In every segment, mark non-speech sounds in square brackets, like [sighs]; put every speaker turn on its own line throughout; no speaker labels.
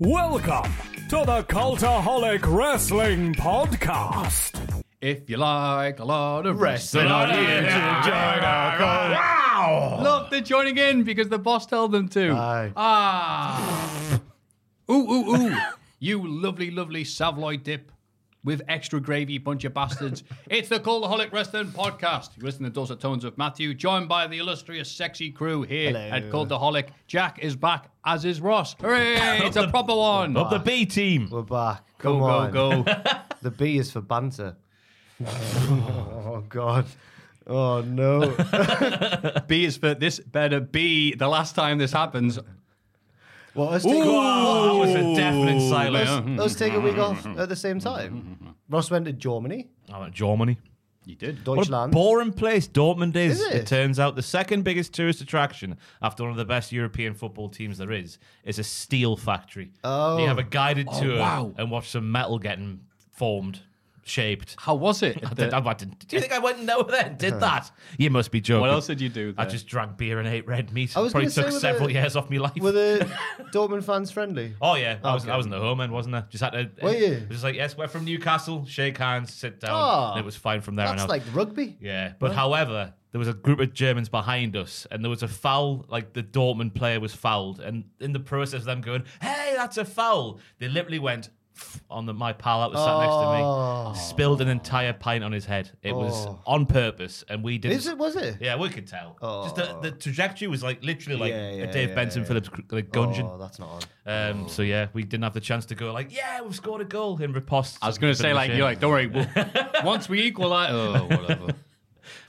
Welcome to the Cultaholic Wrestling Podcast.
If you like a lot of wrestling,
Wrestling.
I'd enjoy our call.
Wow!
Look, they're joining in because the boss told them to.
Aye.
Ah. ooh, ooh, ooh. you lovely, lovely Savoy dip with extra gravy, bunch of bastards. it's the Cultaholic Wrestling Podcast. You're listening to Dulcet Tones of Matthew, joined by the illustrious, sexy crew here
Hello.
at Cultaholic. Jack is back, as is Ross. Hooray! it's a proper one.
Of the B team.
We're back.
Go,
Come on.
go, go.
[laughs] The B is for banter. oh, God. Oh, no.
B is for this better be the last time this happens.
Well, let's take,
That was a definite
Yeah.
silence.
let's take a week off at the same time. Ross went to Germany,
I went Germany.
You did.
What a
Deutschland.
boring place Dortmund is.
Is it?
it turns out the second biggest tourist attraction after one of the best European football teams there is is a steel factory.
Oh.
You have a guided tour
wow.
and watch some metal getting formed, shaped.
How was [laughs] it?
I did, I went to- do you think I went in there then?
Uh-huh.
Did that? You must be joking.
What else did you do?
I
there?
just drank beer and ate red meat.
I was
Probably
gonna say,
took
were the-
several years off my life.
Were the Dortmund fans friendly?
Oh yeah, I was
Okay.
I was in the home end, wasn't I? Just had to.
Were you?
it was Just like yes, we're from Newcastle. Shake hands, sit down.
Oh,
and it was fine from there. on
That's
out.
like rugby.
yeah, but however, there was a group of Germans behind us, and there was a foul. Like the Dortmund player was fouled, and in the process of them going, "Hey, that's a foul," they literally went "Pff," on the my pal that was sat
Oh.
next to me, spilled an entire pint on his head. It was
Oh.
on purpose, and we didn't.
Is it? Was it?
Yeah, we could tell. Just the,
Oh.
the trajectory was like literally like
Yeah,
a
yeah,
Dave
yeah,
Benson
yeah.
Phillips cr- like gungeon.
Oh, that's not on.
Um,
Oh.
So yeah, we didn't have the chance to go like, yeah, we've scored a goal in riposte.
I was going to say, like, you're like, don't worry. We'll, once we equalize, oh, whatever.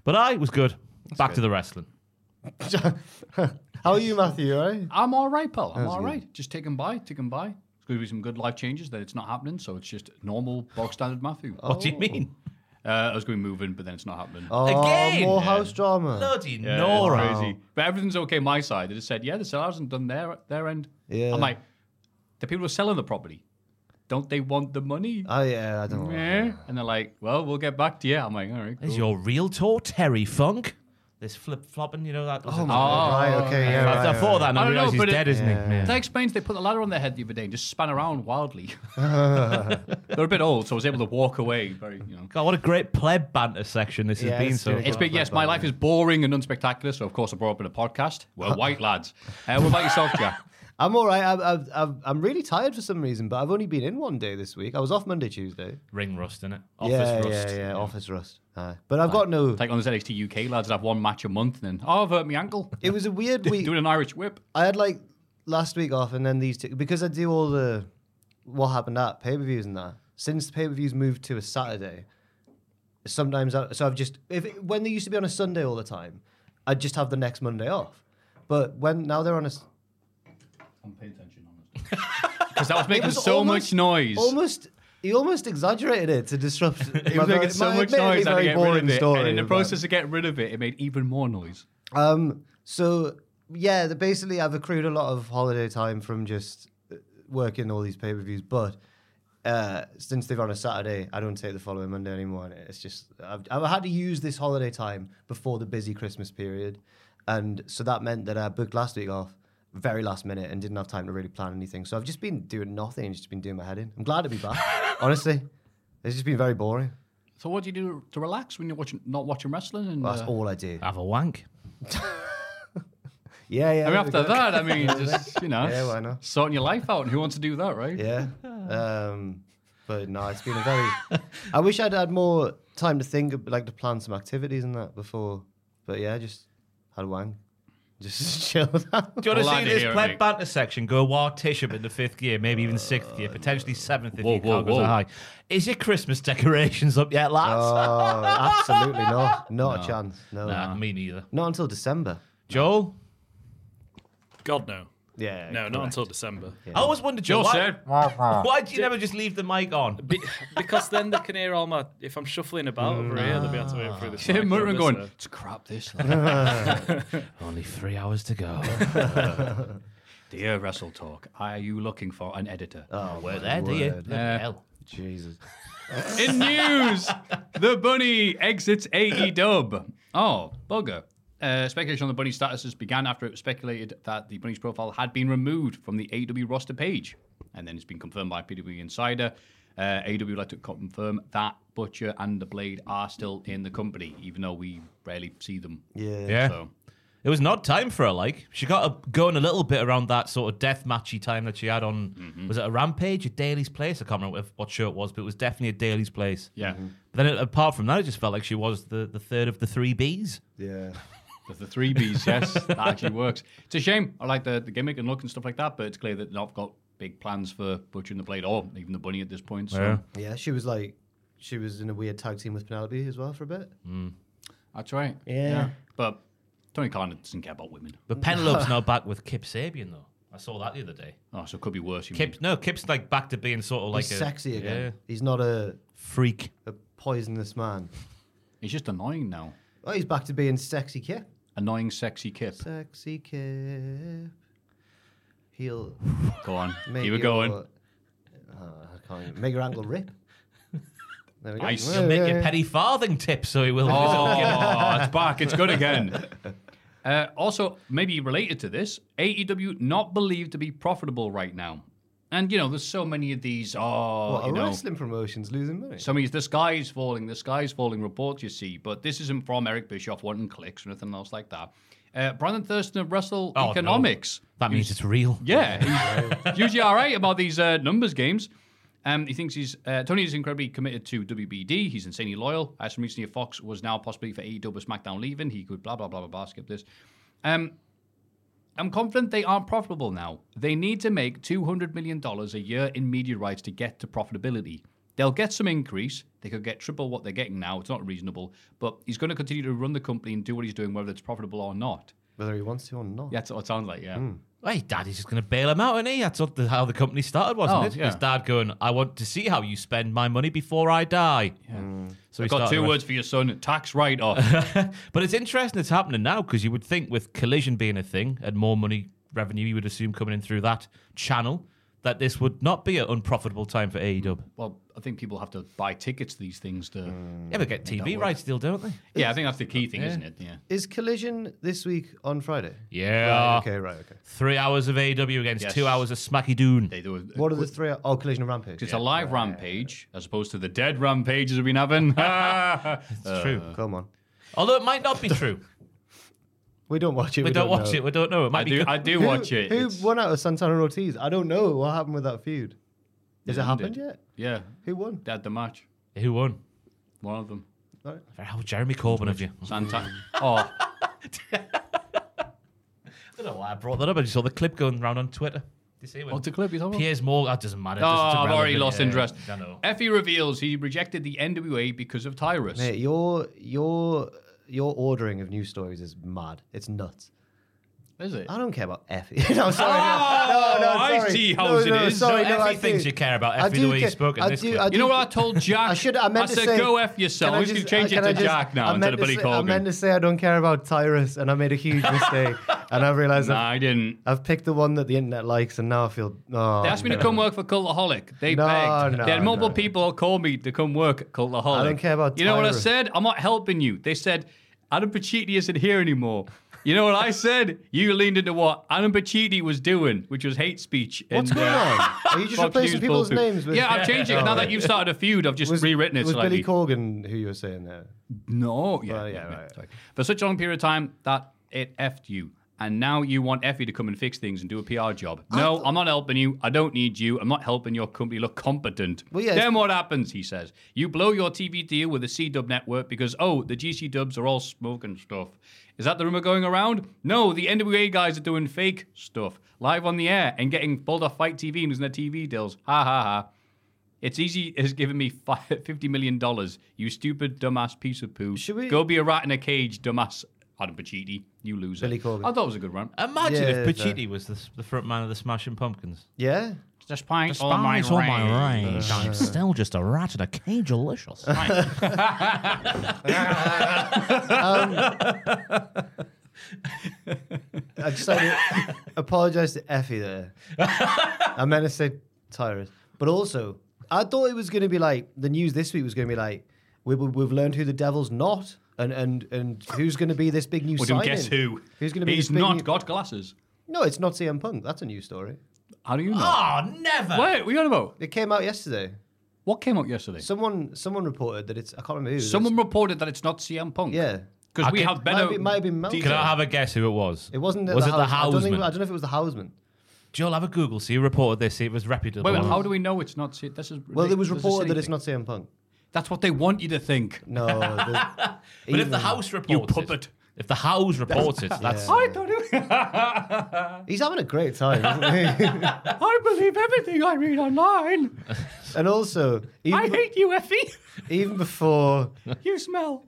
but I was good. Back to the wrestling.
[laughs] How are you, Matthew? All right?
[laughs] I'm all right, pal. I'm all right. Just take him by, take him by. It's going to be some good life changes that it's not happening. So it's just normal, bog standard Matthew.
What do you mean?
Uh, I was going to move in, but then it's not happening.
Oh,
Again?
more
Yeah.
house drama.
Bloody
Yeah, it's
Nora.
crazy. But everything's okay my side. They just said, yeah, the sellers hasn't done their their end.
Yeah.
I'm like, the people who are selling the property, don't they want the money?
Oh, yeah, I don't know.
Yeah. And they're like, well, we'll get back to you. I'm like, all right.
There's
cool."
your realtor, Terry Funk. This flip flopping, you know that. Oh [laughs]
Right,
Ah.
okay, yeah.
I,
right,
I
right,
thought that, and
I
I,
don't know,
realised he's
but it-
dead, isn't he?
That explains they put the ladder on their head the other day and just span around
[laughs]
wildly. [laughs] They're a bit old, so I was able to walk away. Very, you know.
God, what a great pleb banter section this
Yeah,
has been
it's
so.
really
It's
far.
good.
been, yes, my life is boring and unspectacular, so of course I brought up in a podcast.
[laughs]
We're white lads. Uh, what about yourself, Jack?
I'm all right. I've, I've, I've, I'm really tired for some reason, but I've only been in one day this week. I was off Monday, Tuesday.
Ring rust, innit? Office
yeah,
rust.
yeah, yeah, office rust. Aye. But I've got no.
Take on this NXT UK lads that have one match a month and then, oh, I've hurt my ankle.
It was a weird
[laughs]
week.
Doing an Irish whip.
I had like last week off, and then these two because I do all the what happened at pay per views and that. Since the pay per views moved to a Saturday, sometimes I, so I've just if it, when they used to be on a Sunday all the time, I'd just have the next Monday off. But when now they're on a s-
I'm paying attention, honestly. [laughs] Because that was making
was
so
almost-
much noise.
almost. He almost exaggerated it
[laughs]
to disrupt.
It was making so much noise. I had to get rid of it. and in the process of getting rid of it, it made even more noise.
Um, so yeah, the, basically I've accrued a lot of holiday time from just uh, working all these pay per views, but uh, since they've on a Saturday, I don't take the following Monday anymore. And it's just I've, I've had to use this holiday time before the busy Christmas period, and so that meant that I booked last week off very last minute and didn't have time to really plan anything. So I've just been doing nothing, and just been doing my head in. I'm glad to
[laughs]
be back. honestly, it's just been very boring.
So what do you do to relax when you're watching, not watching wrestling? And
That's
uh,
all I do.
Have a wank.
I
Yeah, yeah.
mean,
there we
after
go.
that, I mean, just you know,
[laughs] Yeah, why not?
sorting your life out. And who wants to do that, right?
Yeah. [laughs] Um, but no, it's been a [laughs] very. I wish I'd had more time to think, of- like to plan some activities and that before. But yeah, I just had a wang. [laughs] Just chilled out.
Do you want
Well, I
to see
did
this
hear it,
pleb
mate.
banter section go war Tisham in the fifth year, maybe even sixth year, potentially seventh if
Whoa,
you
whoa,
can't go
whoa.
to high? Is your Christmas decorations up yet, lads?
Oh, [laughs] absolutely not. Not a chance. No.
nah, me neither.
Not until December.
Joel,
God no.
Yeah.
No, not until December.
I always wondered, Joel,
Joel
why,
said-
why do you never just leave the mic on?
Be- because then they can hear all my. If I'm shuffling about over here, they'll be able to hear through this.
Tim
mic,
Murren
won't
going,
they, sir?
it's crap
[laughs]
this.
Only three hours to go.
Dear Wrestle Talk, are you looking for an editor?
Oh,
We're
my
there, do you?
word.
Bloody hell.
Jesus.
In news, the bunny exits AE dub. Oh, bugger. Uh, speculation on the bunny's statuses began after it was speculated that the bunny's profile had been removed from the AW roster page. And then it's been confirmed by PW Insider. Uh, AW would like to confirm that Butcher and the Blade are still in the company, even though we rarely see them.
Yeah.
So,
It was an odd time for her. Like she got a, going a little bit around that sort of death matchy time that she had on.
Mm-hmm.
Was it a rampage? A Daily's Place? I can't remember what- what show it was, but it was definitely a Daily's Place.
yeah.
Mm-hmm.
But then apart from that, it just felt like she was the, the third of the three Bs.
Yeah.
The, the three Bs, yes, that actually works. It's a shame. I like the, the gimmick and look and stuff like that, but it's clear that they've not got big plans for Butcher and the Blade or even the Bunny at this point. So
Yeah. She was like, she was in a weird tag team with Penelope as well for a bit.
that's right.
Yeah.
But Tony Khan doesn't care about women.
But Penelope's
[laughs]
now back with Kip Sabian though. I saw that the other day.
Oh, so it could be worse. You mean.
Kip, no, Kip's like back to being sort of like
He's
a
sexy again.
yeah,
He's not a,
freak.
a poisonous man.
He's just annoying now.
Oh, he's back to being sexy Kip.
Annoying, sexy Kip.
Sexy Kip. He'll
Go on.
[laughs] make
you were
your-
going.
Oh, I can't even- Make your ankle rip. There we go.
Nice.
He'll make your petty farthing tip, so he will.
Oh, it's back. It's good again. Uh, also, maybe related to this, AEW not believed to be profitable right now. And, you know, there's so many of these, oh,
What,
you
a
know,
wrestling promotion's losing money.
So I mean, it's the sky's falling, the sky's falling report you see, but this isn't from Eric Bischoff wanting clicks or anything else like that. Uh, Brandon Thurston of Russell
Oh, no.
Economics.
That means it's real.
Yeah, [laughs] he's usually all right about these uh, numbers games. Um, he thinks he's uh, Tony is incredibly committed to WBD. He's insanely loyal. As from recently, Fox was now possibly for AEW or SmackDown leaving. He could blah blah blah blah blah. Skip this. Um, I'm confident they aren't profitable now. They need to make $200 million a year in media rights to get to profitability. They'll get some increase. They could get triple what they're getting now. It's not reasonable. But he's going to continue to run the company and do what he's doing, whether it's profitable or not.
Whether he wants to or not.
Yeah, that's what it sounds like, yeah.
Hey, daddy's just going to bail him out, isn't he? That's what the, how the company started, wasn't
Oh,
it?
yeah.
His dad going, I want to see how you spend my money before I die. Mm. So
I've
he
Mm. got
started
two
with-
words for your son tax write
[laughs]
off.
But it's interesting it's happening now because you would think with collision being a thing and more money revenue, you would assume coming in through that channel, that this would not be an unprofitable time for E AEW.
well, I think people have to buy tickets to these things to.
Mm.
Yeah, they get TV rights still, don't they?
Yeah, I think that's the key thing, isn't it? Yeah.
Is Collision this week on Friday?
Yeah.
okay, right, okay.
Three hours of AEW against
Yes.
two hours of Smacky Doon.
They do a,
What are the three? Oh, Collision and Rampage.
it's a live rampage as opposed to the dead rampages we've been
[laughs]
having.
It's true.
Come on.
Although it might not be
[laughs]
true.
We don't watch it.
we, don't, watch
know.
it. We don't know. It might
I
be
do,
good.
I do
Who-
watch it.
Who
It's-
won out of Santana and Ortiz? I don't know what happened with that feud. Has it happened
ended.
yet?
Yeah,
Who won?
they had the match.
Who won?
One of them.
How Jeremy Corbyn of you.
Mm.
Santa. [laughs] oh,
I don't know why I brought that up. I just saw the clip going around on Twitter. Did you see it? when
what's the clip? He's on.
Piers Morgan. That doesn't matter.
Oh,
It's just
I've already
irrelevant.
lost
Yeah,
interest.
I know.
Effie reveals he rejected the NWA because of Tyrus.
Mate, your your your ordering of news stories is mad. It's nuts.
Is it?
I don't care about Effie. [laughs] no, sorry. no, no, no,
Oh, I
sorry.
see how
no,
it
no,
is.
Sorry,
So
no,
Effie
I
thinks
do.
you care about
I
Effie, the
do
way you
care-
spoke in
I
this
do,
clip.
I
You
do
know what I
care-
told Jack?
[laughs] I should. I meant
I
to
said,
say,
go F yourself.
can I
He's going to
just- uh,
change it
can
to
I just-
Jack
I
now instead
meant
of
to
Billy
say- I meant
Corgan.
to say I don't care about Tyrus, and I made
[laughs]
a huge mistake, and I realised
Nah,
I've,
I didn't.
I've picked the one that the internet likes, and now I feel. Oh,
They asked me to come work for Cultaholic. They
No,
begged.
no,
they had multiple
no.
people call me to come work at Cultaholic.
I don't care about
You know what I
Tyrus.
said? I'm not helping you. They said, Adam Pacitti isn't here anymore. You know what I said? You leaned into what Adam Pacitti was doing, which was hate speech.
What's
and,
going
uh,
on? Are you just
Fox
replacing
News
people's
bullpoop.
names with? Oh,
Yeah, I've changed it. Now
[laughs]
that you've started a feud, I've just
was,
rewritten it
was
slightly.
Billy Corgan who you were saying there?
No, yeah,
yeah,
yeah, yeah,
right.
sorry. For such a long period of time that it effed you. and now you want Effie to come and fix things and do a PR job. No, I'm not helping you. I don't need you. I'm not helping your company look competent.
Well, yeah,
then
it's-
what happens? He says you blow your TV deal with the C Dub network because oh, the GC Dubs are all smoking stuff. Is that the rumor going around? No, the NWA guys are doing fake stuff live on the air and getting pulled off Fight TV and losing their TV deals. Ha ha ha. It's easy [laughs] as giving me fi- fifty million dollars. You stupid dumbass piece of poo.
Should we-
go be a rat in a cage, dumbass? Adam Pacitti, you loser.
Billy Corgan.
I
Uh,
thought it was a good run.
Imagine
Yeah,
if
the-
Pacitti was the, the front man of the Smashing Pumpkins.
Yeah.
Despite,
Uh.
I'm still just a rat in a cage, [laughs] delicious.
I just had to [laughs] apologize to Effie there. I meant to say Tyrus. But also, I thought it was going to be like the news this week was going to be like, we, we, we've learned who the devil's not and, and, and who's going to be this big new
Well, do
signing.
guess who?
Who's going to be
He's
this big
not
new-
got glasses.
No, it's not CM Punk. That's a new story.
How do you know?
Ah!
oh, never.
Wait, we got about
It came out yesterday.
what came out yesterday?
Someone someone reported that it's I can't remember. Who,
Someone reported that it's not CM Punk.
yeah.
because we
Okay.
have better.
Might be- might be Mel-
details.
Can I have a guess who it was?
It wasn't.
Was it the
House- I don't, think,
Houseman?
I don't know if it was the Houseman.
Joel, have a Google. See who reported this. See if it was reputable.
Wait, wait, how do we know it's not? C- This is
Well, it
this
was
is a
reported
silly
that it's
thing.
not CM Punk.
That's what they want you to think.
No. the-
But if the
even-
House reports
You
it,
puppet.
if the House reports it, that's
I thought
e-,
He's having a great time, isn't he?
[laughs] I believe everything I read online.
and also, even, be-
you, Effie.
even before,
[laughs]
Uh,
You smell.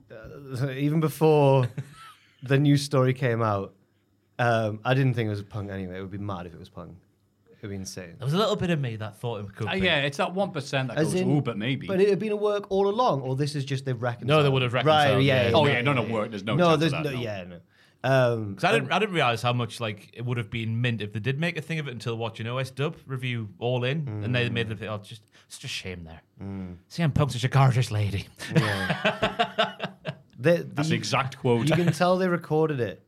even before the news story came out, um, I didn't think it was Punk anyway. It would be mad if it was Punk. It'd be insane.
there was a little bit of me that thought it could
Uh,
be.
yeah, it's that one percent that goes.
in-
Ooh, but maybe.
But it had been a work all along, or this is just they've reconciled.
No, they would have reconciled,
Right, yeah.
yeah.
Oh, yeah, none of work, there's no chance of
there's
that, no.
Yeah, no. Um,
'Cause I didn't, I didn't realize how much like it would have been mint if they did make a thing of it until watching OS Dub review All In, and they made the thing. Oh, it's just such a shame there.
Mm.
CM Punk's such a gorgeous lady.
[laughs]
they- the-
That's the exact quote.
You can tell they recorded it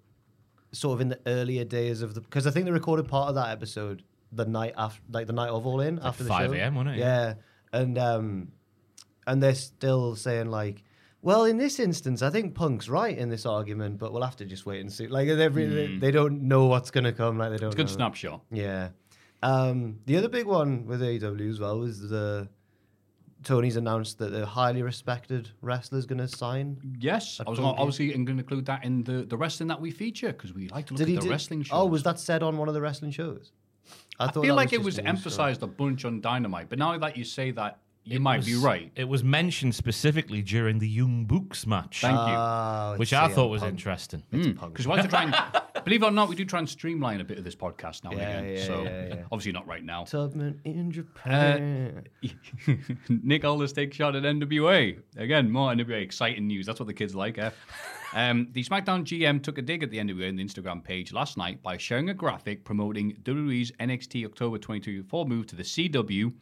sort of in the earlier days of the because I think they recorded part of that episode the night after, like the night of All In after the show.
5 a.m., wasn't it?
Yeah, and um, and they're still saying like. Well, in this instance, I think Punk's right in this argument, but we'll have to just wait and see. Like they really, they don't know what's gonna come. Like they don't.
It's a good
know.
snapshot.
Yeah. Um, the other big one with AEW as well was the Tony's announced that the highly respected wrestler's going to sign.
Yes, I was gonna, obviously going to include that in the, the wrestling that we feature because we like to look at the
do-
wrestling show.
Oh, was that said on one of the wrestling shows? I, thought
I feel
that
like it
just
was
a news story.
emphasized a bunch on Dynamite, but now that you say that, you
It
might be
was-
right.
It was mentioned specifically during the Young Books match,
Thank Hmm.
Ah, it's
which I
CM
thought was
Punk.
interesting.
you. Because we like to try
[laughs]
and believe it or not, we do try and streamline a bit of this podcast now
Yeah,
and again.
yeah,
so
yeah, yeah.
obviously not right now.
Tubman in Japan.
Nick Aldis takes shot at NWA. Again, more NWA exciting news. That's what the kids like,
[laughs]
eh? Um, the SmackDown GM took a dig at the NWA on the Instagram page last night by sharing a graphic promoting WWE's NXT October 2024 move to the CW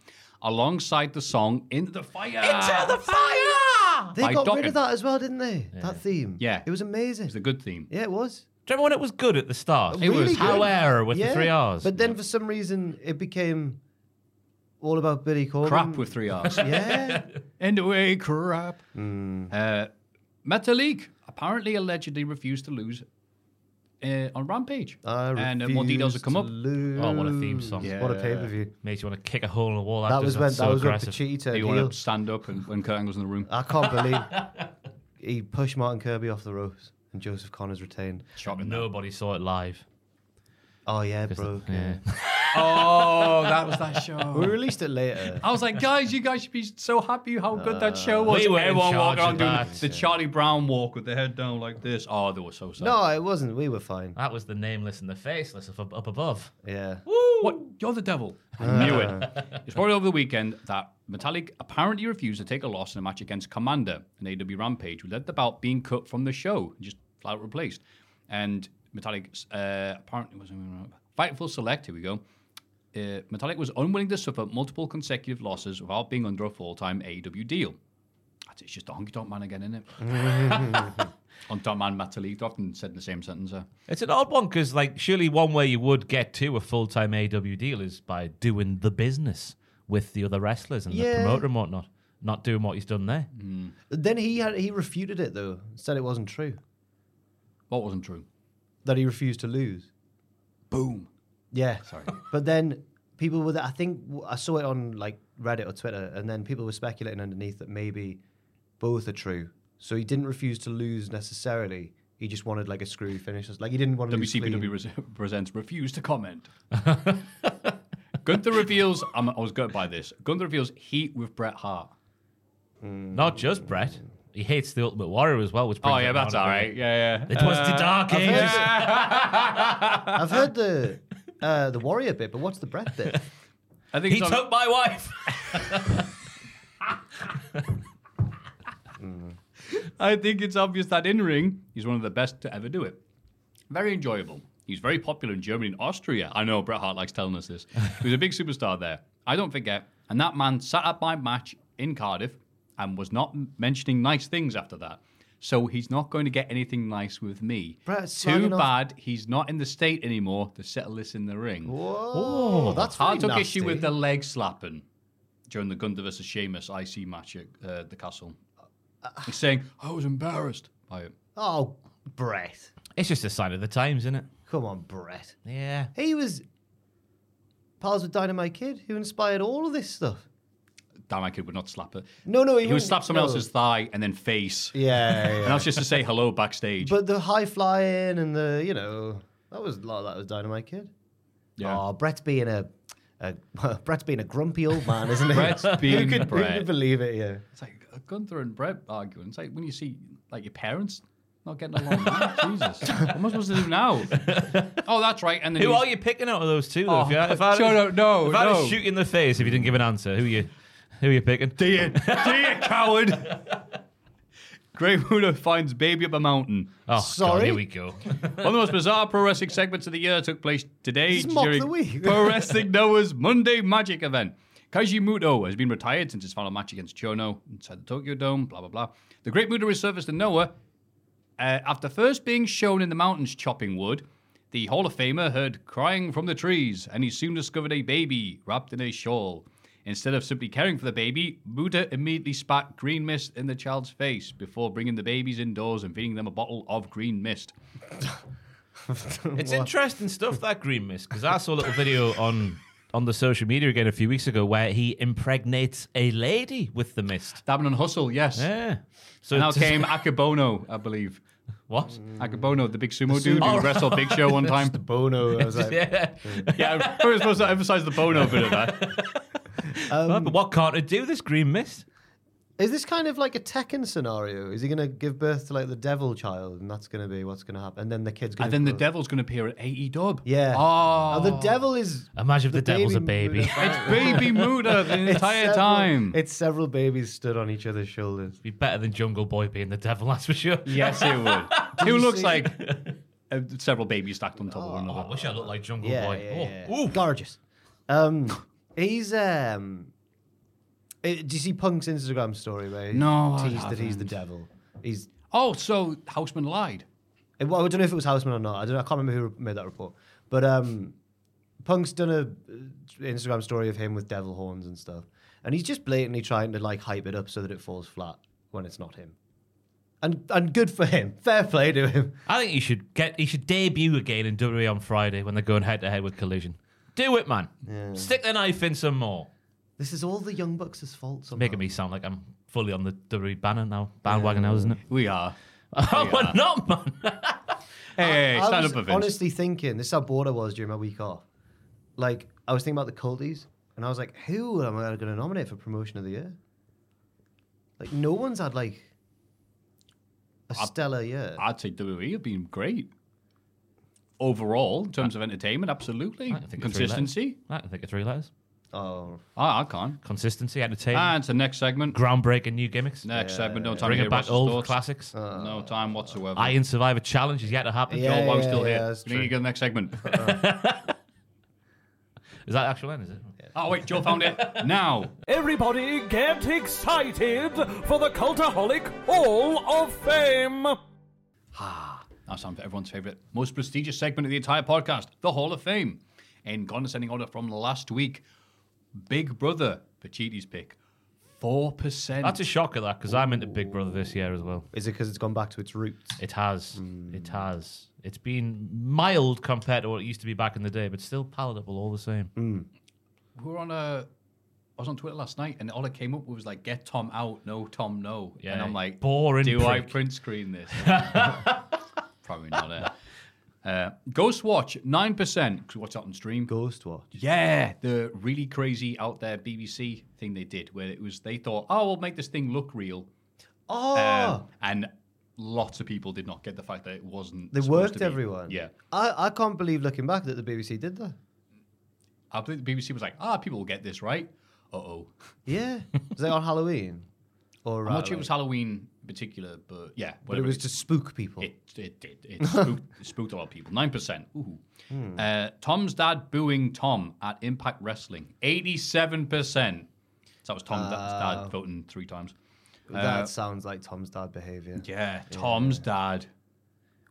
alongside the song Into the Fire. Into the Fire!
they got rid of that as well, didn't they? That theme.
Yeah.
It was amazing.
It's a good theme.
yeah, it was.
Do you remember when it was good at the start?
It Really was good.
however with the three R's.
But then for some reason, it became all about Billy Corbin.
Crap with three R's.
[laughs] Yeah.
[laughs]
Mm.
NWA crap. Uh, Metalik apparently allegedly refused to lose uh, on Rampage.
I
and uh, more details will
refuse
come
to
up.
lose.
oh, what a theme song!
Yeah.
What a pay per view.
Makes you want to kick a hole in the wall.
That
after,
was when
that's
that
so
was when
aggressive.
Pacitti
Do
turned
you want
heel.
to stand up and, when Kurt Angle's in the room?
I can't believe he pushed Martin Kirby off the ropes and Joseph Connors retained.
Shocking.
Nobody saw it live.
Oh yeah, bro.
Yeah.
Oh, that was that
We
show.
released it later.
I was like, guys, you guys should be so happy how good that show was.
We were in
Uh, Everyone
charge
walked around
of
doing
that.
the Charlie Brown walk with their head down like this. Oh, they were so sad.
No, it wasn't. We were fine.
That was the nameless and the faceless up, up above.
Yeah.
What? [laughs] You're the devil. I knew it. It's probably over the weekend that Metallic apparently refused to take a loss in a match against Commander in AW Rampage, who led the bout being cut from the show, just flat out replaced. And Metallic uh, apparently was Fightful Select. Here we go. Uh, Metallic was unwilling to suffer multiple consecutive losses without being under a full-time AEW deal. That's- It's just the honky tonk man again, isn't it? honky tonk man Metallic. They're often said in the same sentence. Uh,
It's an odd one because, like, surely one way you would get to a full time AW deal is by doing the business with the other wrestlers and the
Yeah.
promoter and whatnot, not doing what he's done there.
Then he had he refuted it though. Said it wasn't true
what wasn't true?
that he refused to lose.
Boom.
Yeah. Sorry. [laughs] But then people were, I think w- I saw it on like Reddit or Twitter, and then people were speculating underneath that maybe both are true. So he didn't refuse to lose necessarily. He just wanted like a screwy finish. Like he didn't want to lose
WCPW
clean.
res- presents refuse to comment. [laughs] Gunther reveals. I'm, I was going by this. Gunther reveals heat with Bret Hart.
Mm.
Not just Brett. He hates the Ultimate Warrior as well, which brings
Oh yeah,
it
that's
round
all
a bit.
right. Yeah, Uh, yeah.
It was the Dark Ages.
[laughs] I've heard the uh, the warrior bit, but what's the breath bit?
I think
He
it's on-
took my wife.
[laughs] I think it's obvious that in ring, he's one of the best to ever do it. Very enjoyable. He's very popular in Germany and Austria. I know Bret Hart likes telling us this. He was a big superstar there. I don't forget. And that man sat at my match in Cardiff and was not m- mentioning nice things after that. So he's not going to get anything nice with me.
Bret's
Too
slagging off-
bad he's not in the state anymore to settle this in the ring.
Whoa, Oh, that's
Hart
really
took
nasty.
Oh, issue with the leg slapping during the Gunther versus Sheamus IC match at uh, the castle.
Uh,
He's saying, I was embarrassed by it.
Oh, Brett,
It's just a sign of the times, isn't it?
come on, Brett.
Yeah.
He was pals with Dynamite Kid, who inspired all of this stuff.
Damn, I could would not slap it.
No, no,
He
he,
would
wouldn't-
slap someone
no.
else's thigh and then face. [laughs]
Yeah, yeah,
And
yeah.
that's just to say hello backstage.
But the high flying and the, you know, that was a lot of that was Dynamite Kid.
Yeah.
Oh, Brett's being a, a [laughs] Brett's being a grumpy old man, isn't [laughs] he?
Brett's being
who could, Who
Brett.
could believe it? Yeah.
it's like Gunther and Brett arguing. It's like when you see like your parents not getting along.
[laughs]
Jesus, what am I supposed to do now? oh, that's right. And then
Who
he's-
are you picking out of those two, though?
Oh,
if you if
God, Joe, no, no,
If I had
no.
a shoot you in the face if you didn't give an answer, who are you? Who are you picking?
Do you
[laughs]
coward? Grey Muda finds baby up a mountain.
Oh, God,
Sorry?
here we
[laughs]
go.
One of the most bizarre pro wrestling segments of the year took place today
Just mock
during
the week.
Pro Wrestling Noah's Monday Magic event. Kaiji Muto has been retired since his final match against Chono inside the Tokyo Dome, blah, blah, blah. The Great Muto resurfaced in Noah uh, after first being shown in the mountains chopping wood. The Hall of Famer heard crying from the trees, and he soon discovered a baby wrapped in a shawl. Instead of simply caring for the baby, Muta immediately spat green mist in the child's face before bringing the babies indoors and feeding them a bottle of green mist.
It's interesting stuff that Green Mist because I saw a little video on on the social media again a few weeks ago where he impregnates a lady with the mist.
Dabbing and Hustle, yes.
Yeah. So
Now
it's- [laughs]
came Akabono, I believe.
what? [laughs]
Mm,
Akabono, the big sumo dude who wrestled Big Show one time.
The Bono. I was like,
Yeah.
[laughs] yeah, I was supposed to emphasize the Bono bit of that.
Um,
but what can't it do? This Green Mist.
Is this kind of like a Tekken scenario? Is he going to give birth to like the devil child, and that's going to be what's going to happen? And then the kid's going
And
to.
then the devil's going to appear at AE Dub.
Yeah.
Oh.
Now, the devil is.
Imagine if the, devil's a baby.
It's Baby Muda the entire
several-
time.
It's several babies stood on each other's
[laughs]
shoulders.
be better than Jungle Boy being the devil, that's for
[laughs]
sure.
yes, it would. Who looks
see-
like uh, several babies stacked on top of
Oh,
one
I
another.
wish I looked like Jungle
yeah,
Boy.
yeah,
oh,
yeah.
ooh.
gorgeous. Um, he's um. eh, do you see Punk's Instagram story where he
No, I
teased that he's the devil? He's.
Oh, so Houseman lied.
eh, Well, I don't know if it was Houseman or not. I don't. I can't remember who made that report. But um, Punk's done a uh, Instagram story of him with devil horns and stuff, and he's just blatantly trying to like hype it up so that it falls flat when it's not him. And and good for him. Fair play to him.
I think you should get he should debut again in WWE on Friday when they're going head to head with Collision. Do it, man. Stick the knife in some more.
This is all the young bucks' fault. Somehow.
Making me sound like I'm fully on the WWE banner now, bandwagon now, isn't it?
We are.
[laughs] Oh, we're not, man.
Hey,
I
stand up
was
for Vince.
honestly thinking this is how bored I was during my week off. Like I was thinking about the culties, and I was like, who am I going to nominate for promotion of the year? Like no one's had like a stellar year.
[laughs] I'd say WWE have been great. Overall, in terms of entertainment, absolutely.
[laughs] I can think of three letters.
Consistency.
I can think of three letters.
oh,
Ah, I can't.
Consistency, entertainment,
And it's the next segment.
groundbreaking new gimmicks.
Next segment. No time to
Bringing
hear
back
Russell's
old
thoughts.
classics.
No time whatsoever.
Iron Survivor Challenge is yet to happen.
Yeah.
oh, I'm still
yeah,
here.
that's
we need to
true.
go to the
[laughs]
next segment.
Is that the actual end, is it?
oh, wait, Joe found it. Now.
[laughs] Everybody get excited for the Cultaholic Hall of Fame.
That's time for everyone's favorite, most prestigious segment of the entire podcast, the Hall of Fame. In condescending order from last week, Big Brother, Pachiti's pick, 4%.
That's a shocker, that, because I'm into Big Brother this year as well.
is it because it's gone back to its roots?
It has. It has. It's been mild compared to what it used to be back in the day, but still palatable all the same.
We were on a. I was on Twitter last night, and all it came up with was like, "Get Tom out." No, Tom, no.
Yeah,
and I'm like,
boring
Do I
prick."
print screen
[laughs]
this? Probably not. eh? Uh, Ghostwatch nine percent because what's out on stream.
Ghost Watch.
Yeah, the really crazy out there BBC thing they did, where it was they thought, "Oh, we'll make this thing look real,"
Oh,
um, and lots of people did not get the fact that it wasn't.
they
supposed to
worked
be.
everyone.
Yeah,
I, I can't believe looking back that the BBC did that.
I believe the BBC was like, "Ah, people will get this right." Uh oh. [laughs]
Yeah. was they on Halloween? Or
I'm not sure
Rattlesnake?
it was Halloween in particular, but yeah,
But it was
is.
to spook people.
It, it did. It spooked, it spooked a lot of people. 9%. Ooh.
Hmm.
Uh, Tom's dad booing Tom at Impact Wrestling. 87%. So that was Tom's
Uh,
dad voting three times. uh,
that sounds like Tom's dad behavior.
Yeah, Tom's dad.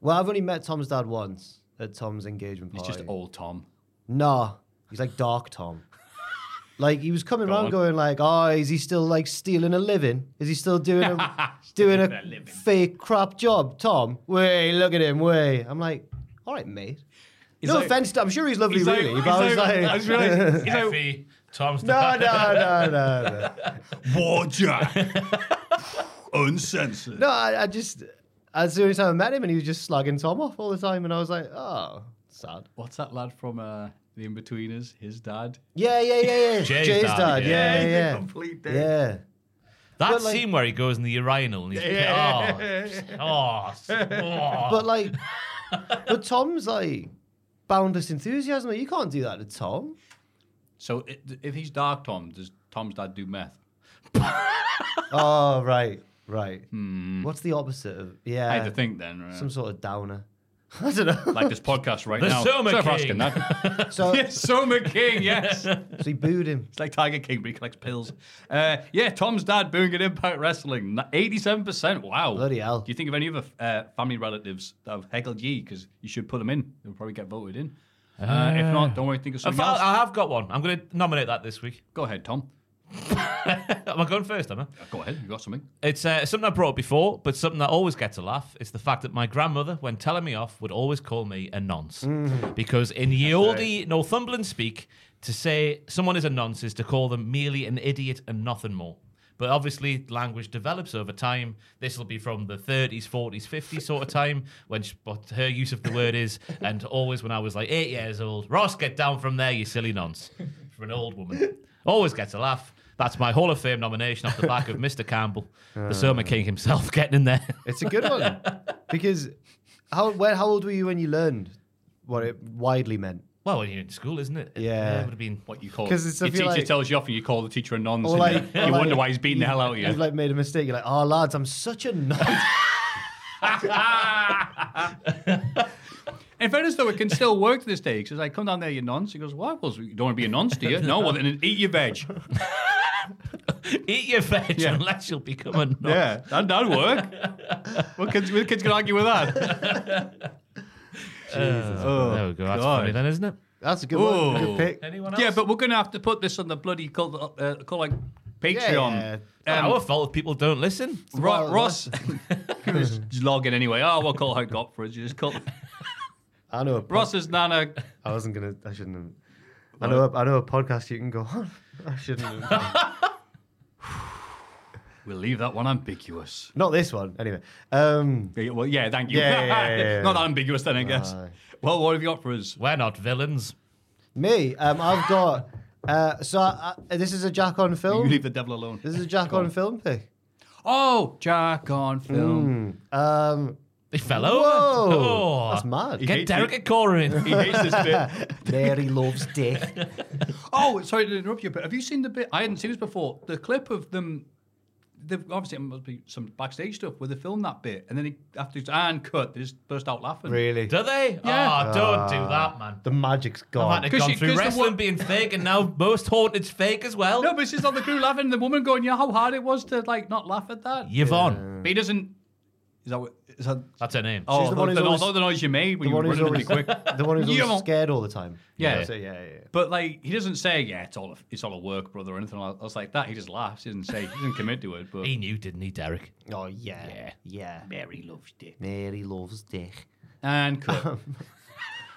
Well, I've only met Tom's dad once at Tom's engagement
He's
party.
just old
[laughs]
Tom.
Nah, he's like dark [laughs] Tom. like he was coming around
on.
going like, "Oh, is he still like stealing a living? Is he [laughs] still doing a doing
that
a
living.
fake crap job?" Tom, way, look at him, way. I'm like, "All right, mate." no
like-
offense, I'm sure he's lovely, really, but I was like,
Effie, Tom's
[laughs] "No,
[laughs]
no, no, no, no." [laughs]
Warjack. Uncensored.
No, I, I just that's the only time I met him, and he was just slagging Tom off all the time, and I was like, "Oh, sad."
What's that lad from uh, The Inbetweeners? His dad?
Yeah, yeah, yeah, yeah.
Jay's
Jay's,
dad,
dad.
yeah.
Yeah, yeah, yeah.
complete
Yeah.
dick.
That
But, like-
scene where he goes in the urinal and he's pissed. oh, [laughs] oh, oh.
[laughs]
But like, but Tom's like boundless enthusiasm. Like, You can't do that to Tom.
So i if he's dark Tom, does Tom's dad do meth?
Oh, [laughs] right, right. What's the opposite of yeah?
Hmm. I had to think then. Right?
Some sort of downer. [laughs] I don't know.
like this podcast right
The
now.
Soma
Sorry for
King.
asking
[laughs]
that.
So,
yes, [laughs] Soma King, yes. It's
so he booed him.
like Tiger King, but he collects pills. Uh, yeah, Tom's dad booing at Impact Wrestling. Na- 87%. Wow.
Bloody hell.
Do you think of any other uh, family relatives that have heckled ye? Because you should put them in. They'll probably get voted in. Uh, if not, don't worry, think of
I've-
something else.
I I have got one. I'm going to nominate that this week. [laughs]
Go ahead, Tom. Uh,
Am I going first, am I?
Go ahead. You got something?
It's uh, something I brought up before, but something that always gets a laugh. It's the fact that my grandmother, when telling me off, would always call me a nonce. Because in ye olde Northumberland speak, to say someone is a nonce is to call them merely an idiot and nothing more. But obviously, language develops over time. This will be from the 30s, 40s, 50s sort of time, when she, what her use of the word is. And always when I was like eight years old, Ross, get down from there, you silly nonce. For an old woman. Always gets a laugh. That's my Hall of Fame nomination off the back of Mr. Campbell, the Soma King himself, [laughs] getting in there.
It's a good one
[laughs]
because how when, how old were you when you learned what it widely meant?
well, when you're in school, isn't it?
Yeah.
It would have been.
What you call
'Cause it's- I
Your
feel
teacher
like-
tells you off and you call the teacher a nonce.
Or
and
[laughs] like-
you
or
you
like-
wonder why he's beating the hell out of you.
You've like made a mistake. You're like, oh lads, I'm such a nonce.
In fairness, though, it can still work to this day because I come down there, you nonce. He goes, "What? Well, you don't want to be a nonce, do you?
[laughs]
no. Well, then eat your veg.
Eat your veg
Yeah.
unless you'll become a nonce.
Yeah, [laughs] that that work.
[laughs]
what kids, what kids can argue with that?
Oh, there we go. That's
God.
funny then, isn't it?
[laughs] That's a good
Ooh.
one. Good pick.
Anyone else?
Yeah, but we're gonna have to put this on the bloody call, uh, call like Patreon.
Not
Um,
our fault if people don't listen.
Ro- Ross, just log in anyway. Oh, we'll call her got for us. You just call
I know. A po-
Ross's nana.
I wasn't gonna. I shouldn't have. I know. A, I know a podcast you can go on. [laughs] I shouldn't. Have.
We'll leave that one ambiguous.
[laughs] Not this one. Anyway. Um.
Yeah, Well, yeah, thank you.
Yeah, yeah,
[laughs]
yeah, yeah, yeah.
Not ambiguous then, I guess.
Aye.
Well, what have you got for us?
We're not villains.
Me. Um. I've got. Uh. So I, I, this is a Jack on
You
film.
leave the devil alone.
this is a Jack on film pick.
Oh, Jack on film.
Um.
They fell over.
Whoa.
Oh.
That's mad.
Get
hates
Derek
it.
and Cora
Hmm.
in.
[laughs] He hates this
[laughs]
bit.
Mary loves
[laughs]
death.
Oh, sorry to interrupt you, but have you seen the bit? I hadn't seen this before. The clip of them. They've obviously it must be some backstage stuff where they filmed that bit, and then he, after it's and cut, they just burst out laughing.
Really.
Do they?
Yeah.
Oh, don't
Ah.
do that, man.
The magic's
I
gone.
might have
'Cause
gone
you-
through
'cause the
wrestling
wo-
being fake, and now most haunted's fake as well.
No, but it's just on the crew laughing, and the woman going, "Yeah, how hard it was to like not laugh at that."
Yvonne.
But he doesn't. Is that what? Is that?
That's her name.
Oh,
the one who's
the,
always-
the noise you made when
The
you were
one who's
running really
always
quick.
[laughs] the one who's
[laughs] You
always
won't-
scared all the time.
Yeah.
So, yeah, yeah, yeah.
But like, he doesn't say, "Yeah, it's all a, it's all a work, brother," or anything like- else like that. He just laughs. He doesn't say. He doesn't commit to it. But
He knew, didn't he, Derek?
Oh yeah. Yeah. Mary loves dick. Mary loves dick.
And
[laughs]
cut.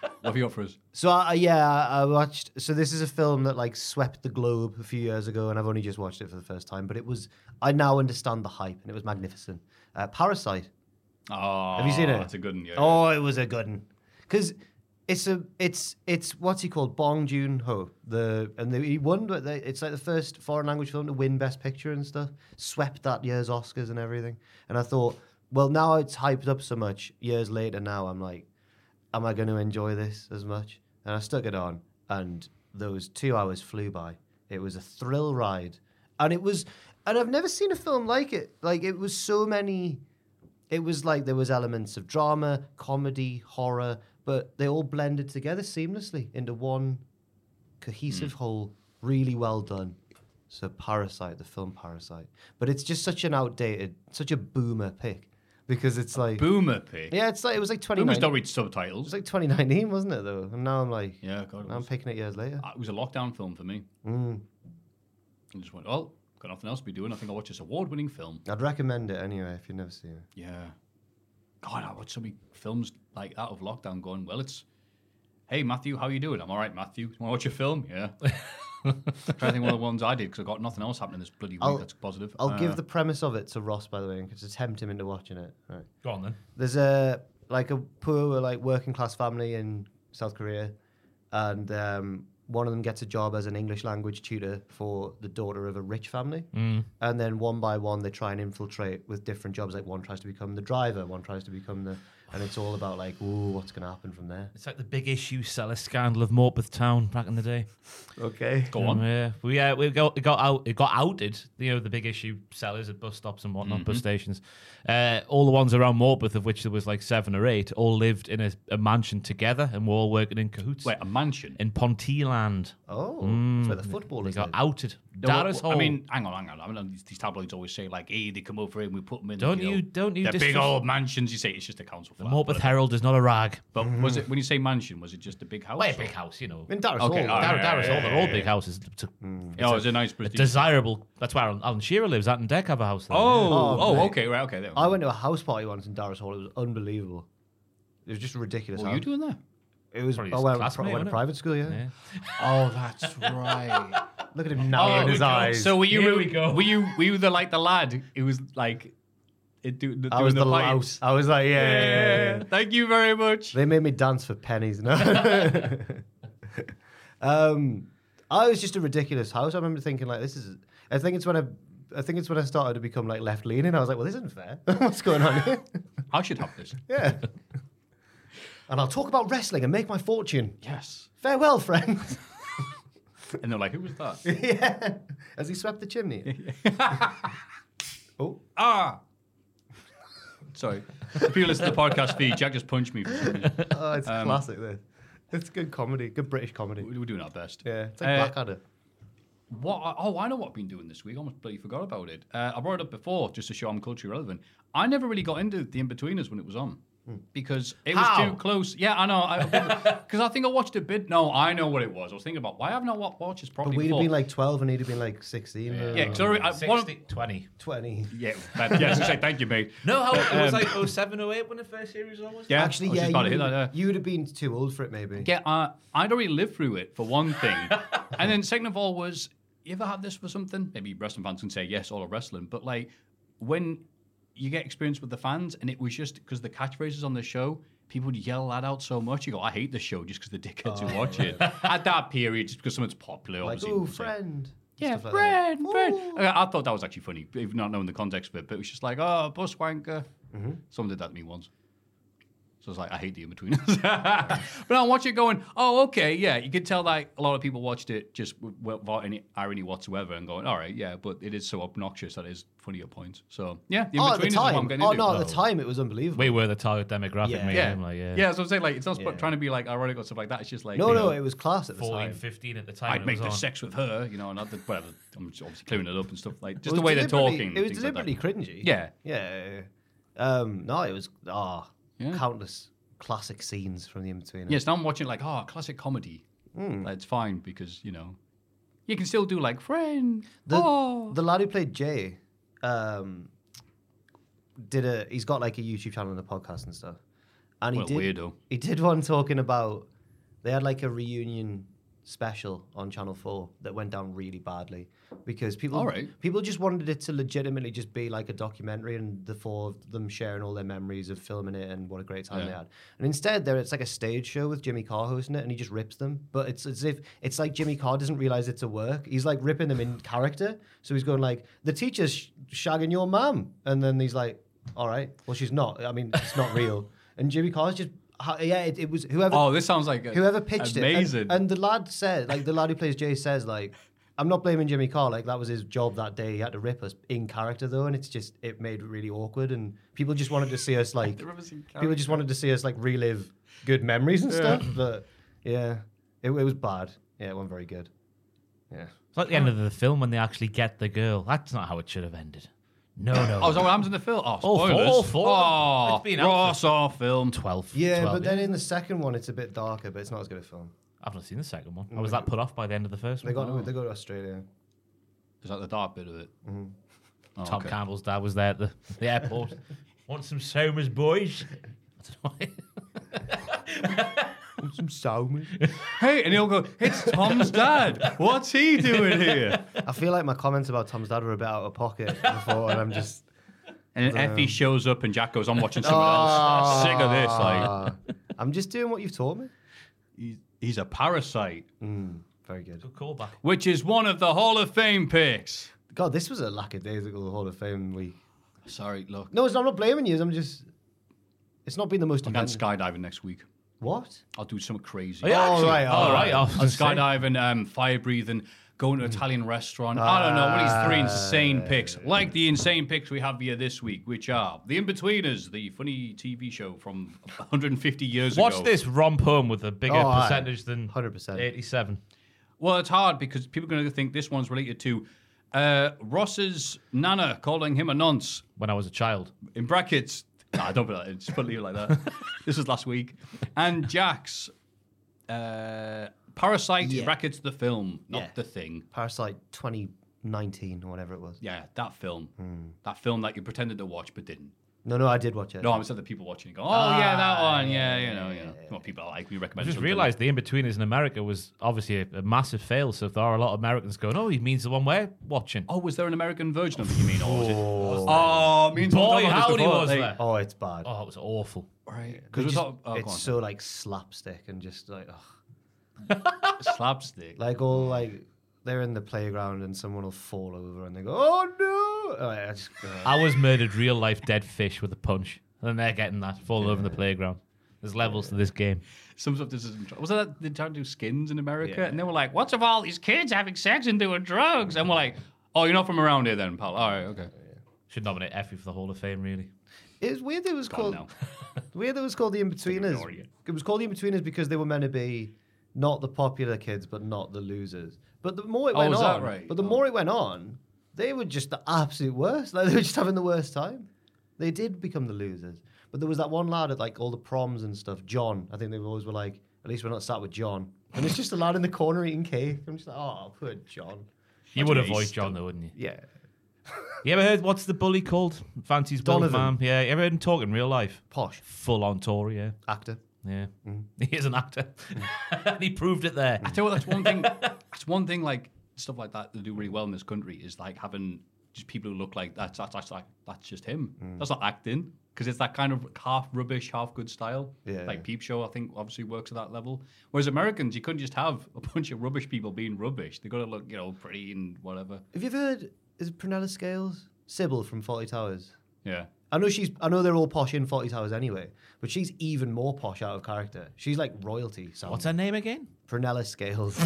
what have you got for us?
So I, I- yeah, I I watched. So this is a film that like swept the globe a few years ago, and I've only just watched it for the first time. But it was I now understand the hype, and it was magnificent. Uh, Parasite.
Oh,
Have you seen it?
That's a good one. Yeah.
Oh, it was a good one. Because it's a it's it's what's he called Bong Joon Ho the and the, he won. but they- It's like the first foreign language film to win Best Picture and stuff. Swept that year's Oscars and everything. And I thought, well, now it's hyped up so much. Years later, now I'm like, am I going to enjoy this as much? And I stuck it on, and those two hours flew by. It was a thrill ride, and it was, and I've never seen a film like it. Like it was so many. It was like there was elements of drama, comedy, horror, but they all blended together seamlessly into one cohesive
Hmm.
whole. Really well done. So Parasite, the film Parasite, but it's just such an outdated, such a boomer pick because it's like.
Boomer pick.
yeah, it's like it was like twenty.
Boomers don't read subtitles.
It was like 2019, wasn't it, though? And now I'm like,
yeah, God, it
I'm Mm.
was.
picking it years later.
Uh, it was a lockdown film for me. I just went, oh, got nothing else to be doing. I think I'll watch this award winning film.
I'd recommend it anyway if you've never seen it.
Yeah. God, I watched so many films like out of lockdown going, well, it's, hey, Matthew, how you doing? I'm all right, Matthew. Want to watch a film?
[laughs]
Yeah. Trying to think of one of the ones I did because I've got nothing else happening this bloody week
I'll-
that's positive.
I'll
Uh,
give the premise of it to Ross, by the way, because it's tempt him into watching it. Right.
Go on then.
There's a like a poor like working class family in South Korea, and um, one of them gets a job as an English language tutor for the daughter of a rich family. And then one by one, they try and infiltrate with different jobs. Like one tries to become the driver, one tries to become the, and it's all about like, ooh, what's going to happen from there?
It's like the big issue seller scandal of Morpeth Town back in the day.
Okay.
Go on.
Yeah, we uh, we got it got out it got outed. You know the big issue sellers at bus stops and whatnot,
Mm-hmm.
bus stations. Uh, all the ones around Morpeth, of which there was like seven or eight, all lived in a, a mansion together and were all working in cahoots
Wait, a mansion?
in Pontyland.
Oh, that's where the football
They
is.
got
then.
outed.
No, what-
Darris
what-
Hall.
I mean, hang on, hang on. I mean, these, these tabloids always say like, "Hey, they come over here and we put them in."
Don't
know,
you- don't you
They're big
discuss-
old mansions. You say it's just a council
the
flat.
Morpeth Herald is not a rag.
But was
Mm.
it when you say mansion? Was it just a big house?
Wait,
or-
big house, you know.
In Darris
Okay,
Hall.
all
Dar-
right.
Darris Hall, they're all big houses. It's a,
Oh, it's a nice
a
British.
desirable. That's where Alan, Alan Shearer lives. That and Deck have a house. There.
oh,
Oh,
oh,
mate.
okay, right, okay. There.
I went to a house party once in Darris Hall. It was unbelievable. It was just ridiculous.
What
how-
were you doing there?
It was.
Probably
I
his
went, I
classmate,
went
wasn't
to
it?
private school. Yeah.
Yeah.
Oh, that's right.
Look at him now in his eyes.
So were you?
Here we go.
Were you? Were you the like the lad? It was like, it do,
I
doing
was
the
the
pipes?
louse. I was like, yeah. yeah, yeah, yeah.
Thank you very much.
They made me dance for
[laughs]
pennies. No. um, I was just a ridiculous house. I remember thinking like, this is. I think it's when I. I think it's when I started to become like left leaning. I was like, well, this isn't fair. [laughs] What's going
[laughs]
on here?
I should have this.
yeah. and I'll talk about wrestling and make my fortune.
Yes.
Farewell, friends. [laughs]
And they're like, "Who was that?"
yeah. As he swept
[laughs]
the chimney. [laughs] oh.
Ah. Sorry. If you listen to the podcast feed, Jack just punched me. For some reason.
[laughs] oh, it's
Um,
classic, this. It's good comedy, good British comedy.
We're doing our best.
Yeah, it's like
Uh,
Blackadder.
what? I, oh, I know what I've been doing this week. I almost bloody forgot about it. Uh, I brought it up before just to show I'm culturally relevant. I never really got into the In Betweeners when it was on
Hmm.
because it
How?
was too close. Yeah, I know.
[laughs]
Because I, think I watched a bit. No, I know what it was. I was thinking about why haven't I wa- watched this
But
properly
we'd have
before?
been like 12 and he'd have been like 16. uh,
yeah, 'cause I, re- I, one of-
60, 20.
20.
yeah, that, yes, I say thank you, mate.
No, how, it
Um,
was like oh, 07, 08 when the first series was on. wasn't it?
Yeah, I
Actually,
was
yeah,
just
you'd,
about to hit that, uh, yeah.
you'd have been too old for it, maybe.
Yeah, uh, I'd already lived through it for one thing, and then second of all was you ever had this for something? Maybe wrestling fans can say yes, all of wrestling, but like when you get experience with the fans, and it was just because the catchphrases on the show. People would yell that out so much. You go, I hate the show just because the dickheads who watch it. At that period, just because something's popular,
like,
obviously.
oh,
so-
friend.
Yeah,
Stuff like
friend, friend. I I thought that was actually funny, even not knowing the context of it. But it was just like, oh, bus wanker.
Mm-hmm.
Someone did that to me once. So I was like, I hate the in between [laughs] us. but I watch it going, oh, okay, yeah. You could tell like a lot of people watched it just w- without any irony whatsoever and going, all right, yeah, but it is so obnoxious that it is funny at points. So, yeah, the
Oh, at the
in-betweeners is what I'm
time.
getting
Oh,
into.
no, at the time it was unbelievable.
We were the target demographic,
Yeah.
mate.
Yeah.
I'm Oh, like, yeah.
yeah, so I'm saying like, it's not sp-
Yeah.
trying to be like ironic or stuff like that. It's just like,
no,
you
no,
know,
it was class at the
14,
time.
15 at the time.
I'd
it
make the
was on.
sex with her, you know, and I'd, whatever. I'm just obviously clearing it up and stuff like,
It
just the
was
way they're
deliberately-
talking.
It was
things like that.
deliberately cringy.
Yeah.
Yeah. Um, no, it was ah
Yeah.
countless classic scenes from the in between.
Yes, now I'm watching like, oh, classic comedy.
Hmm.
That's fine because, you know, you can still do like friend.
The,
oh.
the lad who played Jay um, did a. He's got like a YouTube channel and a podcast and stuff. And he
What a
did
weirdo.
he did one talking about they had like a reunion special on Channel Four that went down really badly because people
All right.
people just wanted it to legitimately just be like a documentary and the four of them sharing all their memories of filming it and what a great time they
Yeah.
had. And instead, there it's like a stage show with Jimmy Carr hosting it, and he just rips them. But it's as if it's like Jimmy Carr doesn't realize it's a work. He's like ripping
[sighs]
them in character. So he's going like, "The teacher's sh- shagging your mum," and then he's like, "All right, well she's not. I mean, it's not
[laughs]
real." And Jimmy Carr's just. ha- Yeah, it, it was whoever
Oh, this sounds like a,
whoever pitched
amazing.
it. And, and the lad said, like the lad who plays Jay says, like, I'm not blaming Jimmy Carr. Like that was his job that day. He had to rip us in character though, and it's just it made it really awkward. And people just wanted to see [laughs] us like people just wanted to see us like relive good memories and stuff. But yeah, it, it was bad. Yeah, it wasn't very good. Yeah.
It's like the end of the film when they actually get the girl. That's not how it should have ended. No, no.
Oh, is that what happens in the film? Oh,
All four,
spoilers.
all four.
Oh,
It's been out
raw
for-
saw film.
12.
Yeah,
12,
but then in the second one, it's a bit darker, but it's not as good a film.
I've not seen the second one. I was that put off by the end of the first
They
one.
got they go to Australia.
Is that the dark bit of it?
Mm-hmm.
Oh,
Tom
okay.
Campbell's dad was there at the, the airport. [laughs] Want some Somers boys? [laughs] I don't know why.
[laughs] Some salmon.
Hey, and he'll go, it's Tom's dad. What's he doing here?
I feel like my comments about Tom's dad were a bit out of pocket before, and I'm just
And then
Um,
Effie shows up and Jack goes, I'm [laughs]
[laughs]
watching someone
Ah.
else. Sick of this. Like,
I'm just doing what you've taught me.
he's, he's a parasite,
Very good.
Good callback.
which is one of the Hall of Fame picks.
God, this was a lackadaisical Hall of Fame week.
Sorry, look.
No, it's not, I'm not blaming you. I'm just. It's not been the most.
I'm going
event-
skydiving next week.
What?
I'll do something crazy.
Oh, yeah,
All
actually.
right, all
all
right.
right. I was
I'm
gonna say.
skydiving, um, fire breathing, going to an Italian restaurant. I don't know. What are these three insane picks? Like the insane picks we have here this week, which are The Inbetweeners, the funny TV show from [laughs] 150 years
Watch
ago.
this romp home with a bigger
Oh, aye.
percentage than
100%.
87.
Well, it's hard because people are going to think this one's related to uh, Ross's nana calling him a nonce.
When I was a child.
in brackets. Nah, don't put that in. Just put leave it like [laughs] that. this was last week. And Jack's uh, Parasite in brackets the film, not
Yeah.
the thing.
Parasite 2019 or whatever it was.
Yeah, that film.
Hmm.
That film that you pretended to watch but didn't.
No, no, I did watch it.
No, I'm saying the people watching it go, oh, yeah, that one. Yeah, you know, you know. Well, people like, we
I
recommend
just
something.
realised the in-betweeners in America was obviously a, a massive fail, so there are a lot of Americans going, oh, he means the one we're watching.
Oh, was there an American version of it, you mean? Or was it? Oh, me and Tom
Boy,
talked about this
howdy
before,
was
like-
there.
Oh, it's bad.
Oh, it was awful.
Right.
They
Because we
just-
thought, oh, go
it's
on.
so like slapstick and just like, ugh.
slapstick.
like all like they're in the playground and someone will fall over and they go, oh no! Like, I just, uh,
I was murdered real life dead fish with a punch. And they're getting that, falling over in the playground. There's levels to this game.
some stuff this isn't. Was that they tried to do skins in America? And they were like, "What's of all these kids having sex and doing drugs?" And we're like, "Oh, you're not from around here, then, pal." All right, okay.
Should nominate Effie for the Hall of Fame, really.
it's weird. It was
Gone
called. Weird that it was called the
Ignore
Inbetweeners.
you.
It was called the Inbetweeners because they were meant to be not the popular kids, but not the losers. But the more it
Oh,
went
is that
on,
right?
but the
Oh.
more it went on, they were just the absolute worst. [laughs] Like they were just having the worst time. They did become the losers. But there was that one lad at like all the proms and stuff. John, I think they always were like, at least we're not sat with John. And it's just a lad in the corner eating cake. I'm just like, oh, poor John.
You would
yeah, he's
avoid John, though, wouldn't you?
Yeah.
You ever heard, what's the bully called? Fancy's bully,
Donovan.
ma'am. Yeah, you ever heard him talk in real life?
Posh
Full on Tory, yeah.
actor.
Yeah. [laughs] He is an actor. [laughs] and he proved it there.
I tell you, what, that's
[laughs]
one thing. That's one thing. Like stuff like that, they do really well in this country is like having just people who look like that's that's, that's like that's just him. That's not acting because it's that kind of half rubbish, half good style.
Yeah.
Like Peep Show, I think obviously works at that level. Whereas Americans, you couldn't just have a [laughs] bunch of rubbish people being rubbish. They got to look, you know, pretty and whatever.
Have you ever heard, is it Prunella Scales? Sybil from Forty Towers.
Yeah.
I know she's. I know they're all posh in Forty Towers anyway, but she's even more posh out of character. She's like royalty. So
What's her name again?
Prunella Scales.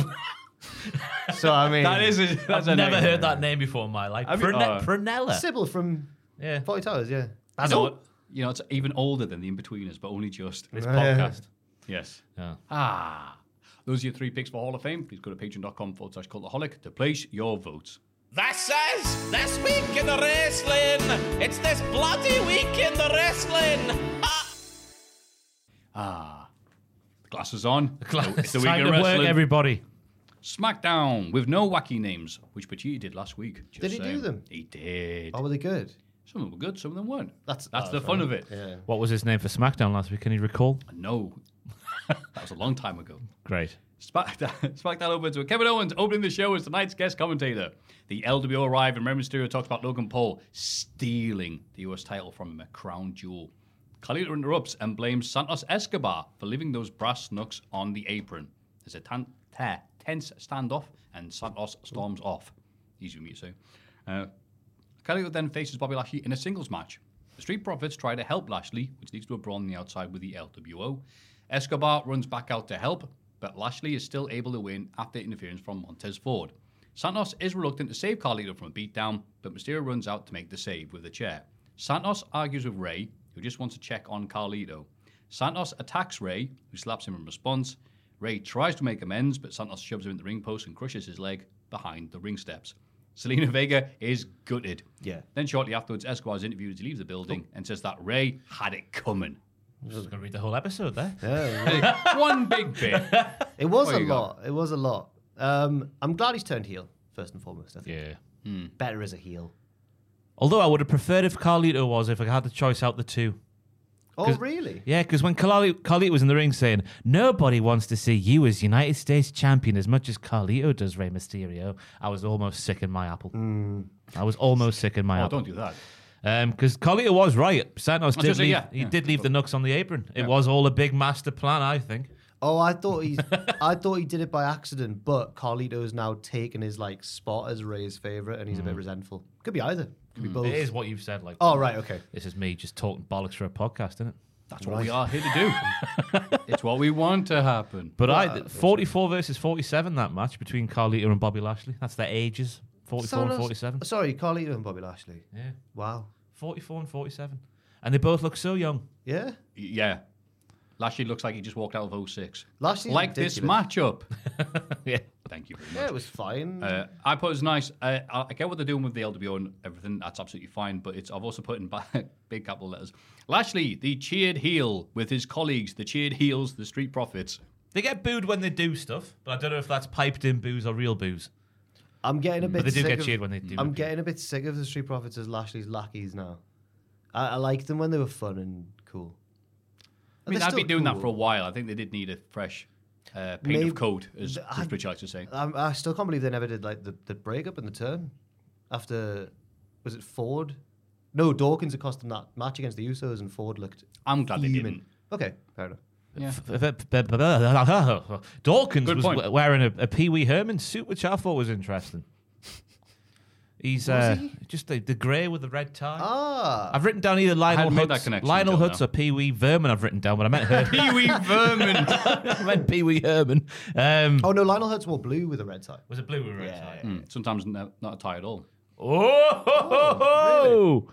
so I mean,
That is. A,
I've
that's a
never
name.
heard that name Oh. before in my life.
Have you-
Prune-
uh,
Prunella.
Sybil from
yeah.
Forty Towers. Yeah,
That's all. You know, it's even older than the Inbetweeners, but only just.
This podcast.
Yes.
Yeah.
Ah. Those are your three picks for Hall of Fame. Please go to patreon.com forward slash cultaholic to place your votes.
That's us! This week in the wrestling! It's this bloody week in the wrestling!
Glasses on.
It's the time to work, everybody.
SmackDown with no wacky names, which Pachiti did last week. Just
Did he do
saying.
them?
He did.
Oh, were they good?
Some of them were good, some of them weren't.
That's-
that's
oh,
the fun of it.
Yeah.
What was his name for SmackDown last week? Can you recall?
No, [laughs] that was a long time ago.
Great.
Smack that, [laughs] smack that over to Kevin Owens opening the show as tonight's guest commentator. The LWO arrive and Rey Mysterio talks about Logan Paul stealing the US title from him at Crown Jewel. Carlito interrupts and blames Santos Escobar for leaving those brass knucks on the apron. There's a tan- te- tense standoff and Santos storms off. Easy for me to say. Uh, Carlito then faces Bobby Lashley in a singles match. The Street Profits try to help Lashley, which leads to a brawl on the outside with the LWO. Escobar runs back out to help, but Lashley is still able to win after interference from Montez Ford. Santos is reluctant to save Carlito from a beatdown, but Mysterio runs out to make the save with a chair. Santos argues with Ray, who just wants to check on Carlito. Santos attacks Ray, who slaps him in response. Ray tries to make amends, but Santos shoves him in the ring post and crushes his leg behind the ring steps. Selena Vega is gutted.
Yeah.
Then shortly afterwards, Esquire is interviewed as he leaves the building and says that Ray had it coming.
I was going to read the whole episode there.
[laughs] One big bit.
It was
What
a
you got?
lot. It was a lot. Um, I'm glad he's turned heel first and foremost. I think
Yeah.
better as a heel.
Although I would have preferred if Carlito was, if I had the choice out the two.
Oh, really?
Yeah, because when Carlito, Carlito was in the ring saying, nobody wants to see you as United States champion as much as Carlito does Rey Mysterio, I was almost sick in my apple. I was almost sick in my
Oh,
apple.
don't do that.
Because Carlito was right. Santos
was gonna
did
say,
leave,
yeah,
he
yeah.
did leave the nooks on the apron. It was all a big master plan, I think.
Oh, I thought he, I thought he did it by accident. But Carlito's now taken his like spot as Ray's favorite, and he's a bit resentful. Could be either. Could be both.
It is what you've said. Like,
Oh, right. Okay.
This is me just talking bollocks for a podcast, isn't it?
That's what we are here to do. it's what we want to happen.
But I 44 versus 47 that match between Carlito and Bobby Lashley. That's their ages. 44 and
Sonos-
47.
Sorry, Carlito and Bobby Lashley.
Yeah.
Wow.
44 and 47. And they both look so young.
Yeah.
Y- Yeah. Lashley looks like he just walked out of 06.
Lashley's
like this
ridiculous.
matchup.
yeah.
Thank you very much.
Yeah, it was fine.
Uh, I put it's nice. Uh, I I get what they're doing with the LWO and everything. That's absolutely fine. But it's I've also put in [laughs] ba- big capital letters. Lashley, the cheered heel, with his colleagues, the cheered heels, the street profits.
They get booed when they do stuff, but I don't know if that's piped in booze or real booze.
I'm getting a bit.
But they do
sick
get
of-
cheered when they do.
I'm
appear.
getting a bit sick of the Street Profits as Lashley's lackeys now. I, I liked them when they were fun and cool.
I mean, I've been doing that for a while. I think they did need a fresh uh, paint
Maybe-
of coat, as
I- uh,
Chris Pritchard likes to say.
I'm, I still can't believe they never did like the, the breakup and the turn after was it Ford? No, Dawkins had cost them that match against the Usos, and Ford looked.
I'm glad they
fuming.
didn't.
Okay, fair enough.
[laughs] Dawkins
Good
was
point.
we- wearing a, a Pee Wee Herman suit, which I thought was interesting. He's uh, just the, the grey with the red tie.
Ah,
I've written down either Lionel
hadn't made that
Hutz,
connection
Lionel
until
Hutz
now.
or Pee Wee Vermin. I've written down, but I meant
[laughs]
her.
Pee Wee Vermin.
[laughs] I meant Pee Wee Herman. Um,
oh no, Lionel Hurts wore blue with a red tie.
Was it blue or red tie?
Mm, Sometimes no, not a tie at all.
Oh, ho, ho, ho. Oh,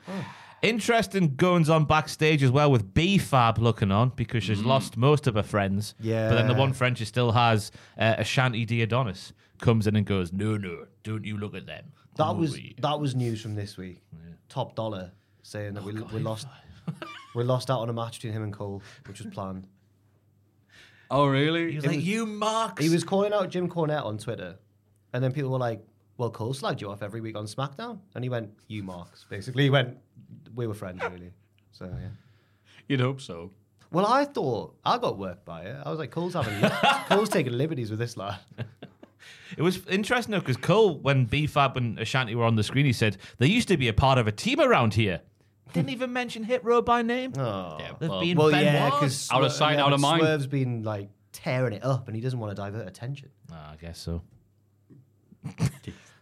interesting goings on backstage as well with B Fab looking on because she's lost most of her friends.
Mm. Yeah.
But then the one friend she still has, uh, Ashanti D. Adonis, comes in and goes, No, no, don't you look at them.
That
Come
was
over here."
that was news from this week. Top dollar saying that we, we lost we lost out on a match between him and Cole, which was
[laughs]
planned.
Oh, really?
He was like, You marks.
He was calling out Jim Cornette on Twitter, and then people were like, "Well, Cole slagged you off every week on SmackDown," and he went, "You marks." Basically, he went, "We were friends, really." So yeah.
You'd hope so.
Well, I thought I got worked by it. I was like, "Cole's having
[laughs]
Cole's taking liberties with this lad."
It was interesting though, because Cole, when B Fab and Ashanti were on the screen, he said, They used to be a part of a team around here.
[laughs]
Didn't even mention Hit Row by name.
Yeah,
They've
well,
been
Oh. Well,
Benoit.
yeah, because
Out of sight, out of mind.
Swerve's been like tearing it up, and he doesn't want to divert attention.
Ah, I guess so.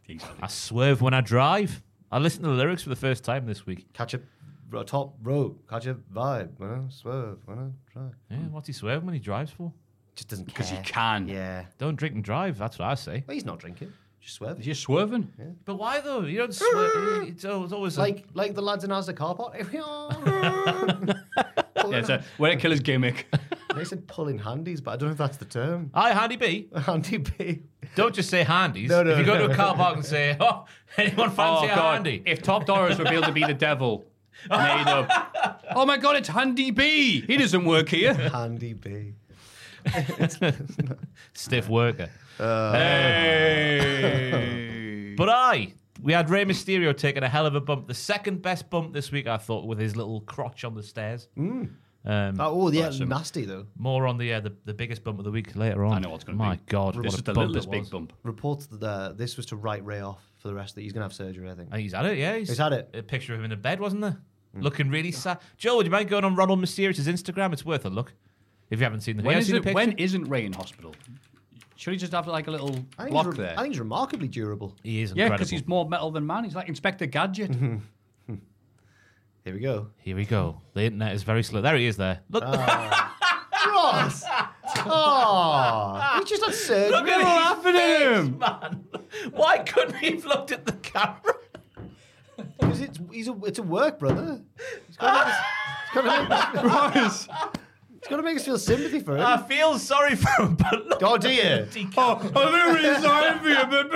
exactly.
I swerve when I drive. I listened to the lyrics for the first time this week.
Catch a r- top rope, catch a vibe, when I swerve, when I try.
Yeah, what's he swerving when he drives for?
Just doesn't care.
Because he can.
Yeah.
Don't drink and drive. That's what I say.
Well, he's not drinking. Just swerving.
He's just swerving.
But why though? You don't
[laughs]
swerve. it's al- it's always
Like like the lads in Asda car park. [laughs]
Yeah, it's a we're a killer's gimmick. [laughs]
they said pulling handies, but I don't know if that's the term. [laughs]
Hi, Handy B.
Handy B.
Don't just say handies.
[laughs] No, no,
if you go
no.
to a car park and say, "Oh, [laughs] anyone fancy
Oh,
a handy?"
If Top Doris revealed to be the devil, made up. [laughs] Oh my god, it's Handy B. He doesn't work here.
Handy B.
[laughs] Stiff worker.
Hey.
But I We had Rey Mysterio taking a hell of a bump. The second best bump this week, I thought, with his little crotch on the stairs. Um,
Oh, yeah, nasty though.
More on the, uh, the the biggest bump of the week later on.
I know what's going to be.
My God,
this
what
is
a
the
bump
littlest
it
big
was.
bump.
Reports that uh, this was to write Ray off for the rest. That he's gonna have surgery, I think.
And he's had it, yeah.
He's had it. Mm.
A picture of him in a bed, wasn't there? Looking really sad. Joel, would you mind going on Ronald Mysterio's Instagram? It's worth a look. If you haven't seen the,
When,
have
is
you seen
it,
the picture?
when isn't Ray in hospital? Should he just have like a little
I think, he's
block
re-
there?
I think he's remarkably durable.
he is
yeah,
incredible.
because he's more metal than man. He's like Inspector Gadget.
Here we go.
Here we go. The internet is very slow. There he is. There. Look.
Ah.
[laughs]
Ross! oh, he just had surgery.
Look at laughing at him, man. [laughs] Why couldn't he have looked at the camera?
Because it's he's a, it's a work, brother.
[laughs]
It's got to make us feel sympathy for
Ah,
him.
I feel sorry for him, but look.
God, do you?
Oh, I'm really sorry for you, but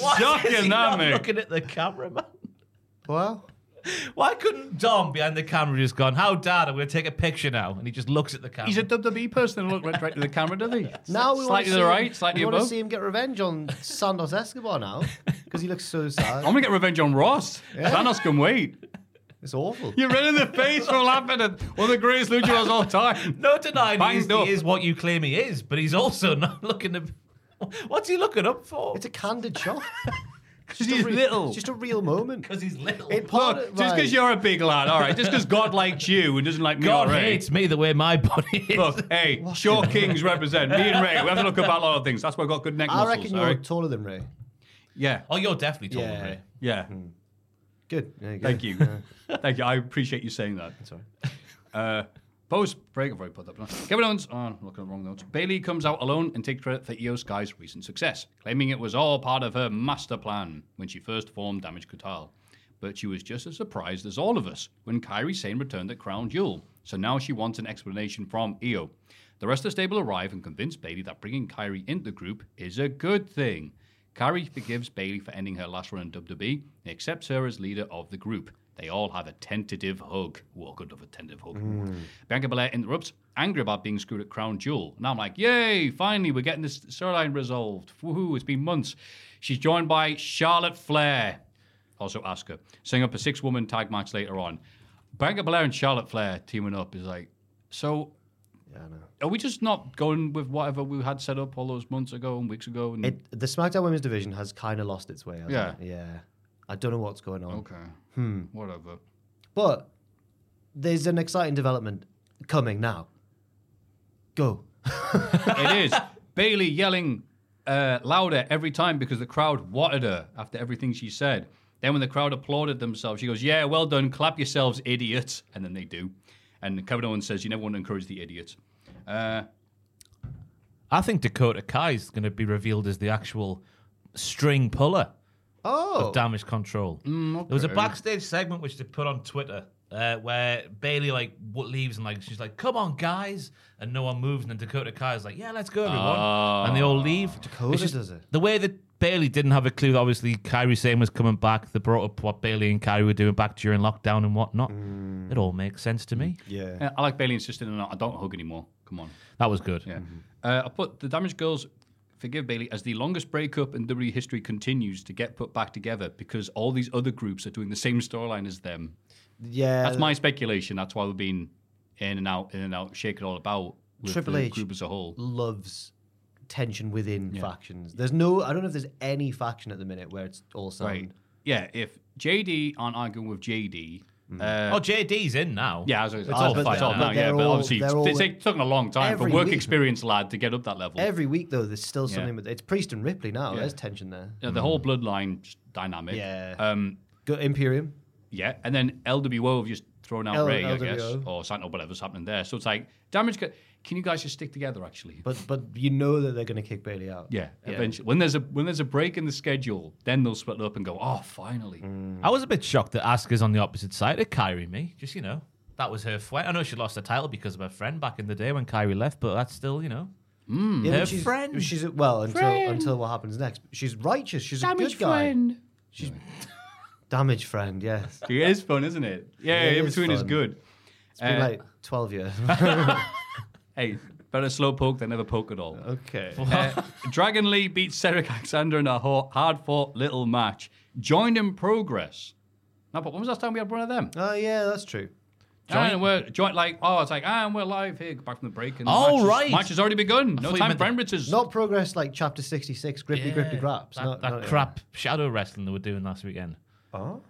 why is he
Shocking,
not
that, mate.
looking at the camera, man?
Wow.
Why couldn't Dom behind the camera just gone, "How dad, I'm going to take a picture now,and he just looks at the camera.
He's a WWE person. Look right, right to the camera, does he?
Now we want
slightly to the right, slightly
we want to
above.
see him get revenge on Santos
[laughs]
Escobar now because he looks so
I'm
sad.
gonna get revenge on Ross. Thanos can wait.
It's awful.
You're red in the face for laughing at one of the greatest luchadors of all time.
no denying he is,
Banged up.
he is what you claim he is, but he's also [laughs] not looking to. What's he looking up for? [laughs]
It's a
[laughs]
candid shot.
Because he's little.
It's just a real moment.
Because he's little.
It part-
Look, just
right.
because you're a big lad, all right. Just because God likes you and doesn't like me
God
or Ray.
hates me the way my [laughs] body is.
Look, eh. hey, Shaw Kings represent me and Ray. We have to look about a lot of things. That's why I've got good neck
I
muscles.
reckon
all
you're
right?
taller than Ray.
Yeah,
oh, you're Hmm. definitely taller
Yeah.
than me.
yeah.
Good. There you go.
Thank you, [laughs] thank you. I appreciate you saying that. Sorry. Uh, post break before I put that. up. Kevin Owens. Oh, I'm looking at the wrong notes. Bailey comes out alone and takes credit for Io Sky's recent success, claiming it was all part of her master plan when she first formed Damage Katal. But she was just as surprised as all of us when Kyrie Sane returned at Crown Jewel. So now she wants an explanation from E Io. The rest of the stable arrive and convince Bailey that bringing Kyrie into the group is a good thing. Kyrie forgives Bailey for ending her last run in WWE and accepts her as leader of the group. They all have a tentative hug. Well, good of a tentative hug. Bianca Belair interrupts, angry about being screwed at Crown Jewel. And I'm like, yay, finally, we're getting this storyline resolved. Woohoo, it's been months. She's joined by Charlotte Flair, also Asuka, setting up a six woman tag match later on. Bianca Belair and Charlotte Flair teaming up is like, so are we just not going with whatever we had set up all those months ago and weeks ago? And
It, the SmackDown Women's Division has kind of lost its way. hasn't
Yeah.
it? Yeah. I don't know what's going on.
okay, hmm, whatever.
But there's an exciting development coming now. Go.
it is Bailey yelling uh, louder every time because the crowd wanted her after everything she said. Then when the crowd applauded themselves, she goes, "Yeah, well done, clap yourselves, idiots!" And then they do. And Kevin Owens says, "You never want to encourage the idiots." Uh,
I think Dakota Kai is going to be revealed as the actual string puller
Oh. Mm,
of damage control. There was a backstage segment which they put on Twitter uh, where Bailey like w- leaves and like she's like, "Come on, guys," and no one moves, and then Dakota Kai is like, "Yeah, let's go, everyone," and they all leave.
Oh. Dakota
It's just
does it.
The way that Bailey didn't have a clue. that Obviously, Kyrie saying was coming back. They brought up what Bailey and Kyrie were doing back during lockdown and whatnot.
Mm.
It all makes sense to me.
Yeah.
Uh, I like Bailey insisting on, "I don't hug anymore." Come on.
That was good.
Yeah.
Mm-hmm.
Uh, I put the Damage Girls forgive Bailey as the longest breakup in WWE history continues to get put back together because all these other groups are doing the same storyline as them.
Yeah.
That's my speculation. That's why we've been in and out, in and out, shake it all about with
Triple
the
H.
group as a whole.
loves tension within factions. There's no, I don't know if there's any faction at the minute where it's all sound.
Right. Yeah. If JD aren't arguing with JD. Uh,
Oh, JD's in now.
yeah, I was, it's
Ah,
all
but
fight
they're-
all
but
now, yeah,
they're
but
Mm-hmm. all-
obviously
they're
it's,
all-
it's taken a long time for
Every
work
week.
experience lad to get up that level.
Every week though, there's still something.
Yeah.
With, it's Priest and Ripley now.
Yeah.
There's tension there.
Yeah, the whole bloodline just dynamic.
Mm-hmm. Yeah.
Um,
Go Imperium.
Yeah, and then LWO have just thrown out
L-
Ray, I
LWO.
guess, or something, or whatever's happening there. So it's like, damage. Co- can you guys just stick together, actually?
But but you know that they're going to kick Bailey out.
yeah, eventually, when there's a when there's a break in the schedule, then they'll split up and go, oh, finally.
Mm.
I was a bit shocked that Asuka's on the opposite side of Kyrie, me. Just, you know, that was her friend. I know she lost the title because of her friend back in the day when Kyrie left, but that's still, you
[laughs]
know.
Yeah, but
Her
she's,
friend.
She's well until until what happens next. She's righteous. She's a good guy. Damage friend. Yes. It's
It is fun, isn't it? Yeah,
It
in
is
between is
fun.
good.
been
[laughs] Uh,
like twelve years.
Hey, Better slow poke than never poke at all.
Okay.
Uh, Dragon Lee beat Cedric Alexander in a hard fought little match. Joined in progress. Now, but when was the last time we had one of them?
Oh yeah, that's true.
and we're joint like oh, it's like and we're live here. Back from the break and
Oh,
the match is-
right.
match has already begun.
thought
No
you
time
meant
for
the-
entrances.
Not progress like chapter sixty six, grippy grippy graps.
That,
not,
that
not-
crap shadow wrestling they were doing last weekend.
Oh?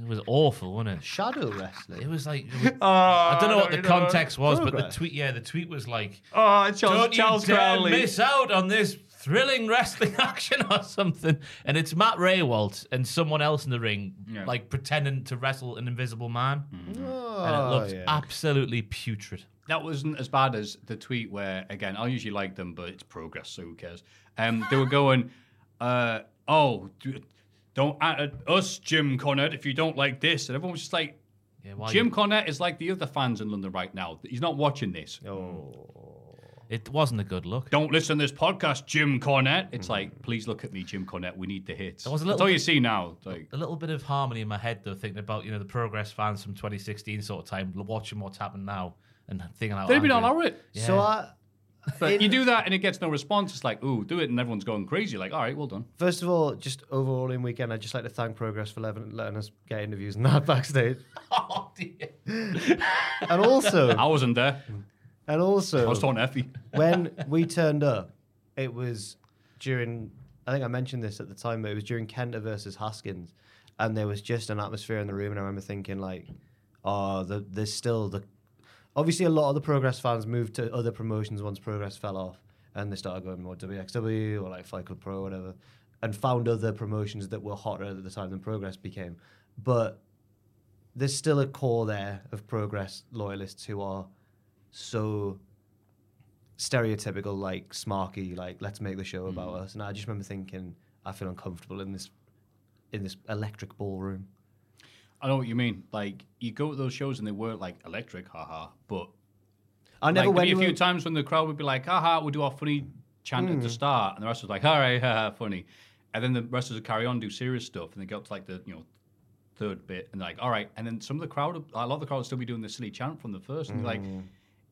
It was awful, wasn't it?
Shadow
It
wrestling.
was
[laughs]
like it was- I don't know what the context was, but
Oh, Progress.
the tweet, yeah, the tweet was like,
Oh, it's Charles,
"Don't
Charles
you dare
Crowley.
miss out on this thrilling wrestling [laughs] action or something." And it's Matt Raywalt and someone else in the ring,
Yeah. Mm-hmm.
like pretending to wrestle an invisible man,
Oh,
and it looked
yeah.
absolutely putrid.
That wasn't as bad as the tweet where again I usually like them, but it's progress, so who cares? Um, they were going, [laughs] uh, oh, d- don't at at us, Jim Connett, if you don't like this, and everyone was just like.
Yeah, why
Jim
you-
Connett is like the other fans in London right now. He's not watching this.
it wasn't a good look.
Don't listen to this podcast, Jim Cornette. It's like, please look at me, Jim Cornette. We need the hits.
Mm-hmm. There was a
That's
little
all you
bit-
see now. Like,
a little bit of harmony in my head though, thinking about you know the progress fans from 2016 sort of time, watching what's happened now and thinking out.
they'd be
loud.
not all right.
Yeah.
So I
But you do that and it gets no response. It's like, ooh, do it, and everyone's going crazy. Like, all right, well done.
first of all, just overall in weekend, I'd just like to thank Progress for letting, letting us get interviews and that [laughs] backstage.
[laughs] oh dear.
And also
[laughs]
I wasn't there.
and also
I was on Effie.
when we turned up, it was during. I think I mentioned this at the time, but it was during Kenta versus Haskins, and there was just an atmosphere in the room, and I remember thinking like, "Oh, the, there's still the." Obviously, a lot of the Progress fans moved to other promotions once Progress fell off, and they started going more WXW or like Fight Club Pro or whatever, and found other promotions that were hotter at the time than Progress became. But there's still a core there of Progress loyalists who are so stereotypical, like smarky, like let's make the show about
Hmm.
us. And I just remember thinking, I feel uncomfortable in this in this electric ballroom.
I know what you mean. Like, you go to those shows and they were like electric, haha. But
I never
like, there'd
went
be a
to
few
a-
times when the crowd would be like, haha, we'll do our funny chant at the start. And the rest was like, all right, [laughs] haha, funny. And then the rest would carry on, do serious stuff. And they got to like the, you know, third bit and they're like, all right. And then some of the crowd, a lot of the crowd would still be doing the silly chant from the first. And they're like,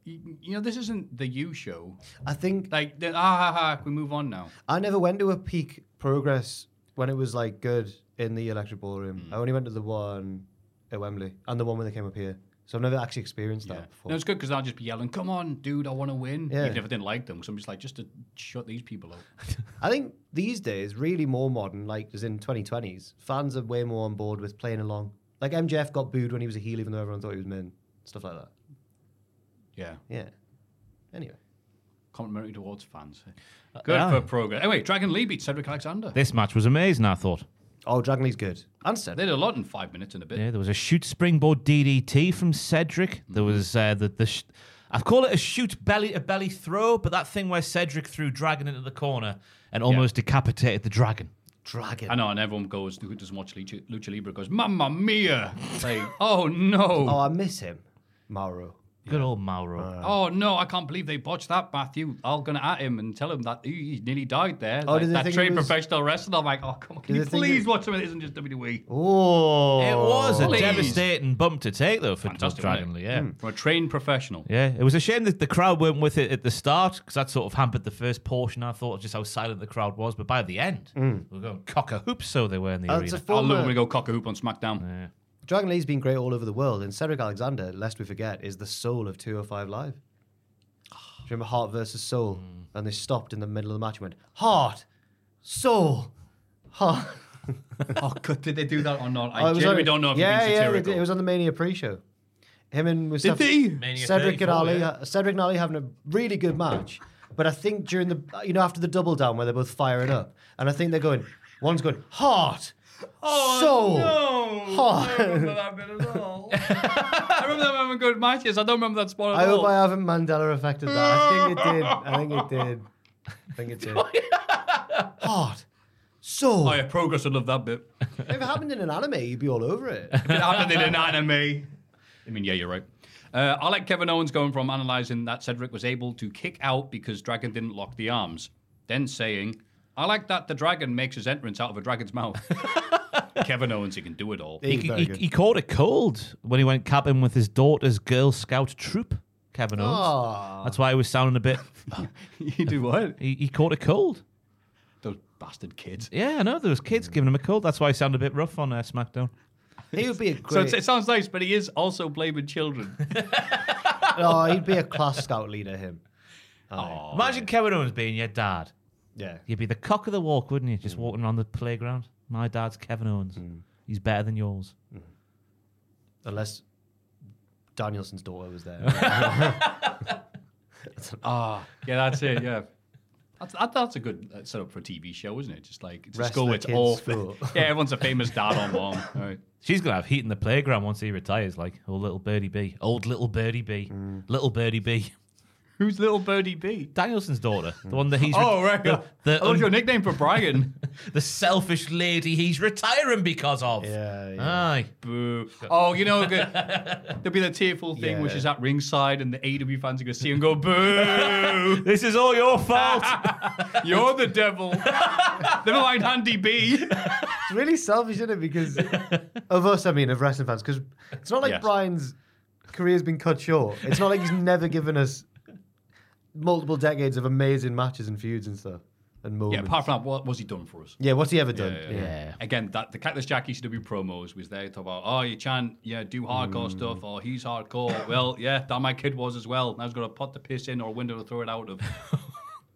"Y- you know, this isn't the you show.
I think
Like, then, ah, ha, ha, can we move on now?
I never went to a peak progress when it was like good in the electric ballroom.
Hmm.
I only went to the one at Wembley and the one when they came up here. So I've never actually experienced that before.
No, it's good because I'll just be yelling, come on, dude, I want to win.
Yeah.
Even if I didn't like them. So I'm just like, just to shut these people up. [laughs]
I think these days, really more modern, like as in 2020s, fans are way more on board with playing along. Like MJF got booed when he was a heel, even though everyone thought he was min. Stuff like that.
yeah.
Yeah. Anyway.
Complimentary towards fans.
Uh,
Good for progress. Anyway, Dragon Lee beat Cedric Alexander.
This match was amazing. I thought.
Oh, Dragon Lee's good. And
They
Cedric.
did a lot in five minutes and a bit.
Yeah, there was a shoot springboard DDT from Cedric. There was uh, the the. Sh- I call it a shoot belly a belly throw, but that thing where Cedric threw Dragon into the corner and almost decapitated the Dragon.
Dragon.
I know, and everyone goes who doesn't watch Lucha, Lucha Libre goes, "Mamma
[laughs]
mia!" It's like, [laughs] oh
Oh,
no,
I miss him. Mauro.
Good old Mauro.
oh no, I can't believe they botched that, Matthew. I'll gonna at him and tell him that he he nearly died there.
Oh,
like,
did they
that
think
trained
it was-
professional wrestler. I'm like, oh come on, can
Did
you
they think
please
it-
watch something that isn't just E." WWE?
Oh.
It was a
Please.
devastating bump to take though for
Fantastic,
Dragon
wasn't
Lee.
Hmm.
Yeah.
From a trained professional.
Yeah, it was a shame that the crowd weren't with it at the start because that sort of hampered the first portion. I thought just how silent the crowd was, but by the end, we were going cock a hoop, so they were in the
Hmm. That's
arena.
a
I'll love when
former,
we go cock a hoop on SmackDown.
Dragon Lee's been great all over the world, and Cedric Alexander, lest we forget, is the soul of
[sighs]
205 Live. Do you remember Heart versus Soul?
Hmm.
And they stopped in the middle of the match and went, Heart, Soul, Heart.
oh, God, did they do that or not?
[laughs] Oh,
I
it was
genuinely
on-
don't know if
yeah,
you've been
yeah, they
satirical.
did. it was on the Mania pre-show. Him and was
Did they?
Mania
Cedric
34,
and Ali, uh,
yeah.
Cedric and Ali having a really good match. But I think during the uh, you know after the double down where they're both firing up, and I think they're going, one's going heart, soul,
Oh,
heart.
that bit at [laughs] all. I remember them having good matches. I don't remember that spot at
I
all.
hope I haven't Mandela affected that. I think it did. I think it did. I think it did.
[laughs]
heart, soul.
Oh yeah, progress would love that bit.
If it happened in an anime, you'd be all
[laughs]
over it.
it happened in an [laughs] anime. I mean, yeah, you're right. Uh, I like Kevin Owens going from analysing that Cedric was able to kick out because Dragon didn't lock the arms, then saying, I like that the dragon makes his entrance out of a dragon's
[laughs]
mouth. Kevin Owens, he can do it all.
He's
He,
very
he,
good.
he caught a cold when he went camping with his daughter's Girl Scout troop. Kevin Owens.
Aw.
That's why he was sounding a
[laughs]
bit.
you do what?
He, he caught a cold.
Those bastard kids.
Yeah, I know. There was kids giving him a cold. That's why he sounded a bit rough on uh, SmackDown.
He would be a
[laughs] So
great.
it's, it sounds nice, but he is also blaming children.
oh, he'd be a class scout leader. Him.
Imagine Kevin Owens being your dad.
Yeah.
You'd be the cock of the walk, wouldn't you?
Mm.
Just walking around the playground. My dad's Kevin Owens. He's better than yours.
Unless Danielson's daughter was there.
[laughs] yeah, that's it. Yeah. [laughs] That's, that, that's a good uh, setup for a TV show, isn't it? Just like it's a
Rest
school,
the
it's
kids'
all
school.
[laughs] yeah. Everyone's a famous dad or
[laughs]
mom. All right.
She's gonna have heat in the playground once he retires. Like old little birdie bee, old little birdie bee,
Mm.
little birdie bee.
Who's little birdie B?
[laughs] Danielson's daughter, the
[laughs]
one that he's
Oh right.
the,
that
the,
was
un-
your nickname for
[laughs]
Brian.
the selfish lady he's retiring because of.
yeah, yeah.
Aye,
Boo. Oh, you know,
[laughs]
good. there'll be the tearful thing, which
Yeah.
is at ringside, and the AW fans are going to see him go, boo,
[laughs]
this is all your [laughs] fault.
you're the devil. [laughs] Never mind Andy B.
It's really selfish, isn't it?
[laughs]
Because of us, I mean, of wrestling fans. Because it's not like
Yes.
Brian's career's been cut short. It's not like he's never given us multiple decades of amazing matches and feuds and stuff and
Yeah,
moments.
apart from that, what was he done for us?
Yeah, what's he ever done?
yeah, yeah. Again, that the Cactus Jack ECW promos was there. Talk about, oh, you can't, yeah, do hardcore stuff, or he's hardcore. well, yeah, that my kid was as well. Now he's got a pot to piss in or a window to throw it out of.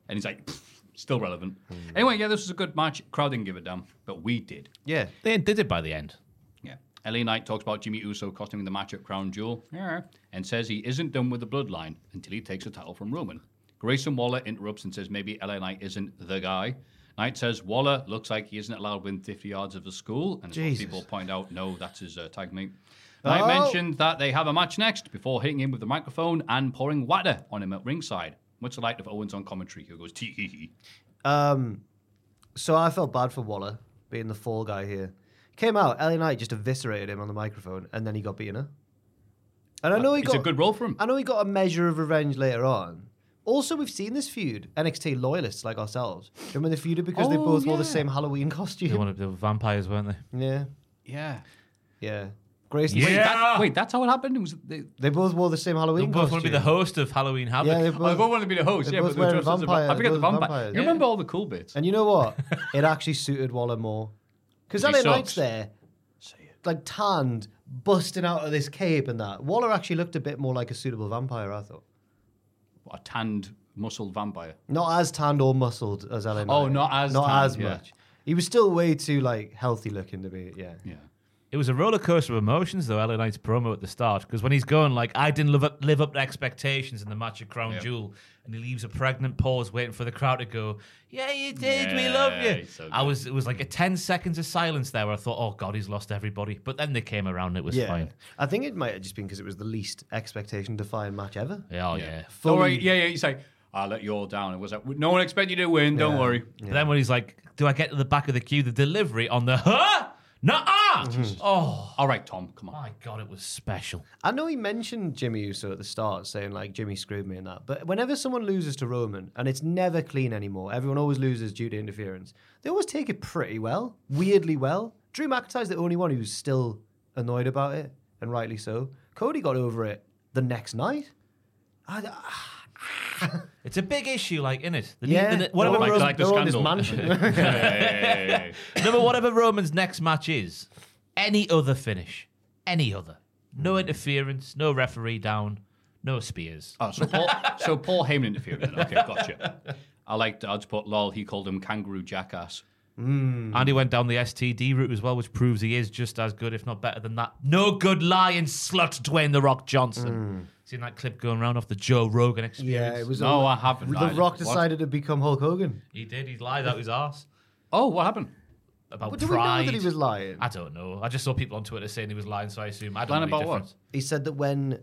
and he's like, "Pfft, still relevant. Anyway, yeah, this was a good match. Crowd didn't give a damn, but we did.
Yeah.
they did it by the end.
Yeah. LA Knight talks about Jimmy Uso costing him the match at Crown Jewel yeah, and says he isn't done with the bloodline until he takes the title from Roman. Grayson Waller interrupts and says maybe LA Knight isn't the guy. Knight says Waller looks like he isn't allowed within 50 yards of the school. And
Jesus.
people point out, no, that's his uh, tag mate. Knight mentioned that they have a match next before hitting him with the microphone and pouring water on him at ringside. Much the light of Owens on commentary, who goes, tee hee hee.
Um, so I felt bad for Waller being the fall guy here. Came out, LA Knight just eviscerated him on the microphone, and then he got beaten up. And I know he
It's
got
a good role for him.
I know he got a measure of revenge later on. Also, we've seen this feud NXT loyalists like ourselves. Remember the feud because they
Oh,
both wore the
yeah.
same Halloween costume.
They wanted they were vampires, weren't they?
yeah,
Yeah.
yeah. Grayson.
Wait,
Yeah.
that- wait, that's how it happened? It was, they,
They both wore the same
They
Halloween
both
costume.
want to be the host of Halloween Havoc.
Yeah,
[laughs]
they
Oh,
both.
they both wanted to be the host. Yeah,
They're both
but they
wearing
were dressed as
vampires.
I forget the
They're both
vampire.
vampires.
You remember all the cool bits?
And you know what? [laughs] it actually suited Waller more because
He
LA
sucks.
Knight's there, like tanned, busting out of this cape and that. Waller actually looked a bit more like a suitable vampire. I thought.
a tanned muscle vampire.
Not as tanned or muscled as LA Knight.
Oh, not as
not
tanned,
as
yeah.
much. He was still way too like healthy looking to be. Yeah.
Yeah.
It was a roller coaster of emotions, though, LA Knight's promo at the start, because when he's going, like, I didn't live up, live up to expectations in the match at Crown Jewel, and he leaves a pregnant pause waiting for the crowd to go, Yeah, you did, we love
Yeah,
you.
he's so
I
good.
was, it was like a 10 seconds of silence there where I thought, Oh, God, he's lost everybody. But then they came around, and it was
Yeah.
fine.
I think it might have just been because it was the least expectation defying match ever.
Yeah, oh, yeah.
Don't worry. Yeah, yeah. You say, I let you all down. It was like, no one expected you to win. Don't worry.
But then when he's like, Do I get to the back of the queue, the delivery on the, Huh? Nuh ah!
Mm-hmm.
Oh,
All right, Tom, come on.
my God, it was special.
I know he mentioned Jimmy Uso at the start, saying like Jimmy screwed me and that. But whenever someone loses to Roman, and it's never clean anymore, everyone always loses due to interference. They always take it pretty well, weirdly well. Drew McIntyre's the only one who's still annoyed about it, and rightly so. Cody got over it the next night. I,
It's a big issue, like, in it?
yeah, Oh
whatever
they're all-
Like the
they're all in his
scandal. [laughs]
mansion.
No, but whatever Roman's next match is, any other finish, any other, no
Mm.
interference, no referee down, no spears.
Oh, so Paul, so Paul Heyman interfered. Then. Okay, gotcha. I liked. I'd put lol. He called him kangaroo jackass.
Mm.
And he went down the STD route as well, which proves he is just as good, if not better than that. No good lying slut, Dwayne the Rock Johnson. Seen that clip going around off the Joe Rogan experience?
Mm. yeah, it was.
No,
all-
I haven't.
[laughs] The
I-
Rock
what?
decided to become Hulk Hogan.
He did. He lied out his ass
Oh, what happened? [laughs]
about
But do we know
pride.
that he was lying?
I don't know. I just saw people on Twitter saying he was lying, so I assume I don't
Lying
know any
about what?
difference.
he said that when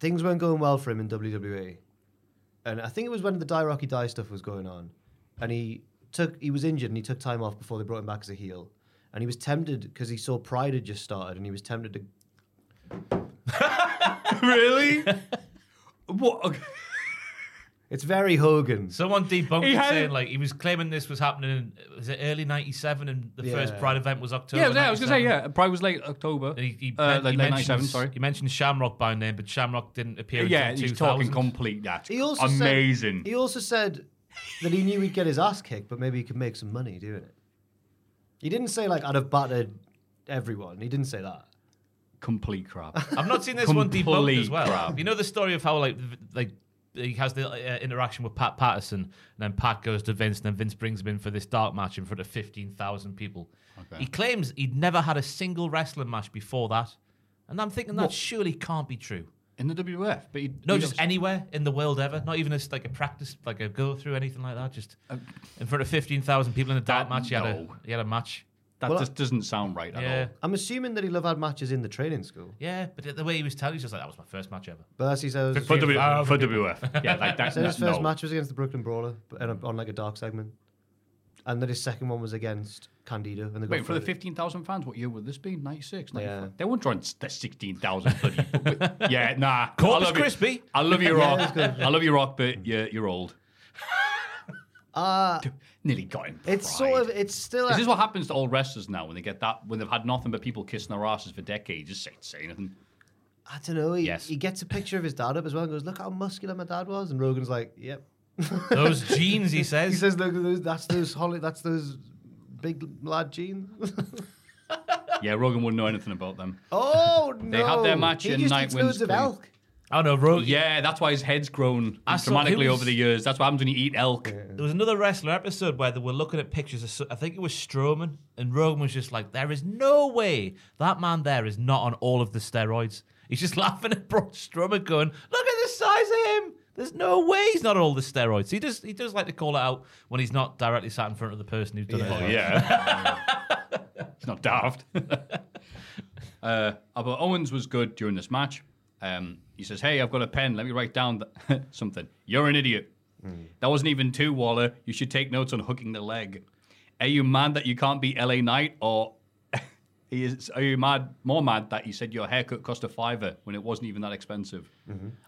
things weren't going well for him in WWE, and I think it was when the Die Rocky Die stuff was going on, and he took he was injured and he took time off before they brought him back as a heel, and he was tempted because he saw Pride had just started and he was tempted to.
really? what? Okay.
It's very Hogan.
Someone debunked
He
it
had-
saying like he was claiming this was happening in was it early '97 and the first
Yeah.
Pride event was October.
Yeah, yeah, I was gonna say
97.
yeah. Pride was late October.
And He, he,
Uh,
meant-
late-
he
late
mentions-
97, sorry.
He mentioned Shamrock by name, but Shamrock didn't appear.
yeah,
until
he's
2000.
talking complete that.
He also said-
Amazing.
he also said that he knew he'd get his ass kicked, but maybe he could make some money doing it. He didn't say like I'd have battered everyone. He didn't say that.
complete crap. [laughs]
I've not seen this one debunked as
Complete
well.
crap.
You know the story of how like v- like he has the uh, interaction with Pat Patterson, and then Pat goes to Vince, and then Vince brings him in for this dark match in front of fifteen thousand people. He claims he'd never had a single wrestling match before that, and I'm thinking that surely can't be true.
In the WF, but he,
No,
he
just
obviously-
anywhere in the world ever. Not even as like a practice, like a go through, anything like that. Just in front of fifteen thousand people in a dark
Um, That-
match. He had a
no.
he had a match.
that
Well,
just doesn't sound right at
Yeah,
all.
I'm assuming that he'll have had matches in the training school.
yeah. But the way he was telling, he was just like that was my first match ever.
But as he says,
For W- for
WF, [laughs] yeah, like that.
said his first
no.
match was against the Brooklyn Brawler but on, a, on like a dark segment, and then his second one was against Candido. And they got
Wait, for the
voted.
15,000 fans, what year would this be? 96, 95?
Yeah.
They weren't drawing s- the
[laughs]
16,000 bloody. but- yeah, nah.
Corpus
I love you-
Christi.
I love
[laughs]
you,
that's
Rock.
good.
I love you, Rock, but you're, you're
[laughs]
old.
Ah,
Nearly got him.
it's sort of it's still.
Is this what happens to all wrestlers now when they get that, when they've had nothing but people kissing their asses for decades? Just say, say
[laughs]
anything.
I don't know. He,
Yes.
he gets a picture of his dad up as well and goes, "Look how muscular my dad was." And Rogan's like, "Yep."
Those
[laughs]
jeans, he says.
He says, "Look, those, that's those holly, that's those big lad jeans." [laughs]
Yeah, Rogan wouldn't know anything about them.
oh no!
They had their match
he
in
just
Night
eats
Wind's
loads of
Queen.
elk.
I don't know. Ro-
Yeah, that's why his head's grown
I saw-
dramatically
he was-
over the years. That's what happens when you eat elk.
There was another wrestler episode where they were looking at pictures. Of, so- I think it was Strowman, and Rogan was just like, "There is no way that man there is not on all of the steroids." He's just [laughs] laughing at Braun Strowman, going, "Look at the size of him. There's no way he's not on all the steroids." He does. He does like to call it out when he's not directly sat in front of the person who's done it.
Oh, yeah. [laughs] it's not daft. uh, but Owens was good during this match. Um, he says, Hey, I've got a pen. Let me write down th- [laughs] something. You're an idiot. That wasn't even two, Waller. You should take notes on hooking the leg. Are you mad that you can't be LA Knight? Or [laughs] he is, are you mad, more mad that you said your haircut cost a fiver when it wasn't even that [laughs] expensive?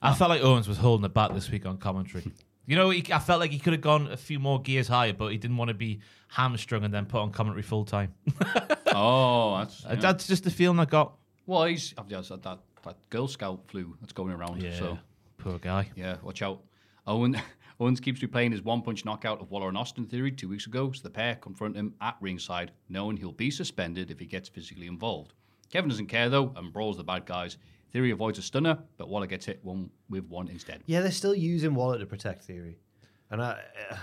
I felt like Owens was holding the bat this week on commentary. [laughs] You know, he, I felt like he could have gone a few more gears higher, but he didn't want to be hamstrung and then put on commentary full time.
oh, that's. yeah.
That's just the feeling I got.
well, he's. I've just had that, that Girl Scout flu that's going around. So.
poor guy.
Yeah, watch out. Owen [laughs] Owens keeps replaying his one punch knockout of Waller and Austin theory two weeks ago, so the pair confront him at ringside, knowing he'll be suspended if he gets physically involved. Kevin doesn't care though and brawls the bad guys. Theory avoids a stunner, but Waller gets hit one with one instead.
Yeah, they're still using Wallet to protect Theory, and I. uh,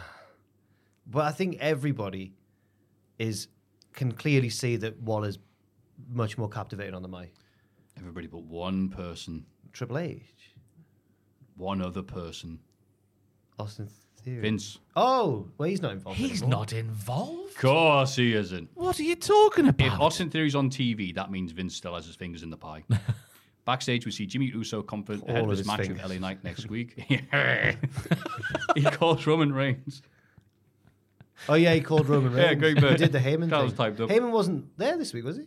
but I think everybody is can clearly see that Waller's much more captivating on the mic.
Everybody but one person,
Triple H,
one other person.
Austin Theory.
Vince.
Oh, well, he's not involved.
He's
anymore.
not involved.
Of course he isn't.
What are you talking
If
about?
Austin Theory's on TV, that means Vince still has his fingers in the
[laughs]
pie. Backstage, we see Jimmy Uso confident ahead
All
of
of
his,
his
match
fingers.
with LA Knight
[laughs]
next week. [laughs] he calls Roman Reigns.
Oh yeah, he called Roman Reigns.
Yeah, great
He
bit.
did the Heyman
That
thing.
was typed up.
Heyman wasn't there this week, was he?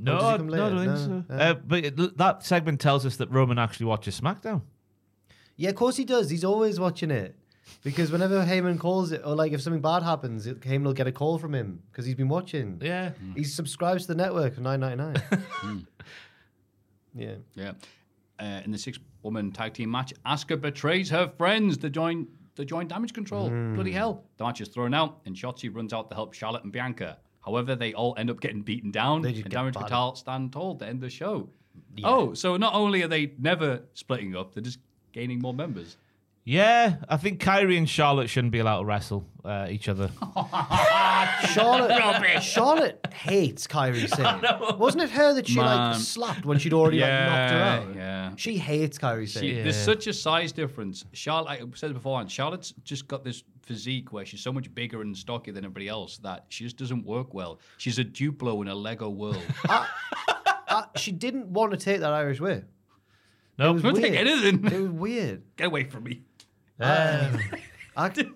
no,
does he
I
come
no,
later?
I don't
No,
think so.
no.
Uh, but it, that segment tells us that Roman actually watches SmackDown.
Yeah, of course he does. He's always watching it because whenever Heyman calls it, or like if something bad happens, it, Heyman will get a call from him because he's been watching.
Yeah.
he subscribes to the network for nine ninety nine.
Hmm.
[laughs] Yeah.
Yeah. Uh, in the six woman tag team match, Asuka betrays her friends to join to join damage control.
Hmm.
Bloody hell. The match is thrown out, and Shotzi runs out to help Charlotte and Bianca. However, they all end up getting beaten down,
They just
and
get
Damage
battered.
Control stand tall to end the show. Oh, so not only are they never splitting up, they're just gaining more members.
Yeah, I think Kyrie and Charlotte shouldn't be allowed to wrestle uh, each other.
[laughs] Charlotte, Charlotte hates Kyrie Sane. Wasn't it her that she
Man.
like slapped when she'd already like knocked her
Yeah,
out?
yeah.
She hates Kyrie Sane.
She, There's such a size difference. Charlotte, I said before, and Charlotte's just got this physique where she's so much bigger and stockier than everybody else that she just doesn't work well. She's a Duplo in a Lego
[laughs]
world.
Ah, Uh, she didn't want to take that Irish way.
No,
was
Don't take
weird. It
anything. [laughs]
was weird.
Get away from me.
I, I,
Do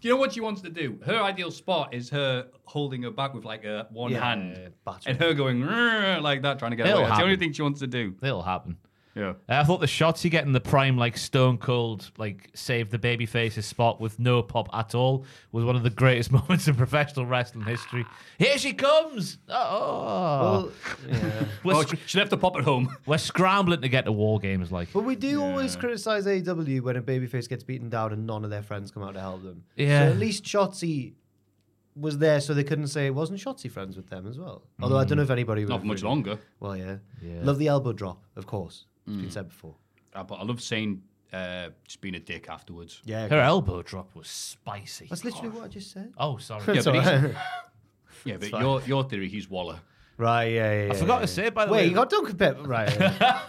you know what she wants to do? Her ideal spot is her holding her back with like a one
Yeah,
hand
batter.
and her going "Rrr," like that, trying to get
It'll
away. That's the only
happen.
thing she wants to do.
it'll happen. Uh,
Yeah.
I thought the shots he get in the prime, like Stone Cold, like save the baby faces spot with no pop at all, was one of the greatest [laughs] moments in professional wrestling history. Here she comes! Oh,
Well, yeah.
we're,
Oh,
sc-
she, she left the pop at home. [laughs]
we're scrambling to get to war games. Like,
But we do always criticize AEW when a babyface gets beaten down and none of their friends come out to help them.
Yeah.
So at least Shotzi was there, so they couldn't say it wasn't Shotzi friends with them as well. Although I don't know if anybody would
Not
have
for much
really-
longer.
Well, yeah.
Yeah. Mm.
Love the elbow drop, of course. It's been said before.
Uh, but I love saying uh, just being a dick afterwards.
Yeah.
her elbow drop was spicy.
That's literally what I just
[laughs]
said.
Oh, sorry.
Yeah,
It's
but, he's-
alright.
yeah, but your, your theory, he's Waller.
[laughs] Right, yeah, yeah.
I forgot to say, by the
Wait,
way,
you got Duncan Pep. Right.
[laughs]
yeah.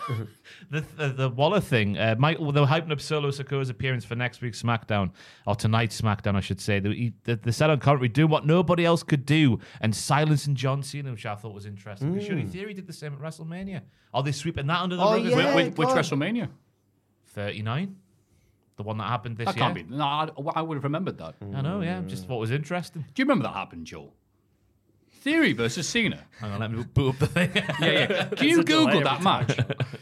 the, the the Waller thing, uh, Michael, they were hyping up Solo Sokoa's appearance for next week's SmackDown or tonight's SmackDown, I should say. They, he- they, they said on commentary, doing what nobody else could do, and silencing John Cena, which I thought was interesting. Because Surely Theory did the same at WrestleMania. Are they sweeping that under the
Hmm. Oh,
rug? as
yeah.
well?
Which, which
go on.
WrestleMania?
39, the one that happened this
That
year.
can't be. No, I, I would have remembered that.
I know, yeah,
Hmm.
just what was interesting.
Do you remember that happened, Joel? Theory versus
[laughs]
Cena.
Hang on, let me boot up the thing.
[laughs] Yeah, yeah. Can you
a delay
Google
every
that match?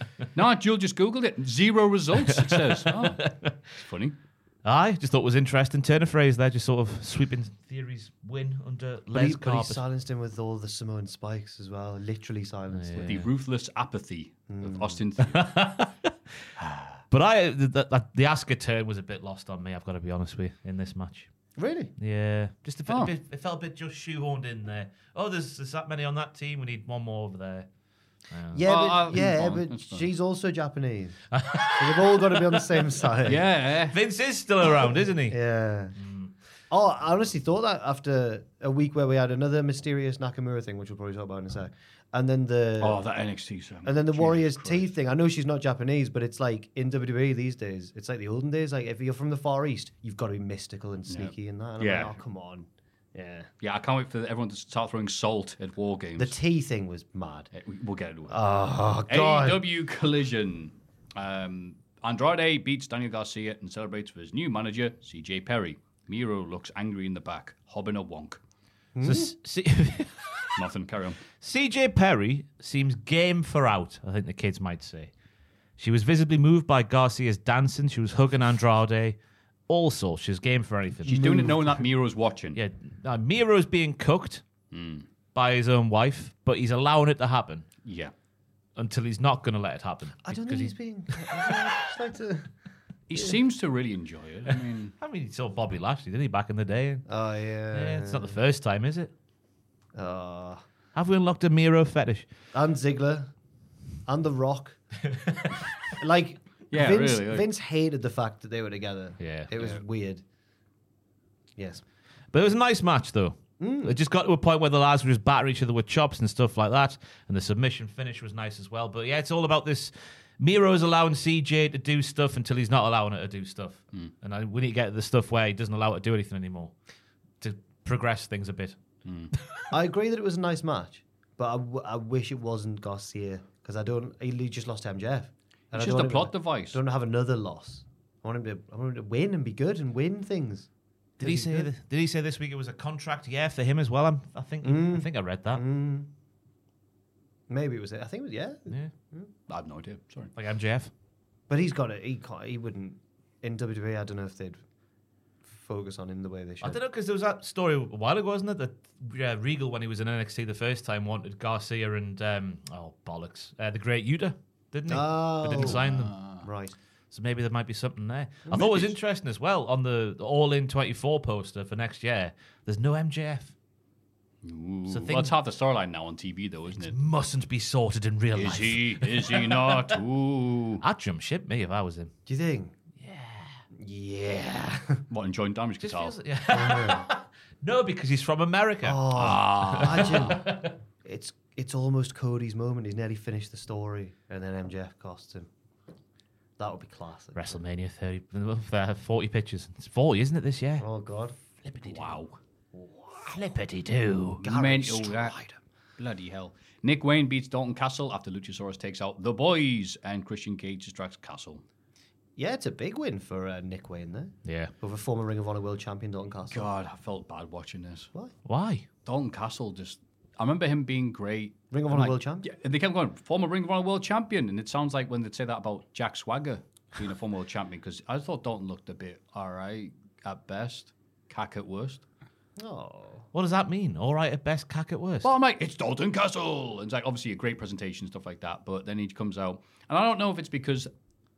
[laughs]
no, Joel just Googled it. Zero results, it says. Oh, it's funny.
I just thought it was interesting. Turn of phrase there, just sort of sweeping Theory's win under
but, he,
Les
but he
carpet.
silenced him with all the Samoan spikes as well. Literally silenced him.
The ruthless apathy
Mm.
of Austin
[laughs]
Theory.
But I, the, the, the Asuka turn was a bit lost on me. I've got to be honest with you in this match.
Really?
Yeah, just a bit,
Oh.
a bit. It felt a bit just shoehorned in there. Oh, there's, there's that many on that team. We need one more over there.
Yeah,
Well, I-
but, yeah,
fine,
but
that's fine.
she's
[laughs]
also Japanese. so they've all got to be on the same side.
yeah.
Vince is still
[laughs]
around, isn't he?
Yeah. Oh, I honestly thought that after a week where we had another mysterious Nakamura thing, which we'll probably talk about in a sec, and then the
[laughs] Oh, that NXT segment.
and then the
Jesus
Warriors
Christ.
teeth thing. I know she's not Japanese, but it's like in WWE these days, it's like the olden days. Like if you're from the Far East, you've got to be mystical and sneaky and that. And I'm
Yeah.
like, oh come on. Yeah.
Yeah, I can't wait for everyone to start throwing salt at war games.
The tea thing was mad.
Eh, we- we'll get into it.
Oh god.
AEW E Collision. Um, Andrade beats Daniel Garcia and celebrates with his new manager, CJ Perry. Miro looks angry in the back, hobbing a wonk.
Hmm?
So C- C- [laughs]
Nothing, carry on.
CJ Perry seems game for out. I think the kids might say. She was visibly moved by Garcia's dancing. She was hugging Andrade. Also, she's game for anything.
She's doing it knowing that Miro's watching.
yeah, uh, Miro's being cooked by his own wife, but he's allowing it to happen
Yeah.
until he's not going to let it happen.
I don't
because
think
he-
[laughs]
he's being [laughs] I just like to
He seems to really enjoy it. I
[laughs]
mean,
I mean, he saw Bobby Lashley, didn't he, back in the day?
Oh
Yeah,
yeah.
it's not the first time, is it?
Oh.
Have we unlocked a Miro fetish?
and Ziggler and The Rock.
[laughs]
like,
Yeah,
Vince,
really, like-
Vince hated the fact that they were together.
Yeah.
It was weird. Yes.
But it was a nice match, though.
Hmm.
It just got to a point where the lads were just battering each other with chops and stuff like that, and the submission finish was nice as well. But yeah, it's all about this. Miro's allowing CJ to do stuff until he's not allowing her to do stuff, and I, we need to get to the stuff where he doesn't allow her to do anything anymore to progress things a bit.
I agree that it was a nice match, but I, w- I wish it wasn't Garcia because I don't. He li- just lost to MJF. And I
it's
don't
just a
want him
plot
to,
device.
Don't have another loss. I want him to. I want him to win and be good and win things.
Did he
He's
say?
good.
th- did he say this week it was a contract? Yeah, for him as well. I'm, I think.
Mm.
I think I read that.
Maybe it was it. I think it was yeah.
Yeah,
I have no idea. Sorry.
like MJF.
But he's got it. He can't, he wouldn't in WWE. I don't know if they'd focus on him the way they should.
I don't know because there was that story a while ago, wasn't it? That uh, Regal, when he was in NXT the first time, wanted Garcia and um, oh bollocks, uh, the Great Yuta, didn't he? But
Oh.
didn't sign them,
Right.
so maybe there might be something there. I thought it was interesting as well on the All In 24 poster for next year. There's no MJF.
Ooh,
So
well,
things-
it's half the storyline now on TV, though, isn't
It
it?
mustn't be sorted in real
Is
life.
he? Is
[laughs]
he not? Ooh.
I'd jump ship me if I was him.
Do you think? Yeah. Yeah. [laughs]
What, enjoying damage
Just
guitar?
feels [laughs] like- no, because he's from America.
Oh.
Oh,
[laughs]
Imagine it's it's almost Cody's moment. He's nearly finished the story, and then MJF costs him. That would be classic.
WrestleMania 30, uh, 40 pictures. It's 40, isn't it, this year?
Oh God.
Wow.
Flippity do.
Mental, that. Bloody hell. Nick Wayne beats Dalton Castle after Luchasaurus takes out the boys and Christian Cage distracts Castle.
Yeah, it's a big win for uh, Nick Wayne there.
Yeah.
Over former Ring of Honor World Champion Dalton Castle.
God, I felt bad watching this.
Why?
Why?
Dalton Castle just I remember him being great.
Ring of
I'm
Honor
like,
world champ?
Yeah, and they kept going, former Ring of Honor world champion. And it sounds like when they'd say that about Jack Swagger being a former world champion, because I thought Dalton looked a bit all right at best, cack at worst.
Oh.
What does that mean? All right, at best, cack at worst.
Well, I'm like, it's Dalton Castle. And it's like, obviously, a great presentation, stuff like that. But then he comes out. And I don't know if it's because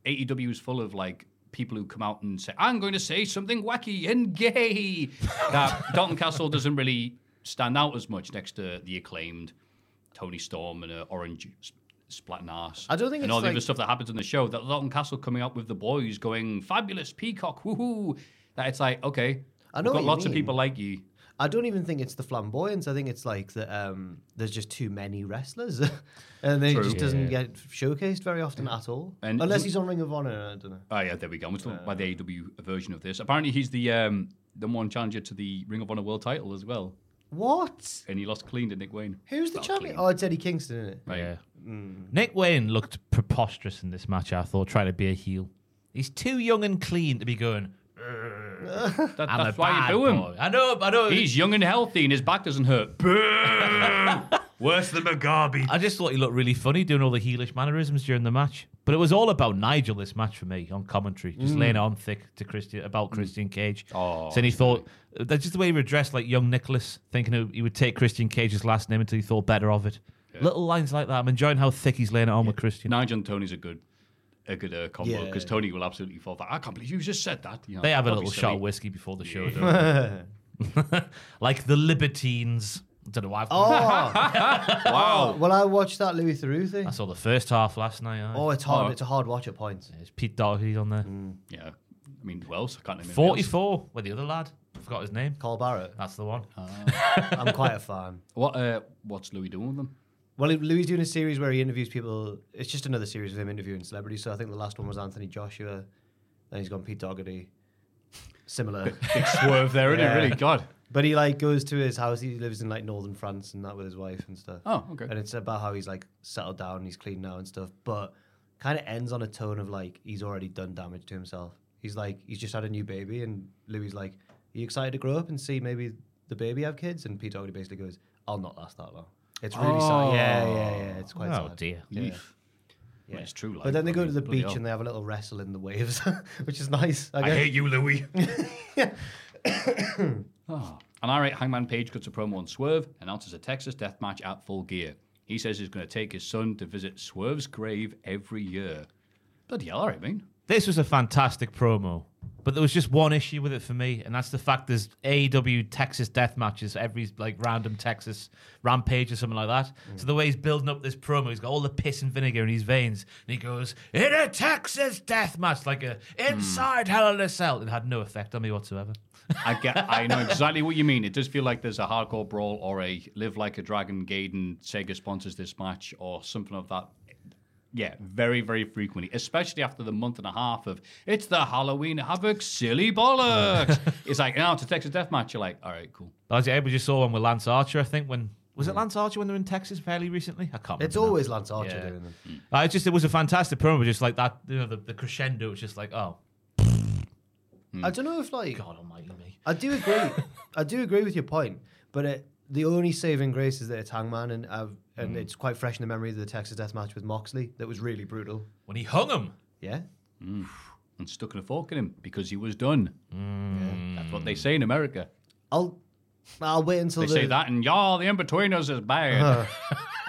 AEW is full of like people who come out and say, I'm going to say something wacky and gay, [laughs] that Dalton Castle doesn't really stand out as much next to the acclaimed Tony Storm and uh, Orange S- Splatting Ass.
I don't think
And
it's
all the other
like-
stuff that happens on the show. That Dalton Castle coming up with the boys going, fabulous peacock, woohoo. That it's like, okay.
I know
we've
what
got
you
lots of
mean.
people like you.
I don't even think it's the flamboyance. I think it's like that um, there's just too many wrestlers, [laughs] and they
True.
just doesn't get showcased very often at all.
And-
Unless he's on Ring of Honor, I don't know.
Oh yeah, there we go. We're talking
Uh,
about the AEW version of this. Apparently, he's the um, the one challenger to the Ring of Honor World Title as well,
What?
and he lost clean to Nick Wayne.
Who's the
Well,
champion?
clean.
Oh, it's Eddie Kingston, [laughs] isn't it?
Right.
Yeah. Nick Wayne looked preposterous in this match, I thought, trying to be a heel. He's too young and clean to be going,
That-
I'm
that's
a
why
bad
you boo him.
boy. I know, I know.
He's young and healthy, and his back doesn't
[laughs]
hurt.
worse than Mugabe. I just thought he looked really funny doing all the heelish mannerisms during the match. But it was all about Nigel this match for me on commentary, just laying it on thick to Christian about Christian Cage.
Oh,
Saying he thought that's just the way he addressed like young Nicholas, thinking he- he would take Christian Cage's last name until he thought better of it. Little lines like that. I'm enjoying how thick he's laying it on with Christian.
Nigel and Tony's a good a good uh, combo
Yeah.
because Tony will absolutely fall. That I can't believe you just said that. You know,
They have a
don't be
little shot
silly.
of whiskey before the show, don't they? [laughs] like the Libertines. don't know why. I've
Oh,
[laughs] Wow.
well, I watched that Louis Theroux thing.
[laughs] I saw the first half last night. aye.
Oh, it's hard.
Oh.
It's a hard watch at points.
There's Pete Doherty on there.
Yeah. I mean, who else? I can't remember. who else.
44 with the other lad. I forgot his name.
Carl [laughs] Barrett.
That's the one.
Oh, I'm quite a fan.
What? Uh, what's Louis doing with them?
Well, Louis doing a series where he interviews people. It's just another series of him interviewing celebrities. So I think the last one was Anthony Joshua. Then he's gone Pete Doherty. [laughs] Similar.
Swerve there, isn't
Yeah.
it? Really, God.
But he like goes to his house. He lives in like northern France and that with his wife and stuff.
Oh, okay.
[laughs] And it's about how he's like settled down, he's clean now and stuff. But kind of ends on a tone of like he's already done damage to himself. He's like he's just had a new baby, and Louis like, "Are you excited to grow up and see maybe the baby have kids?" And Pete Doherty basically goes, "I'll not last that long." It's really sad. Yeah, yeah, yeah. It's quite
Oh,
sad.
dear.
Yeah.
Well, it's true. Like,
But then they
I
go to
mean,
the
bloody
beach
hell.
and they have a little wrestle in the waves, [laughs] which is nice. I, guess.
you, [coughs]
[laughs]
Louis. oh. An irate Hangman Page cuts a promo on Swerve, announces a Texas death match at full gear. He says he's going to take his son to visit Swerve's grave every year. Bloody hell, all right, man.
This was a fantastic promo, but there was just one issue with it for me, and that's the fact there's AEW Texas death matches every like random Texas rampage or something like that.
Mm.
So the way he's building up this promo, he's got all the piss and vinegar in his veins, and he goes in a Texas death match like a inside Hell in a Cell. It had no effect on me whatsoever.
I get, I know exactly what you mean. It does feel like there's a hardcore brawl or a live like a dragon. Gaiden Sega sponsors this match or something of that. Yeah, very, very frequently, especially after the month and a half of it's the Halloween Havoc silly bollocks. it's like, now it's a Texas death match. You're like, all right, cool.
As yeah, we just saw one with Lance Archer, I think when. Was it Lance Archer when they were in Texas fairly recently? I can't remember.
Mm. It's
now.
always Lance Archer
Yeah.
doing them.
Uh, it's just it was a fantastic promo, just like that. You know, the, the crescendo was just like, oh
I don't know if like
God Almighty me.
I do agree. I do agree with your point, but it, the only saving grace is that it's Hangman, and I've, and
Mm.
it's quite fresh in the memory of the Texas Death Match with Moxley that was really brutal.
When he hung him,
Yeah,
and stuck in a fork in him because he was done. That's what they say in America.
I'll I'll wait until
They
the,
say that, and y'all, the in betweeners is bad.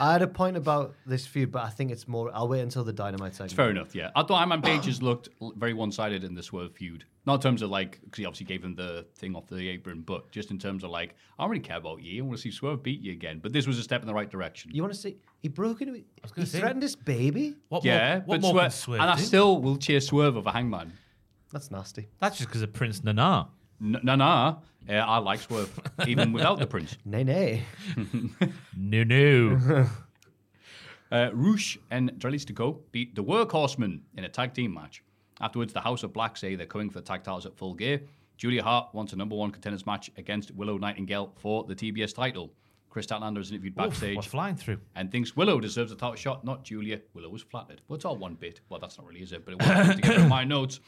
I had a point about this feud, but I think it's more. I'll wait until the Dynamite segment.
It's fair enough, yeah. I thought Iron Page has looked l- very one sided in the Swerve feud. Not in terms of like, because he obviously gave him the thing off the apron, but just in terms of like, I don't really care about you. I want to see Swerve beat you again. But this was a step in the right direction.
You want to see? He broke into.
gonna
He
say-
threatened his baby.
what more?
yeah,
What
but
more can
Swerve,
Swerve
and I
do?
still will cheer Swerve over Hangman.
That's nasty.
That's just because of Prince Nana.
N- nah, nah. Uh, I like Swerve, even without the Prince.
Nay, nay.
No, no.
Uh, Roosh and Drelistico beat the Workhorsemen in a tag team match. Afterwards, the House of Black say they're coming for the tag titles at full gear. Julia Hart wants a number one contenders match against Willow Nightingale for the TBS title. Chris Statlander is interviewed
Oof,
[laughs] backstage
we're flying through.
and thinks Willow deserves a
[coughs]
title shot, not Julia. Willow was flattered. Well, it's all one bit. Well, that's not really, is it? But it was put together in my notes.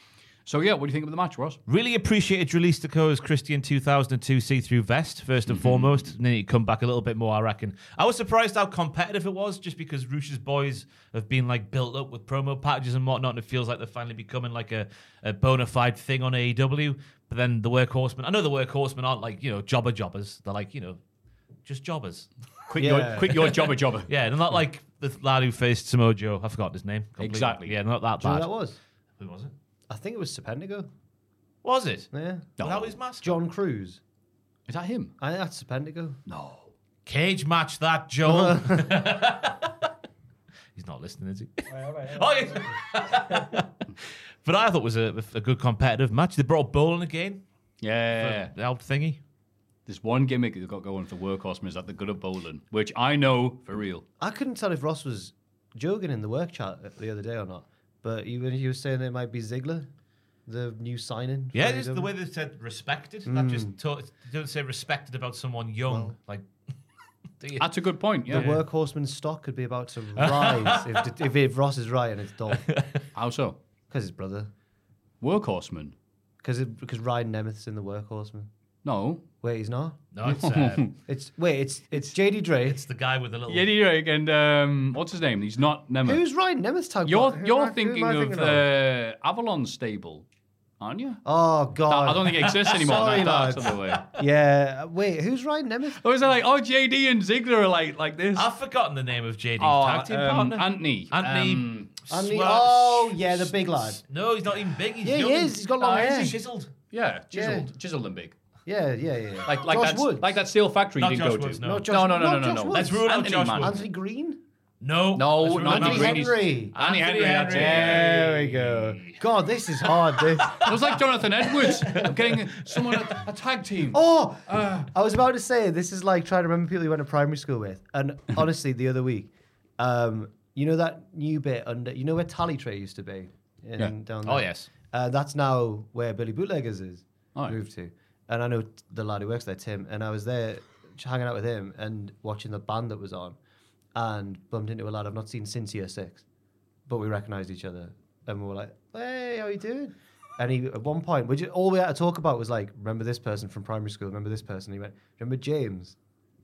So yeah, what do you think of the match, Ross?
Really appreciated release Dakota's Christian 2002 see-through vest, first
Mm-hmm.
and foremost. And then he come back a little bit more, I reckon. I was surprised how competitive it was, just because Roosh's boys have been like built up with promo packages and whatnot, and it feels like they're finally becoming like a, a bona fide thing on AEW. But then the workhorsemen, I know the workhorsemen aren't like, you know, jobber jobbers. They're like, you know, just jobbers.
Quit
Yeah.
your quick your jobber jobber.
[laughs] Yeah, they're not like the lad who faced Samoa Joe. I forgot his name. completely.
Exactly.
Yeah, not that
Do you know
bad.
who that was?
Who was it?
I think it was Sependigo.
Was it?
Yeah.
Was that his mask?
John Cruz.
Is that him?
I think that's Sependigo.
No.
Cage match that, Joel. [laughs] He's not listening, is he? Oh, yes. [laughs] but I thought it was a, a good competitive match. They brought bowling again. Uh,
Yeah.
The old thingy.
There's one gimmick they've got going for workhorsemen is that they're good at bowling, which I know for real.
I couldn't tell if Ross was joking in the work chat the other day or not, but you, you were saying it might be Ziggler, the new signing. for
Yeah, just
AEW.
the way they said respected. That just to- they don't say respected about someone young. like, do you?
[laughs] That's a good point.
The
Yeah.
workhorseman's stock could be about
[laughs]
to rise if, if, if Ross is right and it's Dolph.
How so?
Because his brother.
Workhorseman.
Because because Ryan Nemeth's in the workhorseman.
No.
Wait, he's not?
no, it's, uh,
It's Wait, it's it's JD Drake.
it's the guy with the little.
Yeti Drake and um, what's his name? He's not Nemeth.
[laughs] Who's Ryan Nemeth's tag?
you're
partner? Who
you're
am I- who
thinking
am I
of
thinking
uh, Avalon Stable, aren't you?
Oh, God.
I don't think it exists anymore.
Sorry,
That- that's
lads.
the way.
[laughs] Yeah. Wait, who's Ryan Nemeth?
Or is it like, oh, JD and Ziggler are like like this?
Ah,
I've forgotten the name of JD's
Oh,
tag team
um,
partner.
Anthony.
Anthony.
Um,
And the-
Swer-
oh, yeah, the big lad.
No, he's not even big. He's
Yeah, he
young.
is. He's got long
Oh, is
hair.
he chiseled.
yeah, chiseled, chiseled and big.
Yeah, yeah, yeah.
Like like
Josh
that
Woods.
like that steel factory
Not
you didn't
Josh
go
Woods,
to.
no.
No, Josh,
no, no, no,
no,
no,
Josh
no.
Woods.
Let's rule out
Anthony
Josh
Man.
Woods.
Anthony Green?
No,
No,
Let's rule
not
him out.
Anthony
Green.
Henry.
Anthony
Anthony
Henry. that's
Henry.
it.
There we go. God, this is hard. This.
[laughs] It was like Jonathan Edwards. I'm getting someone a, a tag team.
[clears throat] Oh, I was about to say this is like trying to remember people you went to primary school with. And honestly, the other week, um, you know that new bit under, you know where Tally Tray used to be, in, down there.
Oh, yes.
Uh, that's now where Billy Bootleggers is
Oh.
moved to. And I know t- the lad who works there, Tim, and I was there ch- hanging out with him and watching the band that was on and bumped into a lad I've not seen since year six. But we recognized each other and we were like, hey, how you doing? And he, at one point, we just, all we had to talk about was like, remember this person from primary school, remember this person. He went, remember James?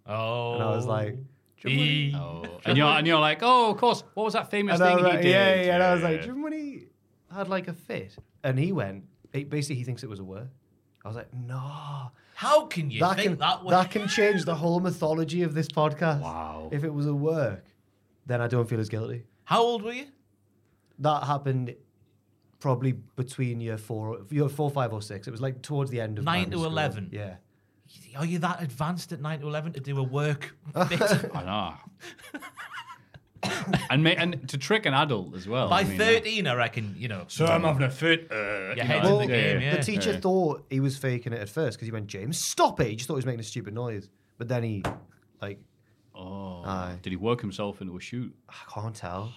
Oh.
And I was like, "Do you remember
E-
Oh, and you're and you're like, oh, of course. What was that famous
And I
thing
was
he
like,
did?
yeah, yeah, And I was like, do you remember when he had like a fit? And he went, he, basically, he thinks it was a word. I was like, no.
How can you
That
think
can,
that
that,
way?
can
[laughs]
change the whole mythology of this podcast.
Wow.
If it was a work, then I don't feel as guilty.
How old were you?
That happened probably between year four, year four, five, or six. It was like towards the end of
Nine to
primary school.
11.
Yeah.
Are you that advanced at 9 to 11 to do a
[laughs]
work? bit?
I know. and ma- and to trick an adult as well.
By
I mean, uh,
13, I reckon, you know. So
I'm having a fit. Uh,
Your head's in the game, yeah.
The teacher thought he was faking it at first because he went, James, stop it. He just thought he was making a stupid noise. But then he, like,
Oh,
Aye.
did he work himself into a shoot?
I can't tell.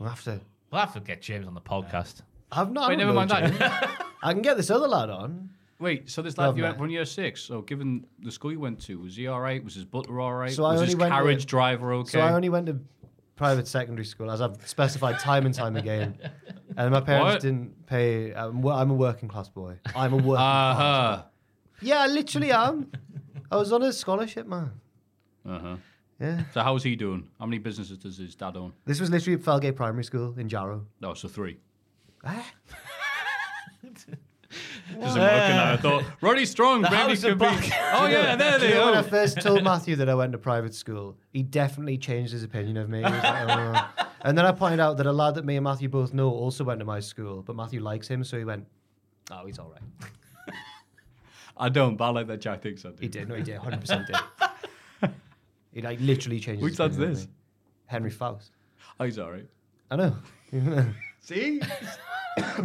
We'll have to.
We'll have to get James on the
[laughs]
podcast.
I've not. I
Wait,
don't
never
know
mind
James.
that.
I can get this other lad on.
Wait, so this lad
Love
you went
that.
from year six. So, given the school you went to, was he all right? Was his butler all right?
So I
was his
only went
carriage
with-
driver okay?
So I only went to private secondary school, as I've specified time and
[laughs]
time again. And my parents
What?
didn't pay. I'm, wo- I'm a working class boy. I'm a working class.
Uh
Yeah, I literally am. I was on a scholarship, man.
huh. Uh huh.
Yeah.
So how's he doing? How many businesses does his dad own?
This was literally at Felgate Primary School in Jarrow.
No, so three.
Eh?
Doesn't work. And I thought [laughs] Roddy Strong,
The
maybe
House of
could be.
Black.
Oh yeah, there
Do
[laughs]
you
they
know when I
are. [laughs]
first told Matthew that I went to private school, he definitely changed his opinion of me. He was like, "Oh." And then I pointed out that a lad that me and Matthew both know also went to my school, but Matthew likes him, so he went, "Oh, he's all right."
[laughs] I don't, but I like that Jack thinks I do.
He did. No, he did. 100% did.
[laughs]
he like literally changed.
Which
his
lad's
opinion of
this?
me. Henry Faust.
Oh, he's all right.
I know.
[laughs] See?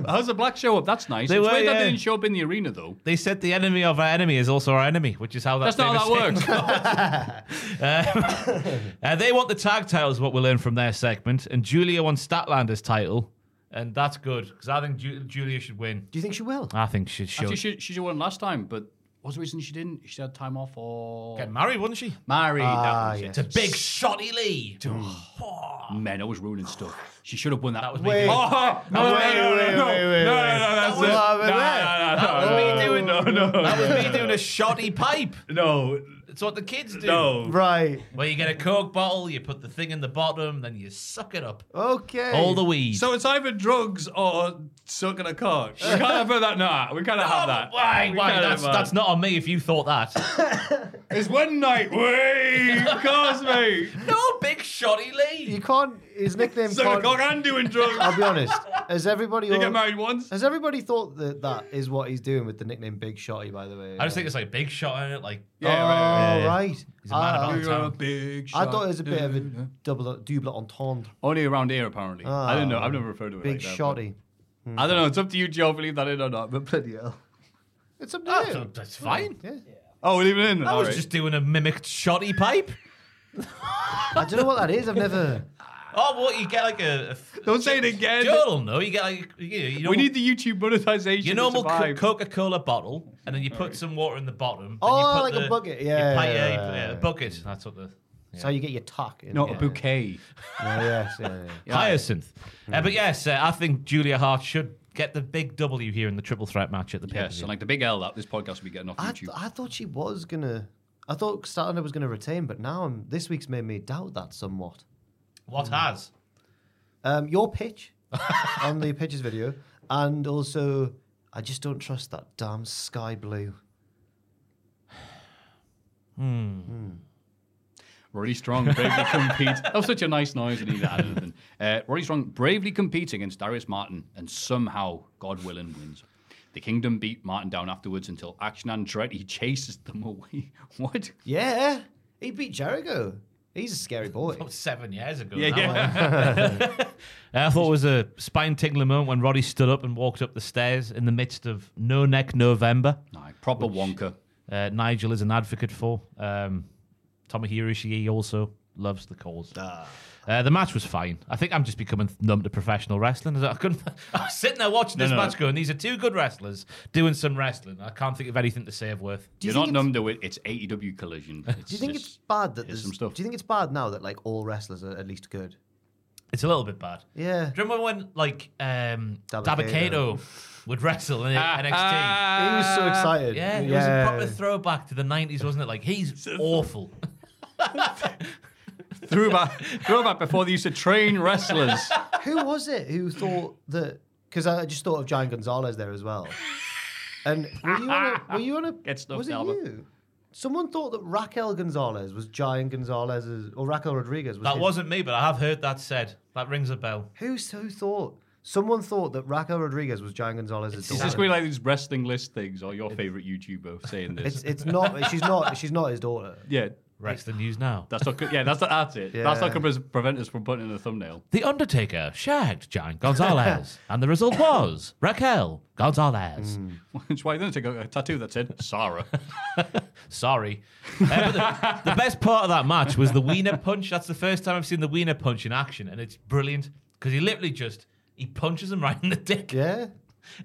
How's the black show up? That's nice.
They
it's
were,
weird that
yeah.
they didn't show up in the arena though.
They said the enemy of our enemy is also our enemy, which is how that
That's
[laughs]
not how that
famous
works.
Uh, they want the tag titles, what we learn from their segment, and Julia won Statlander's title, and that's good because I think Ju- Julia should win.
Do you think she will?
[laughs]
I think she should.
Actually, she, she won last time, but What's the reason she didn't? She had time off or
Get married, wouldn't she?
married.
Ah,
that was
yes.
To Big Shotty Lee.
it. Men always ruining stuff. She should have won that.
That was
[laughs]
Wait.
me.
Oh,
No,
no,
wait,
no,
wait, wait,
no, no,
wait, wait,
no,
wait.
no, that's
What
it.
happened
No, no,
there?
That was me
no,
doing.
No,
[laughs] Oh.
That was me doing a shotty pipe.
No,
It's what the kids do.
Right.
Where you get a coke bottle, you put the thing in the bottom, then you suck it up.
Okay.
All the weed.
So it's either drugs or sucking a Oh, cock. We can't have that. Nah, we can't have that.
Why?
We
Why?
can't
That's,
have that.
that's not on me if you thought that.
It's one night. Wait, cause me. [laughs]
no, big shotty Lee.
You can't. His nickname.
Sucking a
Can't,
cock and doing drugs.
I'll be honest. Has everybody?
You
all-
get married once.
has everybody thought that that is what he's doing with the nickname Big Shotty? By the way,
I just think it's like big shot in it, like
Oh,
Yeah, right, right.
yeah.
right.
He's a man
Ah,
about
You're a
town.
big
I
shot.
thought it was a bit of a double double entendre.
Only around here, apparently. I don't know. I've never referred to it.
Oh. Big
like that, but-
Shotty.
I don't know. It's up to you, Joe. Believe that in or not. But bloody hell.
It's up to
That's,
you.
Oh, that's fine.
Yeah.
Oh, we're leaving it in.
I was just doing a mimicked shotty pipe.
I don't know what that is. I've never.
Oh, what? You get like a. a
Don't say it again.
Joel, no. You get like. You know, you
we
know-
need the YouTube monetization.
your
to
normal co-
survive.
Coca Cola bottle, and then you put some water in the bottom.
Oh,
and you put
like a
the-
bucket.
you
Yeah,
pa-
yeah,
you
yeah,
put-
yeah,
a
yeah.
bucket. That's what the
It's how you get your tuck. In
Not
yeah.
a bouquet.
[laughs] Yeah, yes, yeah, yeah.
hyacinth. Uh, but yes, uh, I think Julia Hart should get the big W here in the triple threat match at the
Yes,
pay-per-view.
and like the big L that this podcast will be getting off
I,
YouTube.
I thought she was gonna. I thought Statlander was gonna retain, but now I'm, this week's made me doubt that somewhat.
what has?
Um, your pitch on the pitches video, and also I just don't trust that damn sky blue.
Roddy Strong bravely compete. That was such a nice noise. I need to add anything. Uh, Roddy Strong bravely competes against Darius Martin and somehow, God willing, wins. The Kingdom beat Martin down afterwards until Action Andretti chases them away. [laughs] what?
Yeah, he beat Jericho. He's a scary boy.
About Oh, seven years ago.
Yeah,
now,
yeah.
wasn't it? [laughs] I thought it was a spine tingling moment when Roddy stood up and walked up the stairs in the midst of No Neck November.
Nah, proper Wonka.
Uh, Nigel is an advocate for. Um, Tomohiro Ishii also loves the cause. Uh, the match was fine. I think I'm just becoming numb to professional wrestling. I couldn't. [laughs] I was sitting there watching this
No, no.
match, going, "These are two good wrestlers doing some wrestling." I can't think of anything to say of worth.
You're not numb to it. It's AEW Collision.
Do you think
just-
it's bad that
here's
there's
some stuff.
Do you think it's bad now that like all wrestlers are at least good?
It's a little bit bad.
Yeah.
Do you remember when like um,
Dabakato.
Dabakato would wrestle
[laughs]
in NXT?
he was so excited.
Yeah, it was a proper throwback to the '90s, wasn't it? Like he's awful.
throwback, throwback before they used to train
[laughs]
wrestlers.
Who was it who thought that? Because I just thought of Giant Gonzalez there as well. And were you on a? Were you on a
Get stuffed,
was it
Albert.
you? Someone thought that Raquel Gonzalez was Giant Gonzalez's or Raquel Rodriguez
[laughs]
was.
That
his-
wasn't me, but I have heard that said. That rings a bell.
who. Who thought? Someone thought that Raquel Rodriguez was Giant Gonzalez's
Is
daughter.
this going like these wrestling list things or your favorite YouTuber saying this?
It's it's not. She's not. She's not his daughter.
yeah.
Wrestling news now.
That's not. Yeah, that's not, that's it. That's
Yeah.
not going to prevent us from putting in a thumbnail.
The Undertaker shagged Giant [laughs] Gonzalez, and the result was Raquel Gonzalez.
Which why didn't take a, a uh, tattoo that said
[laughs]
Sarah.
Sorry. Uh, but the, the best part of that match was the Wiener punch. That's the first time I've seen the Wiener punch in action, and it's brilliant because he literally just he punches him right in the dick,
Yeah.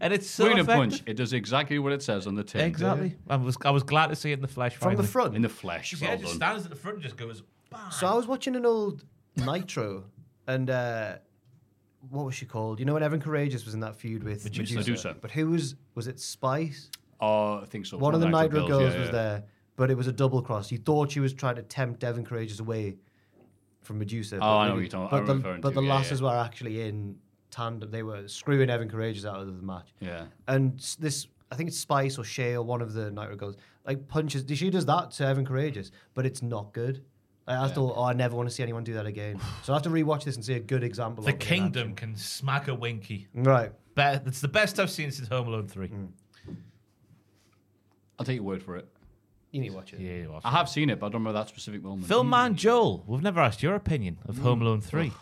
and it's so
Queen of
effective.
Punch. It does exactly what it says on the tin.
Exactly. I was I was glad to see it in the flesh.
From the
finally.
front.
In the flesh.
Yeah,
Well
it just
done.
stands at the front and just goes. Bang.
So I was watching an old Nitro, and uh, what was she called? You know when Evan Courageous was in that feud with Medusa.
Medusa.
But who was was it? Spice.
Oh, I think so.
One of the Nitro girls,
yeah,
was
yeah.
there, but it was a double cross. You thought she was trying to tempt Evan Courageous away from Medusa. but
Oh, I know
maybe-
what you're talking- I know what
But the,
you're referring
but
to,
the
yeah,
lasses
yeah.
were actually in tandem. They were screwing Evan Courageous out of the match.
Yeah.
And s- this, I think it's Spice or Shay or one of the Nitro girls, like punches. She does that to Evan Courageous, but it's not good. Like, I thought, oh, I never want to see anyone do that again. So I have to rewatch this and see a good example.
The
of it in
kingdom can smack a winky.
action. right?
Be- It's the best I've seen since Home Alone three.
Mm. I'll take your word for it.
You need to watch it.
Yeah, you are.
I have seen it, but I don't remember that specific moment.
Uh-huh. Film man Joel, we've never asked your opinion of Home
Mm.
Alone 3.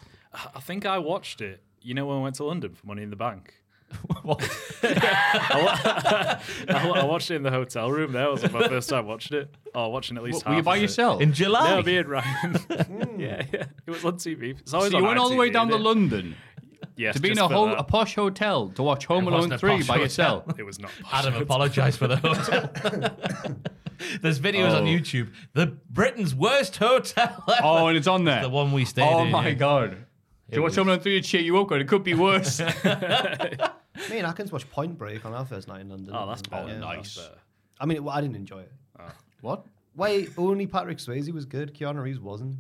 I think I watched it. You know when I went to London for Money in the Bank.
[laughs]
[laughs] I, wa- [laughs] I watched it in the hotel room. There It was my first time watching it. Oh, watching at least.
Were you
half
by
of it.
yourself? Hmm.
In July.
[laughs]
No, me and Ryan. [laughs] yeah, yeah, it was on TV. It's always
so you
on
went all the way
ITV,
down to
isn't it?
London.
Yes,
to be in
just
a,
for
whole,
that.
a posh hotel to watch Home
It
Alone
wasn't a
3
posh
by
hotel. [laughs]
yourself.
It
[laughs]
was not.
Adam, apologise for the hotel. [laughs] There's videos on
Oh.
YouTube. The Britain's worst hotel. [laughs] Ever.
Oh, and it's on there.
the one we stayed
Oh
in.
my
yeah.
god. Do
It
you watch
was-
Home Alone 3 and cheer you up, and it
[laughs]
could be worse.
Me and Atkins watched Point Break on our first night in London.
Oh, that's
Yeah.
better.
nice.
I mean, it, I didn't enjoy it.
what?
Why only Patrick Swayze was good? Keanu Reeves wasn't.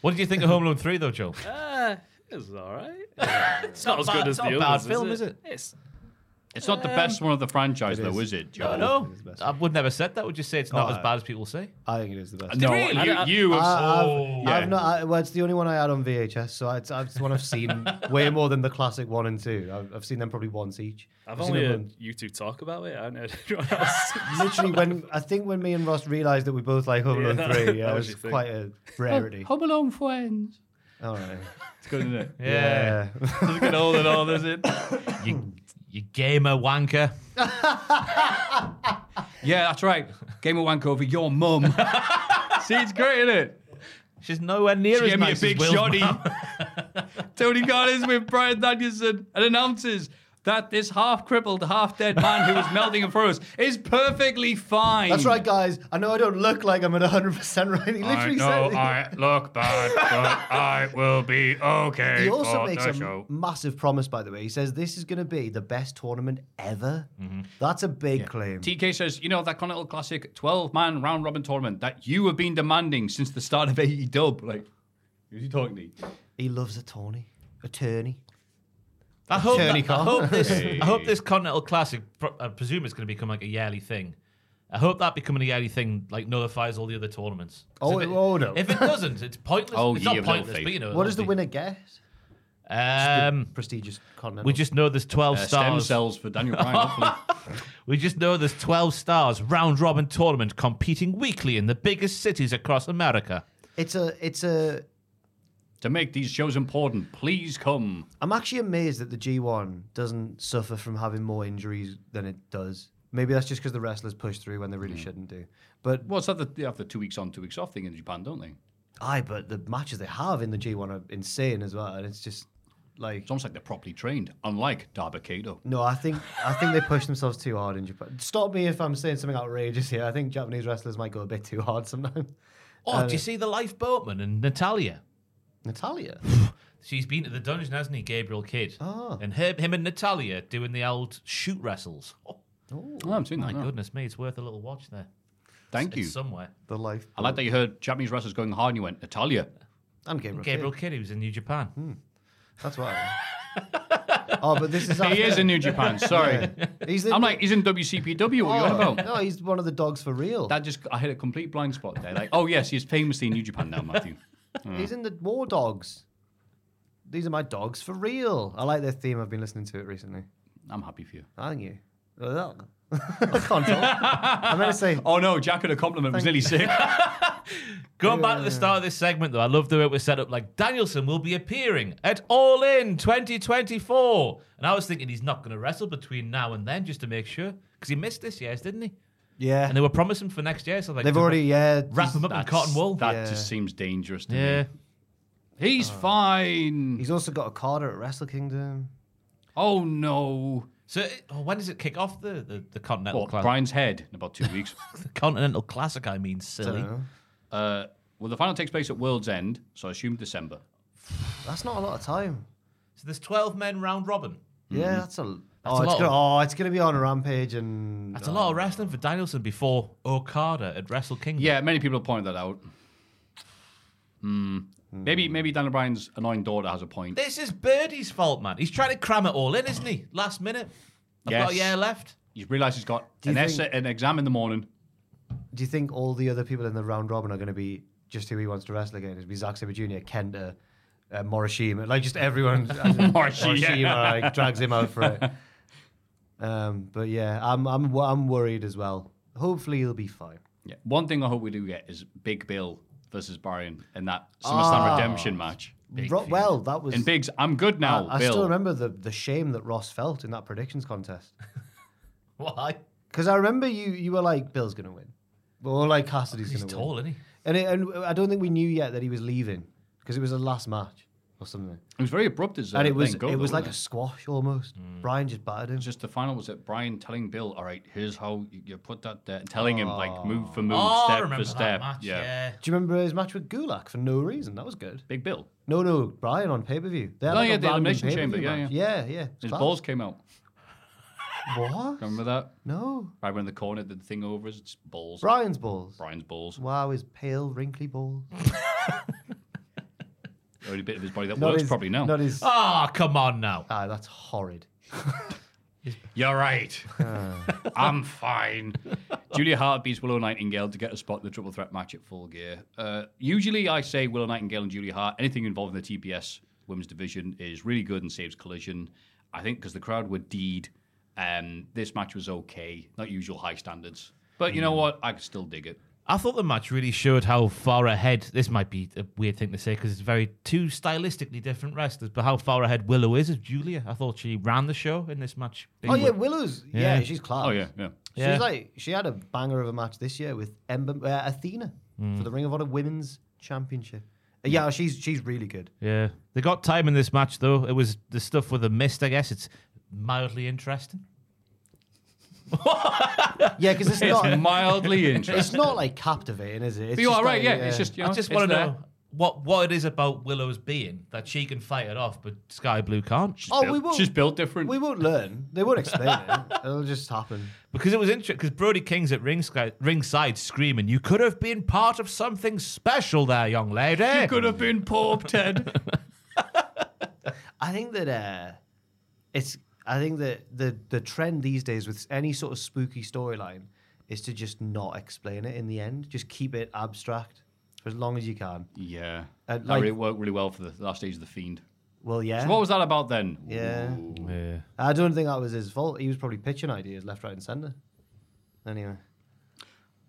What did you think of Home Alone 3, though,
[laughs]
Joe?
Uh, [laughs] it was all right. it's not, as
bad-
good
it's
as the
not a
others.
bad film, is it?
It's
It's not the best one of the franchise,
It
though, is
is.
it, Joe?
no,
It's the best
I would never said that. Would you say it's not
Oh,
as
I-
bad as people say?
I think it is the best.
No,
Really?
you,
I- I-
you have-
I-
Oh.
I've, I've not. I, well, it's the only one I had on VHS, so it's, it's the one
[laughs]
I've seen way more than the classic one and two. I've, I've seen them probably once each.
I've
seen
only
them
heard you two talk about it. I don't know
[laughs]
anyone else.
on- literally when I think when me and Ross realised that we both like Home Alone
[laughs]
that-
three, yeah,
that was
it was
your thing.
quite a rarity.
Home Alone friends.
All
[laughs]
right.
It's good, isn't it?
[laughs] Yeah.
Doesn't get old at all, does it?
You, you gamer wanker.
Yeah, that's right. Game of Wank over
[laughs]
your mum. See, it's great, isn't it?
She's nowhere near
She
as
gave me a
nice
big
as Will's mum.
shotty. [laughs] Tony Garner's with Brian Danielson and announces that this half crippled, half dead man who is melting in front of us is perfectly fine.
That's right, guys. I know I don't look like I'm at 100 percent right. He literally said.
look bad, but I will be okay.
He also makes a massive promise, by the way. He says this is going to be the best tournament ever.
Mm-hmm.
That's a big claim.
TK says, you know, that Continental Classic 12 man round robin tournament that you have been demanding since the start of AE Dub. Like, who's he talking to?
Uh,
he loves a Tony. Attorney.
I hope,
Journey
that- I
car.
hope this. I hope this Continental Classic. pro- I presume it's going to become like a yearly thing. I hope that becoming a yearly thing like nullifies all the other tournaments. 'Cause
Oh,
if it,
oh, no.
If it doesn't, it's pointless.
Oh,
it's
ye
not
of little
pointless,
faith.
but you know.
What does the
it'll
winner get?
be- Um,
Prestigious continental.
we just know there's 12
Uh, stem
stars.
cells for Daniel Bryan. hopefully.
[laughs] We just know there's 12 stars round robin tournament competing weekly in the biggest cities across America.
It's a. It's a.
to make these shows important, please come.
I'm actually amazed that the G1 doesn't suffer from having more injuries than it does. Maybe that's just because the wrestlers push through when they
Mm.
really shouldn't do. But
Well, it's that the, they have the two weeks on, two weeks off thing in Japan, don't they?
aye, but the matches they have in the G1 are insane as well, and it's just like
It's almost like they're properly trained, unlike Darba Kato.
No, I think I think they push themselves too hard in Japan. Stop me if I'm saying something outrageous here. I think Japanese wrestlers might go a bit too hard sometimes. [laughs]
Oh,
Uh,
do you see the lifeboatman and Natalia?
Natalia.
She's been to the dungeon, hasn't he, Gabriel Kidd?
Oh.
And her, him and Natalia doing the old shoot wrestles. Oh,
Oh, I'm seeing
my
that. now.
goodness me, it's worth a little watch there.
Thank you.
It's somewhere.
The life.
I like that you heard Japanese wrestlers going hard and you went, Natalia.
And Gabriel.
Gabriel
Kidd.
Kidd, who's in New Japan.
Hmm.
That's what.
[laughs]
I oh, but this
[laughs]
is.
He
after-
is in New Japan, sorry. Oh.
Yeah. He's in,
[laughs] I'm like, he's in WCPW. What are you on about?
No, he's one of the dogs for real.
That just, I hit a complete blind spot there. Like, oh, yes, he's famously in New Japan now, [laughs] Matthew.
Mm.
He's in the War Dogs. These are my dogs for real. I like their theme. I've been listening to it recently.
I'm happy for you.
Aren't you? [laughs] I can't talk. I'm going
[laughs]
to say
Oh, no, Jack had a compliment, was nearly [laughs] sick.
Going back to the start of this segment, though, I love the way it was set up. Like, Danielson will be appearing at All In 2024. And I was thinking he's not going to wrestle between now and then just to make sure. Because he missed this year's, didn't he?
yeah.
And they were promising for next year. So, like,
They've
to
already yeah.
wrap him up in
That's-
cotton wool.
That
Yeah.
just seems dangerous to
yeah.
me. He's fine.
He's also got a Carter at Wrestle Kingdom.
Oh, no.
So, it- oh, when does it kick off the, the, the Continental
What,
Classic?
Brian's head in about two [laughs] weeks.
The Continental Classic, I mean, silly.
Dunno.
Uh, well, the final takes place at World's End, so I assume December.
That's not a lot of time.
So, there's 12 men round robin.
Yeah, that's a.
Mm. a
oh, it's
lot.
gonna, oh, it's gonna be on Rampage and.
That's a lot of wrestling for Danielson before Okada at Wrestle Kingdom.
Yeah, many people have pointed that out. Hmm. Maybe maybe Dan O'Brien's annoying daughter has a point.
This is Birdie's fault, man. He's trying to cram it all in, isn't he? Last minute. I've got a
Yes.
year left.
He's realised he's got
you
an
think-
essay, an exam in the morning.
Do you think all the other people in the round robin are gonna be just who he wants to wrestle again? It'd be Zack Sabre Jr., Kenta, uh, Morishima, like just
[laughs]
everyone.
Morishima.
Morishima like, drags him out
[laughs]
for it. Um, but yeah, I'm I'm wo- I'm worried as well. Hopefully he'll be fine.
Yeah. One thing I hope we do get is Big Bill versus Brian in that
Ah.
SummerSlam Redemption match.
Ro- well, that was.
And Biggs, I'm good now,
I, I
Bill.
still remember the the shame that Ross felt in that predictions contest.
Why?
Because I remember you you were like Bill's gonna win, or like Cassidy's
He's
gonna
tall,
win,
isn't he?
and it, and I don't think we knew yet that he was leaving. because it was the last match or something.
It was very abrupt as uh,
And it was
thing go,
it was
though, Mm.
like a
wasn't
squash almost. Brian just battered him.
it? just the final was it Brian telling Bill, all right, here's how you, you put that there, and telling him like move for move,
Oh, I
step
remember
for step.
that match. Yeah.
Do you remember his match with Gulak for no reason? That was good.
Big Bill.
No, no, Brian on pay per view.
Oh, yeah, the Elimination Chamber, yeah,
yeah, yeah. it's
His
class.
balls came out.
What?
Remember that?
No,
Right when the corner did the thing over his it's balls.
Brian's balls.
Brian's balls.
Wow, his pale, wrinkly balls.
The only bit of his body that
Not
works
his-
probably now. Ah.
Not his.
Oh, come on now.
Ah, that's horrid.
You're right.
Ah.
[laughs] I'm fine. Julia Hart beats Willow Nightingale to get a spot in the triple threat match at full gear. Uh, usually I say Willow Nightingale and Julia Hart, anything involving the TPS women's division is really good and saves collision. I think because the crowd were deed, um, this match was okay. Not usual high standards. But you know
Mm.
what? I could still dig it.
I thought the match really showed how far ahead. This might be a weird thing to say because it's very two stylistically different wrestlers, but how far ahead Willow is of Julia. I thought she ran the show in this match.
Oh yeah, Willow's. Yeah,
Yeah.
she's class.
Oh, yeah, yeah.
She's
Yeah.
like she had a banger of a match this year with Ember, uh, Athena
Mm.
for the Ring of Honor Women's Championship. Uh, yeah, she's she's really good.
yeah. They got time in this match though. It was the stuff with the mist. I guess it's mildly interesting.
Yeah,
[laughs]
because it's
[laughs]
not
Mildly
it's
interesting.
not like captivating, is it? It's
But you are
just
right,
like,
yeah. It's just, you know,
I just
it's
want to
there.
know what what it is about Willow's being that she can fight it off, but Sky Blue can't.
Oh,
built-
we won't.
she's built different.
We won't learn. They won't
[laughs]
explain it. It'll just happen.
Because it was interesting. Because Brody King's at ringside, ringside screaming, "You could have been part of something special, there, young lady."
You could have been Pope [laughs] Ted.
I think that uh, it's. I think that the the trend these days with any sort of spooky storyline is to just not explain it in the end. Just keep it abstract for as long as you can.
yeah.
Uh,
that
like-
really worked really well for the last stage of The Fiend.
Well, yeah.
So what was that about then?
Yeah.
Ooh.
Yeah.
I don't think that was his fault. He was probably pitching ideas left, right, and centre. Anyway,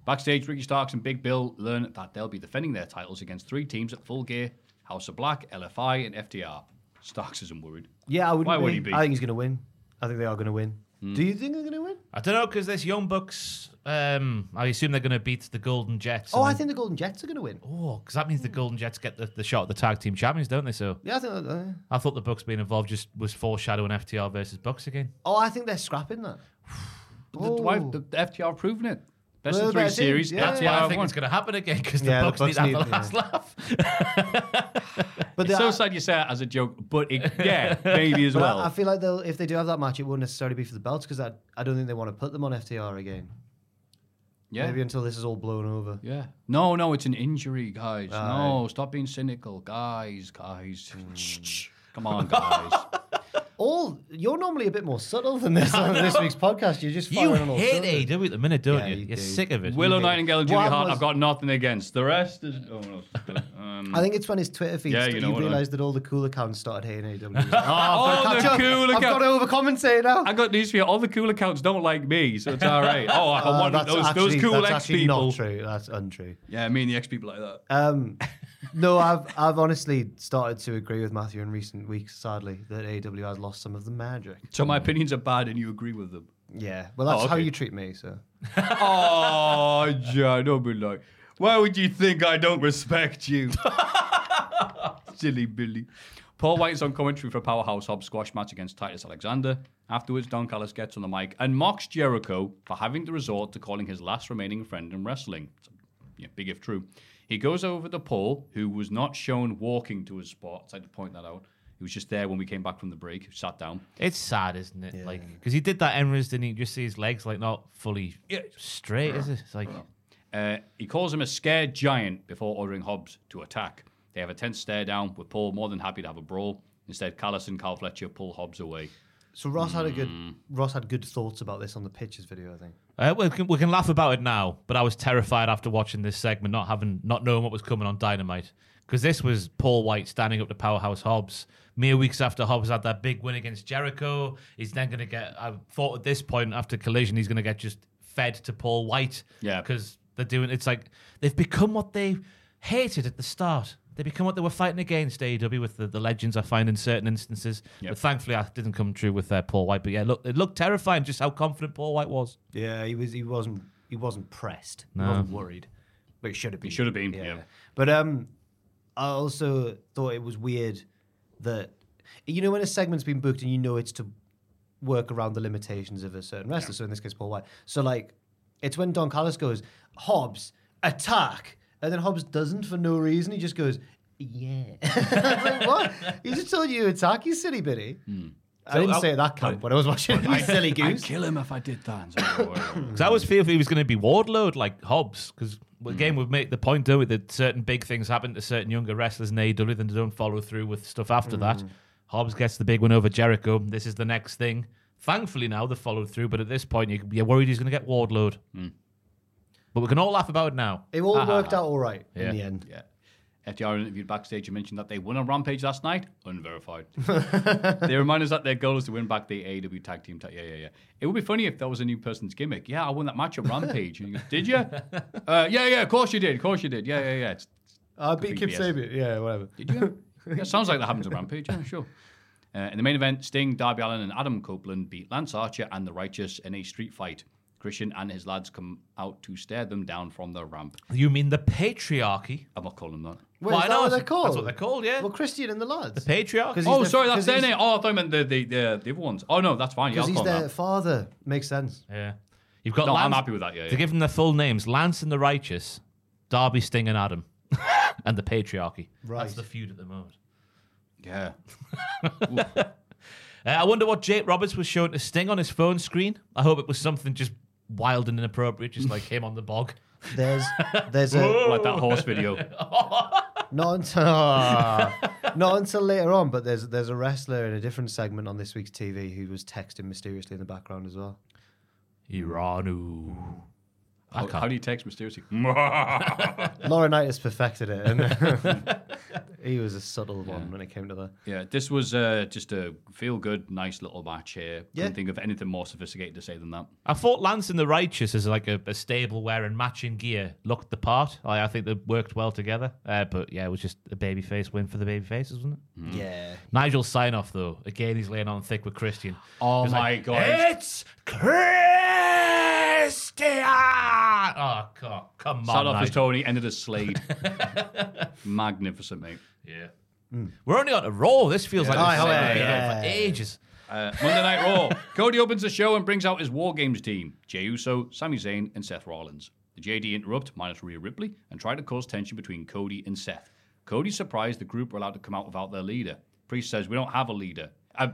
Backstage, Ricky Starks and Big Bill learn that they'll be defending their titles against three teams at Full Gear, House of Black, LFI, and FTR. Starks isn't worried.
yeah, I would.
Why would he be? Hmm.
I think he's going to win. I think they are going to win. Do you think they're going to win?
[laughs] I don't know because this Young Bucks. Um, I assume they're going to beat the Golden Jets.
Oh,
and
I
then-
think the Golden Jets are going to win.
Oh, because that means the Golden Jets get the, the shot at the tag team champions, don't they? So
Yeah, I think. Uh,
I thought the Bucks being involved just was foreshadowing FTR versus Bucks again.
oh, I think they're scrapping that.
But the, why,
Oh.
the, the FTR have proven it. Best
Well,
of three
that's it,
series.
yeah.
FTR
That's
Well, I
have
think
won.
it's going to happen again because
Yeah,
the,
the
Bucks
Bucks
need to have the
need- yeah.
last laugh.
But
It's
they-
so sad you say that as a joke, but it, yeah, maybe as
But
well.
I, I feel like they'll if they do have that match, it won't necessarily be for the belts because I, I don't think they want to put them on FTR again.
yeah.
Maybe until this is all blown over.
yeah. No, no, it's an injury, guys. No, stop being cynical. Guys, guys.
Hmm.
Come on,
[laughs]
guys.
All you're normally a bit more subtle than this
[laughs]
on this week's podcast. You're just
you
firing on all
hate
cylinders.
AEW at the minute, don't
Yeah,
you?
you
You're
do.
sick of it.
Willow Nightingale and
What
Julia Hart,
was-
I've got nothing against. The rest is. Oh, no. it's good. Um,
I think it's when his Twitter feed
Yeah,
st-
you know
you,
what I-
realised that all the cool accounts started
[laughs]
hating [laughs]
oh,
AEW.
the cool
I've
account.
got to overcompensate now.
I got news for you. All the cool accounts don't like me, so it's all right. Oh, I
[laughs] Uh,
want
that's
those,
actually,
those cool
that's
ex
actually
people.
Not true. That's untrue.
Yeah, me and the ex people like that.
Um, no, I've I've honestly started to agree with Matthew in recent weeks. Sadly, that AEW has lost some of the magic.
So my opinions are bad, and you agree with them.
Yeah, well, that's how
okay.
you treat me. So
oh, John, don't be like. Why would you think I don't respect you? [laughs] Silly Billy. Paul White's on commentary for Powerhouse Hobbs squash match against Titus Alexander. Afterwards, Don Callis gets on the mic and mocks Jericho for having to resort to calling his last remaining friend in wrestling. It's a- yeah, big if true. He goes over to Paul, who was not shown walking to his spot. I had to point that out. He was just there when we came back from the break. He sat down.
It's sad, isn't it? Like 'cause because he did that Emirates, didn't he? You Just see his legs like not fully straight, is it? It's like
Uh, he calls him a scared giant before ordering Hobbs to attack. They have a tense stare down, with Paul more than happy to have a brawl. Instead, Callis and Carl Fletcher pull Hobbs away.
So Ross had a good Ross had good thoughts about this on the pitches video, I think.
uh, we, can, we can laugh about it now, but I was terrified after watching this segment, not having, not knowing what was coming on Dynamite, because this was Paul White standing up to Powerhouse Hobbs. Mere weeks after Hobbs had that big win against Jericho, he's then going to get. I thought at this point after Collision, he's going to get just fed to Paul White.
Yeah.
because they're doing. It's like they've become what they hated at the start. They become what they were fighting against AEW with the, the legends. I find in certain instances,
Yep.
but thankfully, I didn't come true with uh, Paul White. But yeah, look, it looked terrifying just how confident Paul White was.
Yeah, he was he wasn't he wasn't pressed. He wasn't worried. But he should have been.
should have been, yeah.
But um I also thought it was weird that you know when a segment's been booked and you know it's to work around the limitations of a certain wrestler. So in this case, Paul White. So like, it's when Don Callis goes Hobbs attack, and then Hobbs doesn't for no reason. He just goes yeah. [laughs] I was like, what? He just told you to attack, you silly bitty. I
So
didn't
I-
say it that camp when Hmm. I was watching [laughs] Silly
I'd
Goose.
kill him if I did that.
Because I was fearful he was going to be Wardlow, like Hobbs. Because
Hmm.
again, we've made the point, don't we, that certain big things happen to certain younger wrestlers in AEW, then they don't follow through with stuff after that.
Hmm.
Hobbs gets the big one over Jericho. This is the next thing. Thankfully, now they've followed through, but at this point, you- you're worried he's going to get Wardlow.
Hmm.
But we can all laugh about it now.
It all worked out all right in the end.
[coughs] yeah. FDR interviewed backstage and mentioned that they won on Rampage last night. Unverified. they remind us that their goal is to win back the AEW tag team. Ta- yeah, yeah, yeah. It would be funny if that was a new person's gimmick. Yeah, I won that match at Rampage. And he goes, did you? Uh, yeah, yeah, of course you did. Of course you did. Yeah, yeah, yeah. It's,
I Uh, beat Kip
Complete BS.
Sabian. Yeah, whatever.
did you?
[laughs]
yeah, sounds like that happens at Rampage. Yeah, sure. Uh, in the main event, Sting, Darby Allen, and Adam Copeland beat Lance Archer and the Righteous in a street fight. Christian and his lads come out to stare them down from the ramp.
You mean the patriarchy?
I'm not calling them that.
Wait, is
Why
that what
not?
they're called?
That's what they're called, yeah.
Well, Christian and the lads.
the patriarchy.
'Cause he's
Oh,
the-
sorry, that's
'cause
their
he's-
name. Oh, I thought I meant the, the, the, the other ones. Oh, no, that's fine. Yeah,
Because
I'll
he's
call
their
them that.
father. Makes sense.
yeah. You've got
No,
Lance,
I'm happy with that, yeah,
To
yeah.
give them their full names, Lance and the Righteous, Darby, Sting and Adam, [laughs] and the patriarchy.
Right.
That's the feud at the moment.
Yeah.
Uh, I wonder what Jake Roberts was showing to Sting on his phone screen. I hope it was something just wild and inappropriate, just like him on the bog.
There's there's a
like that horse
[laughs]
video.
not until [laughs] Ah. not until later on, but there's there's a wrestler in a different segment on this week's TV who was texting mysteriously in the background as well.
Iranu. I
How,
can't.
how do you text mysteriously?
Laurinaitis perfected it, and [laughs] he was a subtle one when it came to that.
yeah, this was uh, just a feel good, nice little match here.
Yeah.
Couldn't think of anything more sophisticated to say than that.
I thought Lance and the Righteous as like a, a stable wearing matching gear looked the part. I, I think they worked well together. Uh, but yeah, it was just a babyface win for the babyfaces, wasn't it?
Yeah,
Nigel sign off though. Again, he's laying on thick with Christian.
Oh
He's
my
like,
God.
It's Christian. Oh God, come on!
Start off as
Nigel.
Tony, ended as Slade. Magnificent, mate.
Yeah. We're only on a roll. This feels like
Oh,
we've
yeah,
been
yeah.
on for ages.
Uh, Monday Night Raw. Cody opens the show and brings out his War Games team Jey Uso, Sami Zayn, and Seth Rollins. The JD interrupt, minus Rhea Ripley, and try to cause tension between Cody and Seth. Cody's surprised the group were allowed to come out without their leader. Priest says, We don't have a leader. Uh,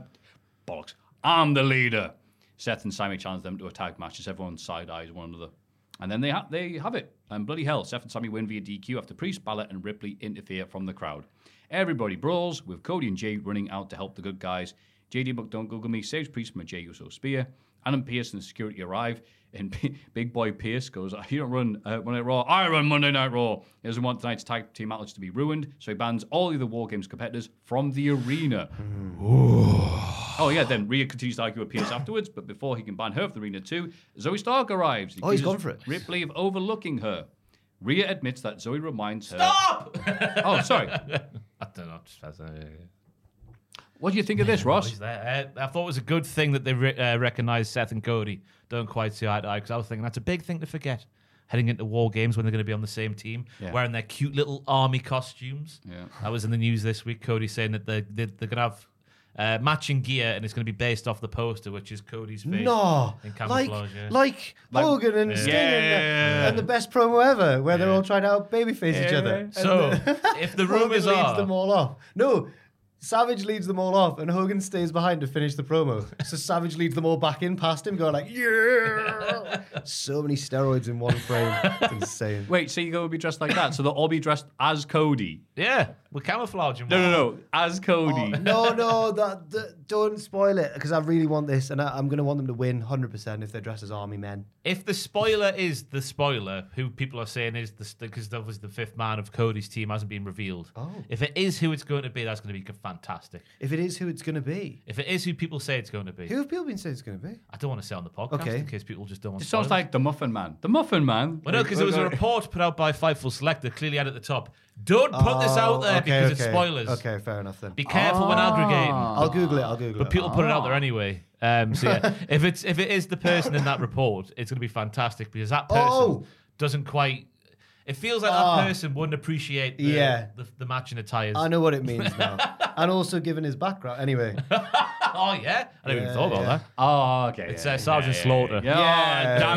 bollocks. I'm the leader. Seth and Sami challenge them to a tag match as everyone side eyes one another. And then they, ha- they have it. And bloody hell, Seth and Sammy win via DQ after Priest, Balor, and Ripley interfere from the crowd. Everybody brawls, with Cody and Jay running out to help the good guys. JD McDonagh saves Priest from a Jay Uso spear. Adam Pierce and the security arrive, and [laughs] B- Big Boy Pierce goes, You don't run uh, Monday Night Raw. I run Monday Night Raw. He doesn't want tonight's tag team outlets to be ruined, so he bans all the other War Games competitors from the arena. Oh yeah, then Rhea continues to argue with Pierce afterwards, but before he can ban her from the arena too, Zoe Stark arrives. He
Oh, he's
accuses
gone for it.
Ripley of overlooking her. Rhea admits that Zoe reminds her. Stop! oh,
[laughs]
sorry.
I don't know. Just, I don't know.
What do you think of this, Ross?
Is that- uh, I thought it was a good thing that they re- uh, recognised Seth and Cody. Don't quite see eye to eye because I was thinking that's a big thing to forget heading into war games when they're going to be on the same team,
Yeah.
wearing their cute little army costumes.
Yeah.
That was in the news this week. Cody saying that they're, they're, they're going to have uh, matching gear and it's going to be based off the poster, which is Cody's face.
no,
in
like
camouflage, yeah.
like Hogan and Sting and, the-
Yeah.
and the best promo ever, where they're all trying to out babyface each other. [laughs]
So if the
Hogan
rumours
leads
are.
them all off. No, Savage leads them all off, and Hogan stays behind to finish the promo.
[laughs]
So Savage leads them all back in past him, going like,
[laughs]
"Yeah!" so many steroids in one frame. It's insane.
Wait, so you're going to be dressed like that? So they'll all be dressed as Cody?
yeah, we're camouflaging.
No, no, no, as Cody.
Oh,
no, no, that, that- don't spoil it because I really want this, and I, I'm going to want them to win 100% if they're dressed as army men.
If the spoiler is the spoiler, who people are saying is the because that was the fifth man of Cody's team hasn't been revealed.
Oh.
If it is who it's going to be, that's going to be fantastic.
If it is who it's going to be,
If it is who people say it's going to be,
who have people been saying it's going to be?
I don't want to say on the podcast
Okay.
in case people just don't want.
It sounds
spoilers.
like the Muffin Man. The Muffin Man.
Well, no, because there was a report put out by Fightful Select that clearly had at the top. Don't put this out
Oh,
there because it's spoilers.
Okay, fair enough then.
Be careful when
Ah.
aggregating.
I'll Google it. I'll Google
But
it.
people put it out there anyway. Um, so yeah, if it's if it is the person in that report, it's going to be fantastic because that person
Oh!
doesn't quite. It feels like
Ah.
that person wouldn't appreciate the,
Yeah.
the, the matching attires.
I know what it means now. and also given his background. Anyway.
Oh, yeah? I never even thought about
yeah.
that.
Oh, okay.
It's
yeah,
uh, Sergeant
yeah,
Slaughter.
Yeah,
Yeah.
Ah,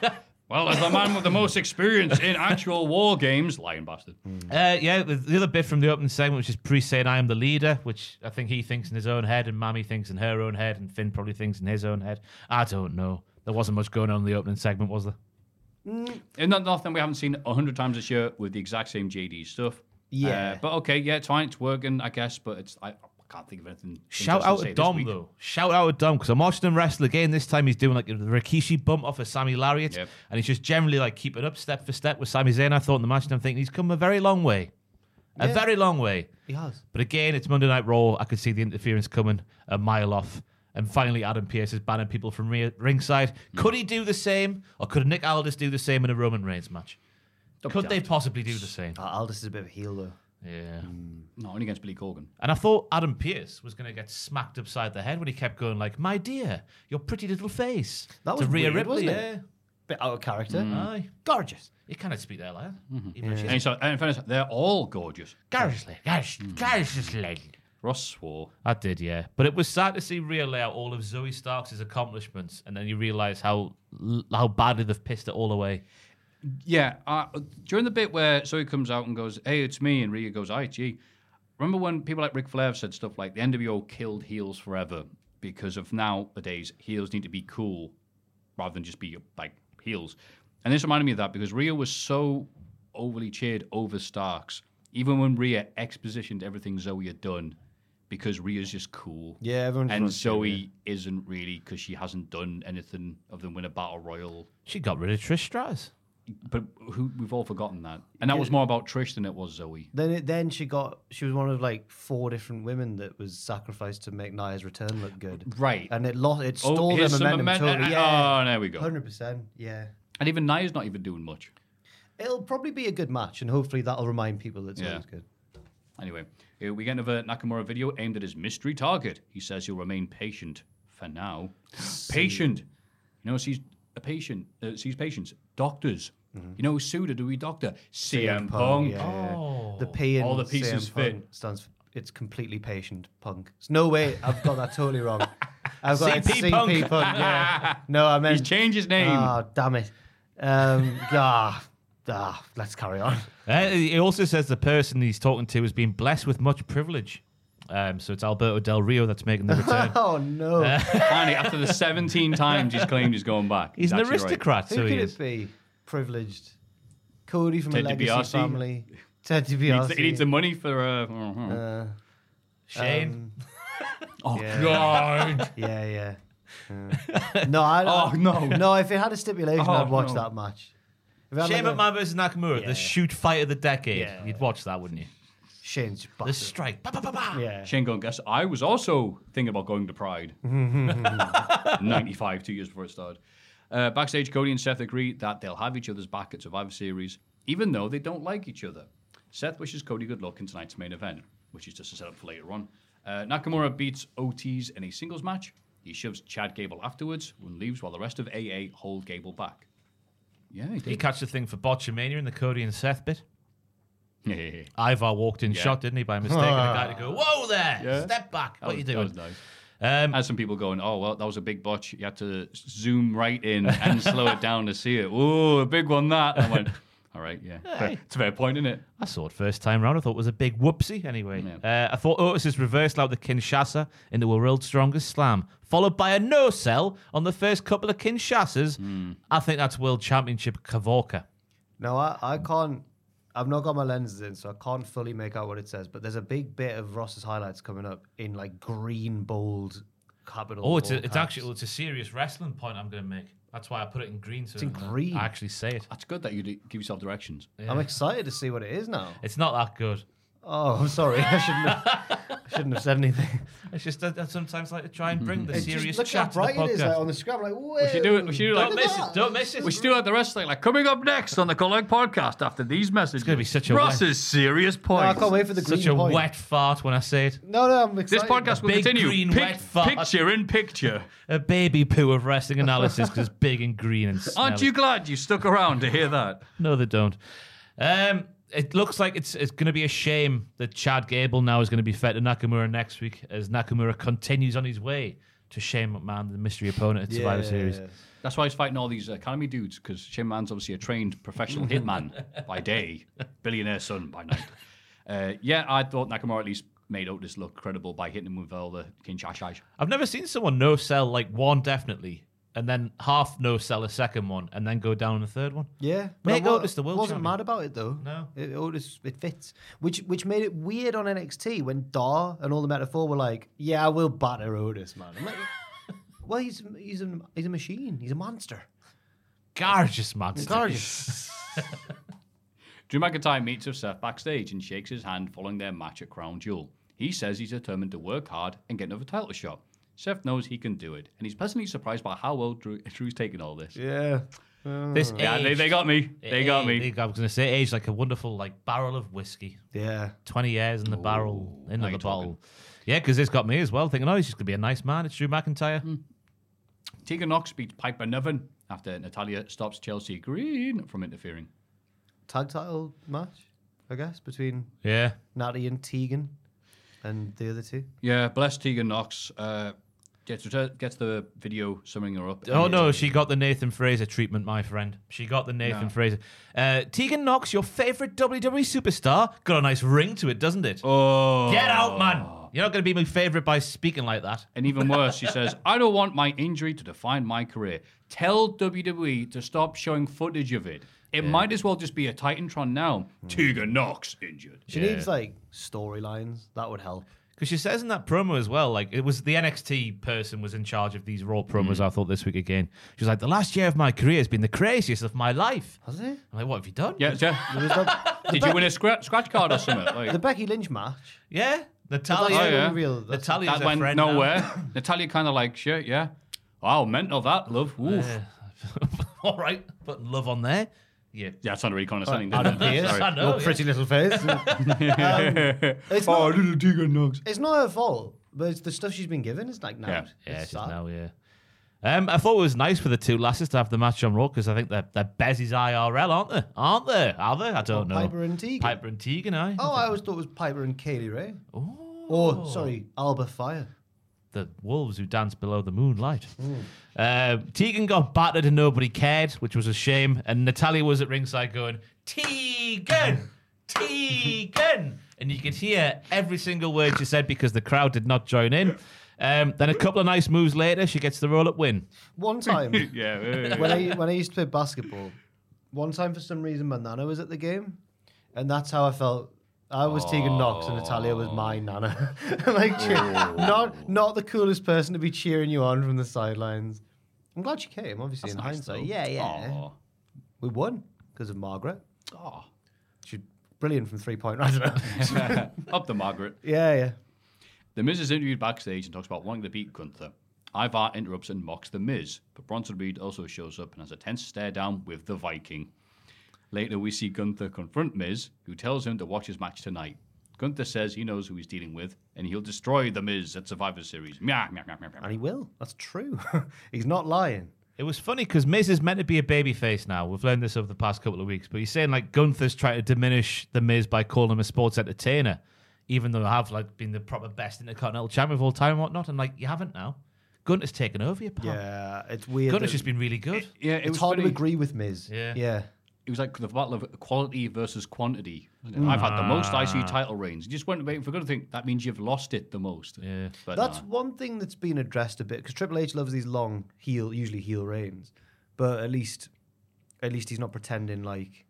damn it. well, as the man with the most experience in actual war games, lying bastard.
Uh, yeah, the- the other bit from the opening segment, which is Priest saying, I am the leader, which I think he thinks in his own head, and Mammy thinks in her own head, and Finn probably thinks in his own head. I don't know. There wasn't much going on in the opening segment, was there?
And not nothing we haven't seen a hundred times this year with the exact same JD stuff. Uh,
Yeah.
but okay, yeah, it's fine. It's working, I guess. But it's I, I can't think of anything.
Shout
interesting to
out
say
to
this
Dom,
week.
though. Shout out to Dom, because I'm watching him wrestle again. This time he's doing like a Rikishi bump off a Sammy Lariat,
Yep.
and he's just generally like keeping up step for step with Sami Zayn. I thought in the match, and I'm thinking he's come a very long way. A very long way.
He has.
But again, it's Monday Night Raw. I could see the interference coming a mile off. And finally, Adam Pearce is banning people from re- ringside. Could he do the same, or could Nick Aldis do the same in a Roman Reigns match? could they possibly do the same?
Uh, Aldis is a bit of a heel though.
Yeah.
No, only against Billy Corgan.
And I thought Adam Pearce was going to get smacked upside the head when he kept going like, "My dear, your pretty little face."
That
to
was
Rhea
weird,
Ripley.
wasn't
yeah.
it? Bit out of character.
Aye.
Gorgeous. Mm-hmm.
You cannot speak there like that. Even if
And,
she's
so, and in fairness, they're all gorgeous.
garishly, garish, garishly.
Ross swore.
Mm. I did, yeah. But it was sad to see Rhea lay out all of Zoe Starks' accomplishments, and then you realise how how badly they've pissed it all away.
Yeah, uh, during the bit where Zoe comes out and goes, "Hey, it's me," and Rhea goes, "I gee." Remember when people like Ric Flair have said stuff like the NWO killed heels forever because of nowadays heels need to be cool rather than just be like heels. And this reminded me of that because Rhea was so overly cheered over Starks, even when Rhea expositioned everything Zoe had done, because Rhea's just cool.
Yeah, everyone just
And
wants to cheer
Zoe isn't really because she hasn't done anything other than win a battle royal
She got rid of Trish Stratus.
but who we've all forgotten that, and that was more about Trish than it was Zoe.
Then it, then she got she was one of like four different women that was sacrificed to make Nia's return look good.
Right.
And it lost it
Oh,
stole their
here's some
momentum
momen-
totally.
uh,
Yeah.
Oh, there we go.
Hundred percent. Yeah.
And even Nia's not even doing much.
It'll probably be a good match, and hopefully that'll remind people that it's
Yeah.
always good.
Anyway, here we get another Nakamura video aimed at his mystery target. He says he'll remain patient for now. patient. You know, sees a patient. Uh, sees patients. Doctors.
Mm-hmm.
You know, Suda, do we doctor? CM, Punk. Oh.
Yeah. The P in
All the pieces
CM Punk stands for it's completely patient punk. It's no way I've got that totally
[laughs]
wrong. I've got it's
CP
CP
Punk.
punk. Yeah. No, I meant
He's changed his name.
Oh damn it. Um, [laughs] ah, ah, let's carry on. [laughs]
Uh, he also says the person he's talking to has been blessed with much privilege. Um, so it's Alberto Del Rio that's making the
[laughs]
return.
[laughs]
Oh no.
Finally, after the
[laughs]
17 times he's claimed he's going back.
He's an
actually right.
aristocrat,
Who
so he
could
is.
it be? Privileged. Cody from
Ted
a legacy
DiBiase?
family. Ted
He needs, the,
DiBiase. Um,
he needs the money for. Uh,
Shane.
[laughs]
oh,
yeah.
God.
Yeah, yeah. Yeah. no, I
Oh, no.
No, if it had a stipulation,
Oh,
I'd watch
no.
that match. If it had
Shane
like a-
McMahon versus Nakamura, the shoot fight of the decade.
Yeah.
You'd watch that, wouldn't you?
Shane's
The
bastard.
strike. Ba, ba, ba, ba.
yeah.
Shane going, guess I was also thinking about going to Pride. 95, two years before it started. Uh, backstage, Cody and Seth agree that they'll have each other's back at Survivor Series, even though they don't like each other. Seth wishes Cody good luck in tonight's main event, which is just a setup for later on. Uh, Nakamura beats Ortiz in a singles match. He shoves Chad Gable afterwards and leaves while the rest of AA hold Gable back. Yeah, he
Did he
did.
catch the thing for Botchamania in the Cody and Seth bit?
[laughs] Yeah.
Ivar walked in
Yeah.
shot, didn't he, by mistake? and the guy to go, whoa there,
Yeah.
step back.
That
what
was-
you doing?
That was nice.
Um,
Had some people going, oh, well, that was a big botch. You had to zoom right in and slow it down to see it. Ooh, a big one that. I went, all right, yeah.
Hey.
It's a fair point, isn't it?
I saw it first time round. I thought it was a big whoopsie anyway. Uh, I thought Otis's reversed out the Kinshasa into a world's strongest slam, followed by a no sell on the first couple of Kinshasas. I think that's World Championship Kavorka.
No, I, I can't. I've not got my lenses in, so I can't fully make out what it says. But there's a big bit of Ross's highlights coming up in like green bold capital.
Oh, it's,
all
a, it's
caps.
actually it's a serious wrestling point I'm going to make. That's why I put it in green. So
It's in
that
green.
I actually say it.
That's good that you d- give yourself directions.
I'm excited to see what it is now.
It's not that good.
Oh, I'm sorry. I shouldn't have, I shouldn't have
[laughs]
said anything.
It's just that I sometimes like to try and bring the
It's
serious
just look how
chat to the
bright it is like,
podcast.
on the screen. I'm like, whoa.
should do it. We should do
Don't
like
miss it. Don't miss it.
We should do it the rest of the like coming up next on the Collect Podcast after these messages. It's
gonna be such a
Ross's
wet-
serious point.
No, I can't wait for the green
Such a
point.
wet fart when I say it.
No, no, I'm
This
excited.
podcast will
Big
continue.
green
Pic-
wet fart.
Picture in picture.
A baby poo of wrestling analysis because it's big and green and
Aren't
smelly.
you glad you stuck around to hear that?
No, they don't. Um, it looks like it's it's going to be a shame that Chad Gable now is going to be fed to Nakamura next week as Nakamura continues on his way to Shane McMahon, the mystery opponent at Survivor Series.
That's why he's fighting all these academy dudes because Shane Man's obviously a trained professional hitman by day, billionaire son by night. Uh, yeah, I thought Nakamura at least made Otis look credible by hitting him with all the kinchashai.
I've never seen someone no sell like one definitely, and then half no sell a second one, and then go down on the third one.
Yeah,
Make
I wa-
Otis the world
Wasn't
champion.
mad about it though.
No.
it, Otis it fits, which which made it weird on NXT when Dar and all the metaphor were like, "Yeah, I will batter Otis, man." I'm like, [laughs] well, he's he's a he's a machine. He's a monster.
Gorgeous monster.
[laughs]
Gorgeous.
Drew McIntyre meets with Seth backstage and shakes his hand following their match at Crown Jewel. He says he's determined to work hard and get another title shot. Seth knows he can do it, and he's pleasantly surprised by how well Drew, [laughs] Drew's taking all this.
yeah,
This
Yeah, they,
aged-
they got me. They got me.
I was going to say aged like a wonderful like barrel of whiskey.
yeah.
20 years in the barrel, in
now
the
you're talking.
bottle. Yeah, because it's got me as well, thinking, oh, he's just going to be a nice man. It's Drew McIntyre.
Hmm. Tegan Knox beats Piper Niven after Natalia stops Chelsea Green from interfering.
Tag title match, I guess, between
Yeah.
Natty and Tegan, and the other two.
Yeah, bless Tegan Knox. Uh, gets, retur- gets the video summing her up.
Oh
And
no, she got the Nathan Fraser treatment, my friend. She got the Nathan Fraser. Uh, Tegan Knox, your favorite WWE superstar, got a nice ring to it, doesn't it?
Oh.
Get out, man! You're not going to be my favorite by speaking like that.
And even worse, she says, I don't want my injury to define my career. Tell WWE to stop showing footage of it. It might as well just be a Titantron now. Tegan Knox injured.
Hmm. She needs like storylines that would help.
Because she says in that promo as well, like it was the NXT person was in charge of these Raw promos.
Mm.
I thought this week again, she was like, "The last year of my career has been the craziest of my life." I'm [laughs]
Was it?
like, "What have you done?"
Yeah, yeah. Did you win a scra- scratch card or something?
[laughs] The
Like,
Becky Lynch match.
yeah. Natalia.
Oh, yeah.
Real, that's-
Natalia's
that
her
went
friend now.
nowhere. Natalia kind of like, shit, yeah. Wow, mental that, love. Oof.
[laughs] All right, putting love on there. Yeah.
Yeah, it's not really condescending. [laughs]
Adam
did it?
Pearce,
Sorry.
I know,
your [laughs]
yeah.
pretty little face. Um,
[laughs]
it's
Oh,
not,
little Tegan Knox.
it's not her fault, but it's the stuff she's been given. It's like now.
Yeah.
Yeah,
it's
just
sad.
now, yeah. Um, I thought it was nice for the two lasses to have the match on Raw because I think they're, they're Bez's IRL, aren't they? Aren't they? Are they? I don't know.
Oh, Piper and Tegan.
Piper and Tegan, aye.
Oh, I always thought it was Piper and Kaylee Ray. Oh, sorry, Alba Fire.
The wolves who dance below the moonlight.
Hmm.
Um, Tegan got battered and nobody cared, which was a shame. And Natalia was at ringside going, Tegan! Tegan! And you could hear every single word she said because the crowd did not join in. Um, then a couple of nice moves later, she gets the roll up win.
One time
[laughs] Yeah, yeah, yeah.
when I when I used to play basketball, one time for some reason my nana was at the game, and that's how I felt. I was Tegan Knox and Natalia was my nana. [laughs] like che- not not the coolest person to be cheering you on from the sidelines. I'm glad she came, obviously in
Nice,
hindsight.
though.
Yeah, yeah.
Aw.
We won because of Margaret.
Aw. [laughs]
She's brilliant from three point. [laughs] I don't know.
Up the Margaret.
yeah, yeah.
The Miz is interviewed backstage and talks about wanting to beat Gunther. Ivar interrupts and mocks the Miz, but Bronson Reed also shows up and has a tense stare down with the Viking. Later, we see Gunther confront Miz, who tells him to watch his match tonight. Gunther says he knows who he's dealing with, and he'll destroy the Miz at Survivor Series. Meow, meow, meow, meow, meow.
And he will. That's true. [laughs] He's not lying.
It was funny because Miz is meant to be a babyface now. We've learned this over the past couple of weeks, but he's saying like Gunther's trying to diminish the Miz by calling him a sports entertainer, even though I have like been the proper best intercontinental champion of all time and whatnot. And like you haven't now. Gunther's taken over your pal.
Yeah, it's weird.
Gunther's
that-
just been really good.
Yeah, it
it's
was
hard to
funny.
agree with Miz.
Yeah.
Yeah.
It was like the battle of quality versus quantity. wasn't it? I've had the most
Ah.
IC title reigns. You just went waiting for Gunther. to Think that means you've lost it the most. Yeah, but uh,
That's
nah.
one thing that's been addressed a bit because Triple H loves these long heel, usually heel reigns, but at least, at least he's not pretending like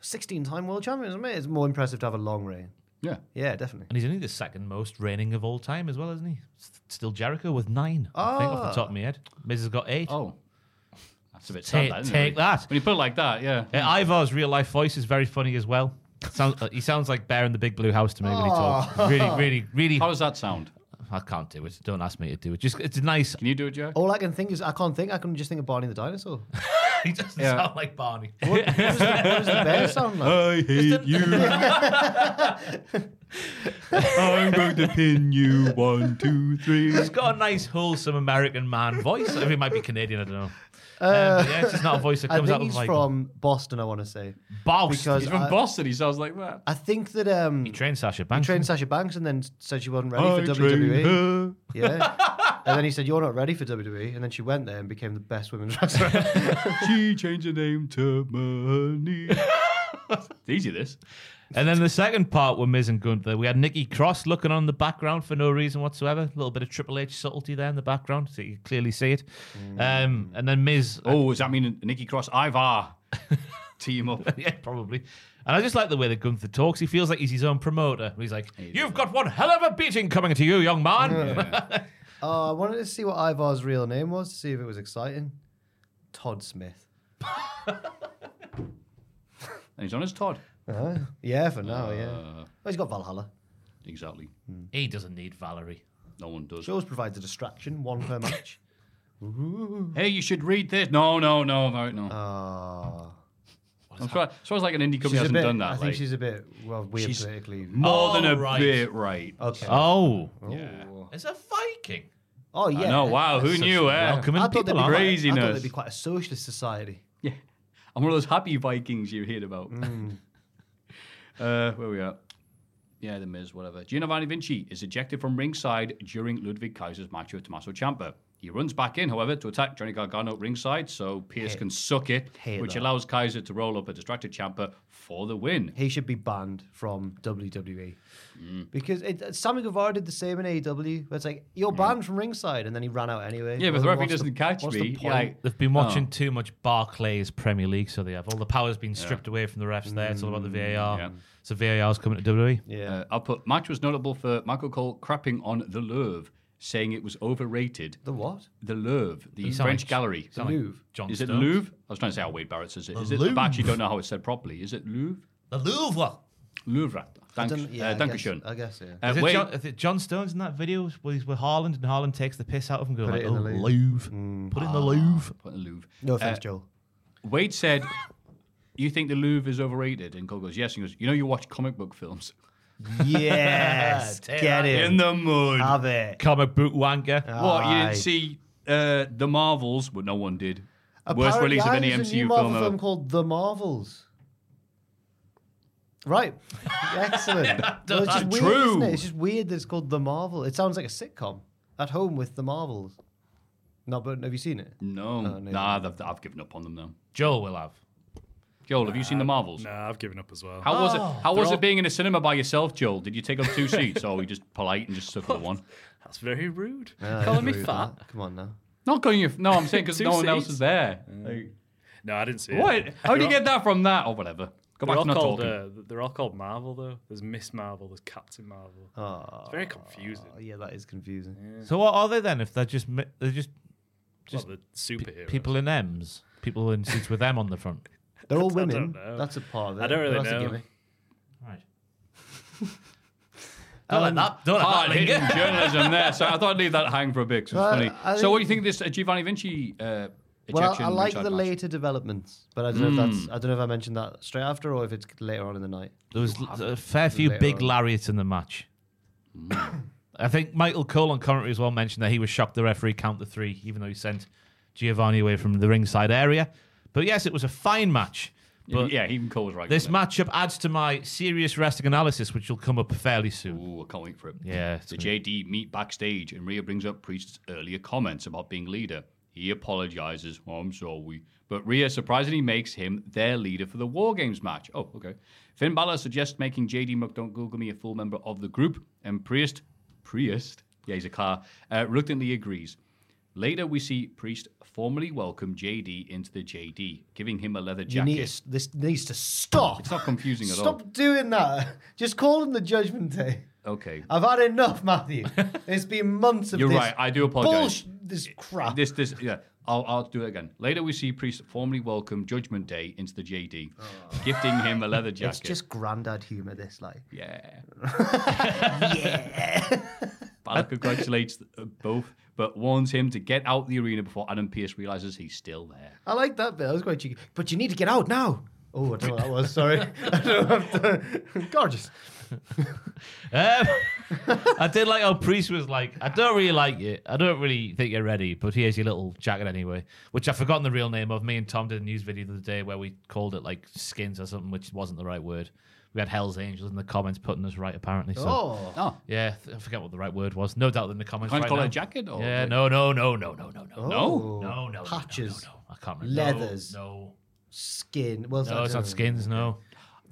sixteen-time world champion. Isn't it? It's more impressive to have a long reign.
yeah.
Yeah, definitely.
And he's only the second most reigning of all time as well, isn't he? S- Still Jericho with nine, I think, off the top of my head. Miz has got eight.
Ah. Oh, that's a bit
Ta-
sad. that, isn't it,
take
really?
that.
When you put it like that, yeah.
Uh, Ivar's real life voice is very funny as well. Sounds, uh, he sounds like Bear in the Big Blue House to me when he talks. Really, really, really.
How does that sound?
I can't do it. Don't ask me to do it. Just it's nice. [laughs]
Can you do it, Jack?
All I can think is I can't think. I can just think of Barney
[laughs]
the dinosaur.
He doesn't
Yeah.
sound like Barney.
What does the bear sound like?
I hate you.
[laughs]
I'm going to pin you. One, two, three. [laughs] He's got a nice, wholesome American man voice. I mean, he might be Canadian. I don't know. Um, but yeah, it's just not a voice that
Uh, I
comes
think
out
he's
of like
from Boston. I want to say.
Boust.
Oh, because
He's from
I-
Boston. He sounds like that.
I think that um,
He trained Sasha Banks. [laughs]
trained Sasha Banks and then said she wasn't ready for
E.
WWE. Yeah. And then he said, "You're not ready for WWE." And then she went there and became the best women's wrestler.
[laughs]
She changed her name to Money. Easy this.
And then the second part were Miz and Gunther. We had Nikki Cross looking on the background for no reason whatsoever. A little bit of Triple H subtlety there in the background, so you can clearly see it.
Mm.
Um, and then Miz,
Uh,
Oh, does that mean Nikki Cross
[laughs]
Ivar team
[laughs]
up?
yeah, probably. And I just like the way that Gunther talks. He feels like he's his own promoter. He's like, "You've got one hell of a beating coming to you, young man."
oh, I wanted to see what Ivar's real name was to see if it was exciting. Todd Smith.
And he's on his Todd.
Yeah, for now. yeah.
Uh.
Well, he's got Valhalla.
Exactly.
[laughs] He doesn't need Valerie.
No one does.
She always provides a distraction, one
[coughs]
per match.
Hey, you should read this. No, no, no, no, no.
Oh.
I'm sorry. So it's like an indie company
She's a
hasn't
bit,
done that.
I think
like,
she's a bit well, weird
She's-
politically.
more than
Oh,
a
right.
bit right.
Okay. Oh,
Oh,
Yeah.
it's a Viking.
yeah.
I know. Wow, who
Such
knew? Eh?
welcoming
I thought, they'd
people.
be
aren't
quite,
they?
I thought
Craziness.
they'd be quite a socialist society.
Yeah. I'm one of those happy Vikings you heard about.
Hmm.
[laughs] uh, where we at? Yeah, the Miz, whatever. Giovanni Vinci is ejected from ringside during Ludwig Kaiser's match with Tommaso Ciampa. He runs back in, however, to attack Johnny Gargano at ringside, so Pierce can suck it,
Hey,
which
that.
allows Kaiser to roll up a distracted Ciampa for the win.
He should be banned from WWE
Mm.
because it, uh, Sammy Guevara did the same in AEW. Where it's like you're banned from ringside, and then he ran out anyway.
Mm. Yeah, but
Well,
the
then
referee
what's
doesn't catch
what's
me.
The point?
Like, uh,
They've been watching
Oh.
too much Barclays Premier League, so they have all the power's been stripped away from the refs. There, it's all
Mm,
about the VAR.
yeah.
So VAR's coming to E. WWE.
yeah,
uh, I'll put match was notable for Michael Cole crapping on the Louvre, saying it was overrated.
the what?
The Louvre, the
You sound
French
like-
gallery.
you sound like
Louvre.
John
Is it
Stones.
Louvre? I was trying to say how Wade Barrett says it. Is it?
Louvre.
I actually don't know how it's said properly. Is it Louvre?
The Louvre.
Louvre. Thank,
Dun-
uh,
I
thank
guess-
you, Sean.
I guess yeah.
Uh,
Is it,
Wade-
John, is it John Stones in that video where he's with Haaland and Haaland takes the piss out of him going
Put
like,
it
oh,
in the
Louvre.
Louvre." Mm.
Put it in the Louvre.
Put in Louvre.
No offense,
Uh,
Joel.
Wade said, "You think the Louvre is overrated?" And Cole goes, "Yes." And he goes, "You know, you watch comic book films
[laughs] Yes, get
in
[laughs] it.
the mud.
Have it.
Comic boot wanker.
Ah.
what you
Aye.
didn't see uh, the Marvels? Well, no one did. Worst
Apparently-
release of
yeah,
any
there's a new
MCU
Marvel
film ever.
film called The Marvels. Right. Excellent. Well, it's just
that's
weird,
true.
Isn't it? It's just weird that it's called The Marvel. It sounds like a sitcom. At home with The Marvels. No, but have you seen it?
No,
no.
nah, I've, I've given up on them now.
Joel will have.
Joel, have you seen the Marvels?
Nah, I've given up as well.
How was it? How was it being in a cinema by yourself, Joel? Did you take up two seats, or were you just polite and just stuck with the one?
That's very rude.
Uh,
Calling me
rude,
fat.
that. Come on now.
Not going. Your, no, I'm saying because
Two
no one else
seats?
was there. Like,
No, I didn't see it.
what? How do
They're
you
all-
get that from that or whatever? Go
They're
back
all,
to not
called,
talking.
uh, they're all called Marvel, though. There's Miss Marvel, there's Captain Marvel. It's very confusing.
Oh, yeah, that is confusing.
So what are they then? If they're just mi- they're just
Just well, the superhero.
people in M's, people in suits with M on the front.
They're all
I don't
women.
know.
That's a part of it.
I don't really
That's a
know.
gimmick.
Right. [laughs] Um, Don't let that. Don't let
Hard
that linger.
hitting Ah, journalism there. So I thought I'd leave that hang for a bit. 'cause
Well,
it's
I
funny. So what do you think
think-
of this uh, Giovanni Vinci uh, ejection?
Well, I, I like
ringside
the
match?
later developments, but I don't know if that's
Hmm.
I don't know if I mentioned that straight after or if it's later on in the night.
There was l- a fair few
Later
big
on.
lariats in the match. Mm. I think Michael Cole on commentary as well mentioned that he was shocked the referee count the three, even though he sent Giovanni away from the ringside area. But yes, it was a fine match. But
Yeah, even Cole was right.
this
wasn't it?
matchup adds to my serious wrestling analysis, which will come up fairly soon.
Ooh, I can't wait for it.
Yeah, it's
The
gonna-
JD meet backstage, and Rhea brings up Priest's earlier comments about being leader. He apologizes. Oh, I'm sorry. But Rhea surprisingly makes him their leader for the War Games match. Oh, okay. Finn Balor suggests making JD McDonald Google me a full member of the group, and Priest, Priest, yeah, he's a car, uh, reluctantly agrees. Later, we see Priest formally welcome JD into the JD, giving him a leather
You
jacket.
need to, s- this needs to stop.
it's not confusing at
Stop doing that. [laughs] Just call him the Judgment Day.
all. Okay.
I've had
[laughs]
enough, Matthew. it's been months of
You're
this.
right, I do apologise.
bullsh- This crap.
[laughs] This, this, yeah. I'll, I'll do it again. Later, we see Priest formally welcome Judgment Day into the JD,
Oh.
gifting him a leather jacket.
It's just grandad humor. This like [laughs]
Yeah. yeah. [laughs] Balor congratulates uh, both, but warns him to get out the arena before Adam Pierce realizes he's still there.
I like that bit. That was quite cheeky. But you need to get out now. Oh, I don't know what that was. Sorry. [laughs] I don't have to. [laughs] Gorgeous.
Um, [laughs] I did like how Priest was like, I don't really like you. I don't really think you're ready, but here's your little jacket anyway, which I've forgotten the real name of. Me and Tom did a news video the other day where we called it like skins or something, which wasn't the right word. We had Hell's Angels in the comments putting us right, apparently. So.
Oh,
[laughs] Oh,
Yeah, th- I forget what the right word was. No doubt in the comments.
Can't
right
call it
now.
a jacket or-
yeah, no, no, no, no, no, no, no,
Oh.
no, no, no,
Patches.
No, no, no. I can't remember.
Leathers.
No,
skin. Well,
no, no it's not skins. No.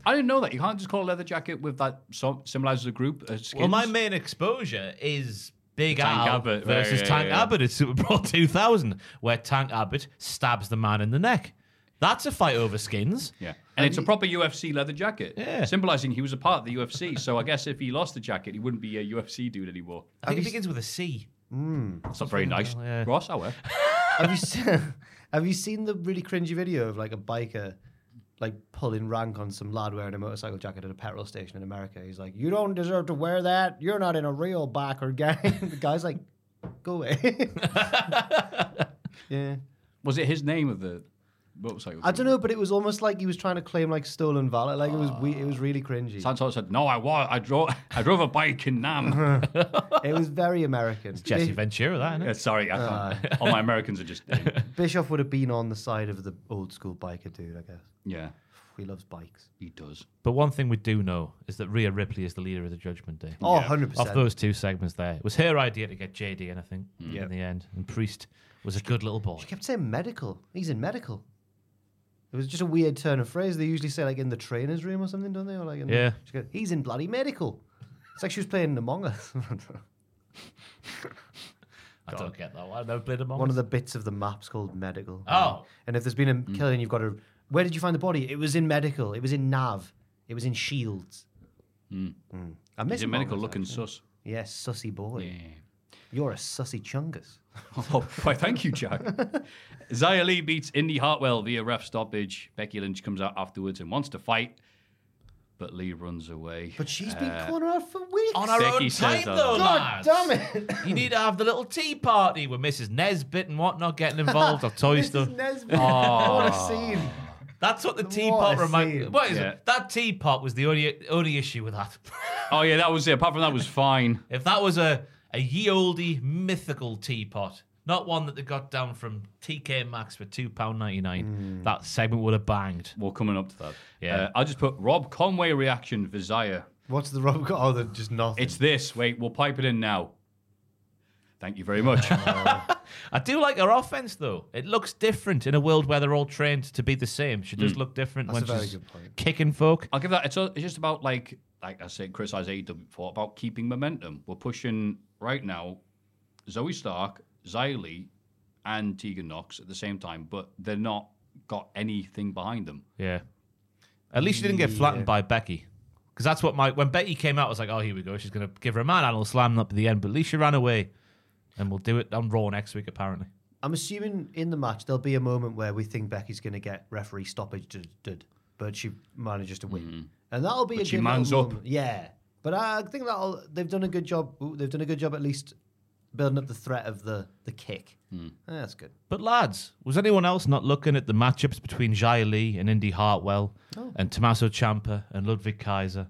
I didn't know that. You can't just call a leather jacket with that so- symbolizes a group. Uh,
Well, my
skins.
main exposure is Big
Tank
Al
Abbott, right,
versus
yeah,
Tank
yeah.
Abbott at Super Bowl [laughs] 2000, where Tank Abbott stabs the man in the neck. That's a fight over skins.
Yeah. And it's a proper UFC leather jacket,
Um, Yeah.
symbolizing he was a part of the UFC. so I guess if he lost the jacket, he wouldn't be a UFC dude anymore.
I think it begins with a C.
That's not very nice.
Yeah.
Ross, I wear.
Have you seen, [laughs] have you seen the really cringy video of like a biker like pulling rank on some lad wearing a motorcycle jacket at a petrol station in America? He's like, "You don't deserve to wear that. You're not in a real biker gang." [laughs] the guy's like, "Go away." [laughs] yeah,
Was it his name of the motorcycle?
I don't know, but it was almost like he was trying to claim like stolen valor. Like it was, we- it was really cringy.
Santos said, "No, I was. I drove. I drove a bike in
[laughs]
Nam."
it was very American.
Jesse
Bi-
Ventura, that,
Yeah,
innit?
sorry, I can't.
Uh.
all my Americans are just.
[laughs] Bischoff would have been on the side of the old school biker dude, I guess.
Yeah,
He loves bikes.
he does.
But one thing we do know is that Rhea Ripley is the leader of the Judgment Day.
Oh, 100%.
Of those two segments there, it was her idea to get JD in, I think, in the end. And Priest was a good little boy.
I kept saying medical. He's in medical. It was just a weird turn of phrase. They usually say like in the trainer's room or something, don't they? Or like in
Yeah.
The, she goes, He's in bloody medical. It's like she was playing Among Us. [laughs]
I don't get that one. I've never played among
One of
us.
the bits of the map's called medical.
Oh.
And if there's been a
Mm.
killing, you've got to. Where did you find the body? It was in medical. It was in Nav. It was in Shields. Mm. I miss
He's a
Among
medical
Us,
looking
actually.
sus.
Yes, sussy boy.
Yeah.
You're a sussy chungus.
[laughs] Oh, why, thank you,
[laughs]
Jack. Zaya Lee beats Indy Hartwell via ref stoppage. Becky Lynch comes out afterwards and wants to fight, but Lee runs away. Uh,
But she's been calling her out for weeks.
on our
Becky
own time,
says that.
though, lads.
God damn it.
You need to have the little tea party with Mrs. Nesbit and whatnot
[laughs]
getting involved or
Oh,
toy stuff.
Nesbitt. What a scene.
That's what the
What
teapot
a
reminded me
scene.
What is
Yeah.
it? That teapot was the only only issue with that. [laughs]
oh yeah, that was it. Apart from that, was fine.
if that was a, a ye olde mythical teapot, not one that they got down from TK Maxx for £2.99,
Hmm.
that segment would have banged.
We're coming up to that.
Yeah.
Uh, I just put Rob Conway reaction for Zaya.
What's the Rob got? [laughs] Oh, they're just nothing.
It's this. Wait, we'll pipe it in now. Thank you very
[laughs]
much.
I do like her offense, though. It looks different in a world where they're all trained to be the same. She
Hmm.
does look different
That's a
when
very
she's
good point.
kicking folk.
I'll give that. It's, a, it's just about like like I said, criticize AEW before about keeping momentum. We're pushing right now, Zoe Stark, Xylee, and Tegan Knox at the same time, but they're not got anything behind them.
Yeah. At least she didn't get flattened by Becky. Because that's what my when Becky came out, I was like, oh, here we go. She's gonna give her a man animal slam up at the end. But at least she ran away, and we'll do it on Raw next week, apparently.
I'm assuming in the match there'll be a moment where we think Becky's going to get referee stoppage, dud, dud, but she manages to win, and that'll be
Mm-hmm. But
a
she
good little
mans up.
moment. Yeah, but I think that'll they've done a good job. ooh, They've done a good job at least building up the threat of the the kick.
Hmm.
Yeah, that's good.
But lads, was anyone else not looking at the matchups between Jai Lee and Indy Hartwell,
Oh.
and Tommaso Ciampa and Ludwig Kaiser,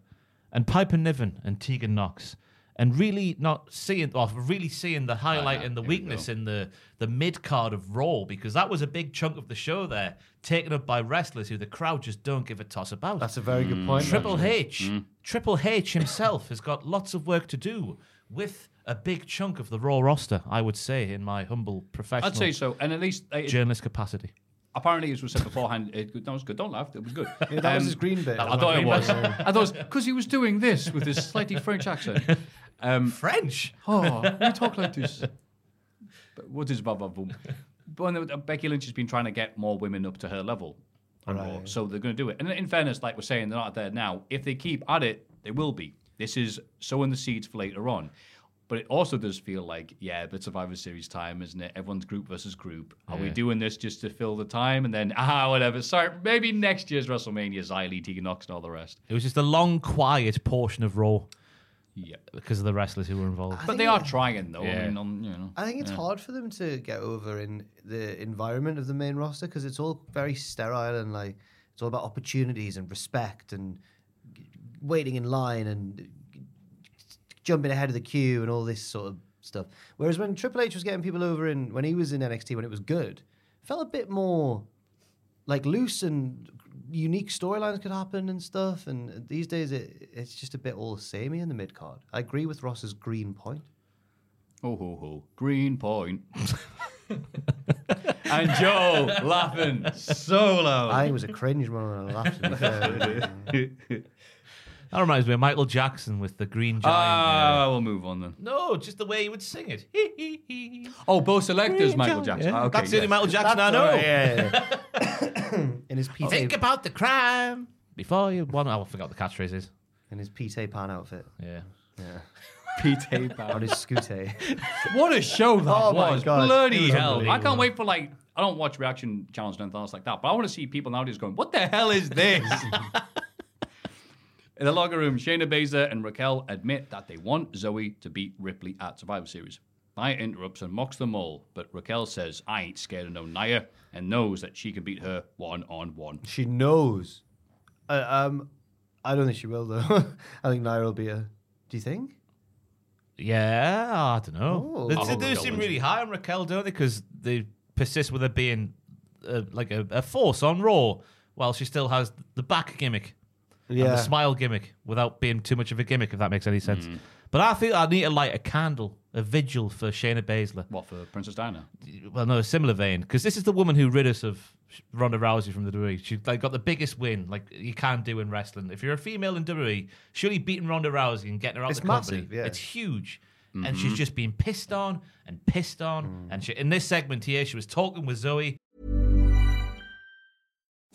and Piper Niven and Tegan Knox, and really not seeing, or really seeing the highlight and the
here we
weakness
go.
in the the mid card of Raw because that was a big chunk of the show there, taken up by wrestlers who the crowd just don't give a toss about.
That's a very
Hmm. Mm.
good point.
Triple H, Triple H himself has got lots of work to do with a big chunk of the Raw roster, I would say, in my humble professional
I'd say so, and at least it,
journalist capacity.
apparently, as was said beforehand, it, that was good. Don't laugh. It was good.
actually. that was
Um,
his green bit.
I thought it
[laughs]
was. I thought because he was doing this with his slightly French accent.
French.
Oh, we talk like this. But [laughs] what is blah blah [laughs] boom? But when, uh, Becky Lynch has been trying to get more women up to her level, on Raw, so they're going to do it. And in fairness, like we're saying, they're not there now. If they keep at it, they will be. This is sowing the seeds for later on. But it also does feel like, yeah, but Survivor Series time, isn't it? Everyone's group versus group. Are we doing this just to fill the time? And then, [laughs] ah, whatever. Sorry, maybe next year's WrestleMania, Xylee, Tegan Knox, and all the rest.
It was just a long, quiet portion of Raw
Yeah.
because of the wrestlers who were involved.
But they are trying, though.
Yeah.
I mean, on, you know.
I think it's hard for them to get over in the environment of the main roster because it's all very sterile and like it's all about opportunities and respect and g- waiting in line and g- jumping ahead of the queue and all this sort of stuff. Whereas when Triple H was getting people over in when he was in NXT when it was good, felt a bit more like loose and unique storylines could happen and stuff. And these days it it's just a bit all samey in the mid card. I agree with Ross's green point.
Oh, ho, ho. Green point. [laughs] and Joe laughing so loud.
I was a cringe when I laughed. [laughs] at the
That reminds me of Michael Jackson with the Green Giant.
Ah,
yeah.
we'll move on then.
No, just the way he would sing it. Hee, hee, hee.
Oh, Bo Selector's Michael Jackson. Ah, okay,
That's the only
yes.
Michael Jackson I know.
[coughs] in his Pete
Think about the crime before you. One, oh, I forgot the catchphrase is.
in his Pete Pan outfit
Yeah.
P.T.
on his scooter.
What a show that
Oh my
was!
God. It
Bloody
was
hell! I can't
unbelievable.
wait for like I don't watch reaction challenge and anything else like that, but I want to see people nowadays going, "What the hell is
[laughs]
this?" In the locker room, Shayna Baszler and Raquel admit that they want Zoe to beat Ripley at Survivor Series. Nia interrupts and mocks them all, but Raquel says, "I ain't scared of no Nia," and knows that she can beat her one on one.
[laughs] she knows. Uh, um, I don't think she will though. [laughs] I think Naira will be a. Do you think?
Yeah, I don't know.
Oh.
They,
I'll
they
go
do
with
seem
Owens.
really high on Raquel, don't they? Because they persist with her being uh, like a, a force on Raw, while she still has the back gimmick and the smile gimmick without being too much of a gimmick, if that makes any sense.
Mm.
But I think I need to light a candle, a vigil for Shayna Baszler.
What for Princess Diana?
well, no, a similar vein, because this is the woman who rid us of Ronda Rousey from the WWE. She like got the biggest win, like you can do in wrestling. If you're a female in WWE, surely beating Ronda Rousey and getting her out
It's
of the company,
massive, yeah. Mm-hmm.
it's huge. And she's just been pissed on and pissed on.
Mm.
And she, in this segment here, she was talking with Zoe.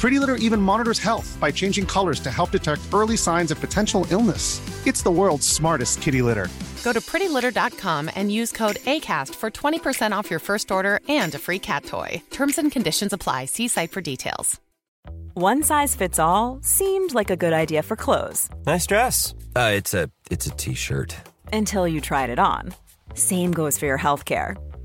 Pretty Litter even monitors health by changing colors to help detect early signs of potential illness. It's the world's smartest kitty litter.
Go to prettylitter.com and use code ACAST for 20% off your first order and a free cat toy. Terms and conditions apply. See site for details.
One size fits all seemed like a good idea for clothes
Nice dress. Uh, it's a it's a t-shirt.
until you tried it on. Same goes for your healthcare.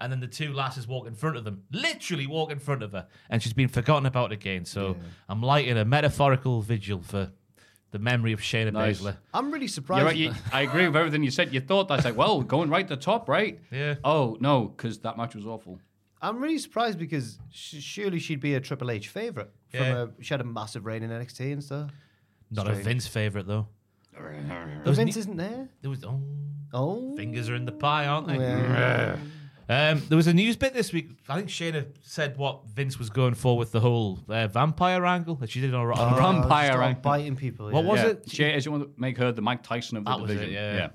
And then the two lasses walk in front of them, literally walk in front of her. And she's been forgotten about again. So I'm lighting a metaphorical vigil for the memory of Shayna
Nice.
Baszler.
I'm really
You're
surprised.
right, you- I agree with everything you said. You thought that's like, well, going right to the top, right?
Yeah.
Oh no, because that match was awful.
I'm really surprised because sh- surely she'd be a Triple H favorite. From
Yeah.
a, she had a massive reign in NXT and stuff.
Not a
Strange.
Vince favourite, though.
But
was
Vince
ne-
isn't there.
There was. Oh.
Oh,
Fingers are in the pie, aren't they?
Yeah.
Um, there was a news bit this week. I think Shayna said what Vince was going for with the whole uh, vampire angle that she did on Raw.
Oh, just
Vampire,
start
right?
biting people.
What
yeah.
was
yeah.
it?
She, she wanted to make her the Mike Tyson of the
That was
division.
it, yeah.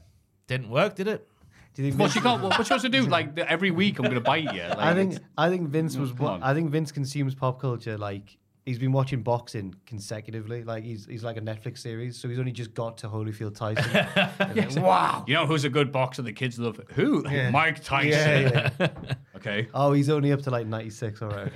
Didn't work, did it?
Do you think
Well,
Vince-
she can't. What, what's she supposed to do? Like the- every week, I'm gonna
[laughs]
bite you. Like,
I think
it's-
I think Vince was
come
what
on.
I think Vince consumes pop culture like he's been watching boxing consecutively. Like he's he's like a Netflix series, so he's only just got to Holyfield
[laughs]
Tyson. And then, wow.
you know who's a good boxer. The kids love who? [laughs] Mike Tyson.
Yeah, yeah.
[laughs] Okay. [laughs]
Oh, he's only up to like ninety six, all right.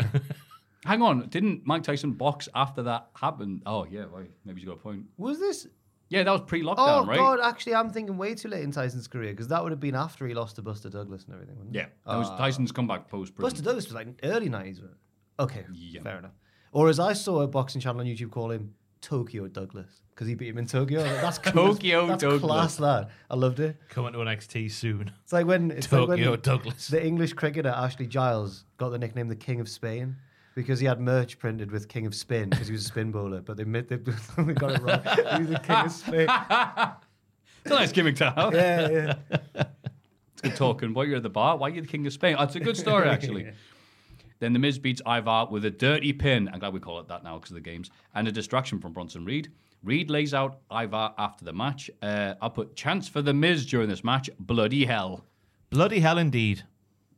Hang on, didn't Mike Tyson box after that happened? Oh yeah, right. Maybe he's got a point.
Was this?
Yeah, that was pre-lockdown,
Oh
right?
God, actually, I'm thinking way too late in Tyson's career because that would have been after he lost to Buster Douglas and everything. Wouldn't
Yeah,
it?
that was
Ah.
Tyson's comeback post.
Buster Douglas was like early '90s. wasn't it? Okay, fair enough. Or as I saw a boxing channel on YouTube call him Tokyo Douglas because he beat him in Tokyo. I was
[laughs]
like, That's cool.
Tokyo
That's
Douglas.
Class that. I loved it.
Coming to NXT soon.
It's like when it's like when
Tokyo Douglas.
the English cricketer Ashley Giles got the nickname the King of Spain because he had merch printed with King of Spin because he was a spin bowler, but they, admit- they [laughs] they got it wrong. He was the King
[laughs]
of Spain.
It's a nice gimmick to have.
Yeah, yeah.
It's good talking. While you're at the bar, why are you the king of Spain? That's a good story, actually. Then the Miz beats Ivar with a dirty pin. I'm glad we call it that now because of the games. And a distraction from Bronson Reed. Reed lays out Ivar after the match. Uh, I put chance for the Miz during this match. Bloody hell.
Bloody hell, indeed.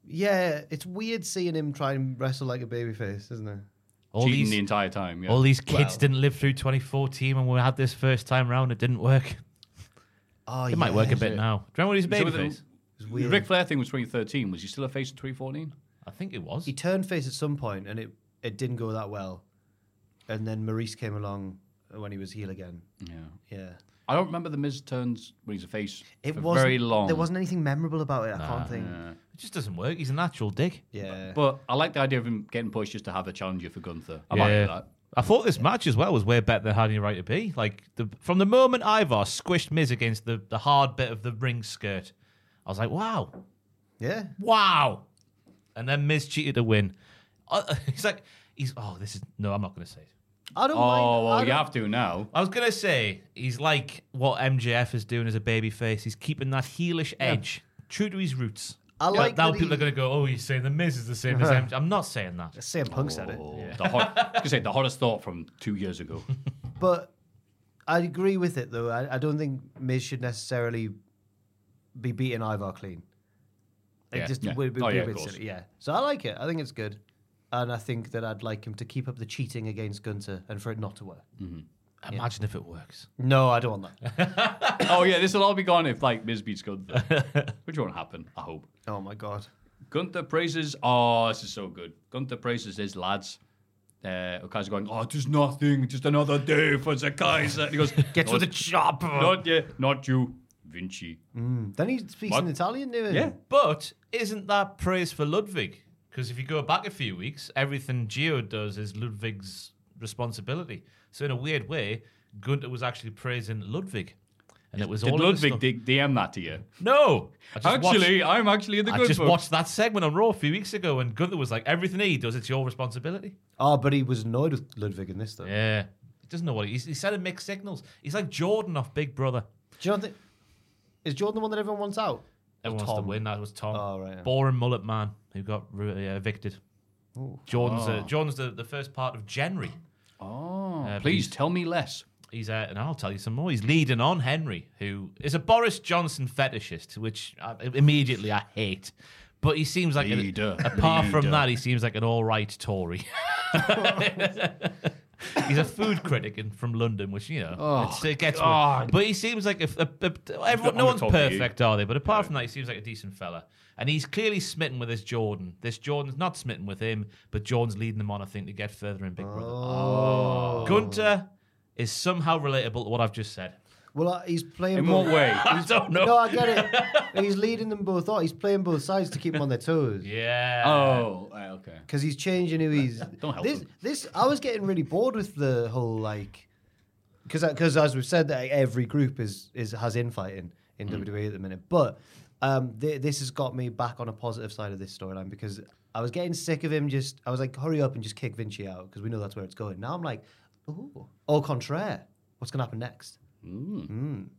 Yeah, it's weird seeing him try and wrestle like a babyface, isn't it?
All
Cheating
these-
the entire time. Yeah.
All these kids
Well-
didn't live through 2014 when we had this first time round. It didn't work.
Oh,
it might work a bit now. Do you remember when he was
So with
babyface?
The, the
weird.
Ric Flair thing was 2013. Was he still a face in 2014?
I think it was.
He turned face at some point, and it it didn't go that well. And then Maurice came along when he was heel again.
Yeah.
Yeah,
I don't remember the Miz turns when he's a face
it
for
was
very long.
There wasn't anything memorable about it. I
Nah.
can't think.
It just doesn't work. He's a natural dick.
Yeah,
But I like the idea of him getting pushed just to have a challenger for Gunther. I might do that.
I thought this match as well was way better than had any right to be. Like the, from the moment Ivar squished Miz against the, the hard bit of the ring skirt, I was like, wow,
yeah.
wow. And then Miz cheated to win. [laughs] Uh, he's like, he's oh, this is no, I'm not going to say it.
I don't mind.
Oh,
I
well,
don't-
you have to now.
I was gonna say he's like what MJF is doing as a babyface. He's keeping that heelish edge, true to his roots.
I
But
like
now.
that
people are
he-
gonna go, oh, he's saying the Miz is the same as MJF. I'm not saying that.
Sam Punk said it.
Oh, the hot, I was gonna say the hottest thought from two
[laughs]
years ago.
But I agree with it though. I, I don't think Miz should necessarily be beating Ivar clean. It
Yeah,
just
yeah.
would be,
Oh,
be
yeah,
a
of
bit
course.
silly. Yeah. So I like it. I think it's good. And I think that I'd like him to keep up the cheating against Gunter and for it not to work.
Imagine if it works.
No, I don't want
[laughs]
that.
oh yeah, this will all be gone if like Miz beats Gunther,
[laughs]
which won't happen. I hope.
oh my god.
Gunther praises. Oh, this is so good. Gunther praises his lads. Uh, Okai's going. Oh, just nothing. Just another day for the Kaiser.
[laughs]
He goes.
Get to
"Not-
the job.
Not yet. Not you, Vinci.
Hmm. Then he speaks
What?
in Italian, do he?
Yeah.
But isn't that praise for Ludwig? Because if you go back a few weeks, everything Geo does is Ludwig's responsibility. So in a weird way, Gunter was actually praising Ludwig, and it was
Did
all of the
Ludwig
stuff-
D- DM that to you?
No, I just watched-
Actually, I'm actually in the
I
good
just
book.
watched that segment on Raw a few weeks ago, and Gunther was like, "Everything he does, it's your responsibility."
Oh, but he was annoyed with Ludwig in this though.
Yeah, he doesn't know what he, he's. He's sending mixed signals. He's like Jordan off Big Brother.
Do you not think is Jordan the one that everyone wants out?
Everyone wants to win. That was Tom,
Oh, right, yeah.
boring mullet man who got re- uh, evicted. Jordan's uh, Jordan's the, the first part of January.
Oh,
Uh,
please
please.
tell me less.
He's uh, and I'll tell you some more. He's leading on Henry, who is a Boris Johnson fetishist, which I, immediately I hate. But he seems like an-
Leader,
apart
leader.
from that, he seems like an all right Tory. [laughs] He's a food critic in, from London, which you know it's, it gets. Worse. But he seems like a, a- a- everyone, no
on
one's
the top of you.
perfect, are they? But apart from that, he seems like a decent fella, and he's clearly smitten with this Jordan. This Jordan's not smitten with him, but Jordan's leading them on, I think, to get further in Big Brother. Gunter is somehow relatable to what I've just said.
Well, uh, he's playing
In
both-
what way?
I don't know.
No, [laughs] I get it. he's leading them both on. He's playing both sides to keep them on their
[laughs]
toes.
yeah.
Oh, uh, okay.
Because he's changing who he's.
[laughs] Don't help
this,
him.
this. I was getting really bored with the whole like, because because as we've said, that every group is is has infighting in
Hmm.
WWE at the minute. But um, th- this has got me back on a positive side of this storyline because I was getting sick of him. Just I was like, hurry up and just kick Vinci out because we know that's where it's going. Now I'm like, ooh, au contraire, what's gonna happen next?
Good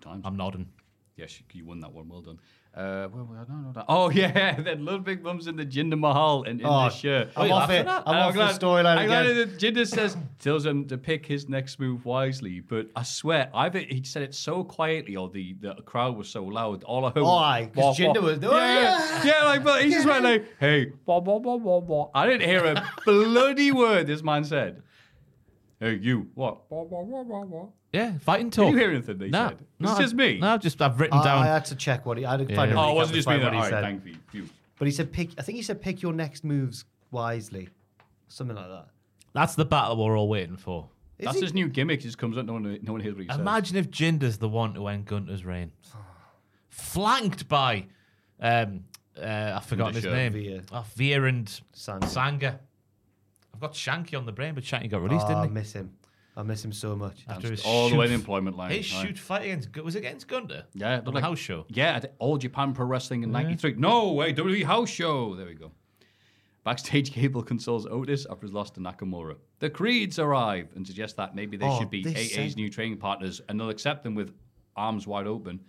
times.
I'm nodding.
Yes, you- you won that one. Well done. Uh, where were I? No, no, no. Oh [laughs] yeah, then Ludwig comes in the Jinder Mahal and in
Oh,
the shirt.
I'm
Wait,
off
after
it.
that?
I'm
And
off the storyline
I'm glad
again.
that Jinder says tells him to pick his next move wisely, but I swear, either he said it so quietly or the, the crowd was so loud. All I heard.
Oh,
was,
aye, 'cause
"Wah, wah."
Jinder was-
yeah, yeah, like but he just went
[laughs]
like, hey, wah, wah, wah, wah, wah. I didn't hear a bloody word this man said. Hey, you what? Wah, wah, wah, wah, wah.
Yeah, fighting talk.
Did you hear anything they
no,
said?
no,
it's just
I-
me.
No, I've just I've written
I,
down.
I had to check what he. I had to find.
Yeah.
a
Oh,
recap
it wasn't
to
just me.
find
Then.
what he
All right,
said.
thank you. you.
But he said pick. I think he said pick your next moves wisely, something like that.
That's the battle we're all waiting for.
Is
That's
he-
his new gimmick. He just comes up, no one, no one hears what he says.
Imagine if Jinder's the one to end Gunter's reign, flanked by, um, uh, I've forgotten his
Undershirt.
name,
Veer.
Oh, Veer and
Sanga.
I've got Shanky on the brain, but Shanky got released,
[laughs] Oh,
Ah,
didn't
I
he?
miss him. I miss him so much.
After his
all the way to
shoot-
employment line.
His
Aye.
shoot fight against Gun- was it against Gunter.
Yeah, it
on
looked
the house show.
Yeah, at All Japan Pro Wrestling in '93. No way, WWE house show. There we go. Backstage, [laughs] Cable consoles Otis after his loss to Nakamura. The Creeds arrive and suggest that maybe they
Oh,
should be
this
AA's
sent-
new training partners, and they'll accept them with arms wide open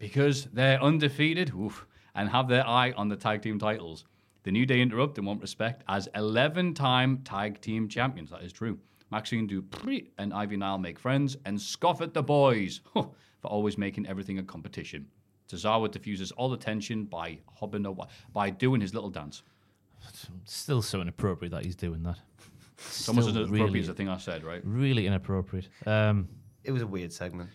because they're undefeated oof, and have their eye on the tag team titles. The New Day interrupt in one respect as 11 time tag team champions. That is true. Maxine Dupree and Ivy Nile make friends and scoff at the boys [laughs] huh, for always making everything a competition. Tazawa diffuses all the tension by hobbing awa- by doing his little dance.
Still so inappropriate that he's doing that.
It's almost as
Still
appropriate
really-
as the thing I said, right?
Really inappropriate. Um,
It was a weird segment.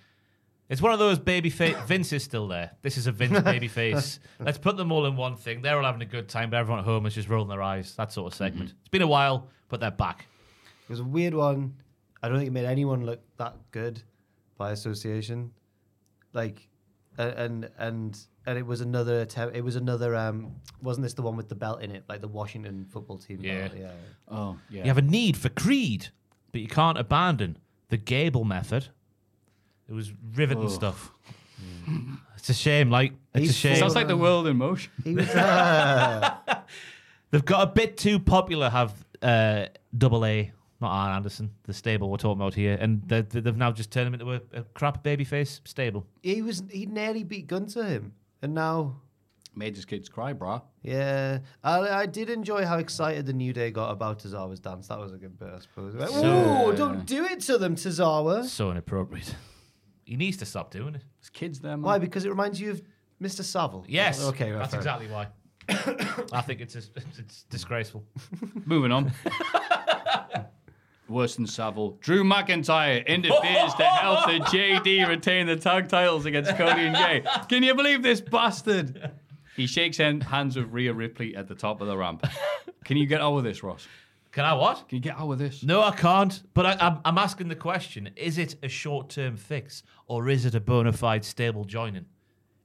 It's one of those baby face. Vince is still there. This is a Vince baby face. Let's put them all in one thing. They're all having a good time, but everyone at home is just rolling their eyes. That sort of segment. It's been a while, but they're back.
It was a weird one. I don't think it made anyone look that good by association. Like, a- and and and it was another attempt. It was another. Um, wasn't this the one with the belt in it, like the Washington football team?
Yeah.
belt? yeah.
Oh, yeah.
You have a need for creed, but you can't abandon the Gable method. It was riveting
Ugh.
stuff. It's a shame. Like it's a
He's
shame.
Sounds like the world in motion.
He was. Uh, [laughs]
They've got a bit too popular. Have uh, double A, not Arn Anderson, the stable we're talking about here, and they- they- they've now just turned him into a, a crap babyface stable.
he was. He nearly beat Gunter him, and now.
Made his kids cry, brah.
Yeah, I, I did enjoy how excited the new day got about Tazawa's dance. That was a good bit, I suppose. Like,
So-
Ooh, don't do it to them, Tazawa.
So inappropriate. He needs to stop doing it.
His kids there, man.
Why? Because it reminds you of Mr. Savile.
Yes.
Okay. right,
That's
fair.
exactly why. [coughs] I think it's just, it's disgraceful.
Moving on. [laughs] Worse than Savile. Drew McIntyre interferes to help [laughs] the JD retain the tag titles against Cody and Jay. Can you believe this bastard? He shakes hand- hands with Rhea Ripley at the top of the ramp. Can you get out of this, Ross?
Can I what?
Can you get out of this?
No, I can't. But I, I'm, I'm asking the question: Is it a short-term fix, or is it a bona fide stable joining?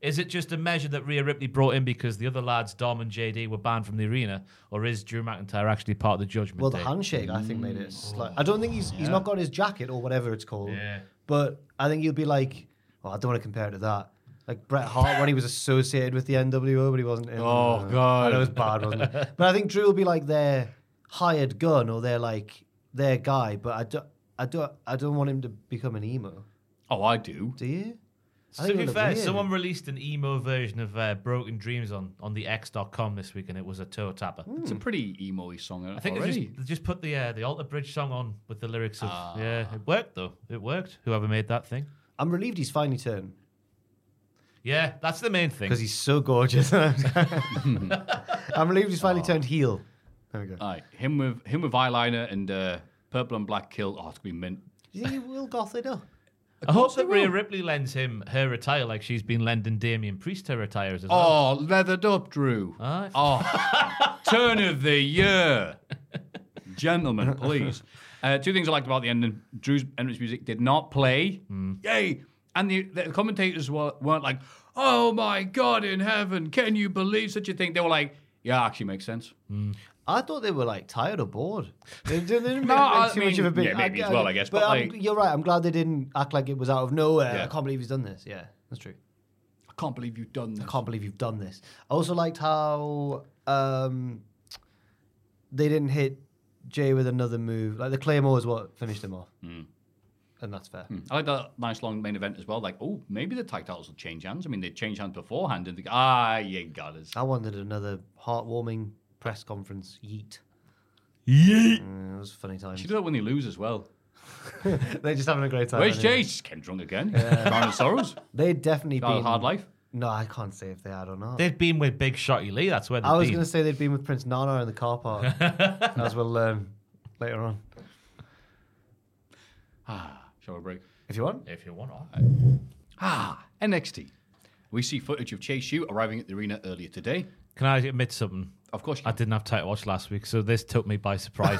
Is it just a measure that Rhea Ripley brought in because the other lads, Dom and JD, were banned from the arena, or is Drew McIntyre actually part of the judgment?
Well, the
Day?
handshake, I think, made it. Slight. I don't think he's he's not got his jacket or whatever it's called.
Yeah.
But I think you'd be like, oh, I don't want to compare it to that. Like Bret Hart when he was associated with the NWO, but he wasn't. In,
Oh,
I know it was bad, wasn't it? But I think Drew will be like their hired gun or their like their guy. But I don't, I don't, I don't want him to become an emo.
Oh, I do.
Do you?
to
I think it
be
would look
fair,
weird.
someone released an emo version of uh, Broken Dreams on, on the X.com this week, and it was a toe tapper.
Hmm.
It's a pretty emo song
I think they
already.
just, they just put the uh, the Alter Bridge song on with the lyrics of
Ah.
yeah. It worked though. It worked. Whoever made that thing.
I'm relieved he's finally turned
Yeah, that's the main thing.
because he's so gorgeous. [laughs] I'm relieved he's finally turned heel. There we go.
Aye, him with him with eyeliner and uh, purple and black kilt. Oh, it's gonna be mint.
Do you think he will goth it up?
I hope that Rhea Ripley lends him her attire like she's been lending Damien Priest her attires as well.
Oh, leathered up, Drew.
Aye.
Oh, turn of the year.
[laughs]
Gentlemen, please. Uh, two things I liked about the ending Drew's entrance music did not play.
Hmm.
Yay! And the, the commentators were, weren't like, oh my God in heaven, can you believe such a thing? They were like, yeah, actually makes sense.
I thought they were like tired or bored. They didn't, they
[laughs]
didn't
No,
make
I
too
mean,
much of a big.
yeah, maybe as well, I guess, but
I'm-
like-
you're right. I'm glad they didn't act like it was out of nowhere.
Yeah.
I can't believe he's done this. Yeah, that's true.
I can't believe you've done this.
I can't believe you've done this. I also liked how um, they didn't hit Jay with another move. Like the claymore is what finished him off, and that's fair.
I like that nice long main event as well. Like, oh, maybe the tag titles will change hands. I mean, they changed hands beforehand and think, ah, you got us.
I wanted another heartwarming press conference. Yeet.
Yeet.
Mm, it was funny times. [laughs]
Should do that when they lose as well.
They're just having a great time.
Where's
anyway.
Jay? Just came drunk again. [laughs] Crown of
[laughs]
Sorrows.
They'd definitely
Got a
been
hard life.
No, I can't say if they had or not.
They've been with Big Shotty Lee. That's where they've
I was
been.
going to say they'd been with Prince Nana in the car park, as we'll learn later on. Ah.
[sighs] Shall we break?
If you want.
If you want,
Ah, NXT. We see footage of Chase Hugh arriving at the arena earlier today.
can I admit something?
Of course,
I didn't have time to watch last week, so this took me by surprise.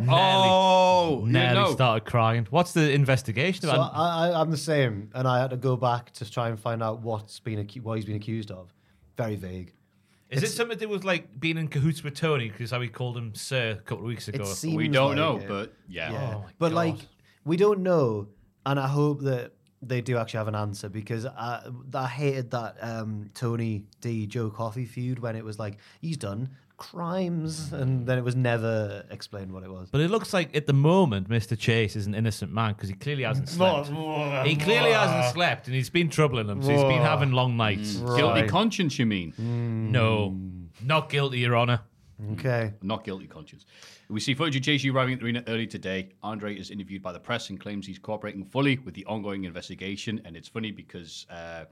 Now,
oh, you
nearly
know.
started crying. What's the investigation
So
about?
I, I, I'm the same, and I had to go back to try and find out what's been acu- what he's been accused of. Very vague.
Is it something to do with like being in cahoots with Tony? Because how we called him Sir a couple of weeks ago.
It seems like it.
Oh my
but
God.
like we don't know, and I hope that they do actually have an answer because I I hated that um, Tony D Joe Coffee feud when it was like he's done crimes, and then it was never explained what it was.
But it looks like at the moment, Mr. Chase is an innocent man because he clearly hasn't slept. he clearly hasn't slept, and he's been troubling him. So he's been having long nights.
Guilty conscience, you mean?
Mm.
No, not guilty, Your Honor. Mm.
Okay.
Not guilty conscience. We see footage of JC arriving at the arena early today. Andre is interviewed by the press and claims he's cooperating fully with the ongoing investigation. And it's funny because uh,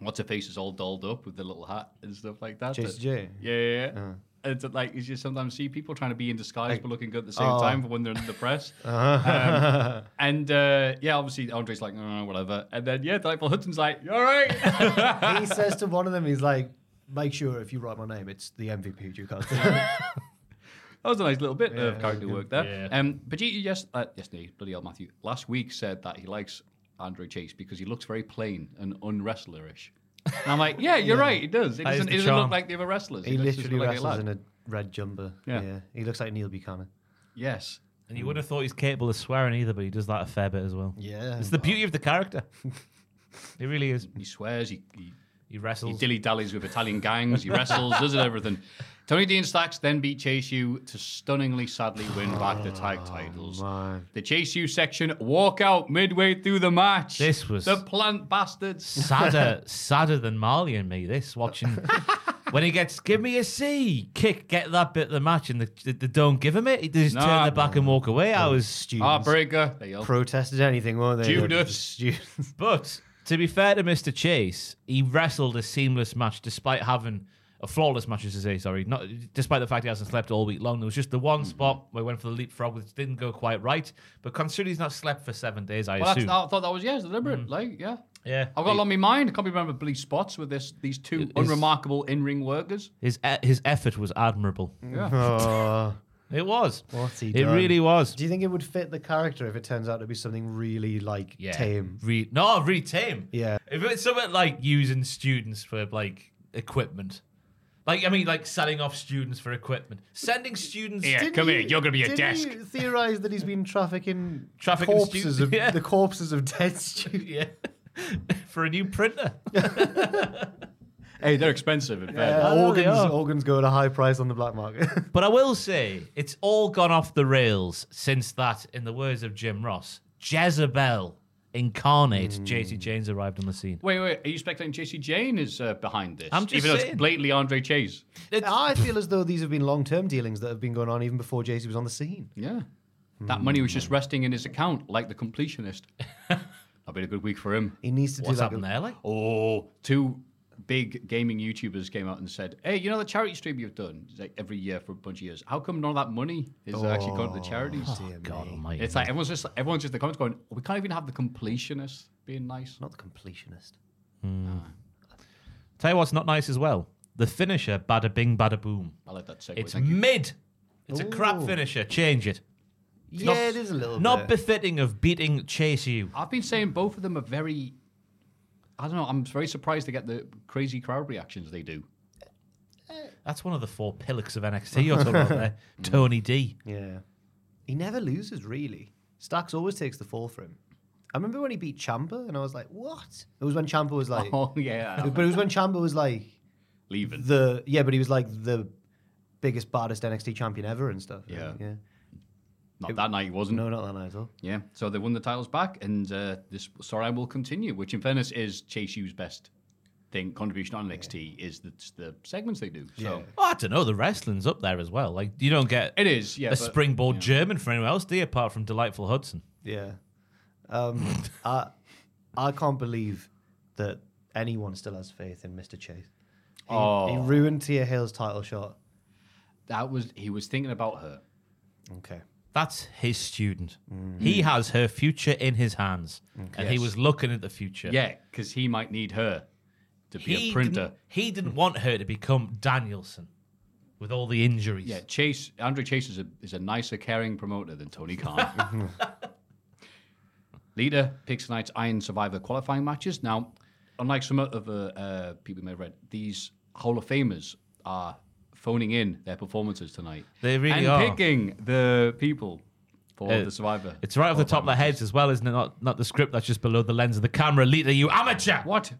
what's her face is all dolled up with the little hat and stuff like that.
JC J.
Yeah, yeah. yeah.
Uh-huh.
It's like you just sometimes see people trying to be in disguise but looking good at the same
Oh.
time for when they're in the press.
[laughs] Uh-huh.
Um, and uh, yeah, obviously Andre's like, "Uh, whatever. And then yeah, Deadpool Hudson's like, "You all [laughs] right.
he says to one of them, he's like, "Make sure if you write my name, it's the MVP you can't do it."
That was a nice little bit
Yeah,
of
that
character
was
work
good.
there. Um, but you, you- yes, uh, yesterday, bloody hell, Matthew, last week said that he likes Andre Chase because he looks very plain and unwrestlerish. And I'm like, yeah, you're
[laughs] Yeah.
right, he does. It
That is
doesn't,
the
it doesn't look
charm.
like the other wrestlers.
He
looks just
literally
like a
wrestles
lad.
in a red jumper.
Yeah.
Yeah. he looks like Neil Buchanan.
Yes.
And you wouldn't have thought he's capable of swearing either, but he does that a fair bit as well.
Yeah.
It's the beauty of the character. It really is.
He swears, he, he,
he wrestles.
He dilly dallies with Italian gangs, he wrestles, does it everything. Tony Dean Stacks then beat Chase U to stunningly, sadly win back the
Oh,
tag titles. The Chase U section walk out midway through the match.
This was-
the plant bastards. [laughs]
sadder, sadder than Marley and me. This watching when he gets give me a C kick, get that bit of the match, and they, they don't give him it. They just
Nah.
turn their back and walk away. I was stupid.
Heartbreaker. There you go.
Protested anything, weren't they?
Ah,
[laughs]
Judas.
But to be fair to Mr. Chase, he wrestled a seamless match despite having a flawless match, as I say, sorry. Not despite the fact he hasn't slept all week long. There was just the
Mm-hmm.
one spot where he went for the leapfrog, which didn't go quite right. But considering he's not slept for seven days, I
well, that's,
assume.
I thought that was yes,
Mm.
deliberate. Like, yeah,
yeah.
I've got a lot on my mind. I can't remember bloody spots with this. These two unremarkable in-ring workers.
His e- his effort was admirable.
[laughs] Yeah. [laughs]
Oh,
It was.
what's he
It
done?
really was.
Do you think it would fit the character if it turns out to be something really like
Yeah.
tame?
Re- no, re-tame.
Yeah.
If it's something like using students for like equipment, like I mean, like selling off students for equipment, sending students.
Yeah,
Didn't
come here.
you-
You're gonna be a
didn't
desk.
you theorize that he's been trafficking
Trafficking
corpses
stu-
of
yeah.
the corpses of dead
[laughs]
students?
yeah. [laughs] for a new printer.
Hey, they're expensive. In fairness.
I know they
organs,
are.
organs go at a high price on the
[laughs]
black market.
But I will say, it's all gone off the rails since that, in the words of Jim Ross, Jezebel incarnate
Mm.
JC James arrived on the scene.
Wait, wait. Are you speculating JC Jane is uh, behind this?
I'm just
even though
saying.
it's blatantly Andre Chase.
I feel as though these have been long-term dealings that have been going on even before JC was on the scene.
Yeah. That money was just resting in his account, like the completionist. That'd been a good week for him.
He needs to
What's
do like
happened
a-
there, like?
Oh, two big gaming YouTubers came out and said, "Hey, you know the charity stream you've done it's like every year for a bunch of years. How come none of that money is actually going to the charities?"
Oh, God almighty.
It's like everyone's just everyone's just in the comments going, "We can't even have the completionist being nice."
Not the completionist.
Tell you what's not nice as well. The finisher, bada bing, bada boom.
I like that segue.
It's
Thank you.
mid. It's a crap
Oh, Ooh.
finisher. Change it.
Yeah,
Not-
it is a little
Not
bit.
befitting of beating Chase U.
I've been saying both of them are very. I don't know. I'm very surprised they get the crazy crowd reactions they do. [laughs]
That's one of the four pillars of NXT you're talking about
[laughs]
there.
Mm.
Tony D.
yeah. He never loses, really. Stacks always takes the fall for him. I remember when he beat Champa, and I was like, "What?" It was when Champa was like,
Oh yeah,
but it was when Champa was like
leaving.
the yeah, but he was like the biggest baddest NXT champion ever and stuff.
Yeah.
yeah.
Not that night he wasn't.
No, not that night at all.
Yeah, so they won the titles back, and uh, this sorry will continue, which in fairness is Chase U's best thing contribution on NXT is the, the segments they do. So
Oh, I don't know. The wrestling's up there as well. Like you don't get
it is, yeah.
a
but-
springboard German for anyone else, do you? Apart from delightful Hudson.
Yeah. Um, [laughs] I I can't believe that anyone still has faith in Mr. Chase. He, he
Oh,
ruined Tia Hill's title shot.
that was he was thinking about her.
Okay.
That's his student. He has her future in his hands, and he
Mm. Yes.
was looking at the future.
Yeah, because he might need her to be
he
a printer.
Didn't, he didn't want her to become Danielson. with all the injuries.
Yeah, Chase Andre Chase is a is a nicer, caring promoter than
[laughs]
Tony Khan. Leader picks tonight's Iron Survivor qualifying matches. Now, unlike some other uh, people you may have read, these Hall of Famers are phoning in their performances tonight.
They really
and
are.
picking the people for
Uh,
the Survivor.
It's right off the top of their heads as well, isn't it? Not not the script that's just below the lens of the camera. Leader, you amateur.
What?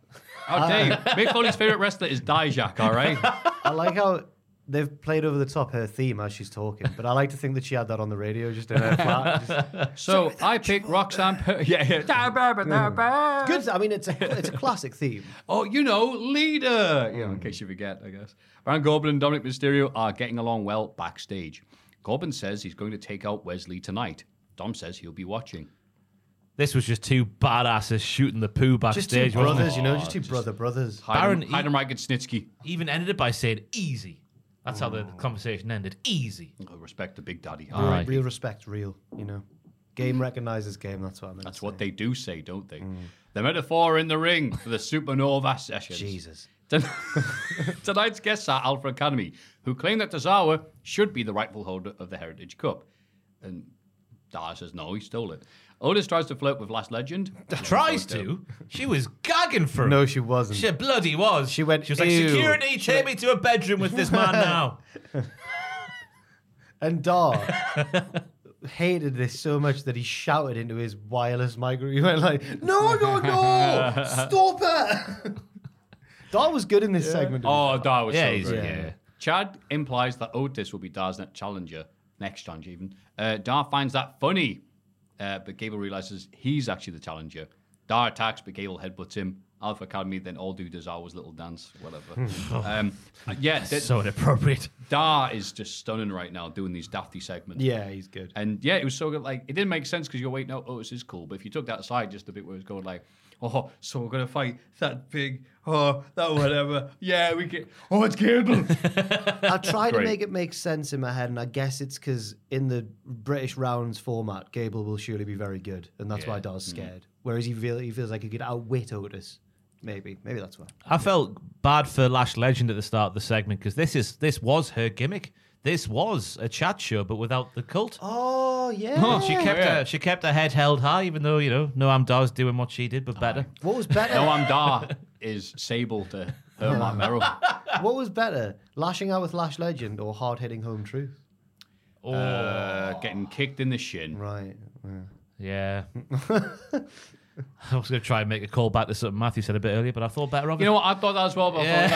How dare you?
[laughs]
Mick Foley's favorite wrestler is Dijak. All right.
I like how they've played over the top her theme as she's talking, but I like to think that she had that on the radio just in her flat. Just-
So I pick Roxanne. Per- yeah, [laughs] yeah.
Good. I mean, it's a it's a classic theme.
Oh, you know, leader. You know, in case you forget, I guess. Baron Corbin and Dominic Mysterio are getting along well backstage. Corbin says he's going to take out Wesley tonight. Dom says he'll be watching.
This was just two badasses shooting the poo
Just two
backstage. wasn't
brothers,
it?
you know, just two brother brothers.
Baron,
Baron Heidenreich and Snitsky.
even ended it by saying easy. That's how the conversation ended. Easy.
Oh, Respect to Big Daddy.
Real,
R.I.P.
real respect, real. You know, game recognizes game. That's what I meant.
That's what they do say, don't they? The metaphor in the ring for the [laughs] supernova sessions.
Jesus.
Ton- [laughs] Tonight's guests are Alpha Academy, who claim that Tozawa should be the rightful holder of the Heritage Cup. And Dara says, no, he stole it. Otis tries to flirt with Last Legend.
[laughs] Tries to. She was gagging
[laughs]
for him.
No, she wasn't.
She bloody was. She
went,
She was like,
"Ew."
security, take me to a bedroom with this
[laughs]
man now.
And Dar hated this so much that he shouted into his wireless microphone. He went like, "No, no, no! Stop it!" [laughs] Dar was good in this segment.
Oh, Dar was
Yeah,
so
he's-
great.
yeah.
Chad implies that Otis will be Dar's next challenger, next challenge even. Uh, Dar finds that funny, uh, but Gable realizes he's actually the challenger. Dar attacks, but Gable headbutts him. Alpha Academy then all do Tozawa's little dance,
[laughs]
whatever. um, yeah, th-
so inappropriate.
Dar is just stunning right now doing these dafty segments.
Yeah, he's good.
And yeah, it was so good. Like, it didn't make sense because you're waiting, oh, oh, this is cool. But if you took that aside, just the bit where it's going, like, oh, so we're going to fight that big, oh, that whatever. [laughs] yeah, we can. Oh, it's
[laughs]
Gable. [laughs]
I try to
Great.
make it make sense in my head, and I guess it's because in the British rounds format, Gable will surely be very good, and that's why Dar's
Hmm.
scared. Whereas he, feel, he feels like he could outwit Otis. Maybe, maybe that's why.
I felt bad for Lash Legend at the start of the segment because this is this was her gimmick. This was a chat show, but without the cult.
Oh yeah.
She kept her she kept her head held high, even though you know Noam Dar's doing what she did, but better.
What was better?
no, I'm Dar is Sable to her Mark
[laughs]
Merrill.
What was better, lashing out with Lash Legend or hard hitting Home Truth?
Oh
Uh, getting kicked in the shin.
Right. [laughs]
yeah. I was going to try and make a call back to something Matthew said a bit earlier, but I thought better of it.
You know what? I thought that as well, but I thought,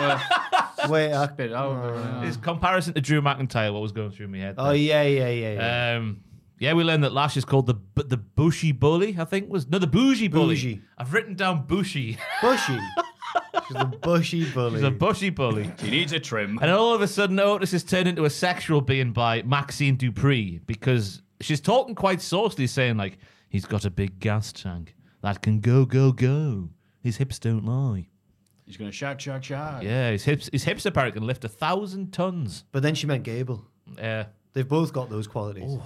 yeah, it's not
Wait. uh, I, [laughs]
worth it. Oh,
His comparison to Drew McIntyre, what was going through my head.
oh
there.
yeah, yeah, yeah. yeah.
Um, yeah, we learned that Lash is called the bu- the Bushy Bully. I think was no the Bougie Bully.
Bougie.
I've written down Bushy. [laughs]
Uh,
bushy. She's
[laughs]
a bushy bully.
He's a Bushy Bully.
he needs a trim.
and all of a sudden, Otis is turned into a sexual being by Maxine Dupree because she's talking quite saucily, saying like, "He's got a big gas tank that can go go go. His hips don't lie."
He's going to shout, shout, shout.
Yeah, his hips his hips apparently can lift a thousand tons.
but then she meant Gable.
Uh,
They've both got those qualities.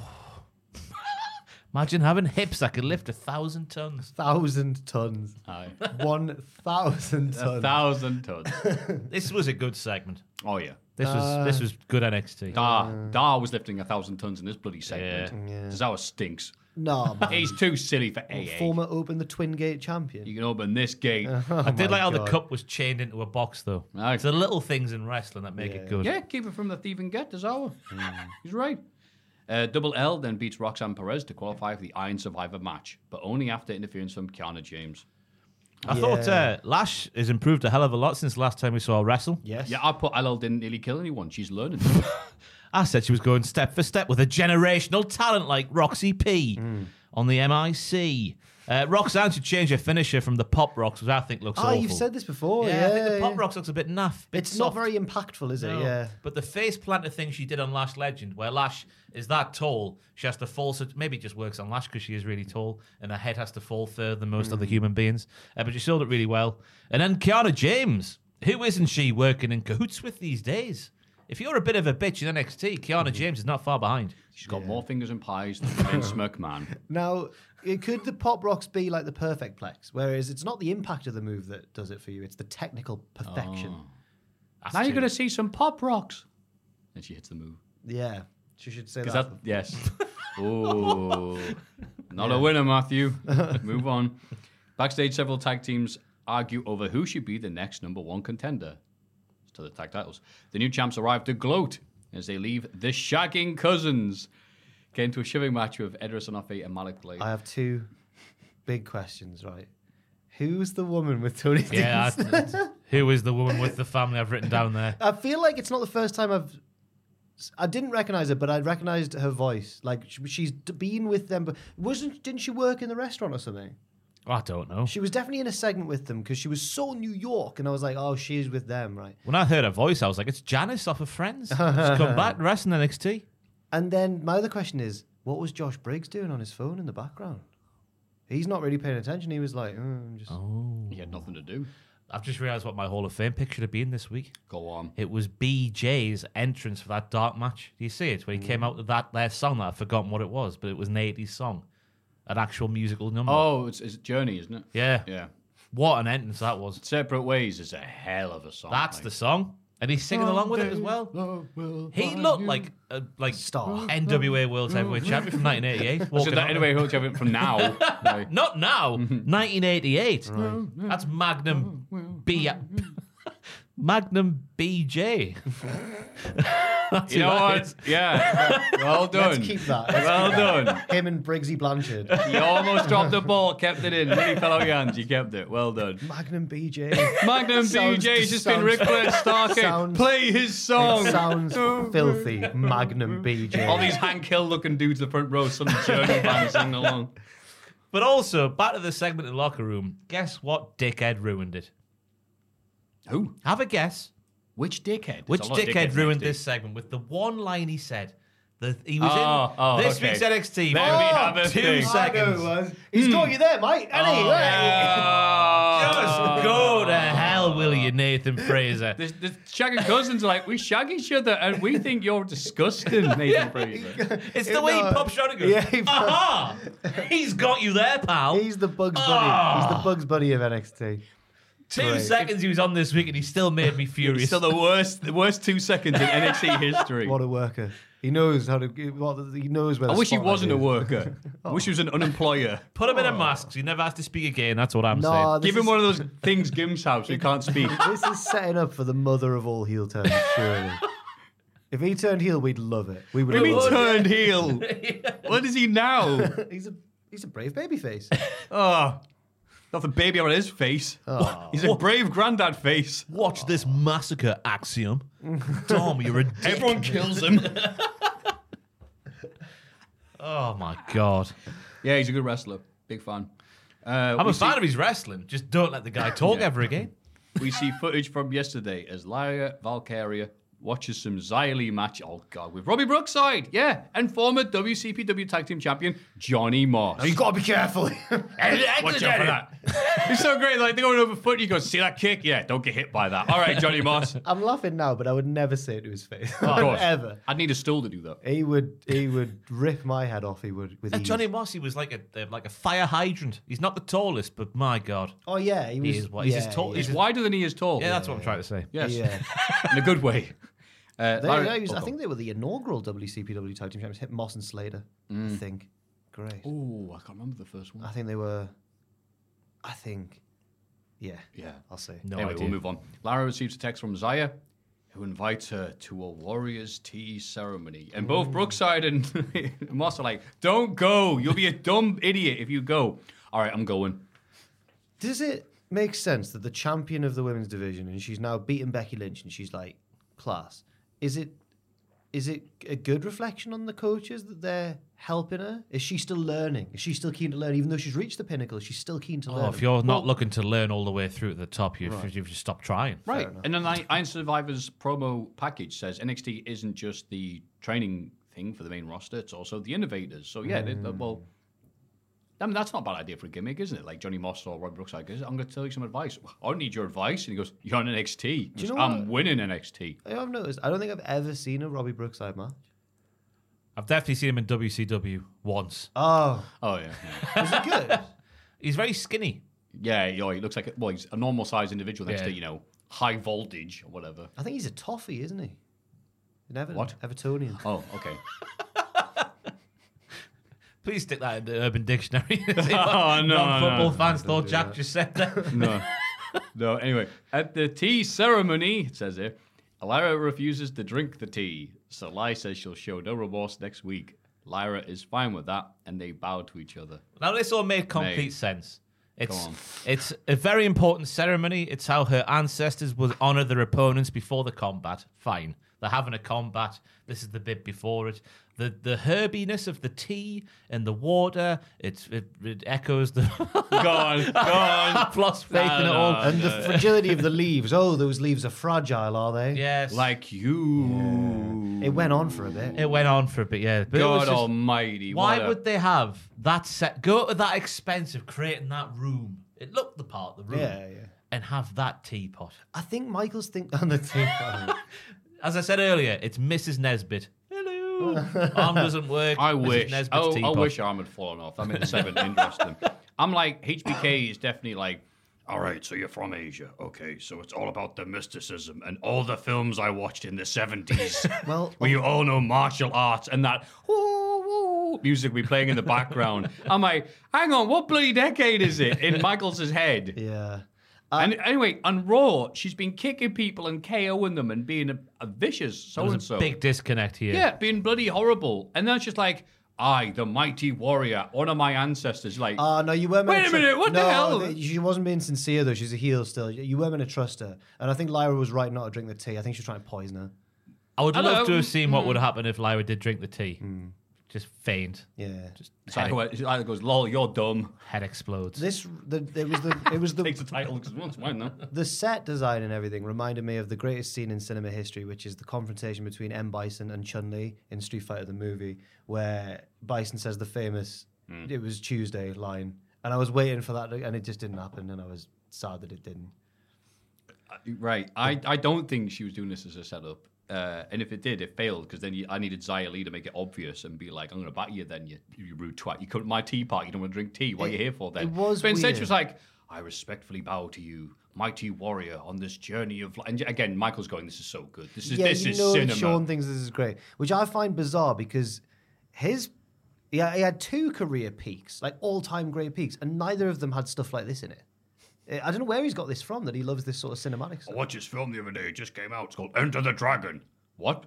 imagine having hips that can lift a thousand tons.
Thousand tons.
[laughs] Aye.
One thousand
A
tons.
thousand tons.
[laughs]
This was a good segment.
Oh, yeah.
This was
Uh,
this was good NXT.
Dar, Dar was lifting a thousand tons in this bloody segment.
Yeah. Yeah.
Tozawa stinks.
[laughs]
Nah, man.
He's too silly for AA.
Former Uh-huh. Open the Twin Gate
You
champion.
can open this gate.
I did
Oh my
like how the
God.
cup was chained into a box, though.
Aye.
It's the little things in wrestling that make it good.
yeah, keep it from the thief and get Tozawa.
Hmm.
He's right. Uh, Double L then beats Roxanne Perez to qualify for the Iron Survivor match, but only after interference from Kiana James.
I thought uh, Lash has improved a hell of a lot since the last time we saw her wrestle.
Yes.
Yeah, I put LL didn't nearly kill anyone. She's learning.
I said she was going step for step with a generational talent like Roxy P
Mm.
on the MIC. Uh, Roxanne should change her finisher from the Pop Rocks, which I think looks
Ah,
awful.
you've said this before.
yeah,
Yeah.
I think the Pop
yeah.
Rocks looks a bit naff. bit
It's not
soft.
very impactful, is it?
No.
Yeah.
But the face planter thing she did on Lash Legend, where Lash is that tall, she has to fall. So maybe it just works on Lash because she is really tall, and her head has to fall further than most
Mm.
other human beings. Uh, but she sold it really well. And then Kiana James, who isn't she working in cahoots with these days? If you're a bit of a bitch in NXT, Kiana
Mm-hmm.
James is not far behind.
She's got more fingers and pies than
[laughs]
Vince McMahon.
Now, it- could the pop rocks be like the perfect plex? Whereas it's not the impact of the move
Oh.
that does it for you; it's the technical perfection.
now you're going to see some pop rocks. and she hits the move.
Yeah, she should say that.
Because that, [laughs] yes. Oh, not a winner, Matthew. Move on. Backstage, several tag teams argue over who should be the next number one contender to the tag titles. The new champs arrive to gloat as they leave the shagging cousins. Get into a shivering match with Edris Anafi and Malik Blade.
I have two big questions, right? Who's the woman with Tony
Yeah,
Dean's?
I- who is the woman with the family I've written down there?
I feel like it's not the first time I've. I didn't recognize her, but I recognized her voice. Like sh- she's d- been with them, but wasn't? Didn't she work in the restaurant or something?
I don't know.
She was definitely in a segment with them because she was so New York, and I was like, oh, she's with them, right?
When I heard her voice, I was like, it's Janice off of Friends. She's come
[laughs]
back, rest in NXT.
And then my other question is, what was Josh Briggs doing on his phone in the background? He's not really paying attention. He was like, "Mm, I'm just
Oh.
He had nothing to do.
I've just realised what my Hall of Fame picture had been this week.
Go on.
It was BJ's entrance for that dark match. Do you see it? When he
Mm.
came out with that their song that I've forgotten what it was, but it was an 80s song, an actual musical number.
Oh, it's, it's Journey, isn't it?
Yeah.
Yeah.
What an entrance that was.
Separate Ways is a hell of a song.
That's
Oh, mate.
the song. And he's singing along with it as well. He looked like a like
Star.
NWA World Heavyweight Champion from
[laughs]
1988.
So
walking
that,
out
anyway, who'll jump in from now. No.
Not now.
Mm-hmm.
1988. That's Magnum B. [laughs] Magnum BJ. [laughs] That's
You
who
know
that
what?
is.
Yeah. Well done.
let's keep that. Let's
Well
keep that.
done.
Him and Briggsy Blanchard,
[laughs] You almost dropped the ball, kept it in. Really fell out your hands. You kept it. Well done.
Magnum BJ.
Magnum
Sounds-
BJ's just been
sounds-
Ric Flair stalking.
sounds-
Play his song. [laughs]
It sounds filthy. Magnum BJ.
All these Hank Hill looking dudes in the front row, some
[laughs]
journey band singing along.
But also, back to the segment in the locker room. Guess what dickhead ruined it?
Who?
Have a guess.
Which dickhead? There's
Which
a lot of
dickhead
dickheads
ruined
in NXT.
this segment with the one line he said? That he was
Oh,
in
oh,
this
okay.
week's NXT.
There
for
we have it,
Oh, two
thing.
I know it
seconds. Hmm.
was. He's got you there, mate. And he,
Oh, Ah.
Just go to hell, will you, Nathan Fraser?
The, the Shaggy cousins are like, we shag each other and we think you're
[laughs]
disgusting, Nathan Fraser.
It's the way he
No.
pops shot and goes,
Yeah, he-
aha! He's got you there, pal.
He's the Bugs Bunny. He's
Ah.
the Bugs Bunny of NXT.
Two
great.
seconds he was on this week and he still made me furious.
It's still the worst, the worst two seconds in NXT history.
What a worker. He knows how to. What, he knows where.
I
the
wish he
spotlight
wasn't a
is.
worker. I wish he was an unemployer.
Put him in a mask so he never has to speak again. That's what I'm
Nah,
saying.
this
Give him
is-
one of those things Gim's house who
[laughs]
can't speak.
This is setting up for the mother of all heel turns, surely. if he turned heel, we'd love it. We would.
What do
Oh,
you mean
love
turned heel?
[laughs]
What is he now?
it. He's a he's a brave baby face.
Oh, not the baby on his face.
Oh.
[laughs] He's a brave granddad face.
Watch this massacre, Axiom. Tom, you're a dick.
Everyone kills him.
[laughs] Oh my god.
yeah, he's a good wrestler. Big fan. Uh,
I'm
we
a fan
see-
of his wrestling. Just don't let the guy talk
Yeah.
ever again.
We see footage from yesterday as Lyra Valkyria watches some Xylee match. Oh god, with Robbie Brookside, yeah, and former WCPW Tag Team Champion Johnny Moss.
You've got to be careful.
Watch
[laughs]
out for
[laughs]
that. it's so great. Like they're going over foot. You go see that kick. Yeah, don't get hit by that. All right,
[laughs]
Johnny Moss. Of
I'm laughing now, but I would never say it to his face. [laughs]
course.
Ever.
I'd need a stool to do that.
He would he would rip my head off. He would with
And
ease.
Johnny Mossy was like a uh, like a fire hydrant. He's not the tallest, but my god.
Oh yeah, he was.
is what- he's
yeah,
as tall-
yeah.
He's wider than he is tall.
Yeah, that's what I'm trying to say.
Yes.
Yeah.
In a good [laughs] way. Uh,
They-
Larry-
they was-
oh,
I
go.
think they were the inaugural WCPW Tag Team Champions. Hit Moss and Slater.
Mm.
I think. Great.
Ooh, I can't remember the first one.
I think they were. I think. Yeah.
Yeah.
I'll say.
No
anyway,
idea.
we'll move on. Lara receives a text from Zaya, who invites her to a Warriors tea ceremony. And both Brookside and [laughs] Moss are like, don't go. You'll be a dumb idiot if you go. All right, I'm going.
Does it make sense that the champion of the women's division and she's now beaten Becky Lynch and she's like class? Is it is it a good reflection on the coaches that they're helping her? Is she still learning? Is she still keen to learn? Even though she's reached the pinnacle, she's still keen to learn.
Oh, if you're not looking to learn all the way through at the top, you've, you've just stopped trying.
Right. And then I- Iron Survivor's promo package says NXT isn't just the training thing for the main roster, it's also the innovators. So, yeah, they- they- well, I mean, that's not a bad idea for a gimmick, isn't it? Like Johnny Moss or Rob Brookside goes, I'm going to tell you some advice. I don't need your advice. And he goes, You're on NXT. He
you
goes,
know
I'm
what?
winning NXT.
I've noticed. I don't think I've ever seen a Robbie Brookside match.
I've definitely seen him in WCW once.
Oh,
Oh, yeah. yeah.
is
[laughs]
it good?
He's very skinny.
Yeah, yeah, he looks like a, well, he's a normal sized individual next
Yeah.
to, you know, high voltage or whatever.
I think he's a toffee, isn't he? In Everton.
What?
Evertonian.
Oh, okay.
Please stick that in the Urban Dictionary. [laughs]
[laughs] Oh, no, no,
Non-football
no.
fans
Don't
thought
do
Jack
that.
just said
[laughs]
that. [laughs]
no. No, anyway, at the tea ceremony, it says here, Lyra refuses to drink the tea, so Lai says she'll show no remorse next week. Lyra is fine with that, and they bow to each other.
Now this all made complete
Mate.
sense. It's
on.
it's a very important ceremony. It's how her ancestors would honor their opponents before the combat. Fine, they're having a combat. This is the bit before it. The the herbiness of the tea and the water. It's it, it echoes the. [laughs]
Go on, go on.
I've lost faith in it all.
[laughs] and the fragility of the leaves. Oh, those leaves are fragile, are they?
Yes.
[laughs] Like you.
It went on for a bit.
It went on for a bit, yeah. But it
God
was just-
almighty.
Why
what a-
would they have that set? Go to that expense of creating that room. It looked the part, the room.
Yeah, yeah.
And have that teapot.
I think Michael's think [laughs] on the teapot.
As I said earlier, it's Mrs. Nesbit.
[laughs]
Hello. Arm doesn't work.
I
Mrs.
wish.
Nesbit's
Oh, I
teapot.
wish arm had fallen off. I mean, this would interesting. I'm like HBK is definitely like. All right, so you're from Asia. Okay, so it's all about the mysticism and all the films I watched in
[laughs]
the 70s.
Well-
where you all know martial arts and that "Ooh, ooh," music we playing in
[laughs]
the background. I'm like, hang on, what bloody decade is it in Michaels' head?
yeah.
Uh,
and anyway, on Raw, she's been kicking people and KOing them and being a, a vicious so
There
and
was a
so.
big disconnect here.
Yeah, being bloody horrible. And then it's just like, I, the mighty warrior, one of my ancestors, like,
Uh,
Oh, no, you were meant
Wait
to
a minute, what the
no,
hell?
th- She wasn't being sincere, though. She's a heel still. You were meant to trust her. And I think Lyra was right not to drink the tea. I think she was trying to poison her.
I would
Hello. Mm.
love to have seen what would happen if Lyra did drink the tea. Just faint.
Yeah.
Just
it's
head,
like, well, it's like it goes, lol, you're dumb. [laughs]
head explodes.
This, the, it was the, it [laughs] was
Takes
the,
the title because well, it's mine now.
the set design and everything reminded me of the greatest scene in cinema history, which is the confrontation between M. Bison and Chun Li in Street Fighter the movie, where Bison says the famous
Hmm.
"It was Tuesday" line, and I was waiting for that, to- and it just didn't happen, and I was sad that it didn't.
Right. I, I don't think she was doing this as a setup. Uh, and if it did, it failed because then you, I needed Xia Li to make it obvious and be like, I'm going to bat you then, you, you rude twat. You come to my tea party, you don't want to drink tea. What are you
It-
here for then?
it was
But instead,
weird.
she was like, I respectfully bow to you, mighty warrior, on this journey of life. And again, Michael's going, This is so good. This is, this
you
is
know
cinema.
Sean thinks this is great, which I find bizarre because his yeah he had two career peaks, like all time great peaks, and neither of them had stuff like this in it. Eh, I I don't know where he's got this from that he loves this sort of
I
cinematic stuff.
watched this film the other day. It just came out. It's called Enter the Dragon. What?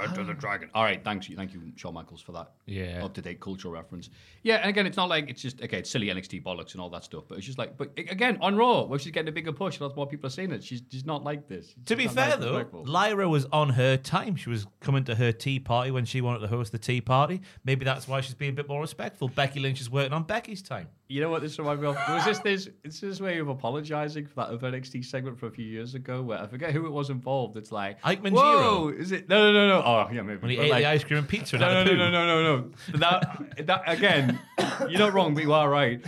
Enter the Dragon. All right, thanks you, thank you, Shawn Michaels, for that.
Yeah.
up to date cultural reference. Yeah, and again, it's not like it's just okay, it's silly NXT bollocks and all that stuff. But it's just like, but a- again, on Raw, where she's getting a bigger push, a lot more people are seeing it. She's she's not like this. She's
To be
not
fair,
nice and
though,
respectful.
Lyra was on her time. She was coming to her tea party when she wanted to host the tea party. Maybe that's why she's being a bit more respectful. Becky Lynch is working on Becky's time.
you know what this reminded me of? There was this this it's this way of apologizing for that of NXT segment from a few years ago where I forget who it was involved. It's like
Ike Mangiero.
Whoa, is it? No, no, no, no. Oh, yeah, maybe.
When he
But
ate
like-
the ice cream and pizza and
No,
had
no,
a
no,
poo.
no, no, no. But That, that again, you're not wrong, but you are right.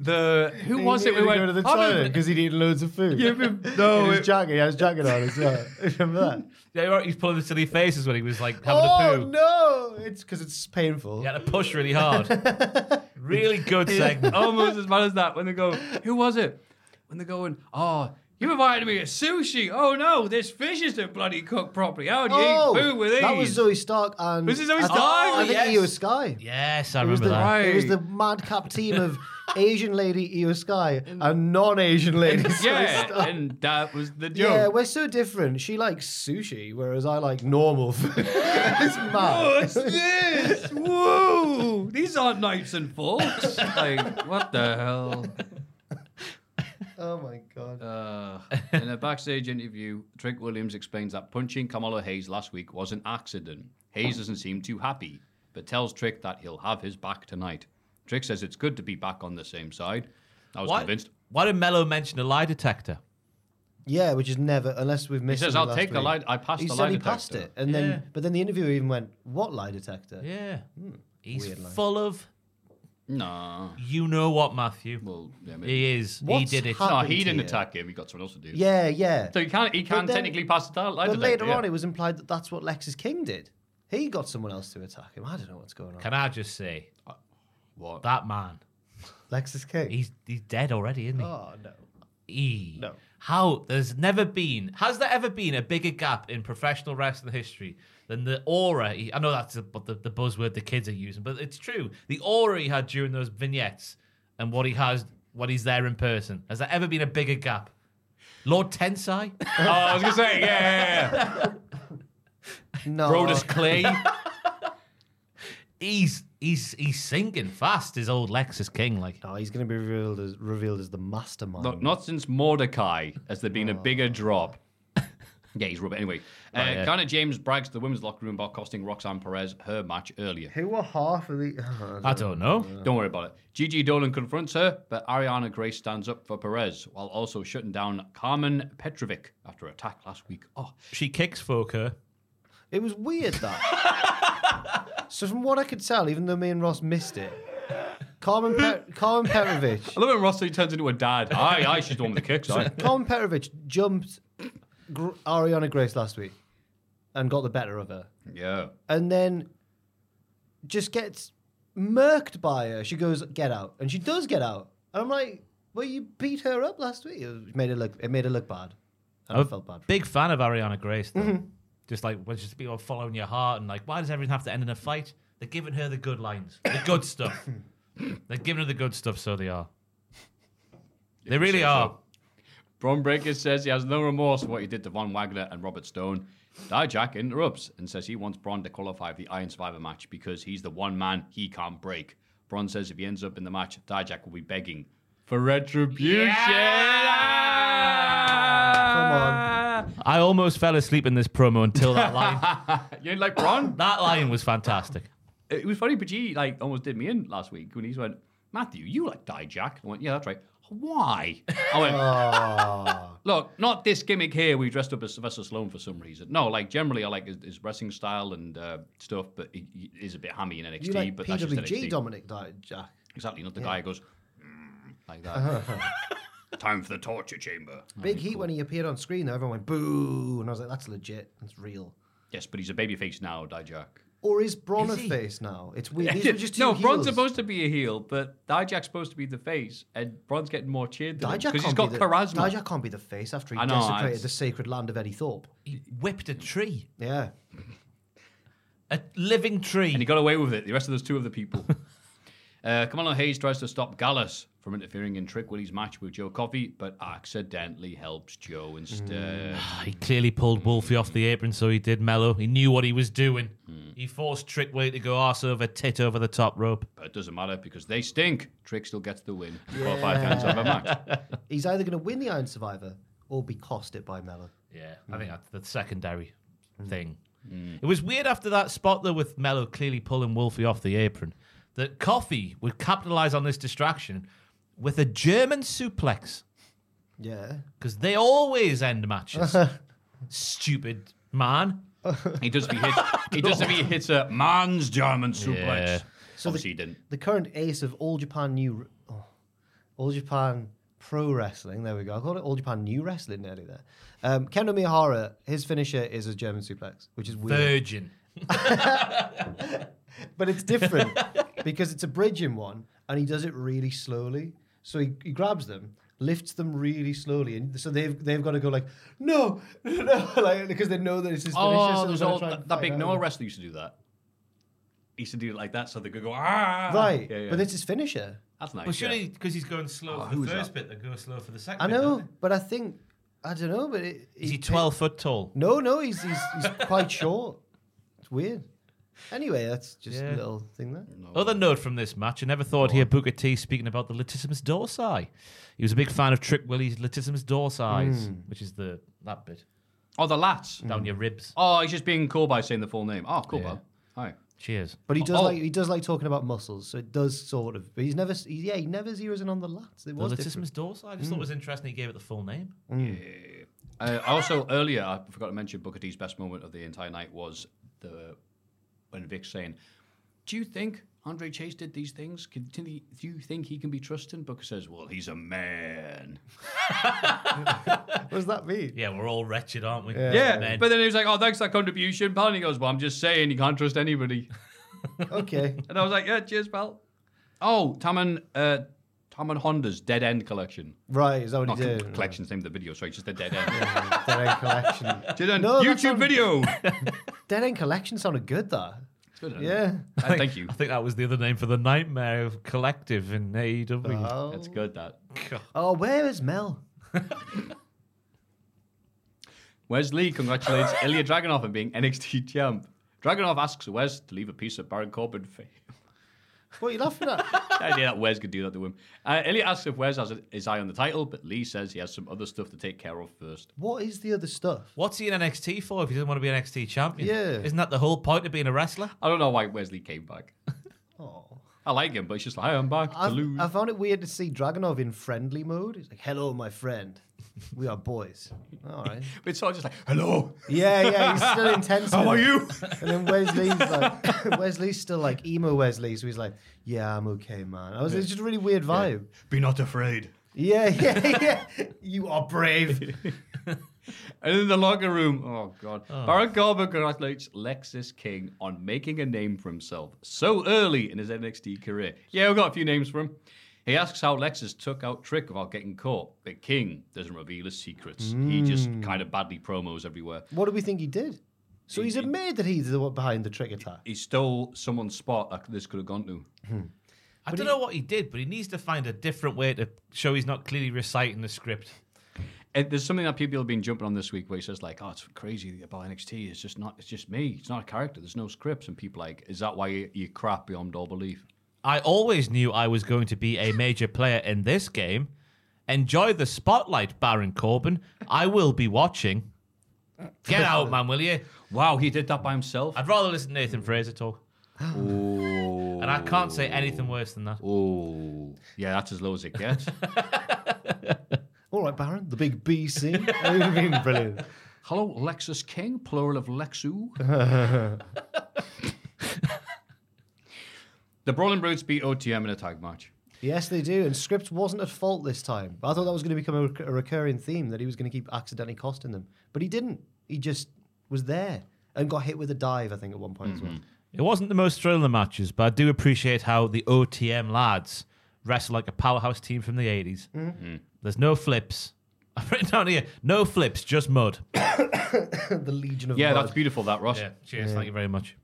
The who was it? We went "Oh, no, [laughs]
because he'd eaten loads of food.
yeah, but- [laughs] no, it-
jacket. He had his jacket on as well. [laughs] Remember that?
Yeah, you're right, he's pulling the silly faces when he was like having a
Oh
poo.
no! It's because it's painful.
He had to push really
[laughs]
hard. really good segment.
almost as bad as that. When they go, who was it? When they're going, oh, you invited me to sushi. Oh no, this fish isn't bloody cooked properly. How do you
Oh,
eat food with these?
that was Zoe Stark and
Was it Zoe
I think-
Stark?
I think
Oh,
Io
yes.
Sky.
Yes, I
It was
remember
the
that.
Right.
it was the madcap
[laughs]
team of Asian lady Io Sky and non-Asian lady. Zoe
[laughs] [laughs] yeah,
Stark.
and that was the joke.
yeah, we're so different. She likes sushi, whereas I like normal food. [laughs] it's mad.
What's [laughs] this? Whoa! These aren't knives and [laughs] forks. like, what the hell?
Oh my god.
Uh, in a backstage interview, Trick Williams explains that punching Kamala Hayes last week was an accident. Hayes doesn't seem too happy, but tells Trick that he'll have his back tonight. Trick says it's good to be back on the same side. I was
Why,
convinced.
why did Mello mention a lie detector?
Yeah, which is never unless we've
He
missed.
says,
it
"I'll
last
take the
week."
lie. I passed
He
the
said
lie
he
detector.
passed it, and then
Yeah.
but then the interviewer even went, "What lie detector?"
Yeah.
Hmm.
He's
Weird line.
full of
No.
you know what, Matthew.
Well, yeah, maybe.
he is. he
What's
did it.
hap-
no,
happened
he didn't
here.
attack him. He got someone else to do. it.
Yeah, yeah.
So he can he can
then-
technically pass the lie
but
detector.
later
yeah.
on, it was implied that that's what Lexis King did. He got someone else to attack him. I don't know what's going on.
Can I just say
Uh, What?
that man?
Lexis King.
He's he's dead already, isn't he?
oh no.
E.
No.
how there's never been, has there ever been a bigger gap in professional wrestling history than the aura? He, I know that's the, the, the buzzword the kids are using, but it's true. The aura he had during those vignettes and what he has, what he's there in person. Has there ever been a bigger gap? Lord Tensai?
oh, I
[laughs]
was gonna say, yeah, yeah, yeah. [laughs]
No.
Brodus Clay.
[laughs] he's he's he's sinking fast. His old Lexus King, like
oh, he's gonna be revealed as revealed as the mastermind.
Look, not since Mordecai has there been a bigger drop. [laughs] yeah, he's rubber. Anyway, uh,
Oh. Right, yeah.
Connor James brags to the women's locker room about costing Roxanne Perez her match earlier.
Who were half of the? [laughs]
I don't
know.
Don't worry about it. Gigi Dolan confronts her, but Ariana Grace stands up for Perez while also shutting down Carmen Petrovic after her attack last week. Oh,
she kicks folk her.
It was
[laughs]
weird that. so from what I could tell, even though me and Ross missed it, Carmen Pe- Carmen Petrovic
I love when Rossi turns into a
[laughs]
dad. Aye, aye, she's the one with the kicks. Aye.
Colin Petrovic jumped Gr- Ariana Grace last week and got the better of her,
Yeah.
and then just gets murked by her. She goes, "Get out," and she does get out. And I'm like, "Well, you beat her up last week. It made it look it made her look bad." And I
Oh.
I'm
felt bad.
Big fan of Ariana Grace, though. Just like when she's people following your heart and like, why does everything have to end in a fight? They're giving her the good lines, the good stuff. They're giving her the good stuff, so they are. They really are.
Bron Breaker says he has no remorse for what he did to Von Wagner and Robert Stone. Dijak interrupts and says he wants Bron to qualify for the Iron Survivor match because he's the one man he can't break. Bron says if he ends up in the match, Dijak will be begging for retribution. Ah.
I almost fell asleep in this promo until that
[laughs]
line.
You like Bron?
that line was fantastic.
It was funny, Pajee like almost did me in last week when he went, Matthew, you like Dijak. I went, yeah, that's right. Why? I went,
Ah.
[laughs] Look, not this gimmick here. We dressed up as Sylvester Stallone for some reason. No, like generally, I like his, his wrestling style and uh, stuff, but he, he is a bit hammy in NXT.
you like
but that's just
PWG
NXT.
Dominic died, Jack.
Exactly, not the guy who goes "Mm," like
[laughs]
that. Time for the torture chamber.
Big heat when he appeared on screen. Though. Everyone went boo, and I was like, "That's legit. That's real."
Yes, but he's a babyface now, Dijak.
Or is Braun a face now? It's weird.
[laughs]
These were just two
no, Braun's
heels.
supposed to be a heel, but Dijak's supposed to be the face, and Braun's getting more cheered than him
Dijak
because he's
can't
got
be the,
charisma.
Dijak can't be the face after he
I know,
desecrated
I-
the sacred land of Eddie Thorpe.
He whipped a tree,
Yeah.
a living tree.
And he got away with it. The rest of those two other people. [laughs] uh, Kamala Hayes tries to stop Gallus from interfering in Trick Willie's match with Joe Coffey, but accidentally helps Joe instead.
Mm.
He clearly pulled Wolfie off the apron, so he did mellow. He knew what he was doing.
Hmm.
He forced Trickway to go arse over tit over the top rope.
but it doesn't matter because they stink. Trick still gets the win. Qualified fans of a match.
He's either going to win the Iron Survivor or be costed by Mello.
Yeah,
Mm.
I think that's the secondary thing.
Mm.
It was weird after that spot though, with Mello clearly pulling Wolfie off the apron, that Coffee would capitalize on this distraction with a German suplex
Yeah.
because they always end
[laughs]
matches. Stupid man.
He does be
[laughs]
hit. He does be hit a man's German suplex.
Yeah.
So Obviously, he didn't.
The current ace of All Japan New, oh, All Japan Pro Wrestling. There we go. I called it All Japan New Wrestling nearly there. Um, Kendo Miyahara, his finisher is a German suplex, which is weird,
Virgin.
but
[laughs]
it's different because it's a bridging one, and he does it really slowly. So he, he grabs them, lifts them really slowly, and so they've they've got to go like no, [laughs] no, like because they know that it's his finisher. so
Oh,
they're
there's
gonna
all,
try and
that, that
fight
big
out.
Noah wrestler used to do that. He used to do it like that, so they could go ah.
Right,
Yeah, yeah.
but it's his finisher.
that's nice.
Well, surely
yeah.
because he's going slow
Oh,
for
who
the
was
first
that?
bit, they go slow for the second.
I
bit, don't
know, but I think I don't know. But it,
they? Is he twelve foot tall?
No, no, he's he's, he's quite short. It's weird. Anyway, that's just
Yeah.
a little thing there.
Other note from this match, I never thought I'd hear Booker T speaking about the latissimus dorsi. He was a big fan of Trick Willie's latissimus dorsis,
Hmm.
which is the that bit
oh, the lats.
down your ribs.
Oh, he's just being cool by saying the full name. Oh, cool,
Yeah.
bud. Hi.
Cheers.
But he does
Oh.
like he does like talking about muscles, so it does sort of. But he's never, he, yeah, he never zeroes in on the lats.
The
It was different.
latissimus dorsi. I just thought it
Hmm.
was interesting. He gave it the full name.
Uh, also, earlier I forgot to mention Booker T's best moment of the entire night was the when Vic's saying, "Do you think Andre Chase did these things? Can, do you- do you think he can be trusted?" Booker says, "Well, he's a man."
What does that mean?
Yeah, we're all wretched, aren't we?
Yeah,
Men.
but then he was like, "Oh, thanks for that contribution, pal." And he goes, "Well, I'm just saying you can't trust anybody."
Okay,
And I was like, "Yeah, cheers, pal." Oh, Taman uh, Tom and Honda's Dead End collection.
Right, is that what
Not
he
co-
did?
Collection's the name of the video, sorry, just the
[laughs]
Dead End.
Dead End Collection.
Did a
No, that
YouTube
sounded- [laughs]
video.
Dead End Collection sounded good, though. It's
good,
Yeah.
Uh, thank you.
I think that was the other name for the Nightmare of Collective in E AEW.
Oh.
That's good, that.
Oh, where is Mel?
Wesley
[laughs]
congratulates Ilya Dragunov on being NXT champ. Dragunov asks Wes to leave a piece of Baron Corbin fame.
What are you laughing at?
[laughs] The idea that Wes could do that to him. Uh, Ilya asks if Wes has his eye on the title, but Lee says he has some other stuff to take care of first.
what is the other stuff?
What's he in NXT for if he doesn't want to be an NXT champion?
Yeah.
Isn't that the whole point of being a wrestler?
I don't know why Wesley came back.
Oh.
[laughs] I like him, but it's just like, I'm back
I,
to lose.
I found it weird to see Dragonov in friendly mode. He's like, hello, my friend. We are boys. All right.
But it's all just like, hello,
Yeah, yeah, he's still intense.
how
with
are
it.
you?
And then Wesley's like, [laughs] Wesley's still like emo Wesley, so he's like, yeah, I'm okay, man. I was, it's just a really weird vibe.
Be not afraid.
Yeah, [laughs] yeah, yeah. you are brave.
And in the locker room, oh god, Baron Corbin congratulates Lexus King on making a name for himself so early in his NXT career. Yeah, we've got a few names for him. He asks how Lexus took out Trick without getting caught, but King doesn't reveal his secrets. He just kind of badly promos everywhere.
What do we think he did? So he's admitted that he's the one behind the trick attack.
He stole someone's spot that this could have gone to.
I don't know what he did, but he needs to find a different way to show he's not clearly reciting the script.
And there's something that people have been jumping on this week where he says like, "Oh, it's crazy about NXT. It's just not. It's just me. It's not a character. There's no scripts." And people are like, "Is that why you- you're crap beyond all belief?"
I always knew I was going to be a major player in this game. Enjoy the spotlight, Baron Corbin. I will be watching. Get out, man, will you?
Wow, he did that by himself.
I'd rather listen to Nathan Fraser talk.
Oh.
And I can't say anything worse than that.
Oh. Yeah, that's as low as
[laughs]
it gets.
All right, Baron, the big BC. That would have been brilliant.
Hello, Lexus King, plural
[laughs]
of Lexu. the Brawling Brutes beat OTM in a tag match.
Yes, they do. And script wasn't at fault this time. I thought that was going to become a, rec- a recurring theme that he was going to keep accidentally costing them, but he didn't. He just was there and got hit with a dive. I think at one point as well.
It wasn't the most thrilling of matches, but I do appreciate how the OTM lads wrestle like a powerhouse team from the 80s. There's no flips. [laughs] I've written down here, no flips, just mud.
[laughs] the Legion of
Yeah,
Blood.
that's beautiful, that, Ross.
Yeah, cheers. Thank you very much.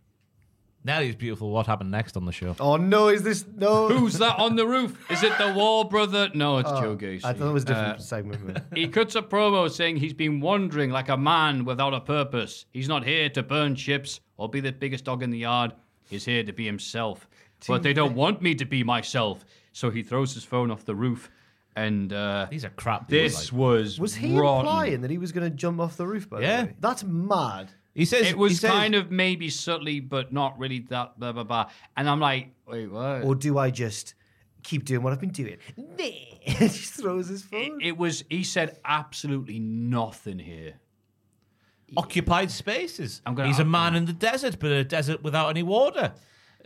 Nelly is beautiful. What happened next on the show?
Oh no! Is this no?
Who's that on the roof? Is it the War Brother? No, it's Joe Gacy.
Oh, I thought it was a different
Uh,
segment. but-
He cuts a promo saying he's been wandering like a man without a purpose. He's not here to burn ships or be the biggest dog in the yard. He's here to be himself. But they don't want me to be myself. So he throws his phone off the roof and uh,
These are crap. dudes,
this
like.
was
Was he
rotten.
implying that he was going to jump off the roof? By
Yeah.
the way? that's mad.
he says
It was kind of maybe subtly, but not really that blah blah blah. And I'm like, wait, what?
Or do I just keep doing what I've been doing? [laughs] just throws his
it,
phone.
it was. He said absolutely nothing here.
occupied spaces.
I'm gonna-
He's a man in the desert, but a desert without any water.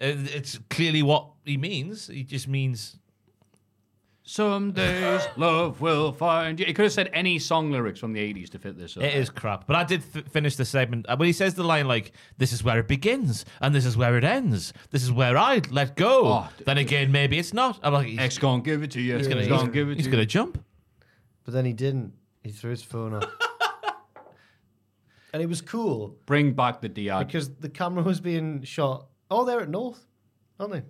Uh, It's clearly what he means. He just means [laughs]
Some days love will find you. It could have said any song lyrics from the 80s to fit this up.
It is crap. But I did f- finish the segment. uh, When he says the line like, "This is where it begins, and this is where it ends. This is where I let go."
Oh,
then again, maybe it's not. I'm like, he's,
X gonna give it to you. He's
gonna, he's-
gonna give it
he's
to
gonna
you.
jump.
But then he didn't. He threw his
[laughs]
phone off. and it was cool
Bring back the DR.
because the camera was being shot. Oh, they're at North, aren't they?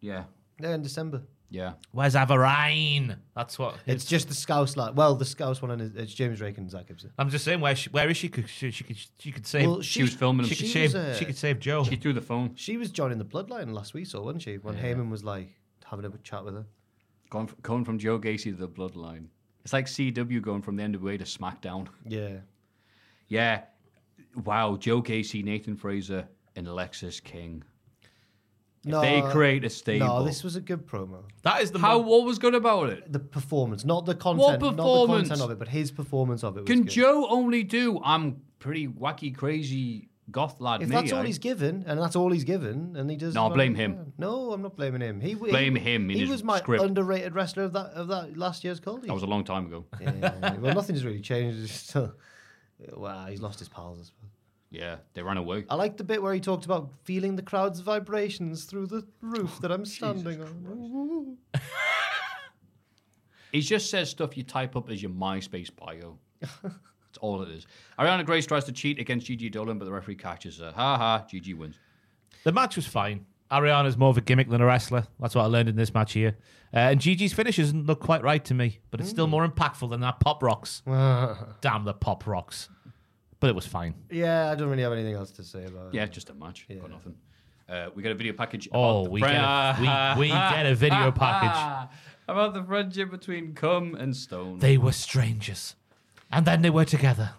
yeah,
They're in December.
yeah.
Where's Avarine? That's what.
It's, just the Scouse lad. Well, the Scouse one, and it's- it's James Rake and Zach Gibson.
I'm just saying, where she, where is she? Could she, she could she could save.
Well,
She was filming him.
she could
she
save.
was, uh,
she could save Joe.
She threw the phone.
She was joining the bloodline last we saw, wasn't she? When Heyman was like having a chat with her.
Going from, going from Joe Gacy to the Bloodline. It's like CW going from the NWA to SmackDown.
Yeah.
Yeah. Wow. Joe Gacy, Nathan Fraser, and Lexus King.
No,
they create a stable.
No, this was a good promo.
that is the
How?
mo-
What was good about it?
The performance, not the content,
What
not the
performance?
content of it, but his performance of it. Was
Can
good.
Joe only do? I'm pretty wacky, crazy goth lad.
If
me,
that's all
eh?
I-
he's given, and that's all he's given, and he does.
No,
well,
blame
yeah.
him.
No, I'm not blaming him. He w-
Blame
he,
him in
he
his
was my
script.
underrated wrestler of that of that last year's Caldy.
That was a long time ago.
yeah, well, nothing's really changed. It's still, wow, he's lost his pals. I suppose.
Yeah, they ran
[laughs]
away.
I liked the bit where he talked about feeling the crowd's vibrations through the roof that I'm standing on.
He just says stuff you type up as your MySpace
[laughs]
bio. That's all it is. Ariana Grace tries to cheat against Gigi Dolan, but the referee catches her. Ha ha, Gigi wins.
The match was fine. Ariana's more of a gimmick than a wrestler. That's what I learned in this match here. Uh, and Gigi's finish doesn't look quite right to me, but it's still more impactful than that pop rocks. Damn the pop rocks. But it was fine.
Yeah, I don't really have anything else to say about it.
Yeah, just a match. Got nothing. Uh, we get a video package.
Oh,
about the
we
friend-
get a- we- we get a video package.
about the friendship between Cum and Stone.
They were strangers. And then they were together.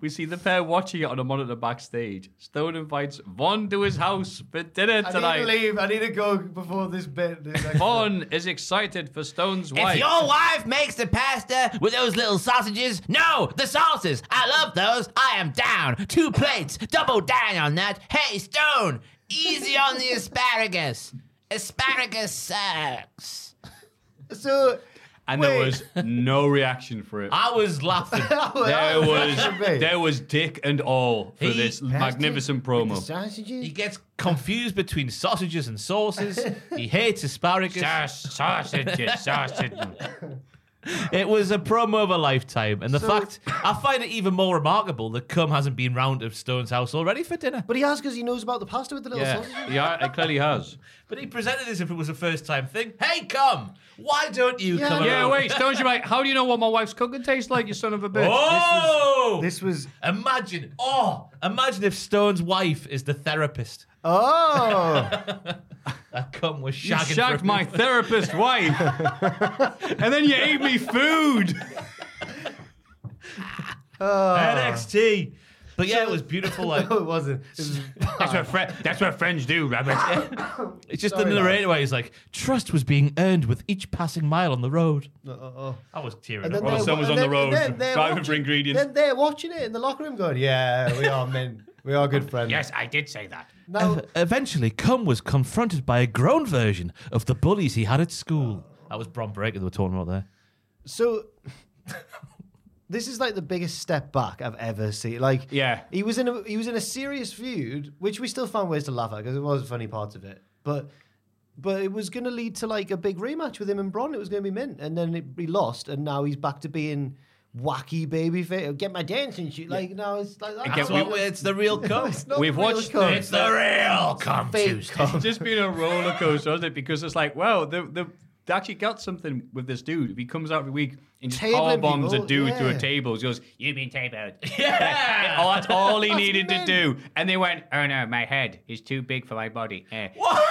We see the pair watching it on a monitor backstage. Stone invites Vaughn to his house for dinner
I
tonight.
need to leave. I need to go before
[laughs]
this bit. this next-
Vaughn is excited for Stone's wife.
If your wife makes the pasta with those little sausages, no, the sauces. I love those. I am down. Two plates. Double down on that. Hey, Stone, easy on the asparagus. Asparagus sucks.
So,
and there was no reaction for it.
I was laughing. [laughs]
[laughs]
there was there was dick and all for
He-
this magnificent promo.
Sausages?
He gets confused between sausages and sauces.
[laughs]
he hates asparagus.
sausages,
[laughs]
sausages.
It was a promo of a lifetime, and the
So-
fact I find it even more remarkable that Cum hasn't been round of Stone's house already for dinner.
But he asked because he knows about the pasta with the little sausages.
yeah, it clearly has.
But he presented as if it was a first time thing. Hey, Cum, why don't you
Yeah,
come?
Yeah,
around?
wait, Stone's your mate. How do you know what my wife's cooking tastes like, you son of a bitch?
Oh,
This [laughs] was.
imagine. Oh, imagine if Stone's wife is the therapist.
Oh,
That Cum was shagging.
You shagged
for-
my therapist wife, [laughs] and then you ate me food.
NXT. But yeah, it was beautiful.
[laughs]
Like
no, it wasn't. It was
That's what fri- that's what friends do, Robert.
[laughs] it's just
Sorry,
the
lad.
narrator where he's like, trust was being earned with each passing mile on the road.
Oh, oh, oh.
I was tearing
And
up.
then they're-
someone's
and
on the
then-
road
then they're
driving for
watching-
ingredients.
Then they're watching it in the locker room going, yeah, we are men. We are good friends.
yes, I did say that.
Now,
Ev- Eventually, Cum was confronted by a grown version of the bullies he had at school. That was Bron Breaker they were talking about there.
so [laughs] this is like the biggest step back I've ever seen. Like,
Yeah.
he was in a he was in a serious feud, which we still found ways to laugh at because it was funny parts of it. But but it was going to lead to like a big rematch with him and Bron. It was going to be mint, and then it, he lost, and now he's back to being wacky baby face. Get my dancing shoe. Like now it's like
And
that.
get
That's what we- it's the real Cum.
It's not
We've
real
watched
cum.
it's the real Cum
Fake
Tuesday.
cum.
It's [laughs] just been a roller coaster, hasn't it? Because it's like, well, the the they actually got something with this dude. If he comes out every week and just
Tabling
power bombs a
people,
dude through
yeah.
a table, he goes, "You've been tabled." [laughs] Yeah, oh, that's all he needed to do. And they went, "Oh no, my head is too big for my body." Eh.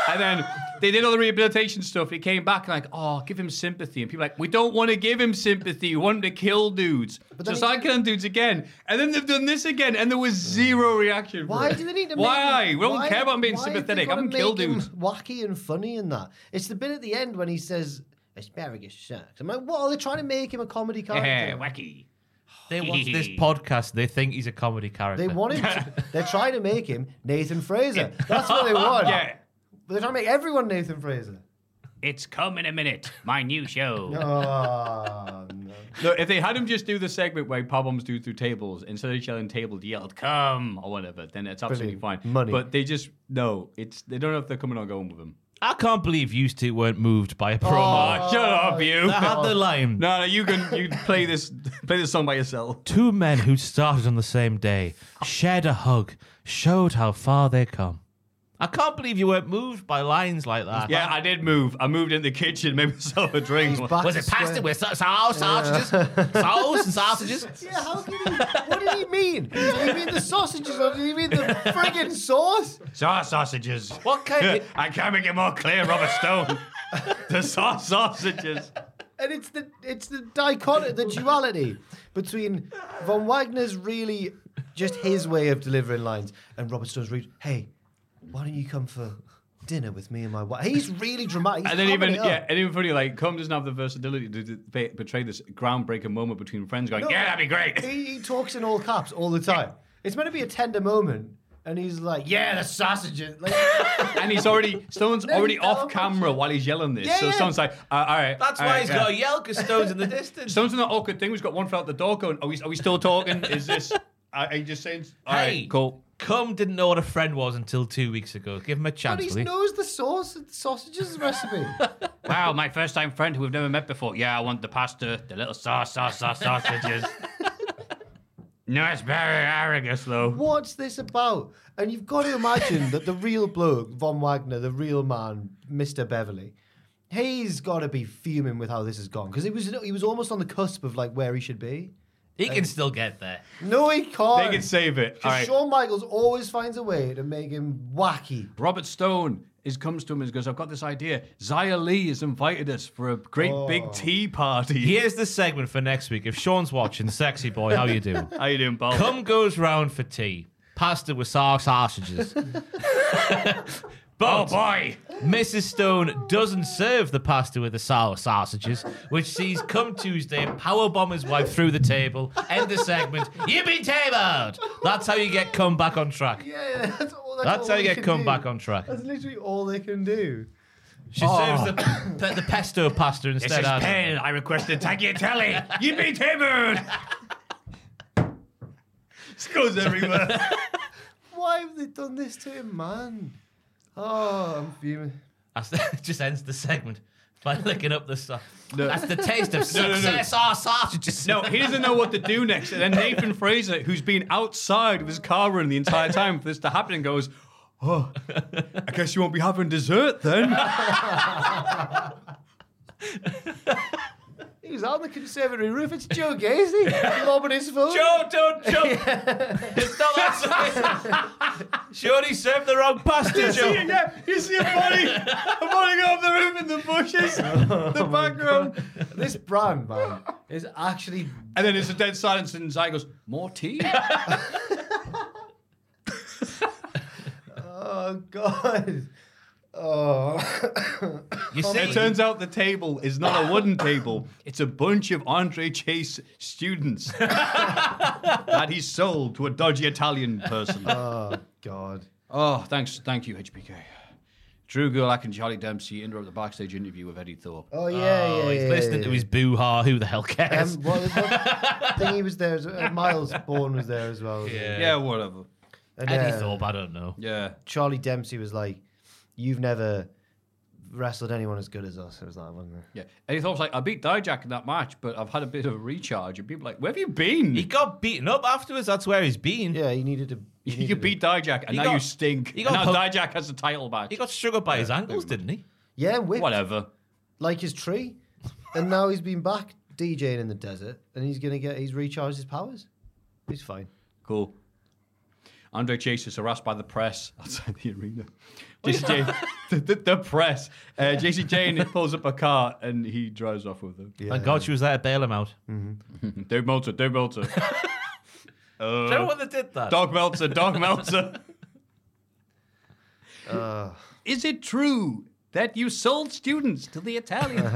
And then they did all the rehabilitation stuff. He came back and like, "Oh, give him sympathy." And people were like, "We don't want to give him sympathy. We want him to kill dudes." But
then
so
he- Mm.
I killing dudes again, and then they've done this again, and there was zero reaction. for
Why
it.
do they need to?
Why?
Make him,
we don't
why-
care about being
why have they
sympathetic. I
gotta
haven't killed
make him [laughs]
dudes.
Wacky and funny in that. It's the bit at the end when he says asparagus sucks. I'm like, what are they trying to make him a comedy
[laughs] Yeah,
character?
wacky.
They watch this podcast, they think he's a comedy character.
they want
[laughs]
him. To, they're trying to make him Nathan Fraser. That's what they
[laughs]
want.
Yeah,
But they're trying to make everyone
[laughs]
Nathan Fraser.
it's come in a minute. My new
[laughs]
show.
Oh, no.
No, if they had him just do the segment where power bombs do through tables instead of yelling "table," he yelled "come" or whatever, then it's absolutely
Brilliant.
fine.
Money.
But they just no. It's they don't know if they're coming or going with him.
I can't believe you two weren't moved by a promo. [laughs]
Oh, shut up, you.
They
[laughs]
had the line.
No, no, you can you can play this [laughs] play this song by yourself.
Two men who started on the same day, shared a hug, showed how far they come. I can't believe you weren't moved by lines like that.
Yeah, I did move. I moved in the kitchen, [laughs] made myself a drink.
Back
Was
to
it pasta
square-
with sa- sauce, sausages? Sauce and sausages?
[laughs]
Yeah, how can he? What did he mean? Did he mean the sausages or did he mean the friggin' sauce?
Sauce sausages.
What
[laughs]
kind of-
I can't make it more clear, Robert Stone. [laughs] the sauce sausages.
And it's the it's the dichot the duality between von Wagner's really just his way of delivering lines and Robert Stone's read, hey, why don't you come for dinner with me and my wife? He's really dramatic. He's
And then
hamming
even
it up.
yeah, and even funny like Cum doesn't have the versatility to d- be- portray this groundbreaking moment between friends. Going,
No.
yeah, that'd be great.
He, he talks in all caps all the time. It's meant to be a tender moment, and he's like, yeah, the sausages. Like,
[laughs] and he's already Stone's
No,
already
he's not
off
on
camera while he's yelling this.
Yeah,
so
yeah.
Stone's like, uh, all right.
That's
all
why
right,
he's
yeah.
got to yell because Stone's in
[laughs]
the distance.
Stone's in that [laughs] awkward thing. We've got one foot out the door going. Are we? Are we still talking? Is this? Are are you just saying? All right,
Hey.
cool.
Cum didn't know what a friend was until two weeks ago. Give him a
But
chance,
he
will you?
knows the sauce of the sausages recipe.
Wow, my first time friend who we've never met before. Yeah, I want the pasta, the little sauce, sauce, sauce,
[laughs]
sausages. no asparagus, though.
What's this about? And you've got to imagine that the real bloke, Von Wagner, the real man, Mr. Beverly, he's got to be fuming with how this has gone because it was he was almost on the cusp of like where he should be.
He can still get
[laughs]
there.
No, he can't.
They can save it. All
Because
right.
Shawn Michaels always finds a way to make him wacky.
Robert Stone is comes to him and goes, I've got this idea. Zaya Lee has invited us for a great big tea party.
Here's the segment for next week. If Sean's watching, sexy boy, how
[laughs]
you doing?
How you doing,
Oh.
Paul?
Cum goes round for tea. Pasta with sauce
[laughs]
sausages. But
Oh, boy.
Mrs. Stone doesn't serve the pasta with the sour sausages, which sees come Tuesday powerbomb his wife through the table. End the segment. You've been tabled. That's how you get come back on track.
Yeah, [laughs] that's all. That's,
That's
all
how
they
you get
can
come
do.
back on track.
That's literally all they can do.
She serves
Oh.
the, the, the pesto pasta
This
instead.
is
hasn't
pale. I requested [laughs] tagliatelle. you be tabled. [laughs] This goes everywhere.
Why have they done this to him, man? Oh, I'm fuming.
That's [laughs] it just ends the segment by licking up the sauce.
No.
That's the taste of
[laughs] No, no, no.
success. Our sausages.
No, he doesn't know what to do next. And then Nathan Fraser, who's been outside with his car running the entire time for this to happen, goes, Oh, I guess you won't be having dessert then.
He was on the conservatory roof. It's
[laughs]
Joe Gacy lobbing his phone.
Joe,
[laughs]
don't jump. it's not that serious. Surely served the wrong pasta, Joe.
yeah, you see a body, a body go up the roof in the bushes, [laughs] the background.
This brand, man, is actually.
And then it's a dead silence, and Zai goes, More tea?
Oh, God. Oh.
You
It
see,
turns out the table is not a wooden table. It's a bunch of Andre Chase
[laughs]
students that he sold to a dodgy Italian person.
oh, God.
Oh, thanks. Thank you, HBK. Drew Gulak and Charlie Dempsey interrupt the backstage interview with Eddie Thorpe.
Oh, yeah, yeah.
oh, he's
yeah,
listening to
yeah.
his boo ha. Who the hell cares?
Um, what, what thing he was there? as- Uh, Miles Bourne was there as well. wasn't he?
yeah, whatever.
And,
Eddie
uh,
Thorpe, I don't know.
Yeah.
Charlie Dempsey was like, "You've never wrestled anyone as good as us." It was like, wasn't it?
Yeah. Eddie Thorpe's like, I beat Dijak in that match, but I've had a bit of a recharge. And people are like, Where have you been?
He got beaten up afterwards. That's where he's been.
Yeah, he needed to.
[laughs]
he
you
needed to-
beat Dijak, and
He
now
got-
you stink.
he
And
got
now
po-
Dijak has the title match.
He got struck by his ankles, didn't he?
Yeah, whipped,
Whatever.
like his tree, and now he's been back DJing in the desert, and he's gonna get. He's recharged his powers. He's fine.
Cool. Andre Chase is harassed by the press [laughs] outside the arena. JC Jane, [laughs] the, the, the press. Uh, JC Jane pulls up a car and he drives off with them.
Thank God she was there to bail him out.
Dave Meltzer,
[laughs]
Dave Meltzer.
Do you know what they did that?
Dog Meltzer, Dog Meltzer.
Uh,
Is it true that you sold students to the [laughs] Italians?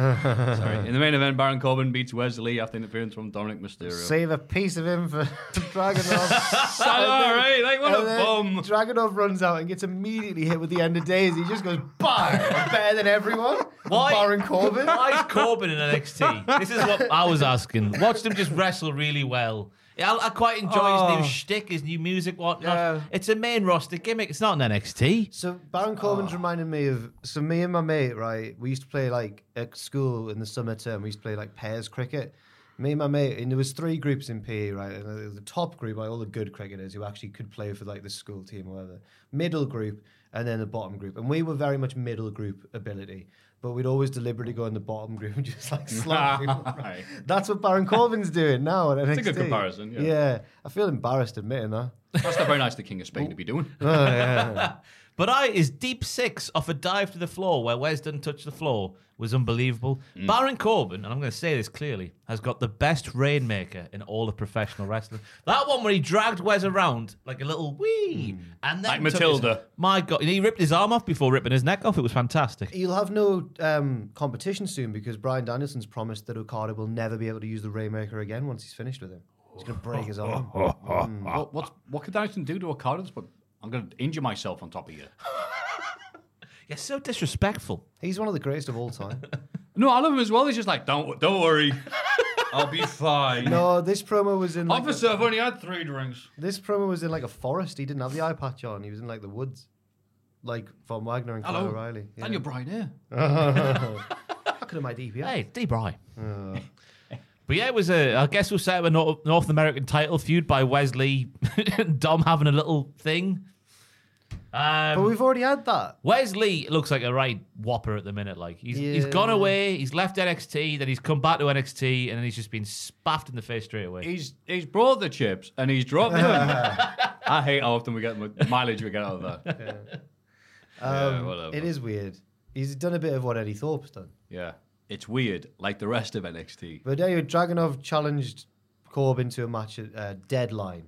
Sorry. In the main event, Baron Corbin beats Wesley after interference from Dominic Mysterio.
save a piece of him for [laughs] Dragonov.
All right, like what
And
a
then
bum.
Dragunov runs out and gets immediately hit with the end of days. He just goes,
[laughs]
bang! I'm better than everyone. I'm
Why-
Baron Corbin.
Why is Corbin in NXT? This is what I was asking. Watched him just wrestle really well. I, I quite enjoy his new shtick, his new music, whatnot.
Oh. Yeah.
It's a main roster gimmick. It's not an NXT.
So Baron Corbin's
Ah.
reminded me of so me and my mate, right? We used to play like at school in the summer term. We used to play like pairs cricket. Me and my mate, and there was three groups in PE, right? And there was the top group, like all the good cricketers who actually could play for like the school team or whatever. Middle group, and then the bottom group. And we were very much middle group ability, but we'd always deliberately go in the bottom group and [laughs]
[laughs]
just like slap people.
Right.
That's what Baron Corbin's doing now. At NXT.
a good comparison, yeah.
yeah, I feel embarrassed admitting that.
That's not very nice, the King of Spain, to be doing.
Oh, yeah.
But I is deep six off a dive to the floor where Wes didn't touch the floor was unbelievable.
Mm.
Baron Corbin, and I'm going to say this clearly, has got the best rainmaker in all of professional wrestling. That one where he dragged Wes around like a little wee, and then
Mm. Like
took his-
Matilda.
my God, he ripped his arm off before ripping his neck off. It was fantastic.
You'll have no um, competition soon because Brian Danielson's promised that Okada will never be able to use the Rainmaker again once he's finished with him. He's going to break his arm.
What, what, what could Dyson do to a card? But I'm going to injure myself on top of you.
You're so disrespectful.
He's one of the greatest of all time.
No, I love him as well. He's just like, don't don't worry. [laughs] I'll be fine.
No, this promo was in. Like
Officer, I've only had three drinks.
This promo was in like a forest. He didn't have the eye patch on. He was in like the woods, like from Wagner and Kyle
Hello.
O'Reilly.
Daniel Bryan here.
How could my DP?
Hey, D. Bry. [laughs] But yeah, it was a. I guess we'll say a Nor- North American title feud by Wesley [laughs] and Dom having a little thing. Um,
But we've already had that.
Wesley looks like a right whopper at the minute. Like he's he's
Yeah.
gone away, he's left NXT, then he's come back to NXT, and then he's just been spaffed in the face straight away.
He's he's brought the chips and he's dropped
[laughs]
them. I hate how often we get the mileage we get out of that.
Um,
whatever.
It is weird. He's done a bit of what Eddie Thorpe's done.
Yeah, it's weird, like the rest of NXT.
But anyway, Dragonov challenged Corbin to a match at uh, Deadline,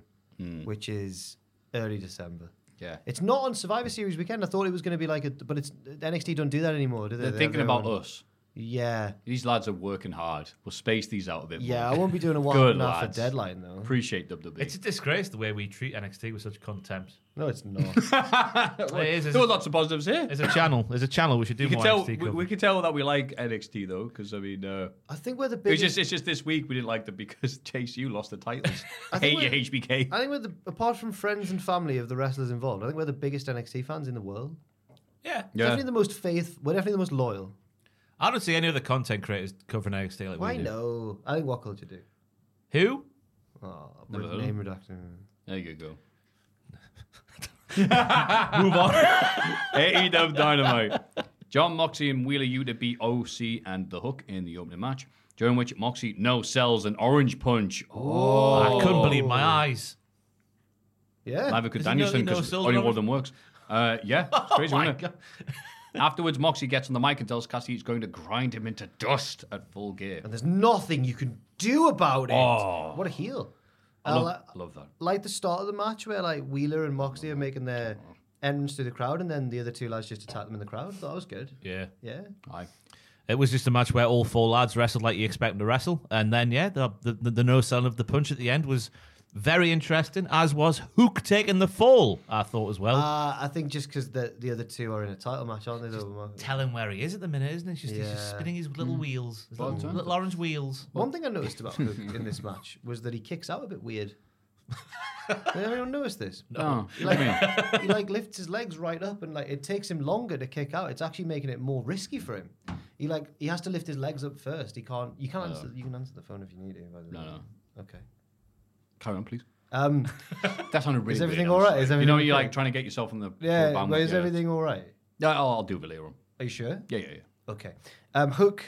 which is early December.
Yeah,
It's not on Survivor Series weekend. I thought it was going to be like a, but it's NXT don't do that anymore, do they?
they're
They
thinking
have
about
their own-
us.
Yeah,
These lads are working hard. We'll space these out a bit.
yeah.
more.
I won't
[laughs]
be doing a one
Good
and a half for
lads.
Deadline though.
[laughs] Appreciate E. WWE.
It's a disgrace the way we treat NXT with such contempt.
No, it's not.
[laughs]
It is,
there were
it's,
lots of positives here.
it's a channel. There's a channel. We should do
You can
more
tell we,
NXT coverage.
we can tell that we like NXT though, because I mean, uh,
I think we're the
it's
biggest.
just it's just this week we didn't like them because [laughs] Chase, you lost the titles.
I
hate
think
your
we're-
HBK.
I think we're the apart from friends and family of the wrestlers involved. I think we're the biggest NXT fans in the world.
yeah,
Definitely the most faith. We're definitely the most loyal.
I don't see any other content creators covering NXT like
Why
we do.
no? I think what culture do?
Who?
Oh,
Never
re-
heard of
name reduction.
There you go.
Move
[laughs]
on.
AEW E Dynamite. John Moxie and Wheeler Yuta beat OC and The Hook in the opening match, during which Moxie no sells an orange punch. Oh,
I couldn't believe my eyes.
Yeah.
neither could
Does he know-
Danielson
he knows
because
sells
only
an
one of them works. Uh, yeah, it's crazy,
my
isn't it? Afterwards, Moxie gets on the mic and tells Cassie he's going to grind him into dust at full gear.
and there's nothing you can do about it.
Oh.
What a heel.
I
Uh,
love,
li-
love that.
like the start of the match where like Wheeler and Moxley
Oh.
are making their entrance through the crowd, and then the other two lads just attack them in the crowd. That was good.
Yeah.
Yeah.
Aye.
It was just a match where all four lads wrestled like you expect them to wrestle, and then yeah, the the, the, the no selling of the punch at the end was very interesting. As was Hook taking the fall, I thought as well.
Uh, I think just because the the other two are in a title match, aren't they? though, Mark?
Tell him where he is at the minute, isn't it? He's just, he's just
Yeah. Mm.
spinning his little wheels, his little, little orange wheels.
One thing I noticed about Hook
[laughs]
in this match was that he kicks out a bit weird. Did anyone notice this?
No.
He like, he like lifts his legs right up and like it takes him longer to kick out. It's actually making it more risky for him. He like he has to lift his legs up first. He can't. You can't. Answer, you can answer the phone if you need to. by the
No,
way.
no.
Okay.
Carry on, please. [laughs]
Um.
That sounded really
Is
weird,
everything
I'm
all right?
sorry.
Is
you know,
everything
you're
okay?
like trying to get yourself on the.
Yeah.
full bandwidth,
But is
yeah.
everything all right?
Yeah, I'll, I'll do it later on.
Are you sure?
Yeah, yeah, yeah.
Okay. Um. Hook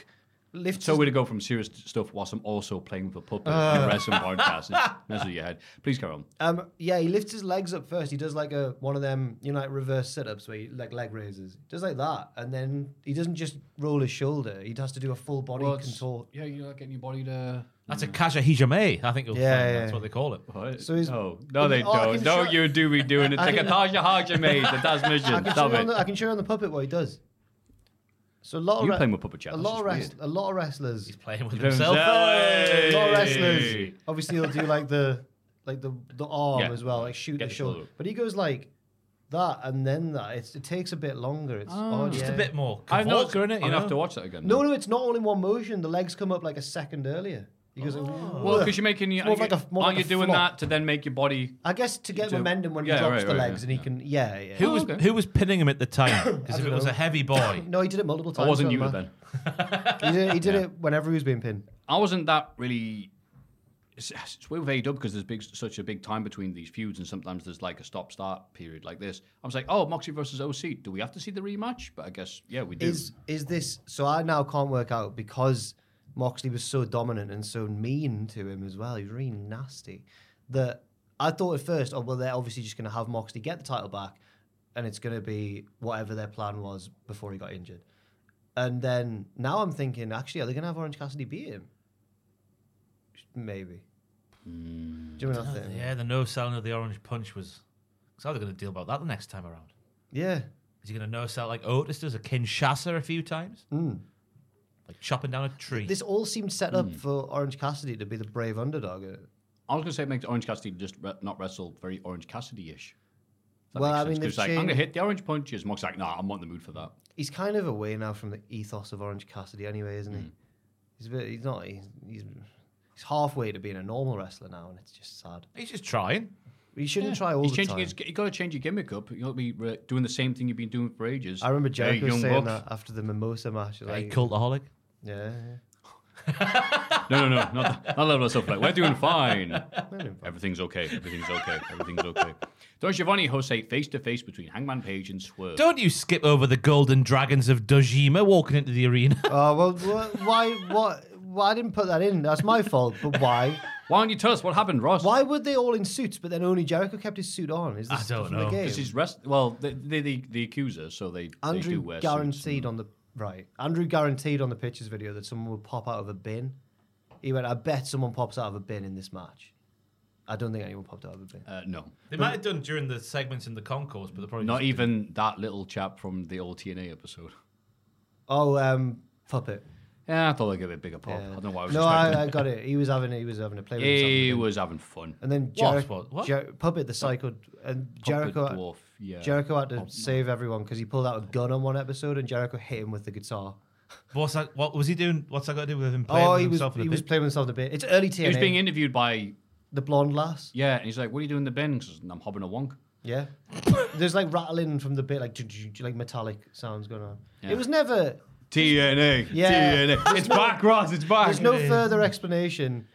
lifts.
So
his-
we're to go from serious stuff whilst I'm also playing with a puppet
Uh.
and wrestling podcast. It messes with your head. Please carry on.
Um, yeah, he lifts his legs up first. He does like a one of them, you know, like reverse sit-ups where you like leg raises. Does like that, and then he doesn't just roll his shoulder. He has to do a full body contort.
Yeah, you're not getting your body to.
That's a Kaja Hijame, I think you'll
Yeah,
find
yeah,
that's
yeah.
what they call it. [laughs]
What?
So he's-
no, no, they
Oh, I
don't.
can
Don't
show-
you do be doing it. It's like a
can-
Taja Haja made. The
[laughs] I
Tasmanian.
can, show
Stop
you on
it.
the, I can show you on the puppet what he does. So a lot of
You
re-
playing with puppet chat?
a
That's
lot of
just
rest, a lot of wrestlers,
He's playing with
weird.
himself.
Hey!
a lot of wrestlers. Obviously, he'll do like the like the the arm
Yeah.
as well, like shoot
Get
the
the shoulder
shoulder.
up.
But he goes like that and then that. It's, it takes a bit longer. It's
Oh.
odd,
Just
yeah.
a bit more.
I know.
Kavorka, innit,
I'm
You
gonna have to
know?
watch that again.
No, no, it's not all in one motion. The legs come up like a second earlier. He goes, like,
Well,
"Ugh."
because you're making your,
It's more of like a- more
aren't
like
you
a
doing
flop.
that to then make your body?
I guess to get
do-
momentum when
Yeah,
he drops
right,
the
right,
legs
yeah,
and he
yeah.
can, yeah, yeah.
Who was
okay.
who was pinning him at the
[coughs]
time? Because if it was a heavy boy,
No, he did it multiple
I
times.
wasn't you
remember?
then.
He did, he did it whenever he was being pinned.
I wasn't that really. It's, it's weird with AEW because there's big, such a big time between these feuds, and sometimes there's like a stop-start period like this. I was like, oh, Moxie versus OC. Do we have to see the rematch? But I guess yeah, we do.
Is is this? So I now can't work out because Moxley was so dominant and so mean to him as well. He was really nasty. That I thought at first, oh well, they're obviously just going to have Moxley get the title back, and it's going to be whatever their plan was before he got injured. And then now I'm thinking, actually, are they going to have Orange Cassidy beat him? Maybe. Do you know
Mm.
what I think?
yeah, the no selling of the orange punch was. Because I was going to deal about that the next time around.
Yeah.
Is he going to no sell like Otis does a Kinshasa a few times? Like chopping down a tree.
Mm. This all seemed set
Mm.
up for Orange Cassidy to be the brave underdog. in it.
I was gonna say it makes Orange Cassidy just re- not wrestle very Orange Cassidy-ish. That
Well,
makes
I mean,
sense, 'cause
they've
like, I'm gonna
changed-
hit the orange punches. Mox's like, nah, I'm not in the mood for that.
he's kind of
Hmm.
away now from the ethos of Orange Cassidy, anyway, isn't he? He's a bit. He's not. He's. he's he's halfway to being a normal wrestler now, and it's just sad.
He's just trying.
You shouldn't try all
He's
the
changing
time.
His, you got to change your gimmick up. You got to be re- doing the same thing you've been doing for ages.
I remember
Hey,
Jericho
young
saying
bucks.
that after the Mimosa match.
Hey,
Like,
cultaholic.
Yeah.
No, no, no, not that. Not level us up. Like we're doing
[laughs]
fine. Everything's okay. Everything's okay. Everything's okay. Don Giovanni Jose face to face between Hangman Page and Swerve.
Don't you skip over the golden dragons of Dojima walking into the arena. [laughs]
Oh well, wh- why? What? Why I didn't put that in? That's my fault. But why?
Why don't you tell us what happened, Ross?
Why were they all in suits, but then only Jericho kept his suit on? Is this
I don't
from
know.
The game?
This is rest. Well, they they the, the accuser, so they they do
Andrew
wear suits. mm.
guaranteed on the right. Andrew guaranteed on the pictures video that someone would pop out of a bin. He went, "I bet someone pops out of a bin in this match." I don't think anyone popped out of a bin.
Uh, no,
They might have done during the segments in the concourse, but they probably
Not
just didn't.
even that little chap from the old TNA episode.
Oh, um, puppet.
Yeah, I thought I'd give it a bigger pop. Oh, I don't know why I was
no,
expecting.
I, I got it. He was having he was having a play with himself.
He
a bit.
was having fun.
And then
What?
Jericho,
What? What?
Jer- puppet the psycho, and Jericho,
dwarf, yeah. Oh,
Jericho had to
Pop-
save everyone because he pulled out a gun on one episode, and Jericho hit him with the guitar.
What's that? What was he doing? What's that got to do with him playing
Oh,
with
he was
himself in the
he was
bin?
playing with himself in the bit. It's early TNA.
He was being interviewed by
the blonde lass.
yeah, and he's like, "What are you doing in the bin?" 'Cause I'm hobbing a wonk.
Yeah. There's like rattling from the bit, like like metallic sounds going on.
Yeah.
It was never.
TNA.
Yeah.
TNA.
There's
It's
no-
back, Ross. It's back.
There's no further explanation.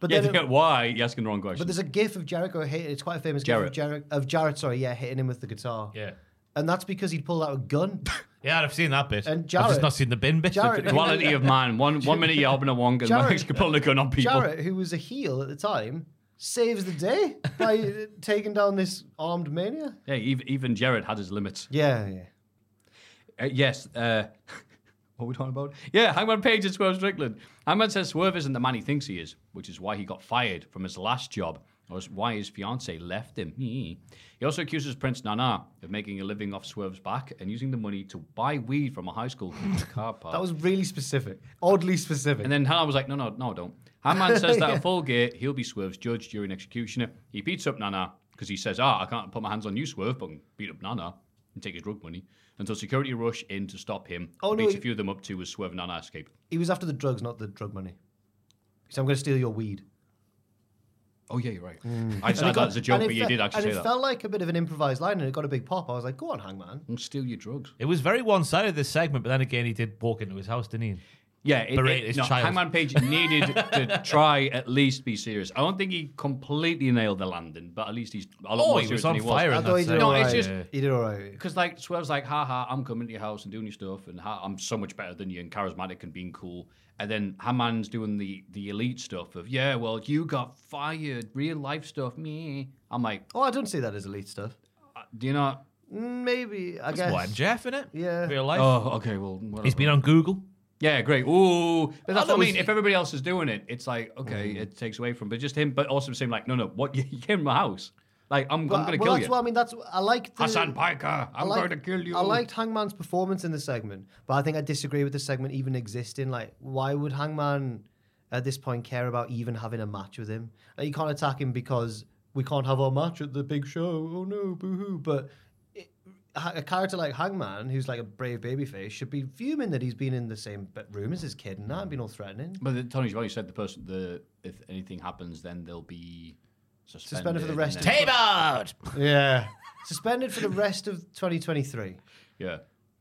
But
yeah,
then it-
yeah, why? You're asking the wrong question.
but there's a gif of Jericho hitting. It's quite a famous
Jarrett.
gif of Jarrett, of Jarrett. Sorry, yeah, hitting him with the guitar.
Yeah.
And that's because he'd pulled out
[laughs]
a gun.
Yeah, I've seen that bit.
And
I've
Jarrett-
just not seen the bin bit.
Jarrett- [laughs]
Quality of man. One one minute you're hobbing a wonk, and the
Jarrett-
next you pull the gun on people.
Jarrett, who was a heel at the time, saves the day by [laughs] uh, taking down this armed mania.
Yeah, even, even Jared had his limits.
Yeah, yeah.
Uh, yes. Uh, [laughs] what are we talking about? Yeah, Hangman Page and Swerve Strickland. Hangman says Swerve isn't the man he thinks he is, which is why he got fired from his last job, or is why his fiance left him. he also accuses Prince Nana of making a living off Swerve's back and using the money to buy weed from a high school car park.
That was really specific, oddly specific.
And then Hannah was like, no, no, no, don't.
[laughs]
Hangman says that at Full Gate, he'll be Swerve's judge, jury, and executioner. He beats up Nana because he says, ah, I can't put my hands on you, Swerve, but I can beat up Nana and take his drug money. Until security rush in to stop him.
Oh, no,
beats
he-
a few of them up to as Swerve and Nana escape.
he was after the drugs, not the drug money. So I'm going to steal your weed.
Oh, yeah, you're right. I
And it
decided
got-
that as a joke,
and it
but you
fe-
did actually
and
say
it
that.
felt like a bit of an improvised line, and it got a big pop. I was like, "Go on, Hangman."
And steal your drugs.
It was very one-sided this segment, but then again, he did walk into his house, didn't he?
Yeah, it,
Berate
it-
his
no,
child.
Hangman Page [laughs] needed to try at least be serious. I don't think he completely nailed the landing, but at least he's a lot
Oh,
more
he
serious
was
than
on
he was.
fire in
Although he
that
did
No,
all
segment.
it's
right. [laughs]
just-
he did all right.
Because like Swerve's like, ha ha, I'm coming to your house and doing your stuff, and ha, I'm so much better than you and charismatic and being cool. And then Haman's doing the the elite stuff of, yeah, well, you got fired, real life stuff. Me, I'm like,
Oh, I don't see that as elite stuff.
do you not?
Maybe I
That's
guess.
why Jeff, innit?
Yeah.
Real life.
Oh, okay, well, whatever.
He's been on Google.
Yeah, great. Ooh, but that's
that
what I mean.
was-
If everybody else is doing it, it's like okay,
Mm.
it takes away from. But just him, but also saying like, no, no, what [laughs] you, you came to my house, like I'm,
Well,
I'm gonna
well,
kill
that's
you,
what I mean. That's I like the,
Hassan Piker.
I
I'm
like-
going to kill you.
I liked Hangman's performance in the segment, but I think I disagree with the segment even existing. Like, why would Hangman at this point care about even having a match with him? Like, you can't attack him because we can't have our match at the big show. Oh no, boo hoo! But it, ha- a character like Hangman, who's like a brave babyface, should be fuming that he's been in the same be- room as his kid and that and been all threatening.
But the, Tony Giovanni said the person, the if anything happens, then they'll be suspended,
Suspended for the rest
and
of-
then-
Tabled!
[laughs] Yeah, suspended for the rest of 2023.
Yeah,